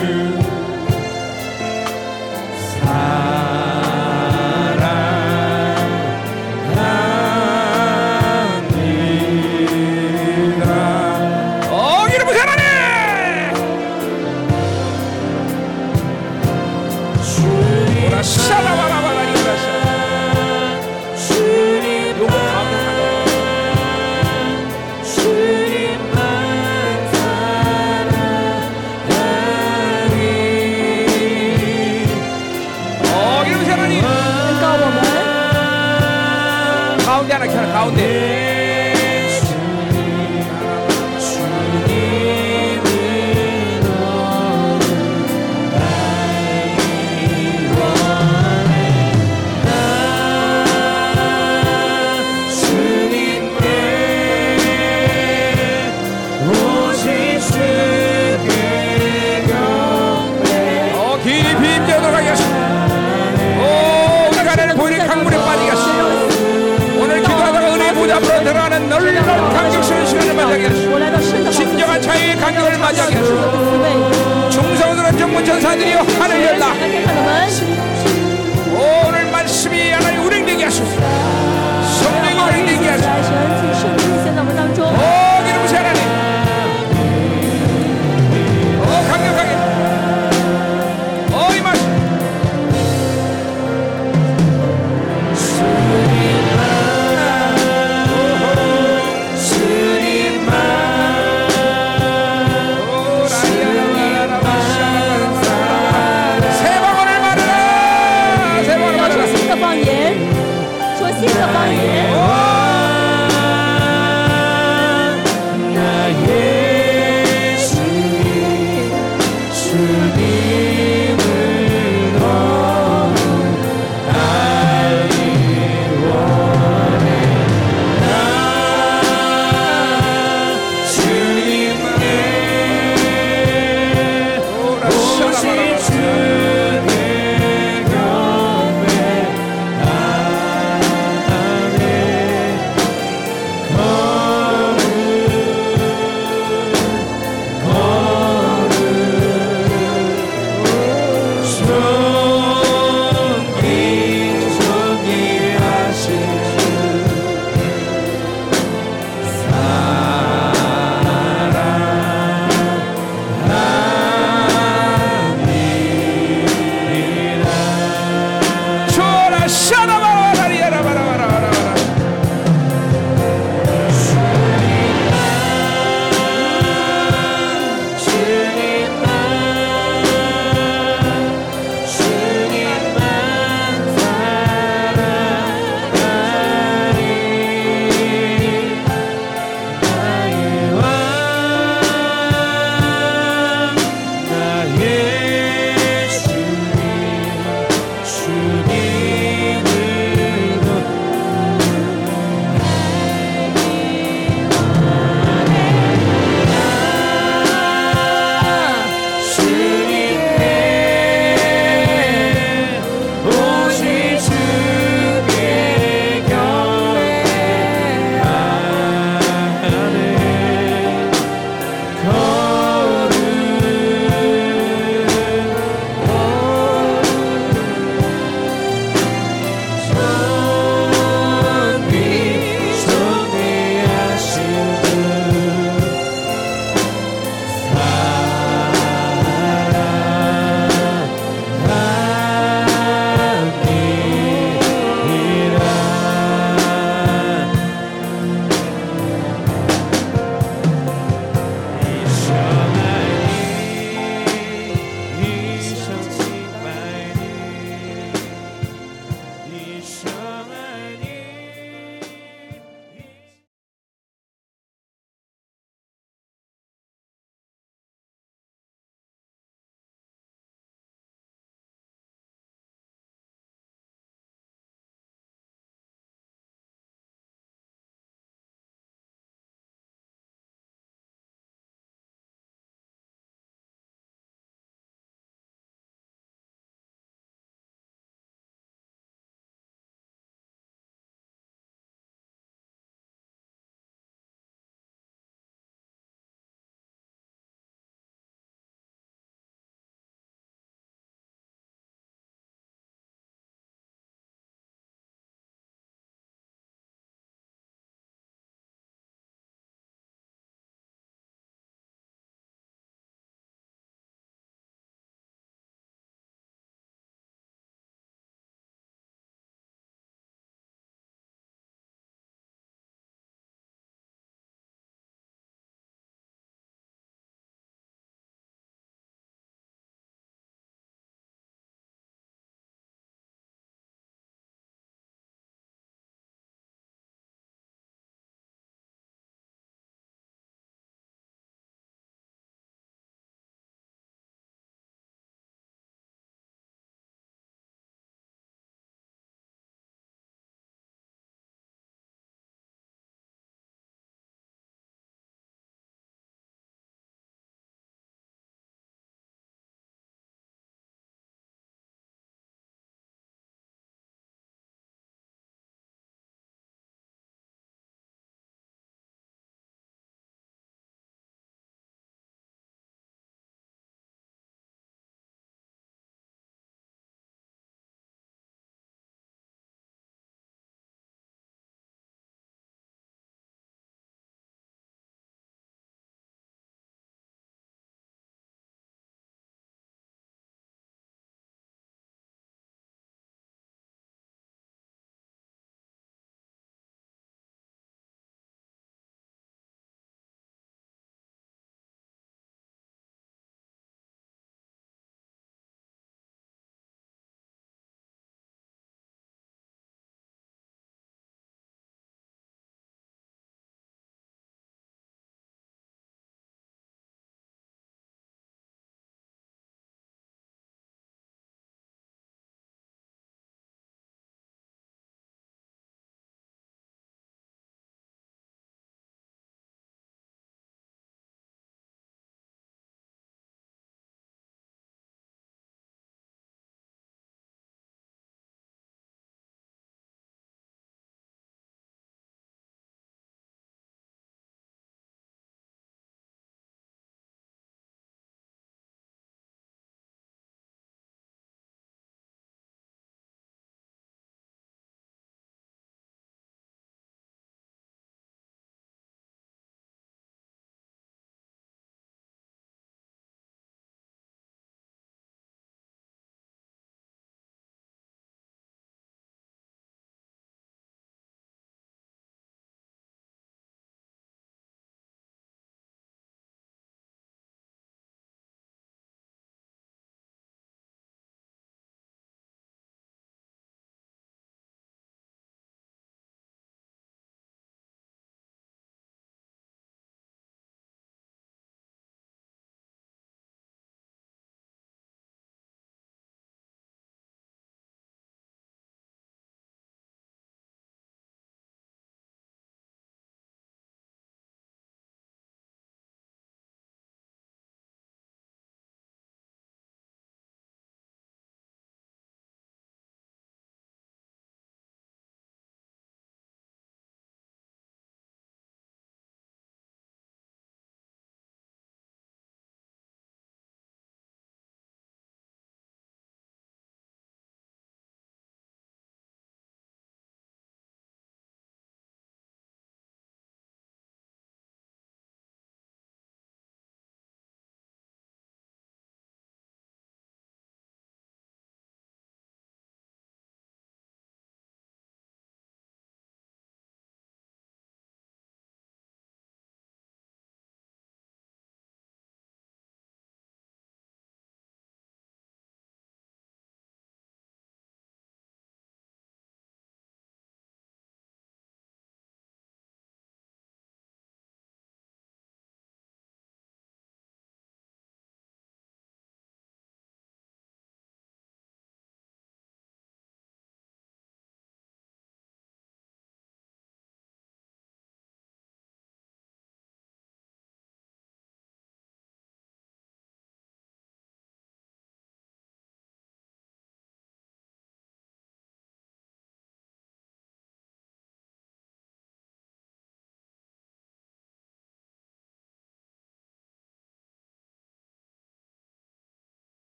Speaker 3: 사랑합니다
Speaker 1: 오 어, 이름 하나님
Speaker 3: 주님
Speaker 1: 오라 샤라바라바라리아시
Speaker 3: 주님
Speaker 1: 요거 감사합니다
Speaker 3: 주님만 사랑하니
Speaker 1: 오 어, 이름 하나님
Speaker 2: 宣告我们
Speaker 1: 가운데 하나 켜라 가운데
Speaker 3: 주님이 너를 주님께 오직 주께 경배
Speaker 1: 어 깊이 임재하도록 하겠소 오 우리 가난의 보일의 강물에 빠지겠소 오늘 기도하다가 은혜의 보좌 앞으로 들어가는 널널 강격스러운 시간을 맞이하게 하시오
Speaker 2: 我来到圣的宝座前
Speaker 1: 진정한 자유의 강격을
Speaker 2: 让
Speaker 1: 맞이하게
Speaker 2: 所有
Speaker 1: 하시오
Speaker 2: 的父辈
Speaker 1: 충성스러운 정문 전사들이여 하늘 열라
Speaker 2: 打开天上的门，哦